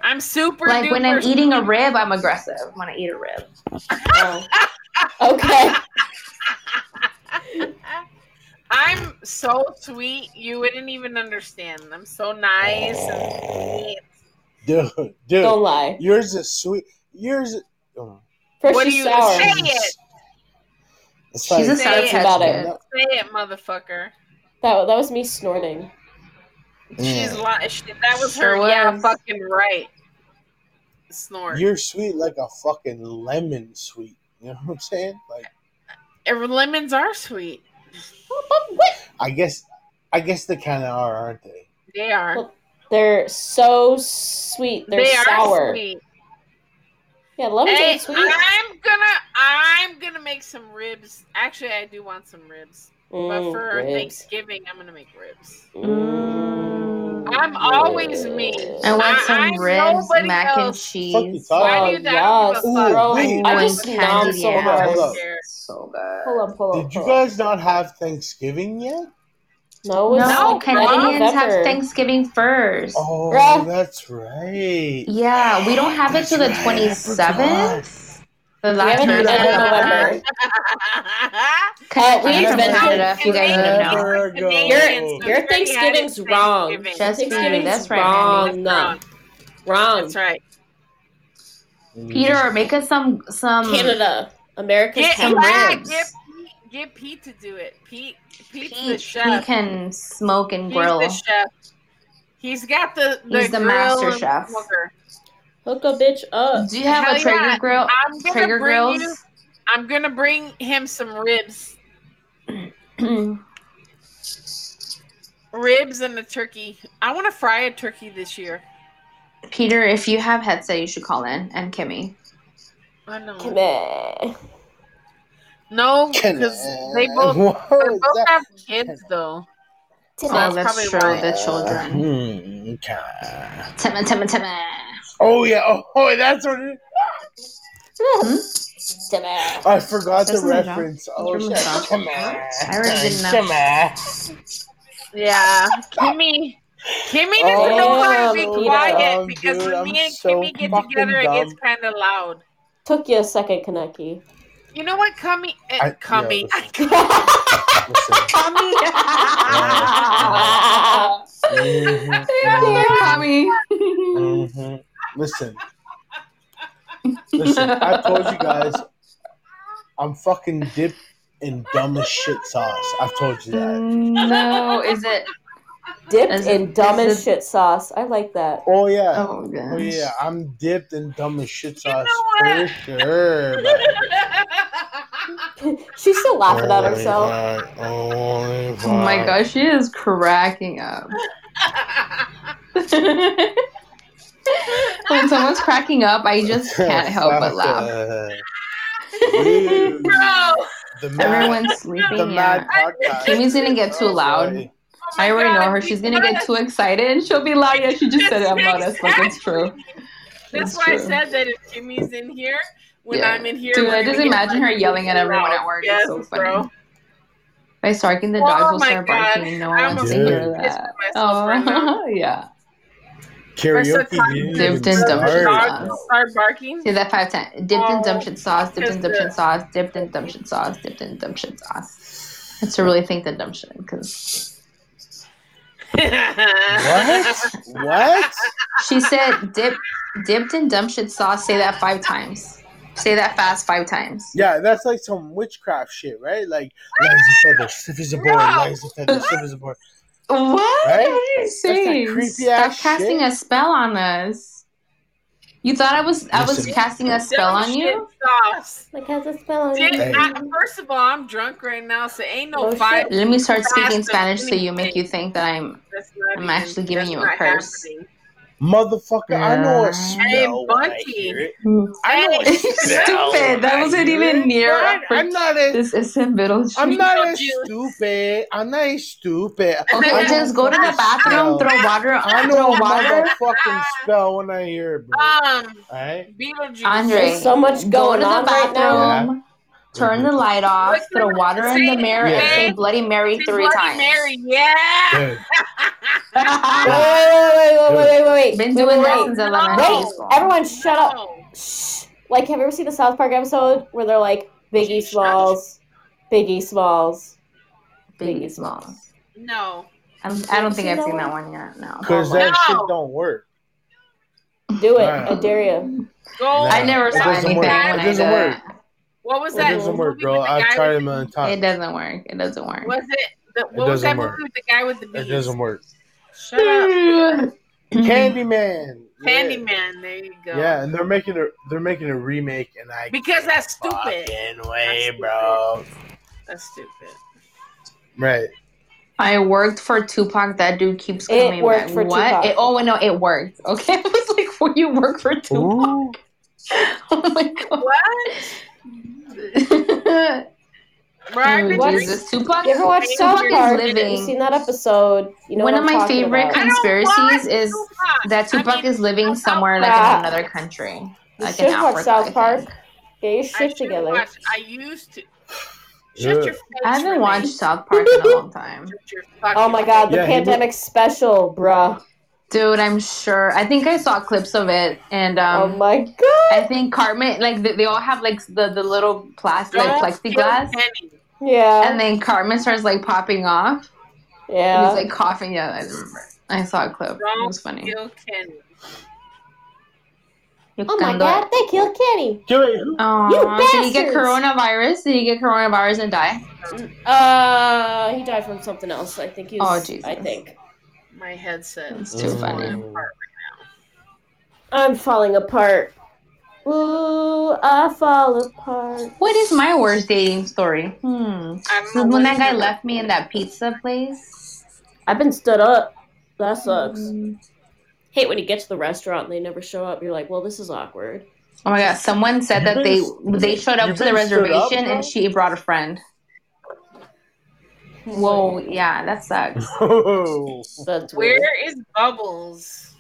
Speaker 1: I'm super.
Speaker 17: Like when I'm
Speaker 1: duper-
Speaker 17: eating a rib, I'm aggressive. When I eat a rib,
Speaker 1: *laughs*
Speaker 2: Oh. okay.
Speaker 1: *laughs* I'm so sweet. You wouldn't even understand. I'm so nice. And sweet.
Speaker 4: Dude, dude,
Speaker 2: Don't lie.
Speaker 4: yours is sweet. Yours, is- oh,
Speaker 2: First
Speaker 1: What do
Speaker 2: she's
Speaker 1: you
Speaker 2: sour.
Speaker 1: say? it.
Speaker 4: it's
Speaker 17: she's a
Speaker 4: like,
Speaker 1: Say
Speaker 17: sour
Speaker 1: it.
Speaker 17: patch
Speaker 2: About it.
Speaker 17: kid.
Speaker 1: Say it, motherfucker.
Speaker 2: That, that was me snorting.
Speaker 1: She's
Speaker 4: mm,
Speaker 1: li- she, that was her.
Speaker 17: Sure was.
Speaker 1: Yeah, fucking right. Snort.
Speaker 4: you're sweet like a fucking lemon sweet. You know what I'm saying? Like,
Speaker 1: Er, lemons are sweet.
Speaker 4: I guess, I guess they kind of are, aren't they?
Speaker 1: They are.
Speaker 2: Well, They're so sweet. They're
Speaker 1: They
Speaker 2: sour.
Speaker 1: are sweet.
Speaker 2: Yeah,
Speaker 17: Oh,
Speaker 2: lemons
Speaker 1: Hey,
Speaker 2: ain't sweet.
Speaker 1: I'm gonna I'm gonna make some ribs. Actually, I do want some ribs. but
Speaker 2: Mm,
Speaker 1: for
Speaker 2: ribs.
Speaker 1: Thanksgiving, I'm gonna make ribs.
Speaker 2: Mm,
Speaker 1: I'm always me.
Speaker 17: I want some
Speaker 1: I- I'm
Speaker 17: ribs,
Speaker 1: nobody
Speaker 17: mac and
Speaker 1: else.
Speaker 17: cheese.
Speaker 4: Fuck you,
Speaker 1: Why
Speaker 2: Oh,
Speaker 1: do you not
Speaker 2: yes.
Speaker 1: give a fuck?
Speaker 4: Ooh, wait,
Speaker 2: I
Speaker 4: wait.
Speaker 2: just
Speaker 17: Ooh,
Speaker 2: nom
Speaker 17: candy,
Speaker 2: so
Speaker 17: yeah.
Speaker 2: hard.
Speaker 4: Hold up.
Speaker 1: *laughs*
Speaker 17: So good.
Speaker 2: Pull up, pull
Speaker 1: Oh,
Speaker 2: up.
Speaker 4: Did you
Speaker 2: pull up.
Speaker 4: guys not have Thanksgiving yet?
Speaker 2: No, it's
Speaker 17: No,
Speaker 2: like late
Speaker 17: Canadians have
Speaker 2: November.
Speaker 17: Thanksgiving first.
Speaker 4: Oh,
Speaker 2: Bruh.
Speaker 4: that's right.
Speaker 17: Yeah, we don't have it till the
Speaker 4: That's right, I
Speaker 17: twenty seventh. The last
Speaker 2: haven't
Speaker 17: Thursday
Speaker 2: done
Speaker 17: of
Speaker 2: that.
Speaker 17: November.
Speaker 2: Uh, we
Speaker 17: I'm from
Speaker 2: invented-
Speaker 17: Canada, if you guys didn't know.
Speaker 4: Never go.
Speaker 1: Canadians
Speaker 2: Your
Speaker 1: already
Speaker 2: Thanksgiving's
Speaker 1: had
Speaker 2: wrong.
Speaker 1: Thanksgiving.
Speaker 17: That's true.
Speaker 2: Thanksgiving's
Speaker 17: That's right,
Speaker 2: wrong.
Speaker 1: Mandy.
Speaker 2: Wrong.
Speaker 1: That's right.
Speaker 17: Peter, make us some some
Speaker 2: Canada. America's
Speaker 1: Get,
Speaker 2: have
Speaker 1: yeah,
Speaker 2: ribs.
Speaker 1: get, Pete- get Pete to do it. Pete, Pete's the
Speaker 17: Pete, he
Speaker 1: chef.
Speaker 17: can smoke and
Speaker 1: He's
Speaker 17: grill.
Speaker 1: the chef. He's got the, the
Speaker 17: He's the
Speaker 1: grill
Speaker 17: master
Speaker 1: and
Speaker 17: chef.
Speaker 1: smoker.
Speaker 2: Hook a bitch up.
Speaker 17: Do you have
Speaker 1: Hell
Speaker 17: a Traeger
Speaker 1: yeah.
Speaker 17: grill?
Speaker 1: I'm gonna
Speaker 17: Traeger
Speaker 1: bring
Speaker 17: grills?
Speaker 1: you. I'm gonna bring him some ribs, ribs and a turkey. I want to fry a turkey this year.
Speaker 17: Peter, if you have headset, you should call in. And Kimmy.
Speaker 1: I know.
Speaker 2: Come here.
Speaker 1: No, because they both
Speaker 4: What
Speaker 1: they
Speaker 4: is
Speaker 1: both
Speaker 4: that?
Speaker 1: have kids though.
Speaker 17: Oh,
Speaker 1: that's probably
Speaker 17: that's true.
Speaker 1: why.
Speaker 17: The children.
Speaker 4: Hmm, okay.
Speaker 17: Timma, timma, timma.
Speaker 4: Oh yeah. Oh, boy, that's what. It,
Speaker 17: Hmm?
Speaker 2: Come here.
Speaker 4: I forgot
Speaker 17: That's
Speaker 4: the
Speaker 17: my job.
Speaker 4: reference. Oh
Speaker 17: That's my job.
Speaker 4: shit. Come on.
Speaker 17: I already did
Speaker 1: *laughs*
Speaker 17: enough.
Speaker 4: Come on.
Speaker 1: Yeah, Kimmy. Kimmy doesn't
Speaker 4: Oh,
Speaker 1: know how to be
Speaker 2: Peter.
Speaker 1: quiet
Speaker 4: Oh,
Speaker 1: because
Speaker 4: dude,
Speaker 1: when
Speaker 4: I'm
Speaker 1: me and
Speaker 4: so
Speaker 1: Kimmy get
Speaker 4: fucking
Speaker 1: together, it gets
Speaker 4: dumb.
Speaker 1: kind of loud.
Speaker 2: Took you a second, Kaneki.
Speaker 1: You know what, Cummy?
Speaker 4: I-
Speaker 1: Uh, Cummy. *laughs*
Speaker 4: yeah, Listen.
Speaker 17: *laughs*
Speaker 2: Come
Speaker 4: Mhm,
Speaker 1: *laughs*
Speaker 17: Tommy.
Speaker 4: mhm, mhm. Listen. Listen. I told you guys. I'm fucking dip in dumb as shit sauce. I've told you that.
Speaker 17: No, is it
Speaker 2: Dipped
Speaker 4: Is
Speaker 2: in
Speaker 4: it-
Speaker 2: dumb
Speaker 4: is
Speaker 2: as
Speaker 4: it-
Speaker 2: shit sauce. I like that.
Speaker 4: Oh yeah.
Speaker 2: Oh, gosh.
Speaker 4: Oh yeah, I'm dipped in dumb as shit sauce for sure. man.
Speaker 2: *laughs* She's still laughing
Speaker 4: Oh
Speaker 2: at herself.
Speaker 4: Only
Speaker 17: Oh my
Speaker 4: fuck.
Speaker 17: gosh, she is cracking up. when someone's cracking up, I
Speaker 4: *laughs*
Speaker 17: just can't help but laugh.
Speaker 4: *laughs* The mad-
Speaker 17: Everyone's sleeping.
Speaker 4: the mad
Speaker 17: yeah.
Speaker 4: podcast. Oh,
Speaker 17: Kimmy's gonna get too loud. I already know her. She's gonna get too excited and she'll be loud. Yeah, she just said it about us. Like it's true.
Speaker 1: That's
Speaker 17: It's
Speaker 1: why I
Speaker 17: true.
Speaker 1: said that if Jimmy's in here, when
Speaker 17: Yeah.
Speaker 1: I'm in here,
Speaker 17: Dude,
Speaker 1: we're
Speaker 17: I
Speaker 1: gonna
Speaker 17: just
Speaker 1: get
Speaker 17: imagine her
Speaker 1: like
Speaker 17: yelling at
Speaker 1: really
Speaker 17: everyone at
Speaker 1: loud.
Speaker 17: work.
Speaker 1: Yes,
Speaker 17: It's so funny.
Speaker 1: bro.
Speaker 17: By Sarkin, the
Speaker 1: Oh
Speaker 17: dog will
Speaker 1: my
Speaker 17: start
Speaker 1: God.
Speaker 17: barking. No one
Speaker 1: I'm
Speaker 17: wants to
Speaker 4: okay.
Speaker 17: hear
Speaker 4: Pissed
Speaker 17: that.
Speaker 1: *laughs* myself right
Speaker 17: *laughs*
Speaker 1: now.
Speaker 17: Oh, yeah.
Speaker 4: Karaoke
Speaker 17: Versatile.
Speaker 4: dude.
Speaker 17: Dipped in dumb
Speaker 4: Sorry.
Speaker 17: shit sauce.
Speaker 1: Start barking. *laughs*
Speaker 17: See that five times. Dipped
Speaker 1: Oh,
Speaker 17: in dumb shit sauce, dipped in dumb
Speaker 1: because
Speaker 17: shit sauce, dipped in dumb shit sauce, dipped in dumb shit sauce. That's to really think the dumb shit because
Speaker 1: what?
Speaker 4: What?
Speaker 17: She said dip dipped in dumb shit sauce, say that five times. Say that fast five times.
Speaker 4: Yeah, that's like some witchcraft shit, right? Like light as a feather, stiff as a board, light as a feather, stiff as a board.
Speaker 17: What?
Speaker 4: Right?
Speaker 17: What are you
Speaker 4: That's that
Speaker 17: saying?
Speaker 4: creepy
Speaker 17: Stop
Speaker 4: ass
Speaker 17: casting
Speaker 4: shit.
Speaker 17: a spell on us. You thought I was I was
Speaker 4: Listen.
Speaker 17: casting a spell on you?
Speaker 1: Like
Speaker 2: has a spell
Speaker 1: on
Speaker 17: you.
Speaker 1: first of all, I'm drunk right now, so ain't no
Speaker 17: Oh,
Speaker 1: fight.
Speaker 17: shit. Let me start speaking
Speaker 1: Fast
Speaker 17: Spanish so
Speaker 1: anything.
Speaker 17: you make you think that I'm *laughs*
Speaker 1: That's not
Speaker 17: I'm
Speaker 1: even-
Speaker 17: actually giving
Speaker 1: that's
Speaker 17: you a
Speaker 1: not
Speaker 17: curse.
Speaker 1: happening.
Speaker 4: Motherfucker, I know
Speaker 17: Yeah.
Speaker 4: a spell. when I hear it. I know a
Speaker 17: Hey,
Speaker 4: spell when
Speaker 17: Stupid. That
Speaker 4: I
Speaker 17: wasn't
Speaker 4: hear
Speaker 17: even
Speaker 4: it.
Speaker 17: near.
Speaker 4: What? I'm not a
Speaker 17: This isn't middle.
Speaker 4: I'm not a stupid. I'm not a stupid.
Speaker 1: *laughs*
Speaker 17: Okay,
Speaker 4: I know
Speaker 17: Oh, just go to the
Speaker 4: a spell.
Speaker 17: bathroom, throw water
Speaker 4: I
Speaker 17: on,
Speaker 4: know
Speaker 17: throw
Speaker 4: a
Speaker 17: water.
Speaker 4: motherfucking spell when I hear it, bro.
Speaker 1: Um,
Speaker 4: Alright?
Speaker 1: Beetlejuice.
Speaker 17: Andre,
Speaker 2: There's so much
Speaker 17: go
Speaker 2: going
Speaker 17: to the
Speaker 2: on right
Speaker 17: bathroom. Turn the light off. Throw water in the mirror and
Speaker 4: Yeah.
Speaker 17: say Bloody Mary
Speaker 1: Say
Speaker 17: three
Speaker 1: Bloody
Speaker 17: times.
Speaker 1: Mary, yeah.
Speaker 4: Dude,
Speaker 2: Wait,
Speaker 1: *laughs*
Speaker 2: wait, wait, wait, wait, wait, wait. Wait,
Speaker 17: Been doing
Speaker 2: wait,
Speaker 17: that
Speaker 2: wait.
Speaker 17: since elementary
Speaker 2: Wait,
Speaker 17: school.
Speaker 2: everyone, shut up.
Speaker 1: Oh.
Speaker 2: Shh. Like, have you ever seen the South Park episode where they're like, Biggie Smalls, Biggie Smalls,
Speaker 17: Biggie Smalls?
Speaker 1: No.
Speaker 17: I'm, I don't think I've seen that one yet. No.
Speaker 4: Because
Speaker 1: Oh my-
Speaker 4: that shit
Speaker 1: No.
Speaker 4: don't work.
Speaker 2: Do it.
Speaker 4: Nah.
Speaker 2: I dare you.
Speaker 1: Go.
Speaker 17: I never
Speaker 4: It
Speaker 17: saw
Speaker 4: doesn't
Speaker 17: anything
Speaker 4: work. It
Speaker 17: when I did
Speaker 4: doesn't work.
Speaker 17: that.
Speaker 1: What was
Speaker 4: It
Speaker 1: that?
Speaker 4: doesn't work,
Speaker 1: movie
Speaker 4: bro.
Speaker 1: with the
Speaker 4: I've
Speaker 1: guy
Speaker 4: tried
Speaker 1: with-
Speaker 4: it a million
Speaker 17: It
Speaker 4: times.
Speaker 17: doesn't work. It doesn't work.
Speaker 1: Was it? The,
Speaker 4: It
Speaker 1: what was
Speaker 4: doesn't
Speaker 1: that
Speaker 4: work.
Speaker 1: movie with the guy with the
Speaker 4: It
Speaker 1: bees?
Speaker 4: doesn't work.
Speaker 1: Shut
Speaker 17: *laughs*
Speaker 1: up.
Speaker 17: *clears throat*
Speaker 4: Candyman. Yeah.
Speaker 1: Mm-hmm. Candyman. There you go.
Speaker 4: Yeah, and they're making a they're making a remake, and I
Speaker 1: Because that's stupid.
Speaker 4: can't wait, bro.
Speaker 1: That's stupid.
Speaker 4: Right.
Speaker 17: I worked for Tupac. That dude keeps
Speaker 2: It
Speaker 17: coming
Speaker 2: worked
Speaker 17: back.
Speaker 2: for
Speaker 17: what?
Speaker 2: Tupac.
Speaker 17: It- oh no, it worked. Okay, *laughs* I was like, "What you work for Tupac?" *laughs* Oh my god. What? *laughs*
Speaker 1: Right?
Speaker 17: what
Speaker 2: What?
Speaker 17: is this? Tupac.
Speaker 2: You ever watch
Speaker 17: Tupac
Speaker 2: South Park?
Speaker 17: is
Speaker 2: You've
Speaker 17: living.
Speaker 2: seen that episode. You know
Speaker 17: One
Speaker 2: what
Speaker 17: of
Speaker 2: I'm
Speaker 17: my
Speaker 2: talking
Speaker 17: favorite
Speaker 2: about.
Speaker 17: conspiracies is that Tupac is living somewhere like
Speaker 2: Tupac.
Speaker 17: in another country,
Speaker 2: You
Speaker 17: like in
Speaker 2: should watch
Speaker 17: Africa. I
Speaker 2: South
Speaker 17: think.
Speaker 2: Park. Get your
Speaker 1: I
Speaker 2: shit
Speaker 1: should
Speaker 2: together.
Speaker 1: watch. I used to.
Speaker 4: Yeah.
Speaker 1: Shut your face.
Speaker 17: I haven't
Speaker 1: Renee.
Speaker 17: watched South Park in a
Speaker 2: *laughs*
Speaker 17: long time,
Speaker 1: Shut your fucking
Speaker 2: Oh my god, the
Speaker 4: Yeah, he was-
Speaker 2: pandemic special, bruh.
Speaker 17: dude. I'm sure. I think I saw clips of it, and
Speaker 2: oh
Speaker 17: um,
Speaker 2: my god.
Speaker 17: I think Cartman, like they, they all have like the, the little plastic
Speaker 1: Don't
Speaker 17: plexiglass,
Speaker 1: kill Kenny.
Speaker 2: Yeah.
Speaker 17: and then Cartman starts like popping off.
Speaker 2: yeah.
Speaker 17: And he's like coughing. Yeah, I remember. I saw a clip. it
Speaker 1: Don't
Speaker 17: was funny.
Speaker 1: kill Kenny.
Speaker 2: oh my god, they killed Kenny.
Speaker 4: Do it.
Speaker 17: Aww, did he get
Speaker 2: bastards.
Speaker 17: coronavirus? Did he get coronavirus and die?
Speaker 2: Uh, he died from something else. I think he was.
Speaker 17: Oh, Jesus.
Speaker 2: I think.
Speaker 1: My headset.
Speaker 17: It's too funny.
Speaker 2: I'm falling apart. Ooh, I fall apart.
Speaker 17: What is my worst dating story?
Speaker 1: I
Speaker 17: Hmm.
Speaker 1: don't know
Speaker 17: When
Speaker 1: what
Speaker 17: that
Speaker 1: is
Speaker 17: guy
Speaker 1: it.
Speaker 17: left me in that pizza place.
Speaker 2: I've been stood up. That sucks.
Speaker 17: Mm.
Speaker 2: Hate when you get to the restaurant and they never show up. You're like, well, this is awkward.
Speaker 17: Oh my god! Someone said
Speaker 4: You
Speaker 17: that they
Speaker 4: been-
Speaker 17: they showed
Speaker 4: you
Speaker 17: up to the
Speaker 4: been stood up,
Speaker 17: reservation
Speaker 4: bro?
Speaker 17: and she brought a friend. Whoa! Yeah, that sucks.
Speaker 4: *laughs*
Speaker 2: That's weird.
Speaker 1: Where is Bubbles?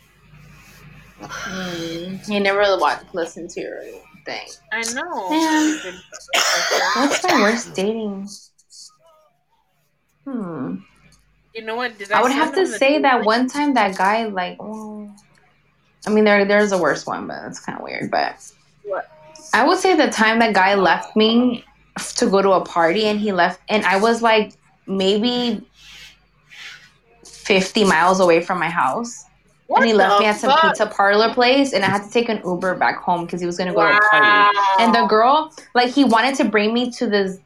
Speaker 17: Mm, he never really watched, listened to your thing.
Speaker 1: I know.
Speaker 17: Yeah. What's my worst dating? Hmm.
Speaker 1: You know what? Did I,
Speaker 17: I would
Speaker 1: send
Speaker 17: have to
Speaker 1: him the
Speaker 17: say that
Speaker 1: link?
Speaker 17: one time that guy like. well, I mean, there there's a worse one, but it's kind of weird. But
Speaker 1: What?
Speaker 17: I would say the time that guy left me to go to a party, and he left, and I was like maybe fifty miles away from my house.
Speaker 1: What
Speaker 17: and he left
Speaker 1: the
Speaker 17: me at some
Speaker 1: fuck?
Speaker 17: pizza parlor place, and I had to take an Uber back home because he was gonna go to a party.
Speaker 1: Wow.
Speaker 17: And the girl, like, he wanted to bring me to this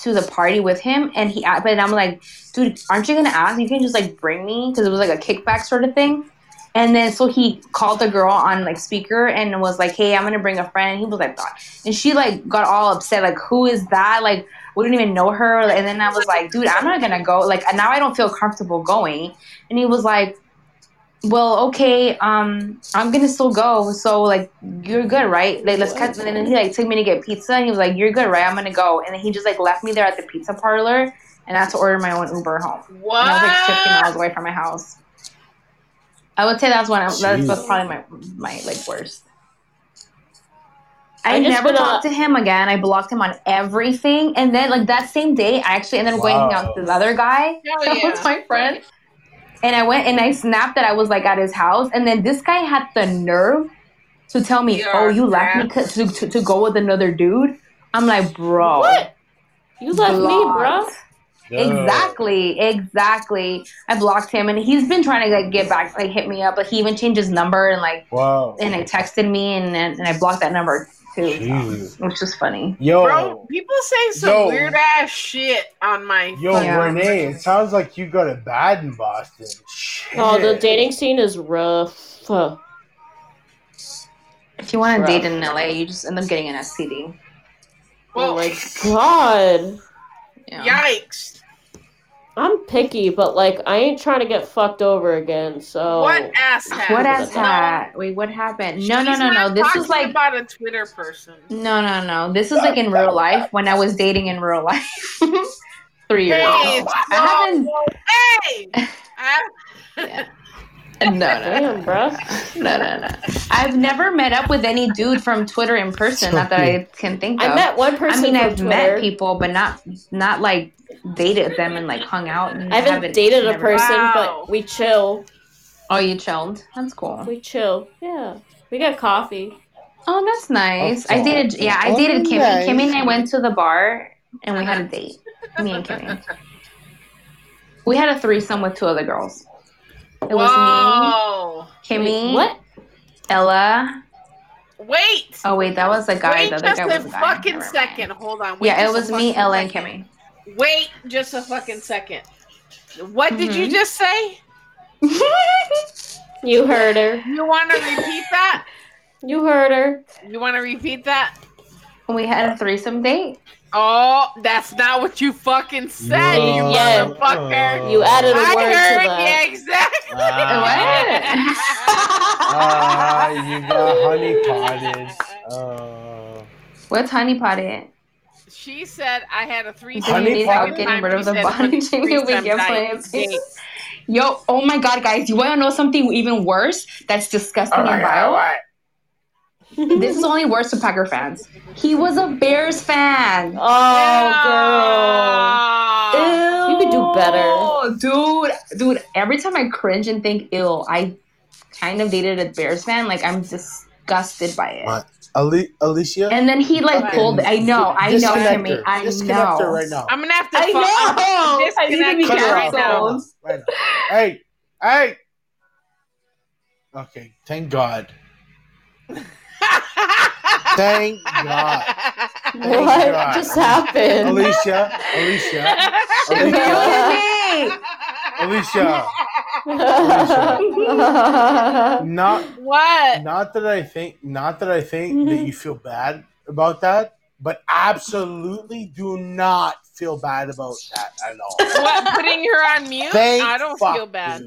Speaker 17: to the party with him, and he. a- But I'm like, dude, aren't you gonna ask? You can just like bring me because it was like a kickback sort of thing. And then so he called the girl on like speaker and was like, "Hey, I'm gonna bring a friend." And he was like, "God," and she like got all upset, like, "Who is that?" Like, we didn't even know her. And then I was like, "Dude, I'm not gonna go." Like, now I don't feel comfortable going. And he was like, "Well, okay, um, I'm gonna still go. So like, you're good, right? Like, let's cut." And then he like took me to get pizza, and he was like, "You're good, right? I'm gonna go." And then he just like left me there at the pizza parlor, and I had to order my own Uber home. And I was like
Speaker 6: Ah!
Speaker 17: 15
Speaker 1: *laughs*
Speaker 17: miles away from my house. I would say that's one. That's, that's
Speaker 6: Jeez.
Speaker 17: probably my my like worst.
Speaker 6: I
Speaker 17: I,
Speaker 6: just
Speaker 17: never
Speaker 6: wanna-
Speaker 17: talked to him again. I blocked him on everything, and then like that same day, I actually ended up going hang out with this other guy *laughs* that was my friend. And I went and I snapped that I was like at his house, and then this guy had the nerve to tell me, "Oh, you left me 'cause- to, to, to go with another dude." I'm like, bro,
Speaker 6: What? You left me, bro.
Speaker 17: Exactly, exactly. I blocked him, and he's been trying to like get back, like hit me up, but he even changed his number and like,
Speaker 4: wow,
Speaker 17: and like texted me, and and, and I blocked that number too, so, which is funny.
Speaker 4: Yo,
Speaker 1: Bro, people say some
Speaker 4: Yo.
Speaker 1: weird ass shit on my
Speaker 4: yo,
Speaker 1: phone.
Speaker 4: Renee, it sounds like you got it bad in Boston.
Speaker 6: Oh, the
Speaker 4: Shit.
Speaker 6: dating scene is rough.
Speaker 2: Oh
Speaker 17: If you want to
Speaker 6: Rough.
Speaker 17: date in LA, you just end up getting an STD.
Speaker 6: Oh
Speaker 1: *laughs*
Speaker 6: my god.
Speaker 1: Yikes.
Speaker 6: I'm picky, but like I ain't trying to get fucked over again. So
Speaker 1: What asshat?
Speaker 17: What ass hat? Wait, what happened? No, no,
Speaker 1: He's
Speaker 17: no, no.
Speaker 1: not
Speaker 17: This
Speaker 1: talking
Speaker 17: is like
Speaker 1: about a Twitter person.
Speaker 17: no, no, no. This is like in real life when I was dating in real life. *laughs* Three years
Speaker 1: Hey,
Speaker 17: ago.
Speaker 1: so- Hey, I-
Speaker 17: No, no, no,
Speaker 6: bro.
Speaker 17: no, no, no. I've never met up with any dude from Twitter in person. Not that I can think
Speaker 6: I
Speaker 17: of.
Speaker 6: met one person
Speaker 17: I mean,
Speaker 6: from
Speaker 17: I've
Speaker 6: Twitter.
Speaker 17: met people, but not not like dated them and like hung out. And
Speaker 6: I haven't dated a person,
Speaker 17: but
Speaker 6: we chill.
Speaker 17: Oh, you chilled. That's cool.
Speaker 6: We chill. Yeah. We got coffee.
Speaker 17: Oh, that's nice. I
Speaker 6: Okay.
Speaker 17: dated. Yeah, I
Speaker 6: Oh,
Speaker 17: dated Kimmy.
Speaker 6: nice.
Speaker 17: Kimmy and I went to the bar and we
Speaker 1: *laughs*
Speaker 17: had a date. Me and Kimmy. We had a threesome with two other girls. *laughs* It was
Speaker 1: Whoa.
Speaker 17: me, Kimmy,
Speaker 1: Wait, what?
Speaker 17: Ella.
Speaker 1: Wait.
Speaker 17: Oh wait, that was a guy.
Speaker 1: Wait
Speaker 17: the other
Speaker 1: just
Speaker 17: guy was
Speaker 1: a
Speaker 17: a guy.
Speaker 1: fucking second. Hold on. Wait
Speaker 17: yeah, it
Speaker 1: just a
Speaker 17: was me,
Speaker 1: fucking
Speaker 17: Ella, and
Speaker 1: second.
Speaker 17: Kimmy.
Speaker 1: Wait just a fucking second. What did you just say?
Speaker 6: Mm-hmm. *laughs* You heard her.
Speaker 1: You want to repeat that?
Speaker 6: You heard her.
Speaker 1: You want to repeat that?
Speaker 17: We had a
Speaker 1: *laughs*
Speaker 17: threesome date.
Speaker 1: Oh, that's not what you fucking said, you
Speaker 6: Yeah.
Speaker 1: motherfucker.
Speaker 6: You added a
Speaker 1: I
Speaker 6: word to
Speaker 1: heard,
Speaker 6: that.
Speaker 1: Yeah, exactly.
Speaker 17: *laughs*
Speaker 4: Ah, you got honey
Speaker 17: *laughs*
Speaker 4: potted. Oh.
Speaker 17: What's honey potted?
Speaker 1: *laughs* She said I had a three.
Speaker 17: Honey potted? Getting rid of the body thing *laughs* that we get for it. Yo, oh my god, guys, you want to know something even worse that's disgusting and vile? this is only worse to Packer fans. He was a Bears fan.
Speaker 6: Oh,
Speaker 17: girl.
Speaker 6: You could do
Speaker 17: better. Dude, dude, every time I cringe and think, ill, I kind of dated a Bears fan. Like, I'm disgusted by it.
Speaker 4: Ali- Alicia?
Speaker 17: And then he, like,
Speaker 4: Fucking
Speaker 17: pulled. I know, I know,
Speaker 4: disconnect
Speaker 17: Kimmy.
Speaker 4: her.
Speaker 17: I
Speaker 4: Disconnect
Speaker 17: know.
Speaker 4: her right now.
Speaker 1: I'm gonna have to.
Speaker 17: I
Speaker 1: fu-
Speaker 17: know.
Speaker 1: I'm
Speaker 17: I need to be
Speaker 1: disconnecting her
Speaker 4: Cut her
Speaker 1: *laughs*
Speaker 4: off. Right now. Hey, hey. Okay, thank God.
Speaker 1: *laughs*
Speaker 4: thank God. Thank
Speaker 6: *laughs* What
Speaker 4: God.
Speaker 6: just happened? *laughs*
Speaker 4: Alicia, Alicia, Alicia. Not
Speaker 1: What?
Speaker 4: Not that I think. Not that I think that you feel bad about that, but absolutely do not feel bad about that at all.
Speaker 1: What? Putting her on mute?
Speaker 4: Thank
Speaker 1: I don't
Speaker 4: fuck,
Speaker 1: feel bad.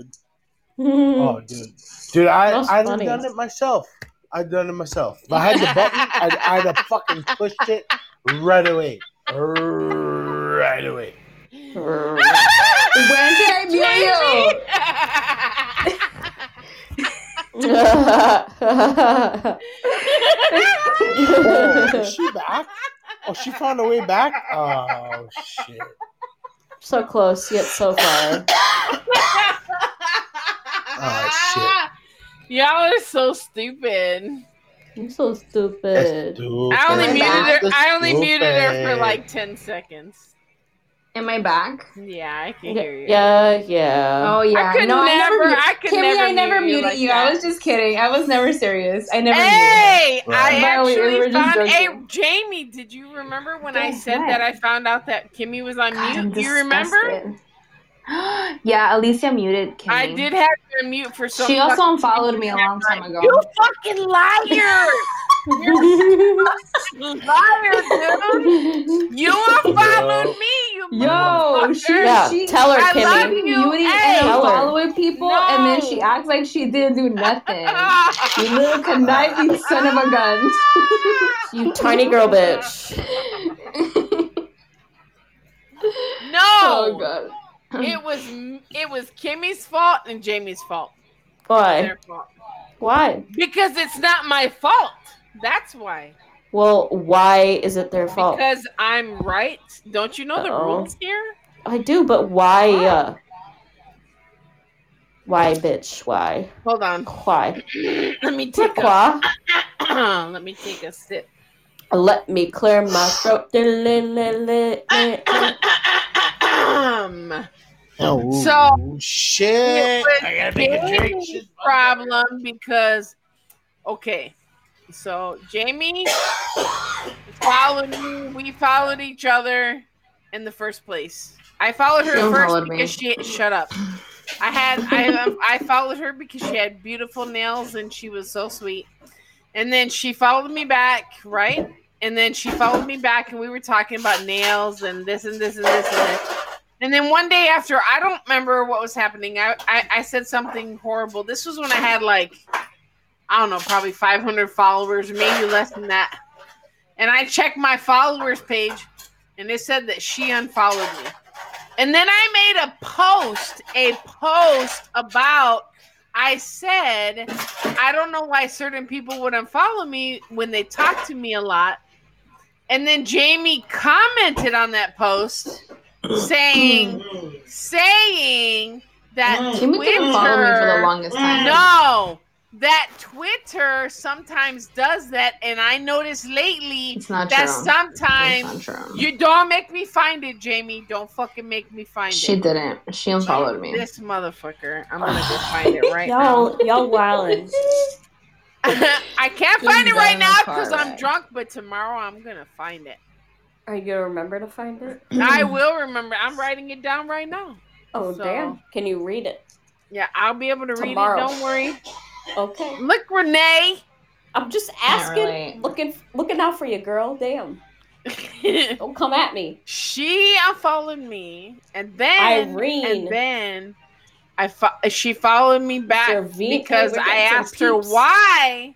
Speaker 4: Oh, dude, dude, I
Speaker 1: That's
Speaker 4: I'd have
Speaker 1: funny.
Speaker 4: done it myself. I'd done it myself. If I had the button, I'd, I'd have fucking pushed it right away, right away.
Speaker 17: When did I mute you?
Speaker 4: oh, is she back? Oh, she found a way back. Oh shit.
Speaker 6: *laughs* So close yet so far.
Speaker 4: Oh
Speaker 1: Y'all are so stupid.
Speaker 6: I'm so stupid.
Speaker 1: I only muted her. I only muted her for
Speaker 6: stupid.
Speaker 1: like ten seconds.
Speaker 17: Am I back?
Speaker 1: Yeah, I can
Speaker 17: Yeah,
Speaker 1: hear you.
Speaker 2: Yeah, yeah.
Speaker 17: Oh yeah.
Speaker 1: I could
Speaker 17: no, I never.
Speaker 1: never-
Speaker 17: mu-
Speaker 1: I could
Speaker 17: Kimmy,
Speaker 1: never
Speaker 17: I never
Speaker 1: mute you
Speaker 17: muted
Speaker 1: like
Speaker 17: you.
Speaker 1: that.
Speaker 17: I was just kidding. I was never serious. I never.
Speaker 1: Hey,
Speaker 17: muted.
Speaker 1: I
Speaker 17: But we- we
Speaker 1: actually
Speaker 17: were just
Speaker 1: found. Hey,
Speaker 17: joking.
Speaker 1: Jamie, did you remember when I
Speaker 17: Go
Speaker 1: said
Speaker 17: ahead.
Speaker 1: that I found out that Kimmy was on
Speaker 17: God, I'm
Speaker 1: mute? Do you remember?
Speaker 17: disgusted. *gasps* yeah, Alicia muted Kimmy.
Speaker 1: I did have you on mute for some.
Speaker 17: She also
Speaker 1: fucking-
Speaker 17: unfollowed me a long time ago. *laughs*
Speaker 1: You fucking liar! You're a fucking liar, dude. You unfollowed me. You
Speaker 17: Yo, she,
Speaker 2: Yeah,
Speaker 17: she
Speaker 2: tell her,
Speaker 17: I
Speaker 2: Kimmy.
Speaker 17: love you, muting
Speaker 1: Hey.
Speaker 17: and
Speaker 2: Tell her.
Speaker 17: following people, and then she acts like she didn't do nothing. you little conniving son of a gun.
Speaker 2: you tiny girl bitch.
Speaker 1: *laughs* No.
Speaker 17: *laughs* *laughs* Oh god.
Speaker 1: It was m- it was Kimmy's fault and Jamie's fault.
Speaker 2: Why?
Speaker 1: Their fault.
Speaker 2: Why?
Speaker 1: Because it's not my fault. That's why.
Speaker 2: Well, why is it their fault?
Speaker 1: Because I'm right. Don't you know the
Speaker 2: Uh-oh.
Speaker 1: rules here?
Speaker 2: I do, but why? Uh, why, bitch? Why?
Speaker 1: Hold on.
Speaker 2: Why?
Speaker 1: Let me take
Speaker 2: Pourquoi?
Speaker 1: a *clears throat* let me take a *coughs* sip.
Speaker 2: Let me clear my throat. Wait,
Speaker 1: Um,
Speaker 4: Oh,
Speaker 1: So-
Speaker 4: shit. I gotta make a drink.
Speaker 1: Jamie's problem because okay, so Jamie followed me. We followed each other in the first place. I followed her
Speaker 17: She
Speaker 1: first
Speaker 17: unfollowed me.
Speaker 1: because she shut up. I had I um, I followed her because she had beautiful nails and she was so sweet. And then she followed me back, right? And then she followed me back, and we were talking about nails and this and this and this and this. And then one day after, I don't remember what was happening. I, I, I said something horrible. This was when I had like, I don't know, probably 500 followers, maybe less than that. And I checked my followers page and it said that she unfollowed me. And then I made a post, a post about, I said, I don't know why certain people would unfollow me when they talk to me a lot. And then Jamie commented on that post saying saying that
Speaker 17: Kimmy
Speaker 1: Twitter
Speaker 17: didn't follow me for the longest time.
Speaker 1: No, that Twitter sometimes does that, and I noticed lately
Speaker 17: It's not
Speaker 1: that
Speaker 17: true.
Speaker 1: sometimes you don't make me find it, Jamie. Don't fucking make me find
Speaker 17: She
Speaker 1: it.
Speaker 17: didn't. She unfollowed me.
Speaker 1: This motherfucker. I'm gonna
Speaker 17: *sighs*
Speaker 1: go find it right now.
Speaker 17: *laughs*
Speaker 1: *laughs*
Speaker 2: y'all, y'all wildin'.
Speaker 1: I can't
Speaker 2: This
Speaker 1: find
Speaker 2: is
Speaker 1: it right
Speaker 2: Diamond
Speaker 1: now because I'm
Speaker 2: Cartwright.
Speaker 1: drunk, but tomorrow I'm gonna find
Speaker 17: *clears throat*
Speaker 1: it.
Speaker 2: Are you gonna remember to find it?
Speaker 1: I will remember. I'm writing it down right now.
Speaker 2: Oh
Speaker 1: So-
Speaker 2: damn! Can you read it?
Speaker 1: Yeah, I'll be able to
Speaker 2: Tomorrow.
Speaker 1: read it. Don't worry.
Speaker 2: Okay.
Speaker 1: Look, Renee. *laughs*
Speaker 2: I'm just asking,
Speaker 17: relate.
Speaker 2: looking, looking out for you, girl. Damn. Don't come at me.
Speaker 1: She unfollowed me, and then
Speaker 2: Irene.
Speaker 1: and then I fo- she followed me back
Speaker 2: Mr. V,
Speaker 1: because
Speaker 2: hey, we're
Speaker 1: I
Speaker 2: getting some
Speaker 1: asked her
Speaker 2: peeps.
Speaker 1: why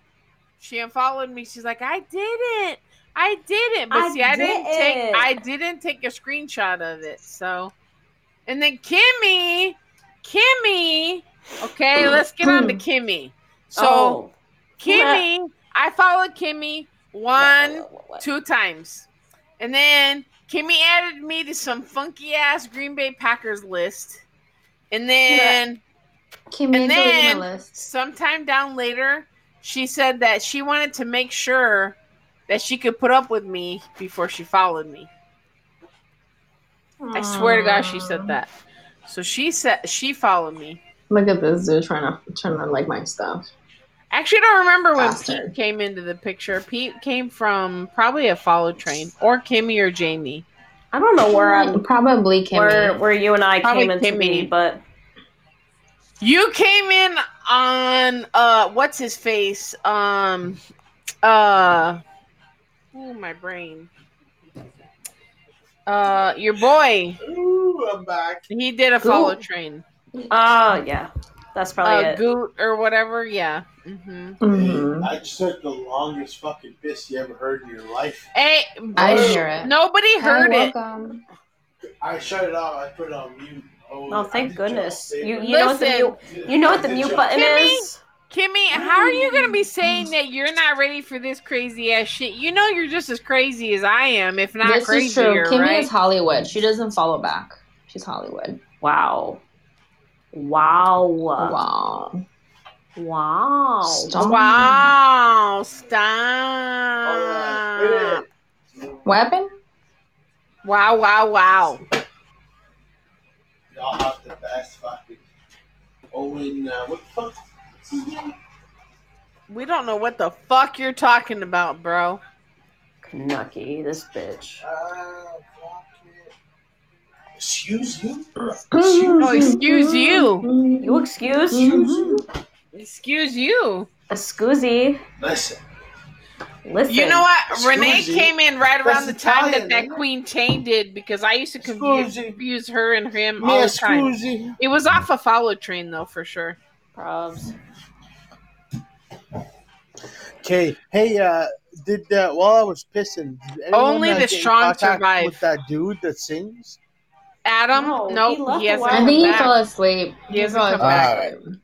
Speaker 1: she unfollowed me. She's like, "I didn't, I didn't," but
Speaker 2: I
Speaker 1: see, I didn't take
Speaker 2: didn't.
Speaker 1: I didn't take a screenshot of it. So, and then Kimmy, Kimmy,
Speaker 2: *clears throat*
Speaker 1: okay, let's get on to Kimmy. So.
Speaker 2: oh,
Speaker 1: Kimmy, I followed Kimmy one, two times. And then Kimmy added me to some funky ass Green Bay Packers list. And then
Speaker 17: Kimmy
Speaker 1: and
Speaker 17: deleted my
Speaker 1: then-
Speaker 17: list.
Speaker 1: sometime down later, she said that she wanted to make sure that she could put up with me before she followed me. I swear to God, she said that. So she said she followed me.
Speaker 17: Look at this dude trying to trying to like my stuff.
Speaker 1: Actually, I don't remember when
Speaker 17: Bastard.
Speaker 1: Pete came into the picture. Pete came from probably a follow train or Kimmy or Jamie.
Speaker 2: I don't know where I'm,
Speaker 17: Probably Kimmy.
Speaker 2: where where you and I
Speaker 1: Probably
Speaker 2: came into
Speaker 1: Kimmy.
Speaker 2: me, but
Speaker 1: You came in on uh what's his face? Um uh ooh, my brain. Uh your boy.
Speaker 4: Ooh, I'm back.
Speaker 1: He did a follow train.
Speaker 2: ah, yeah, that's
Speaker 17: Oh,
Speaker 2: probably
Speaker 1: Uh
Speaker 2: it.
Speaker 1: Goot or whatever, yeah. hmm
Speaker 17: Mhm.
Speaker 4: I just took the longest fucking piss you ever heard in your life.
Speaker 1: Hey,
Speaker 17: I
Speaker 4: Whoa.
Speaker 17: hear it.
Speaker 1: nobody heard
Speaker 17: Hi,
Speaker 1: it.
Speaker 17: welcome.
Speaker 4: I shut it off. I put it on mute. Oh,
Speaker 2: Oh,
Speaker 4: I
Speaker 2: thank
Speaker 4: did y'all
Speaker 2: goodness.
Speaker 4: a
Speaker 2: You
Speaker 4: favor.
Speaker 2: you know what the
Speaker 1: Listen.
Speaker 2: mute you know what the
Speaker 4: I did
Speaker 2: mute
Speaker 4: y'all-
Speaker 2: button
Speaker 1: Kimmy?
Speaker 2: is?
Speaker 1: Kimmy, how are you gonna be saying that you're not ready for this crazy ass shit? You know you're just as crazy as I am, if not
Speaker 17: This is true.
Speaker 1: crazier,
Speaker 17: Kimmy
Speaker 1: right?
Speaker 17: is Hollywood. She doesn't follow back. She's Hollywood.
Speaker 2: Wow, wow, wow,
Speaker 17: Wow.
Speaker 2: wow.
Speaker 17: Stop.
Speaker 1: Wow!
Speaker 4: Oh,
Speaker 17: Mm-hmm.
Speaker 4: I
Speaker 1: Stop!
Speaker 4: did it.
Speaker 17: Uh, What happened?
Speaker 1: Wow! Wow! Wow!
Speaker 4: I'll have the best fucking Owen. Uh, what the fuck? What's his name?
Speaker 1: We don't know what the fuck you're talking about, bro.
Speaker 2: Nucky, this bitch.
Speaker 4: Excuse you?
Speaker 1: Oh, excuse you.
Speaker 2: You excuse?
Speaker 1: Excuse you.
Speaker 2: Excusey.
Speaker 4: Listen.
Speaker 2: Listen.
Speaker 1: You know what? Renee
Speaker 4: Scusi.
Speaker 1: came in right around
Speaker 4: That's
Speaker 1: the time
Speaker 4: Italian,
Speaker 1: that that
Speaker 4: isn't it?
Speaker 1: Queen Chain did because I used to confuse,
Speaker 4: Scusi.
Speaker 1: confuse her and him
Speaker 4: Me
Speaker 1: all the time.
Speaker 4: scusi.
Speaker 1: It was off a follow train though, for sure. Probs.
Speaker 4: Okay. Hey, uh, did uh, while I was pissing, did anyone,
Speaker 1: Only
Speaker 4: uh,
Speaker 1: the
Speaker 4: get in
Speaker 1: strong
Speaker 4: contact
Speaker 1: survive.
Speaker 4: With that dude that sings.
Speaker 1: Adam,
Speaker 2: No,
Speaker 1: no,
Speaker 2: he
Speaker 1: nope,
Speaker 2: left
Speaker 1: he,
Speaker 2: a
Speaker 1: hasn't
Speaker 2: while
Speaker 1: come
Speaker 2: I think he
Speaker 1: back.
Speaker 2: fell
Speaker 22: asleep.
Speaker 1: He hasn't
Speaker 22: fell
Speaker 1: come
Speaker 4: asleep.
Speaker 1: back.
Speaker 4: Alright.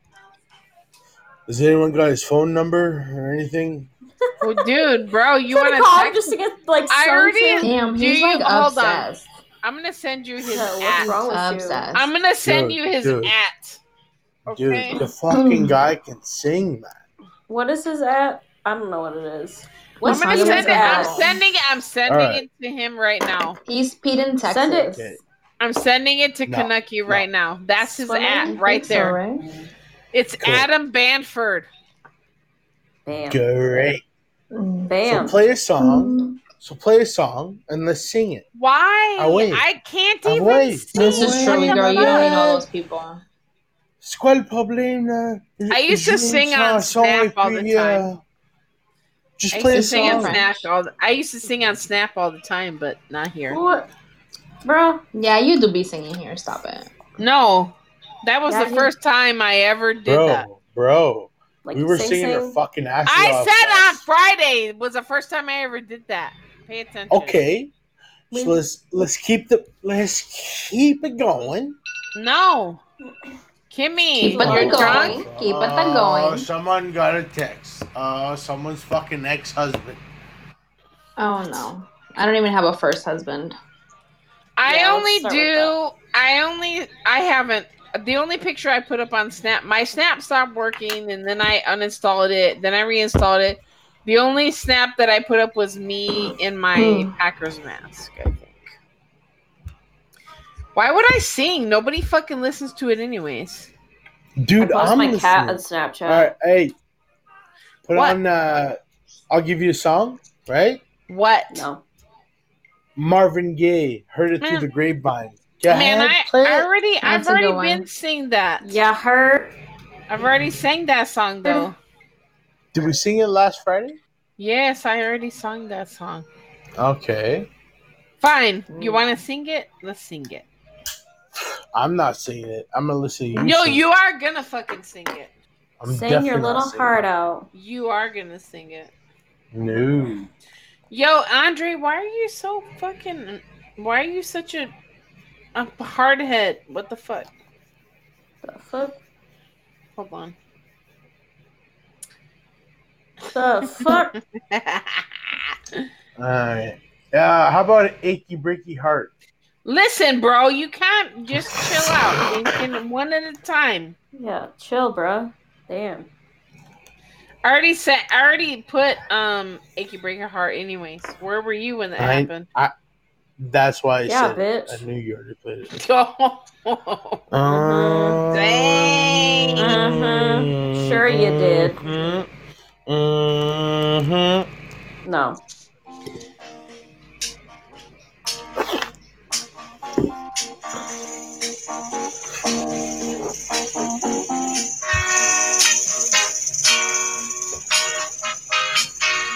Speaker 4: Has anyone got his phone number or anything?
Speaker 1: Well, dude, bro, you
Speaker 2: Trying
Speaker 1: want
Speaker 2: to
Speaker 1: to
Speaker 2: call him
Speaker 1: text?
Speaker 2: just to get like
Speaker 1: I already.
Speaker 2: something.
Speaker 22: Damn,
Speaker 1: do
Speaker 22: he's,
Speaker 1: you-
Speaker 22: like,
Speaker 1: hold on.
Speaker 22: obsessed.
Speaker 1: I'm gonna send you his
Speaker 2: Yeah, what's
Speaker 1: at.
Speaker 2: wrong with you?
Speaker 22: Obsessed.
Speaker 1: I'm gonna send
Speaker 4: Dude,
Speaker 1: you his
Speaker 4: dude.
Speaker 1: at. Okay.
Speaker 4: Dude, the fucking guy can sing, man.
Speaker 2: What is his at? I don't know what it is.
Speaker 1: I'm gonna
Speaker 22: song
Speaker 1: send
Speaker 22: is
Speaker 1: it. I'm
Speaker 22: that?
Speaker 1: sending it. I'm sending
Speaker 4: Alright.
Speaker 1: it to him right now.
Speaker 22: He's Pete in Texas.
Speaker 2: Send it.
Speaker 4: Okay.
Speaker 1: I'm sending it to
Speaker 4: No,
Speaker 1: Kanucky right now. That's his
Speaker 2: Swimming?
Speaker 1: at right there. It's
Speaker 4: Cool.
Speaker 1: Adam Banford.
Speaker 2: Bam.
Speaker 4: Great.
Speaker 2: Bam.
Speaker 4: So play a song. So play a song and let's sing it.
Speaker 1: Why?
Speaker 4: I'll wait.
Speaker 1: I can't
Speaker 4: I'll
Speaker 1: even
Speaker 4: wait.
Speaker 1: sing.
Speaker 22: This is
Speaker 1: What
Speaker 22: true,
Speaker 1: the
Speaker 22: girl. You
Speaker 1: fuck?
Speaker 22: don't know those people.
Speaker 4: C'est quoi le problème, là?
Speaker 1: I used to
Speaker 4: Je-
Speaker 1: sing
Speaker 4: une
Speaker 1: on
Speaker 4: chanson
Speaker 1: Snap
Speaker 4: et
Speaker 1: all the
Speaker 4: puis,
Speaker 1: time.
Speaker 4: uh, just
Speaker 1: I used
Speaker 4: play
Speaker 1: to
Speaker 4: a
Speaker 1: sing on
Speaker 4: song.
Speaker 1: Snap all. The, I used to sing on Snap all the time, but not here.
Speaker 2: What? Bro,
Speaker 22: Yeah, you do be singing here. Stop it.
Speaker 1: No, that was
Speaker 2: Yeah,
Speaker 1: the
Speaker 2: you-
Speaker 1: first time I ever did that.
Speaker 4: Bro, bro.
Speaker 2: like
Speaker 4: we were
Speaker 2: sing,
Speaker 4: singing
Speaker 2: sing.
Speaker 4: her fucking ass
Speaker 1: I
Speaker 4: off.
Speaker 1: said on Friday was the first time I ever did that. Pay attention.
Speaker 4: Okay. So let's let's keep the let's keep it going.
Speaker 1: No, Kimmy,
Speaker 22: Keep it going.
Speaker 1: you're drunk.
Speaker 22: Keep it the going.
Speaker 4: Uh, someone got a text. Uh, someone's fucking ex-husband.
Speaker 22: Oh no, I don't even have a first husband.
Speaker 1: I
Speaker 2: Yeah, let's
Speaker 1: only
Speaker 2: start
Speaker 1: do. I only. I haven't. The only picture I put up on Snap, my Snap stopped working, and then I uninstalled it. Then I reinstalled it. The only Snap that I put up was me in my Packers mask. I think. Why would I sing? Nobody fucking listens to it, anyways.
Speaker 2: I
Speaker 4: Dude,
Speaker 2: lost
Speaker 4: I'm
Speaker 2: my cat on
Speaker 4: listening.
Speaker 2: Snapchat.
Speaker 4: All right, hey, put
Speaker 1: What?
Speaker 4: on. Uh, I'll give you a song, right?
Speaker 1: What?
Speaker 2: No.
Speaker 4: Marvin Gaye, heard it through
Speaker 1: Man.
Speaker 4: the grapevine. Go
Speaker 1: Mm. Man,
Speaker 4: ahead,
Speaker 1: I,
Speaker 4: play
Speaker 1: I
Speaker 4: it.
Speaker 1: already,
Speaker 22: That's a
Speaker 1: I've
Speaker 22: good one.
Speaker 1: already been singing that.
Speaker 2: Yeah, her.
Speaker 1: I've already sang that song though.
Speaker 4: Did we sing it last Friday?
Speaker 1: Yes, I already sung that song.
Speaker 4: Okay,
Speaker 1: Fine. You want to sing it? Let's sing it.
Speaker 4: I'm not singing it. I'm gonna listen to you.
Speaker 1: No,
Speaker 4: sing it.
Speaker 1: you are gonna fucking sing it.
Speaker 4: I'm
Speaker 2: sing your
Speaker 4: definitely not
Speaker 2: little
Speaker 4: singing
Speaker 2: heart out.
Speaker 1: You are gonna sing it.
Speaker 4: it. No.
Speaker 1: Yo, Andre, why are you so fucking? Why are you such a a hard head? What the fuck?
Speaker 2: The fuck?
Speaker 1: Hold on. *laughs*
Speaker 2: The fuck?
Speaker 4: *laughs* All right. Uh, how about achy breaky heart?
Speaker 1: Listen, bro, you can't just chill out. Thinking one at a time.
Speaker 2: Yeah, chill, bruh. Damn.
Speaker 1: I already said. I already put um achy breaker heart. Anyways, where were you when that
Speaker 4: I-
Speaker 1: happened? *laughs*
Speaker 4: That's why I
Speaker 2: Yeah,
Speaker 4: said it.
Speaker 2: bitch. Mm-hmm.
Speaker 4: I knew you already played it. Um,
Speaker 2: Mhm.
Speaker 1: Dang.
Speaker 2: Mhm. Sure you did.
Speaker 4: Mm-hmm.
Speaker 2: No.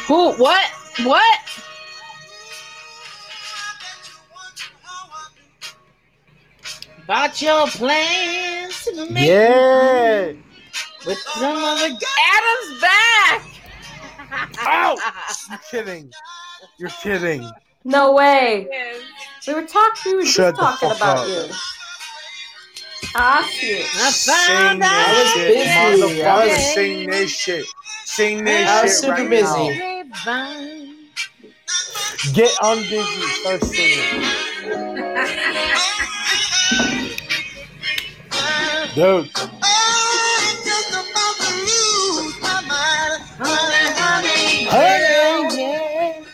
Speaker 1: Who? What? What? About your plans to make
Speaker 4: Yeah.
Speaker 1: with some other Adam's back. *laughs*
Speaker 4: Ow! You're kidding. You're kidding.
Speaker 2: No way.
Speaker 1: Yes.
Speaker 2: We were talking. We were just
Speaker 4: Shut the
Speaker 2: talking
Speaker 4: fuck
Speaker 2: about
Speaker 4: up.
Speaker 2: you. Ah, you.
Speaker 1: I
Speaker 4: Sing
Speaker 1: found
Speaker 4: this
Speaker 1: out
Speaker 4: shit,
Speaker 15: busy.
Speaker 1: that
Speaker 15: I
Speaker 4: motherfucker.
Speaker 15: was-
Speaker 4: Sing this shit. Sing this
Speaker 15: I was
Speaker 4: shit
Speaker 15: super
Speaker 4: right
Speaker 15: busy.
Speaker 1: everybody-
Speaker 4: now. Get on Disney. Start singing. Dude. Hey, yeah.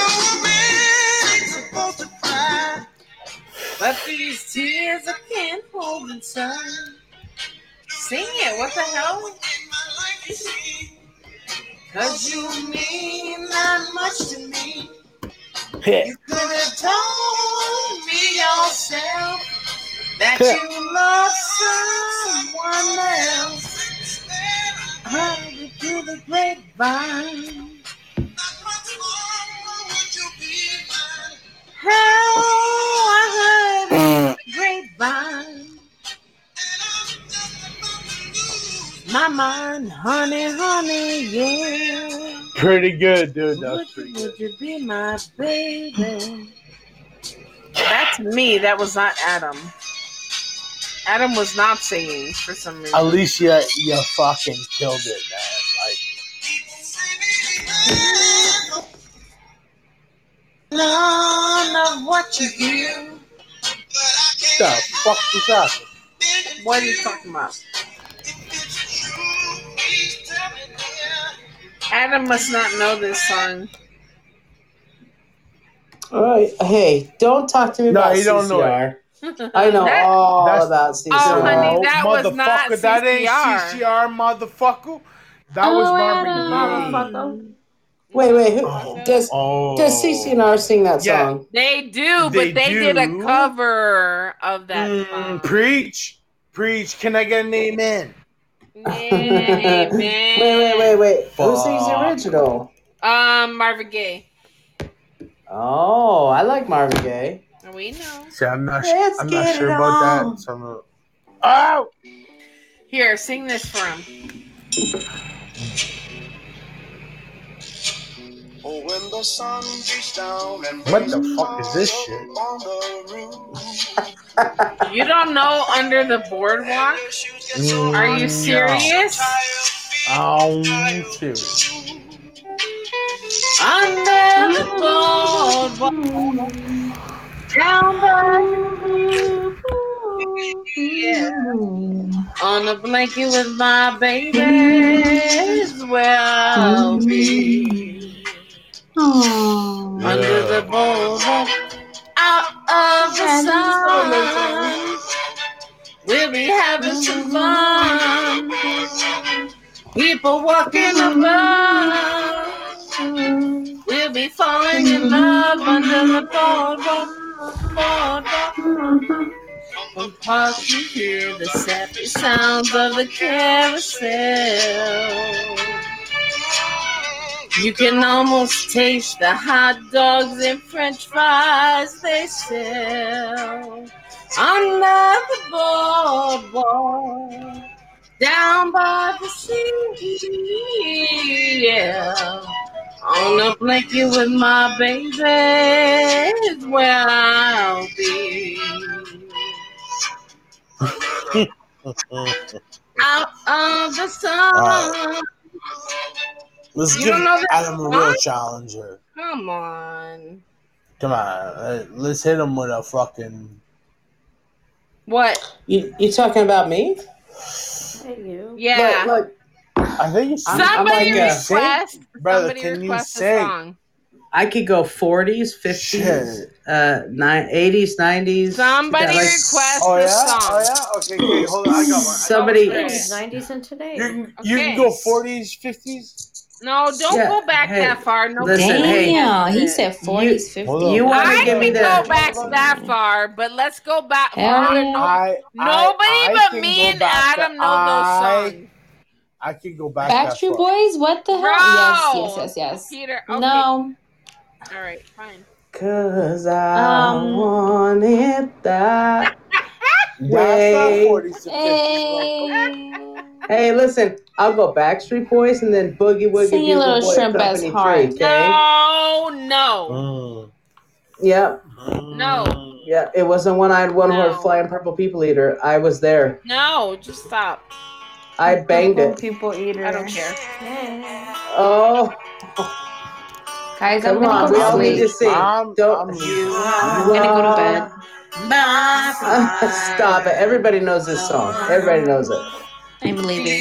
Speaker 5: I
Speaker 1: golden sun. Sing it. What the hell?
Speaker 5: Cause you mean not much to me.
Speaker 4: Heh.
Speaker 5: Could have told me yourself that you love someone else. Heard it through the grapevine. How I heard it through the grapevine. My mind, honey, honey, yeah.
Speaker 4: Pretty good, dude. That was pretty good.
Speaker 1: Would you be my baby? That's me. That was not Adam. Adam was not singing for some reason.
Speaker 4: Alicia, you fucking killed it, man. Like,
Speaker 5: None of what you hear.
Speaker 4: the fuck is up?
Speaker 1: What are you talking about? Adam must not know this song.
Speaker 15: All right. Hey, don't talk to me
Speaker 4: No,
Speaker 15: about
Speaker 4: you don't know
Speaker 15: CCR. I know
Speaker 1: That-
Speaker 15: all
Speaker 4: That's-
Speaker 15: about CCR.
Speaker 1: Oh, honey, that was
Speaker 4: motherfucker,
Speaker 1: not
Speaker 4: that ain't
Speaker 1: CCR.
Speaker 4: CCR, motherfucker. That was
Speaker 1: Oh,
Speaker 4: Barbara Lee.
Speaker 15: Wait, wait. Who, does
Speaker 4: Oh.
Speaker 15: does CCR sing that
Speaker 4: Yeah.
Speaker 15: song?
Speaker 1: They do,
Speaker 4: They
Speaker 1: but they did a
Speaker 4: do?
Speaker 1: cover of that um,
Speaker 4: Mm, preach, preach. Can I get an amen?
Speaker 15: *laughs* wait, wait, wait, wait. Who sings the
Speaker 4: Fuck.
Speaker 15: original?
Speaker 1: Um, Marvin Gaye.
Speaker 15: Oh, I like Marvin Gaye.
Speaker 1: We know.
Speaker 4: See, I'm not.
Speaker 1: Let's
Speaker 4: I'm
Speaker 1: get
Speaker 4: not sure
Speaker 1: it
Speaker 4: about
Speaker 1: on.
Speaker 4: that. So I'm gonna- oh,
Speaker 1: Here, sing this for him.
Speaker 5: Oh, When the sun beats down and
Speaker 4: what the fuck is this shit?
Speaker 1: You don't know Under the Boardwalk?
Speaker 4: Mm.
Speaker 1: Are
Speaker 15: Oh,
Speaker 1: you serious?
Speaker 4: Oh, too.
Speaker 1: Under the boardwalk. Down by On a blanket with my baby is where I'll be. Under the boardwalk, out of the sun, we'll be having some fun. People walking above, we'll be falling in love under the boardwalk. boardwalk. *laughs* From park you hear the sappy sounds of the carousel. You can almost taste the hot dogs and french fries they sell on the boardwalk down by the sea. Yeah. On a blanket with my baby is where I'll be. Out of the sun.
Speaker 15: Uh,
Speaker 4: Alright. *laughs* Let's
Speaker 1: You
Speaker 4: give
Speaker 1: don't know that
Speaker 4: Adam a real
Speaker 1: song?
Speaker 4: challenge here.
Speaker 1: Come on.
Speaker 4: Come on, let- let's hit him with a fucking.
Speaker 1: What?
Speaker 15: You you talking about me?
Speaker 1: Yeah.
Speaker 15: Look,
Speaker 4: I think it's
Speaker 15: I'm- I'm
Speaker 1: somebody
Speaker 15: like, uh,
Speaker 1: request.
Speaker 4: Brother,
Speaker 1: somebody
Speaker 4: can you
Speaker 1: request
Speaker 4: sing?
Speaker 1: a song.
Speaker 15: I could go 40s, 50s, uh, nine, 80s, 90s.
Speaker 1: Somebody
Speaker 15: like-
Speaker 1: request
Speaker 4: Oh
Speaker 1: a
Speaker 4: yeah,
Speaker 1: song.
Speaker 4: oh yeah. Okay, okay, hold on. I got one.
Speaker 15: Somebody-
Speaker 2: Nineties and today.
Speaker 4: You can, you
Speaker 1: Okay.
Speaker 4: can go forties, fifties.
Speaker 1: No, don't
Speaker 15: Yeah,
Speaker 1: go back
Speaker 15: hey,
Speaker 1: that far. No,
Speaker 15: listen,
Speaker 1: kidding.
Speaker 15: hey,
Speaker 22: Damn, he said
Speaker 15: you,
Speaker 22: 40s, 50s.
Speaker 4: Hold on.
Speaker 15: you want
Speaker 1: I
Speaker 15: to give me
Speaker 1: can
Speaker 15: the
Speaker 1: go back that far, but let's go back
Speaker 22: Hell
Speaker 1: farther.
Speaker 22: yeah.
Speaker 1: No,
Speaker 4: I,
Speaker 1: nobody
Speaker 4: I, I
Speaker 1: but
Speaker 4: can
Speaker 1: me
Speaker 4: go
Speaker 1: and
Speaker 4: back
Speaker 1: Adam
Speaker 4: to-
Speaker 1: know
Speaker 4: I,
Speaker 1: those songs.
Speaker 4: I can go back. that
Speaker 22: Backstreet
Speaker 4: far.
Speaker 22: Boys? What the hell? Yes, yes, yes, yes.
Speaker 1: Peter, okay.
Speaker 22: No.
Speaker 1: All right, fine.
Speaker 15: Cause I
Speaker 22: Um,
Speaker 15: want it that
Speaker 4: That's not
Speaker 15: way.
Speaker 4: forties to fifties.
Speaker 22: Hey.
Speaker 15: Hey, listen, I'll go Backstreet Boys and then Boogie Woogie
Speaker 22: Sing your
Speaker 15: Bugle
Speaker 22: little
Speaker 15: Boy
Speaker 22: shrimp ass
Speaker 15: Company
Speaker 22: heart.
Speaker 15: Tree, okay?
Speaker 1: No, no,
Speaker 15: Yep,
Speaker 1: no,
Speaker 15: yep. It wasn't one eyed, one
Speaker 1: No.
Speaker 15: horn flying purple people eater. I was there.
Speaker 1: no. Just stop.
Speaker 15: I banged
Speaker 17: Purple
Speaker 15: it.
Speaker 17: People eater.
Speaker 1: I don't care.
Speaker 15: Oh,
Speaker 17: Guys,
Speaker 15: come
Speaker 17: I'm gonna
Speaker 1: Mm-hmm.
Speaker 17: go
Speaker 15: on.
Speaker 17: to
Speaker 15: We all need
Speaker 17: sleep.
Speaker 15: to sing.
Speaker 4: I'm,
Speaker 15: Don't-
Speaker 4: I'm
Speaker 17: I'm gonna go to bed.
Speaker 15: *laughs* Stop it. Everybody knows this song. Everybody knows it.
Speaker 17: I'm leaving.
Speaker 15: No,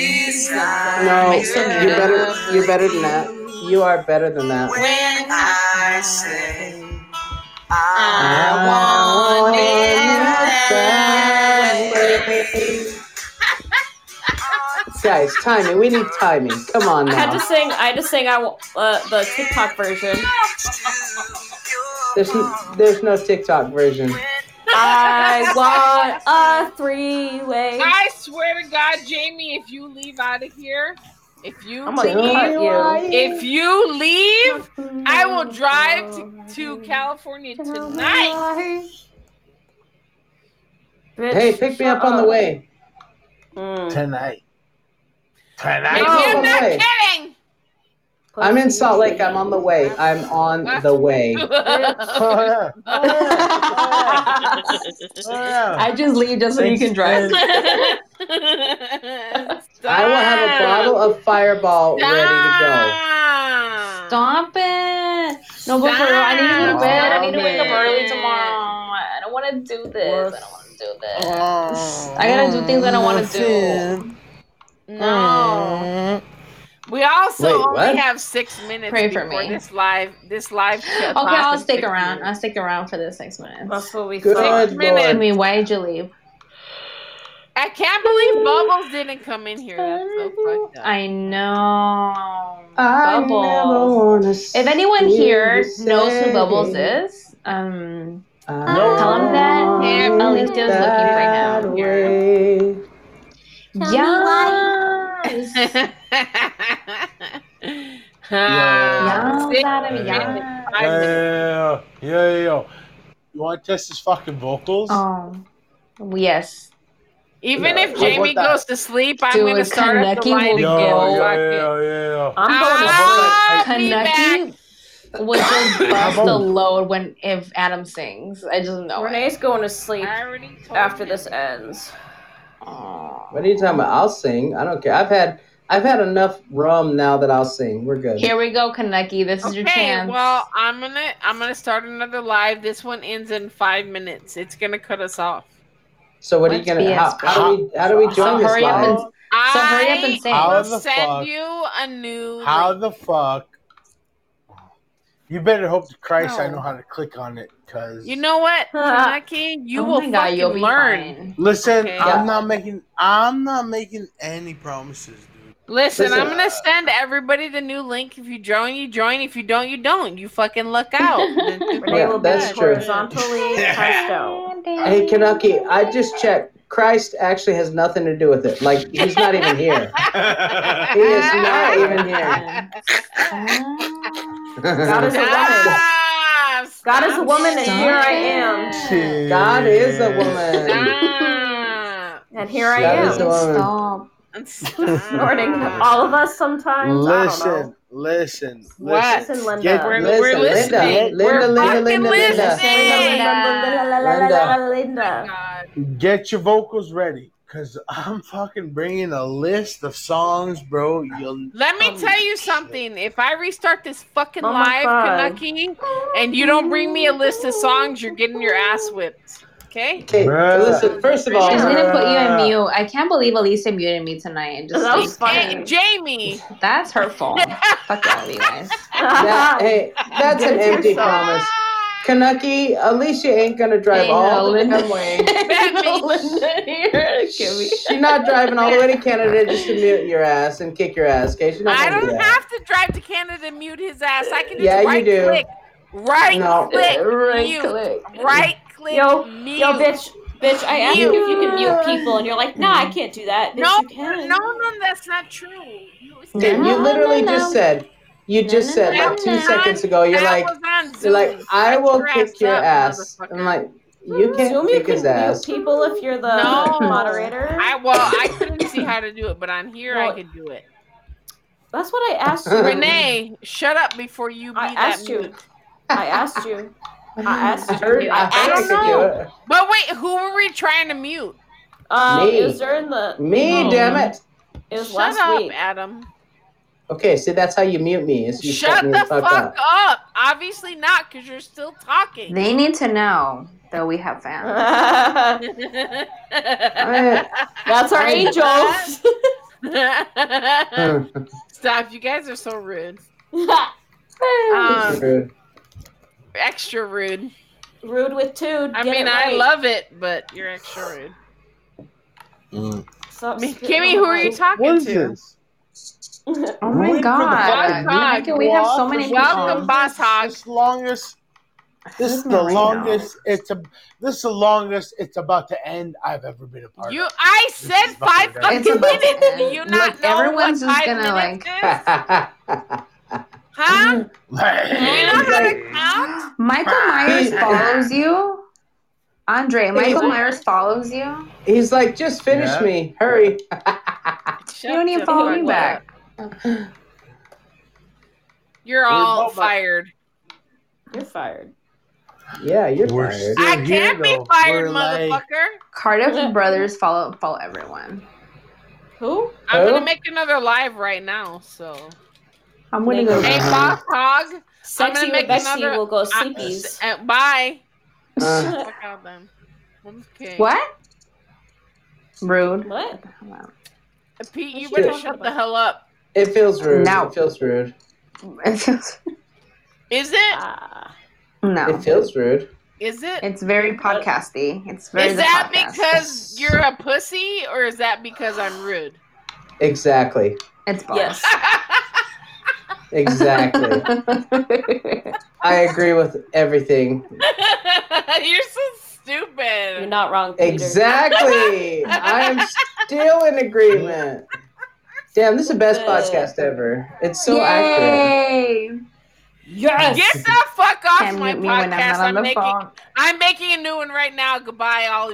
Speaker 17: Make some
Speaker 15: you're better. You're better than that. You are better than that.
Speaker 5: When I say I
Speaker 15: I want it that way. Guys, timing. We need timing. Come on
Speaker 6: I had to
Speaker 15: now.
Speaker 6: sing. I had to sing. I w- uh, the TikTok version.
Speaker 15: There's there's no TikTok version.
Speaker 6: I want a three-way.
Speaker 1: I swear to God, Jamie, if you leave out of here, if you
Speaker 2: I'm
Speaker 1: leave,
Speaker 2: gonna cut you.
Speaker 1: if you leave, I will drive to, to California tonight.
Speaker 15: Hey, pick me up on the way.
Speaker 8: Hmm.
Speaker 4: Tonight.
Speaker 15: Pick
Speaker 4: Tonight.
Speaker 15: me up on the way.
Speaker 1: kidding.
Speaker 15: I'm in Salt Lake. I'm on the way. I'm on
Speaker 17: *laughs*
Speaker 15: the way.
Speaker 1: *laughs*
Speaker 4: Oh,
Speaker 17: *laughs*
Speaker 4: Oh,
Speaker 17: I just leave just so you can drive.
Speaker 1: *laughs*
Speaker 15: I will have a bottle of Fireball ready to
Speaker 17: Stop it. No, but for real, I need to go to bed. I need to wake up early tomorrow. I don't want to do this. I don't want to do this. I gotta do things I don't want to do.
Speaker 1: No. We also
Speaker 17: Wait,
Speaker 1: only
Speaker 17: what?
Speaker 1: have six minutes
Speaker 17: Pray for
Speaker 1: before
Speaker 17: me.
Speaker 1: this live this live show.
Speaker 17: Okay, I'll stick around. I'll stick around for this six minutes. That's
Speaker 6: what we
Speaker 1: Good thought.
Speaker 17: I
Speaker 1: Lord.
Speaker 17: mean, why did you leave?
Speaker 1: I can't believe Bubbles didn't come in here. That's so fucked up.
Speaker 17: I know.
Speaker 1: I never
Speaker 17: Bubbles. If anyone
Speaker 1: see
Speaker 17: here
Speaker 1: you
Speaker 17: knows who
Speaker 1: say
Speaker 17: Bubbles is, um,
Speaker 15: No.
Speaker 17: tell him that Alicia's looking right now.
Speaker 15: go.
Speaker 17: Yes. *laughs*
Speaker 1: Ah, *laughs*
Speaker 17: Yeah.
Speaker 1: six
Speaker 17: Yeah.
Speaker 1: minutes,
Speaker 17: Yeah.
Speaker 1: five minutes.
Speaker 4: Yeah, yeah, yeah, yeah. You want to test his fucking vocals?
Speaker 17: Oh, yes.
Speaker 1: Even
Speaker 4: Yeah,
Speaker 1: if
Speaker 4: I want
Speaker 1: Jamie
Speaker 4: that.
Speaker 1: goes to sleep, I'm
Speaker 17: Dude,
Speaker 1: going to start up the
Speaker 17: Kaneki
Speaker 1: light
Speaker 17: will
Speaker 1: again.
Speaker 17: go-
Speaker 4: yeah,
Speaker 1: Fuck it.
Speaker 4: yeah, yeah, yeah.
Speaker 17: I'm going
Speaker 1: Ah,
Speaker 17: to
Speaker 1: be
Speaker 17: Kaneki would just bust
Speaker 15: How
Speaker 17: the
Speaker 15: about-
Speaker 17: load when if Adam sings. I just know.
Speaker 6: Renee's going to sleep
Speaker 1: already
Speaker 6: after this ends.
Speaker 15: What are you talking about? I'll sing. I don't care. I've had I've had enough rum now that I'll sing. We're good.
Speaker 17: Here we go, Kaneki. This is your
Speaker 1: Okay,
Speaker 17: chance.
Speaker 1: well, I'm gonna I'm gonna start another live. This one ends in five minutes. It's gonna cut us off.
Speaker 15: so what are you gonna?
Speaker 17: BS,
Speaker 15: How, how do we how do we
Speaker 17: So
Speaker 15: join this
Speaker 17: hurry up
Speaker 15: live?
Speaker 17: and so hurry up and sing.
Speaker 4: How
Speaker 1: I'll
Speaker 4: the
Speaker 1: send
Speaker 4: fuck-
Speaker 1: you a new.
Speaker 4: How the fuck? You better hope to Christ I
Speaker 1: No.
Speaker 4: know how to click on it, cause
Speaker 1: You know
Speaker 17: *laughs*
Speaker 1: what,
Speaker 17: Ah.
Speaker 1: Kaneki? You
Speaker 17: Oh
Speaker 1: will
Speaker 17: my
Speaker 1: fucking
Speaker 17: God, you'll be
Speaker 1: learn.
Speaker 17: fine.
Speaker 4: listen,
Speaker 1: Okay.
Speaker 4: I'm not making I'm not making any
Speaker 1: *laughs*
Speaker 4: promises, dude.
Speaker 1: Listen, I'm
Speaker 4: Listen.
Speaker 1: gonna send everybody the new link. If you join, you join. If you don't, you don't. You fucking luck
Speaker 8: *laughs*
Speaker 1: out.
Speaker 15: Yeah, that's true.
Speaker 8: Horizontally passed out.
Speaker 15: Hey Kanaki, I just checked. Christ actually has nothing to do with it. Like he's not even here. He is
Speaker 1: *laughs*
Speaker 15: not even
Speaker 3: *laughs*
Speaker 15: here.
Speaker 8: God is a woman.
Speaker 1: Ah,
Speaker 8: God is a woman, and here I am.
Speaker 4: Shit.
Speaker 15: God is a woman.
Speaker 1: stop.
Speaker 8: And here I
Speaker 15: God is a
Speaker 8: am.
Speaker 17: Stop.
Speaker 15: woman. *laughs*
Speaker 8: Snorting. All of us sometimes. I don't know.
Speaker 4: Listen, listen,
Speaker 1: What?
Speaker 4: listen.
Speaker 8: Listen, Linda.
Speaker 4: Get-
Speaker 1: We're,
Speaker 15: Listen,
Speaker 1: we're listening.
Speaker 15: Linda, Linda,
Speaker 1: we're
Speaker 15: Linda,
Speaker 1: fucking
Speaker 15: Linda, Linda.
Speaker 1: listening.
Speaker 8: Linda.
Speaker 1: Oh *laughs*
Speaker 8: Linda. *laughs*
Speaker 1: God.
Speaker 4: Get your vocals ready, cause I'm fucking bringing a list of songs, bro. You'll
Speaker 1: Let me tell you something. If I restart this fucking
Speaker 8: Oh my
Speaker 1: live,
Speaker 8: God.
Speaker 1: Kanaki, and you don't bring me a list of songs, you're getting your ass whipped. Okay?
Speaker 15: Okay,
Speaker 4: Bruh.
Speaker 15: listen. First of all,
Speaker 17: She's gonna put you in
Speaker 4: Uh,
Speaker 17: mute. I can't believe Elisa muted me tonight. Just
Speaker 8: That was
Speaker 17: like,
Speaker 1: Hey,
Speaker 8: funny.
Speaker 1: Jamie.
Speaker 17: that's her fault. Fuck all of you guys.
Speaker 15: that, hey, that's an empty promise. Kanaki, Alicia ain't gonna drive
Speaker 17: Hey,
Speaker 15: all the
Speaker 17: Linda.
Speaker 3: *laughs*
Speaker 17: *laughs*
Speaker 15: damn *laughs* way.
Speaker 17: Linda here. Give me-
Speaker 15: She's not driving all the way to Canada just to mute your ass and kick your ass, okay? She's not
Speaker 1: I
Speaker 15: gonna do
Speaker 1: don't
Speaker 15: that.
Speaker 1: have to drive to Canada and mute his ass. I can just
Speaker 15: Yeah, you
Speaker 1: right
Speaker 15: do.
Speaker 1: click. Right
Speaker 15: No.
Speaker 1: click.
Speaker 15: *laughs*
Speaker 17: Right
Speaker 1: mute.
Speaker 17: click.
Speaker 1: Right click.
Speaker 8: Yo,
Speaker 1: mute.
Speaker 8: Yo, bitch.
Speaker 6: Bitch, I asked you if you can mute people, and you're like, nah, I can't do that. Bitch,
Speaker 1: No,
Speaker 6: you
Speaker 1: no,
Speaker 6: can.
Speaker 1: no, that's not true. You-
Speaker 15: Okay, you literally just said, you just said like two
Speaker 1: That
Speaker 15: seconds ago, you're
Speaker 1: that
Speaker 15: like,
Speaker 1: was on
Speaker 15: you're like,
Speaker 1: Zoom.
Speaker 15: I
Speaker 1: Shut
Speaker 15: will kick your
Speaker 1: up,
Speaker 15: ass. I'm
Speaker 1: motherfucker.
Speaker 15: like, you can't
Speaker 8: Zoom, you
Speaker 15: kick his
Speaker 8: can mute
Speaker 15: ass.
Speaker 8: people if you're the
Speaker 1: No.
Speaker 8: moderator.
Speaker 1: I well, I couldn't see how to do it, but on here I
Speaker 8: Well-
Speaker 1: could do
Speaker 15: *laughs*
Speaker 1: it.
Speaker 8: That's what I asked you.
Speaker 1: Renee, shut up before you be
Speaker 8: I
Speaker 1: that
Speaker 8: asked you.
Speaker 1: mute.
Speaker 8: I asked
Speaker 15: *laughs*
Speaker 8: you. I asked
Speaker 15: I heard,
Speaker 8: you.
Speaker 15: I
Speaker 8: I
Speaker 15: heard
Speaker 1: I
Speaker 15: I
Speaker 1: don't
Speaker 8: asked.
Speaker 15: could do it.
Speaker 1: But wait, who were we trying to mute?
Speaker 8: Um,
Speaker 15: Me.
Speaker 8: it was during the.
Speaker 15: Me,
Speaker 8: No.
Speaker 15: damn it.
Speaker 8: It was
Speaker 1: shut
Speaker 8: last
Speaker 1: up,
Speaker 8: week.
Speaker 1: Adam.
Speaker 15: Okay, see, that's how you mute me. Is you
Speaker 1: Shut
Speaker 15: me
Speaker 1: the fuck up. Obviously not, because you're still talking.
Speaker 17: They need to know that we have fans.
Speaker 8: *laughs* That's our angel.
Speaker 1: Stop! You guys are so rude.
Speaker 8: *laughs*
Speaker 15: That's
Speaker 1: Um,
Speaker 15: rude.
Speaker 1: extra rude.
Speaker 8: Rude with two.
Speaker 1: I
Speaker 8: get
Speaker 1: mean,
Speaker 8: it
Speaker 1: I
Speaker 8: right.
Speaker 1: love it, but you're extra rude.
Speaker 2: So,
Speaker 1: Kimmy, who are you talking
Speaker 4: What is
Speaker 1: to?
Speaker 4: this?
Speaker 17: Oh my god! How can we have so many people?
Speaker 1: Welcome, Boss Hog.
Speaker 4: longest. This is the longest. It's a. This is the longest. It's about to end. I've ever been a part. of.
Speaker 1: You, I said five
Speaker 4: fucking
Speaker 1: fucking minutes. Do you not
Speaker 4: Like,
Speaker 1: know
Speaker 4: everyone's
Speaker 1: what
Speaker 4: just
Speaker 1: five
Speaker 4: gonna,
Speaker 1: minutes is?
Speaker 17: Huh?
Speaker 4: *laughs*
Speaker 17: Michael *laughs* Myers
Speaker 15: He's-
Speaker 17: follows you. Andre, Michael Myers follows you.
Speaker 15: *laughs* He's like, just finish
Speaker 17: Yeah.
Speaker 15: me. Hurry.
Speaker 17: you don't even
Speaker 1: the
Speaker 17: follow
Speaker 1: fuck
Speaker 17: me
Speaker 1: up.
Speaker 17: back.
Speaker 1: You're all fired.
Speaker 6: You're fired.
Speaker 15: Yeah, you're
Speaker 4: We're
Speaker 15: fired.
Speaker 4: still I can't here,
Speaker 1: Be fired, motherfucker.
Speaker 17: Cardiff brothers follow follow everyone.
Speaker 6: Who?
Speaker 1: I'm
Speaker 17: Who?
Speaker 1: gonna make another live right now. So.
Speaker 17: I'm gonna go.
Speaker 1: Hey, Boss Hog.
Speaker 6: Sexy
Speaker 1: I'm gonna make
Speaker 6: Rebecca
Speaker 1: another.
Speaker 6: will go
Speaker 1: I-
Speaker 6: sleepies.
Speaker 1: uh, bye.
Speaker 17: Uh.
Speaker 1: Fuck out then. Okay.
Speaker 17: What? Rude.
Speaker 6: *laughs*
Speaker 17: *laughs*
Speaker 6: What?
Speaker 1: Uh, Pete, you
Speaker 15: Shit.
Speaker 1: better shut the hell up.
Speaker 15: It feels rude.
Speaker 17: Now-
Speaker 15: It feels rude.
Speaker 1: Is it?
Speaker 6: Ah.
Speaker 17: No.
Speaker 15: It feels rude.
Speaker 1: Is it?
Speaker 17: Uh, It's very podcasty. It's very.
Speaker 1: Is
Speaker 17: the
Speaker 1: that
Speaker 17: podcast.
Speaker 1: because you're a pussy, or is that because I'm rude? *laughs*
Speaker 15: Exactly.
Speaker 17: It's both. *laughs*
Speaker 15: Yes. Exactly. I agree with everything.
Speaker 1: You're so stupid. You're
Speaker 6: not wrong.
Speaker 15: Exactly. I am still in agreement. Damn, this is the best podcast ever. It's so
Speaker 17: accurate.
Speaker 6: Yes.
Speaker 1: Get the fuck off
Speaker 17: Can't
Speaker 1: my
Speaker 17: mute me when I'm
Speaker 1: podcast.
Speaker 17: not on
Speaker 1: I'm
Speaker 17: the
Speaker 1: making.
Speaker 17: phone.
Speaker 1: I'm making a new one right now. Goodbye, all.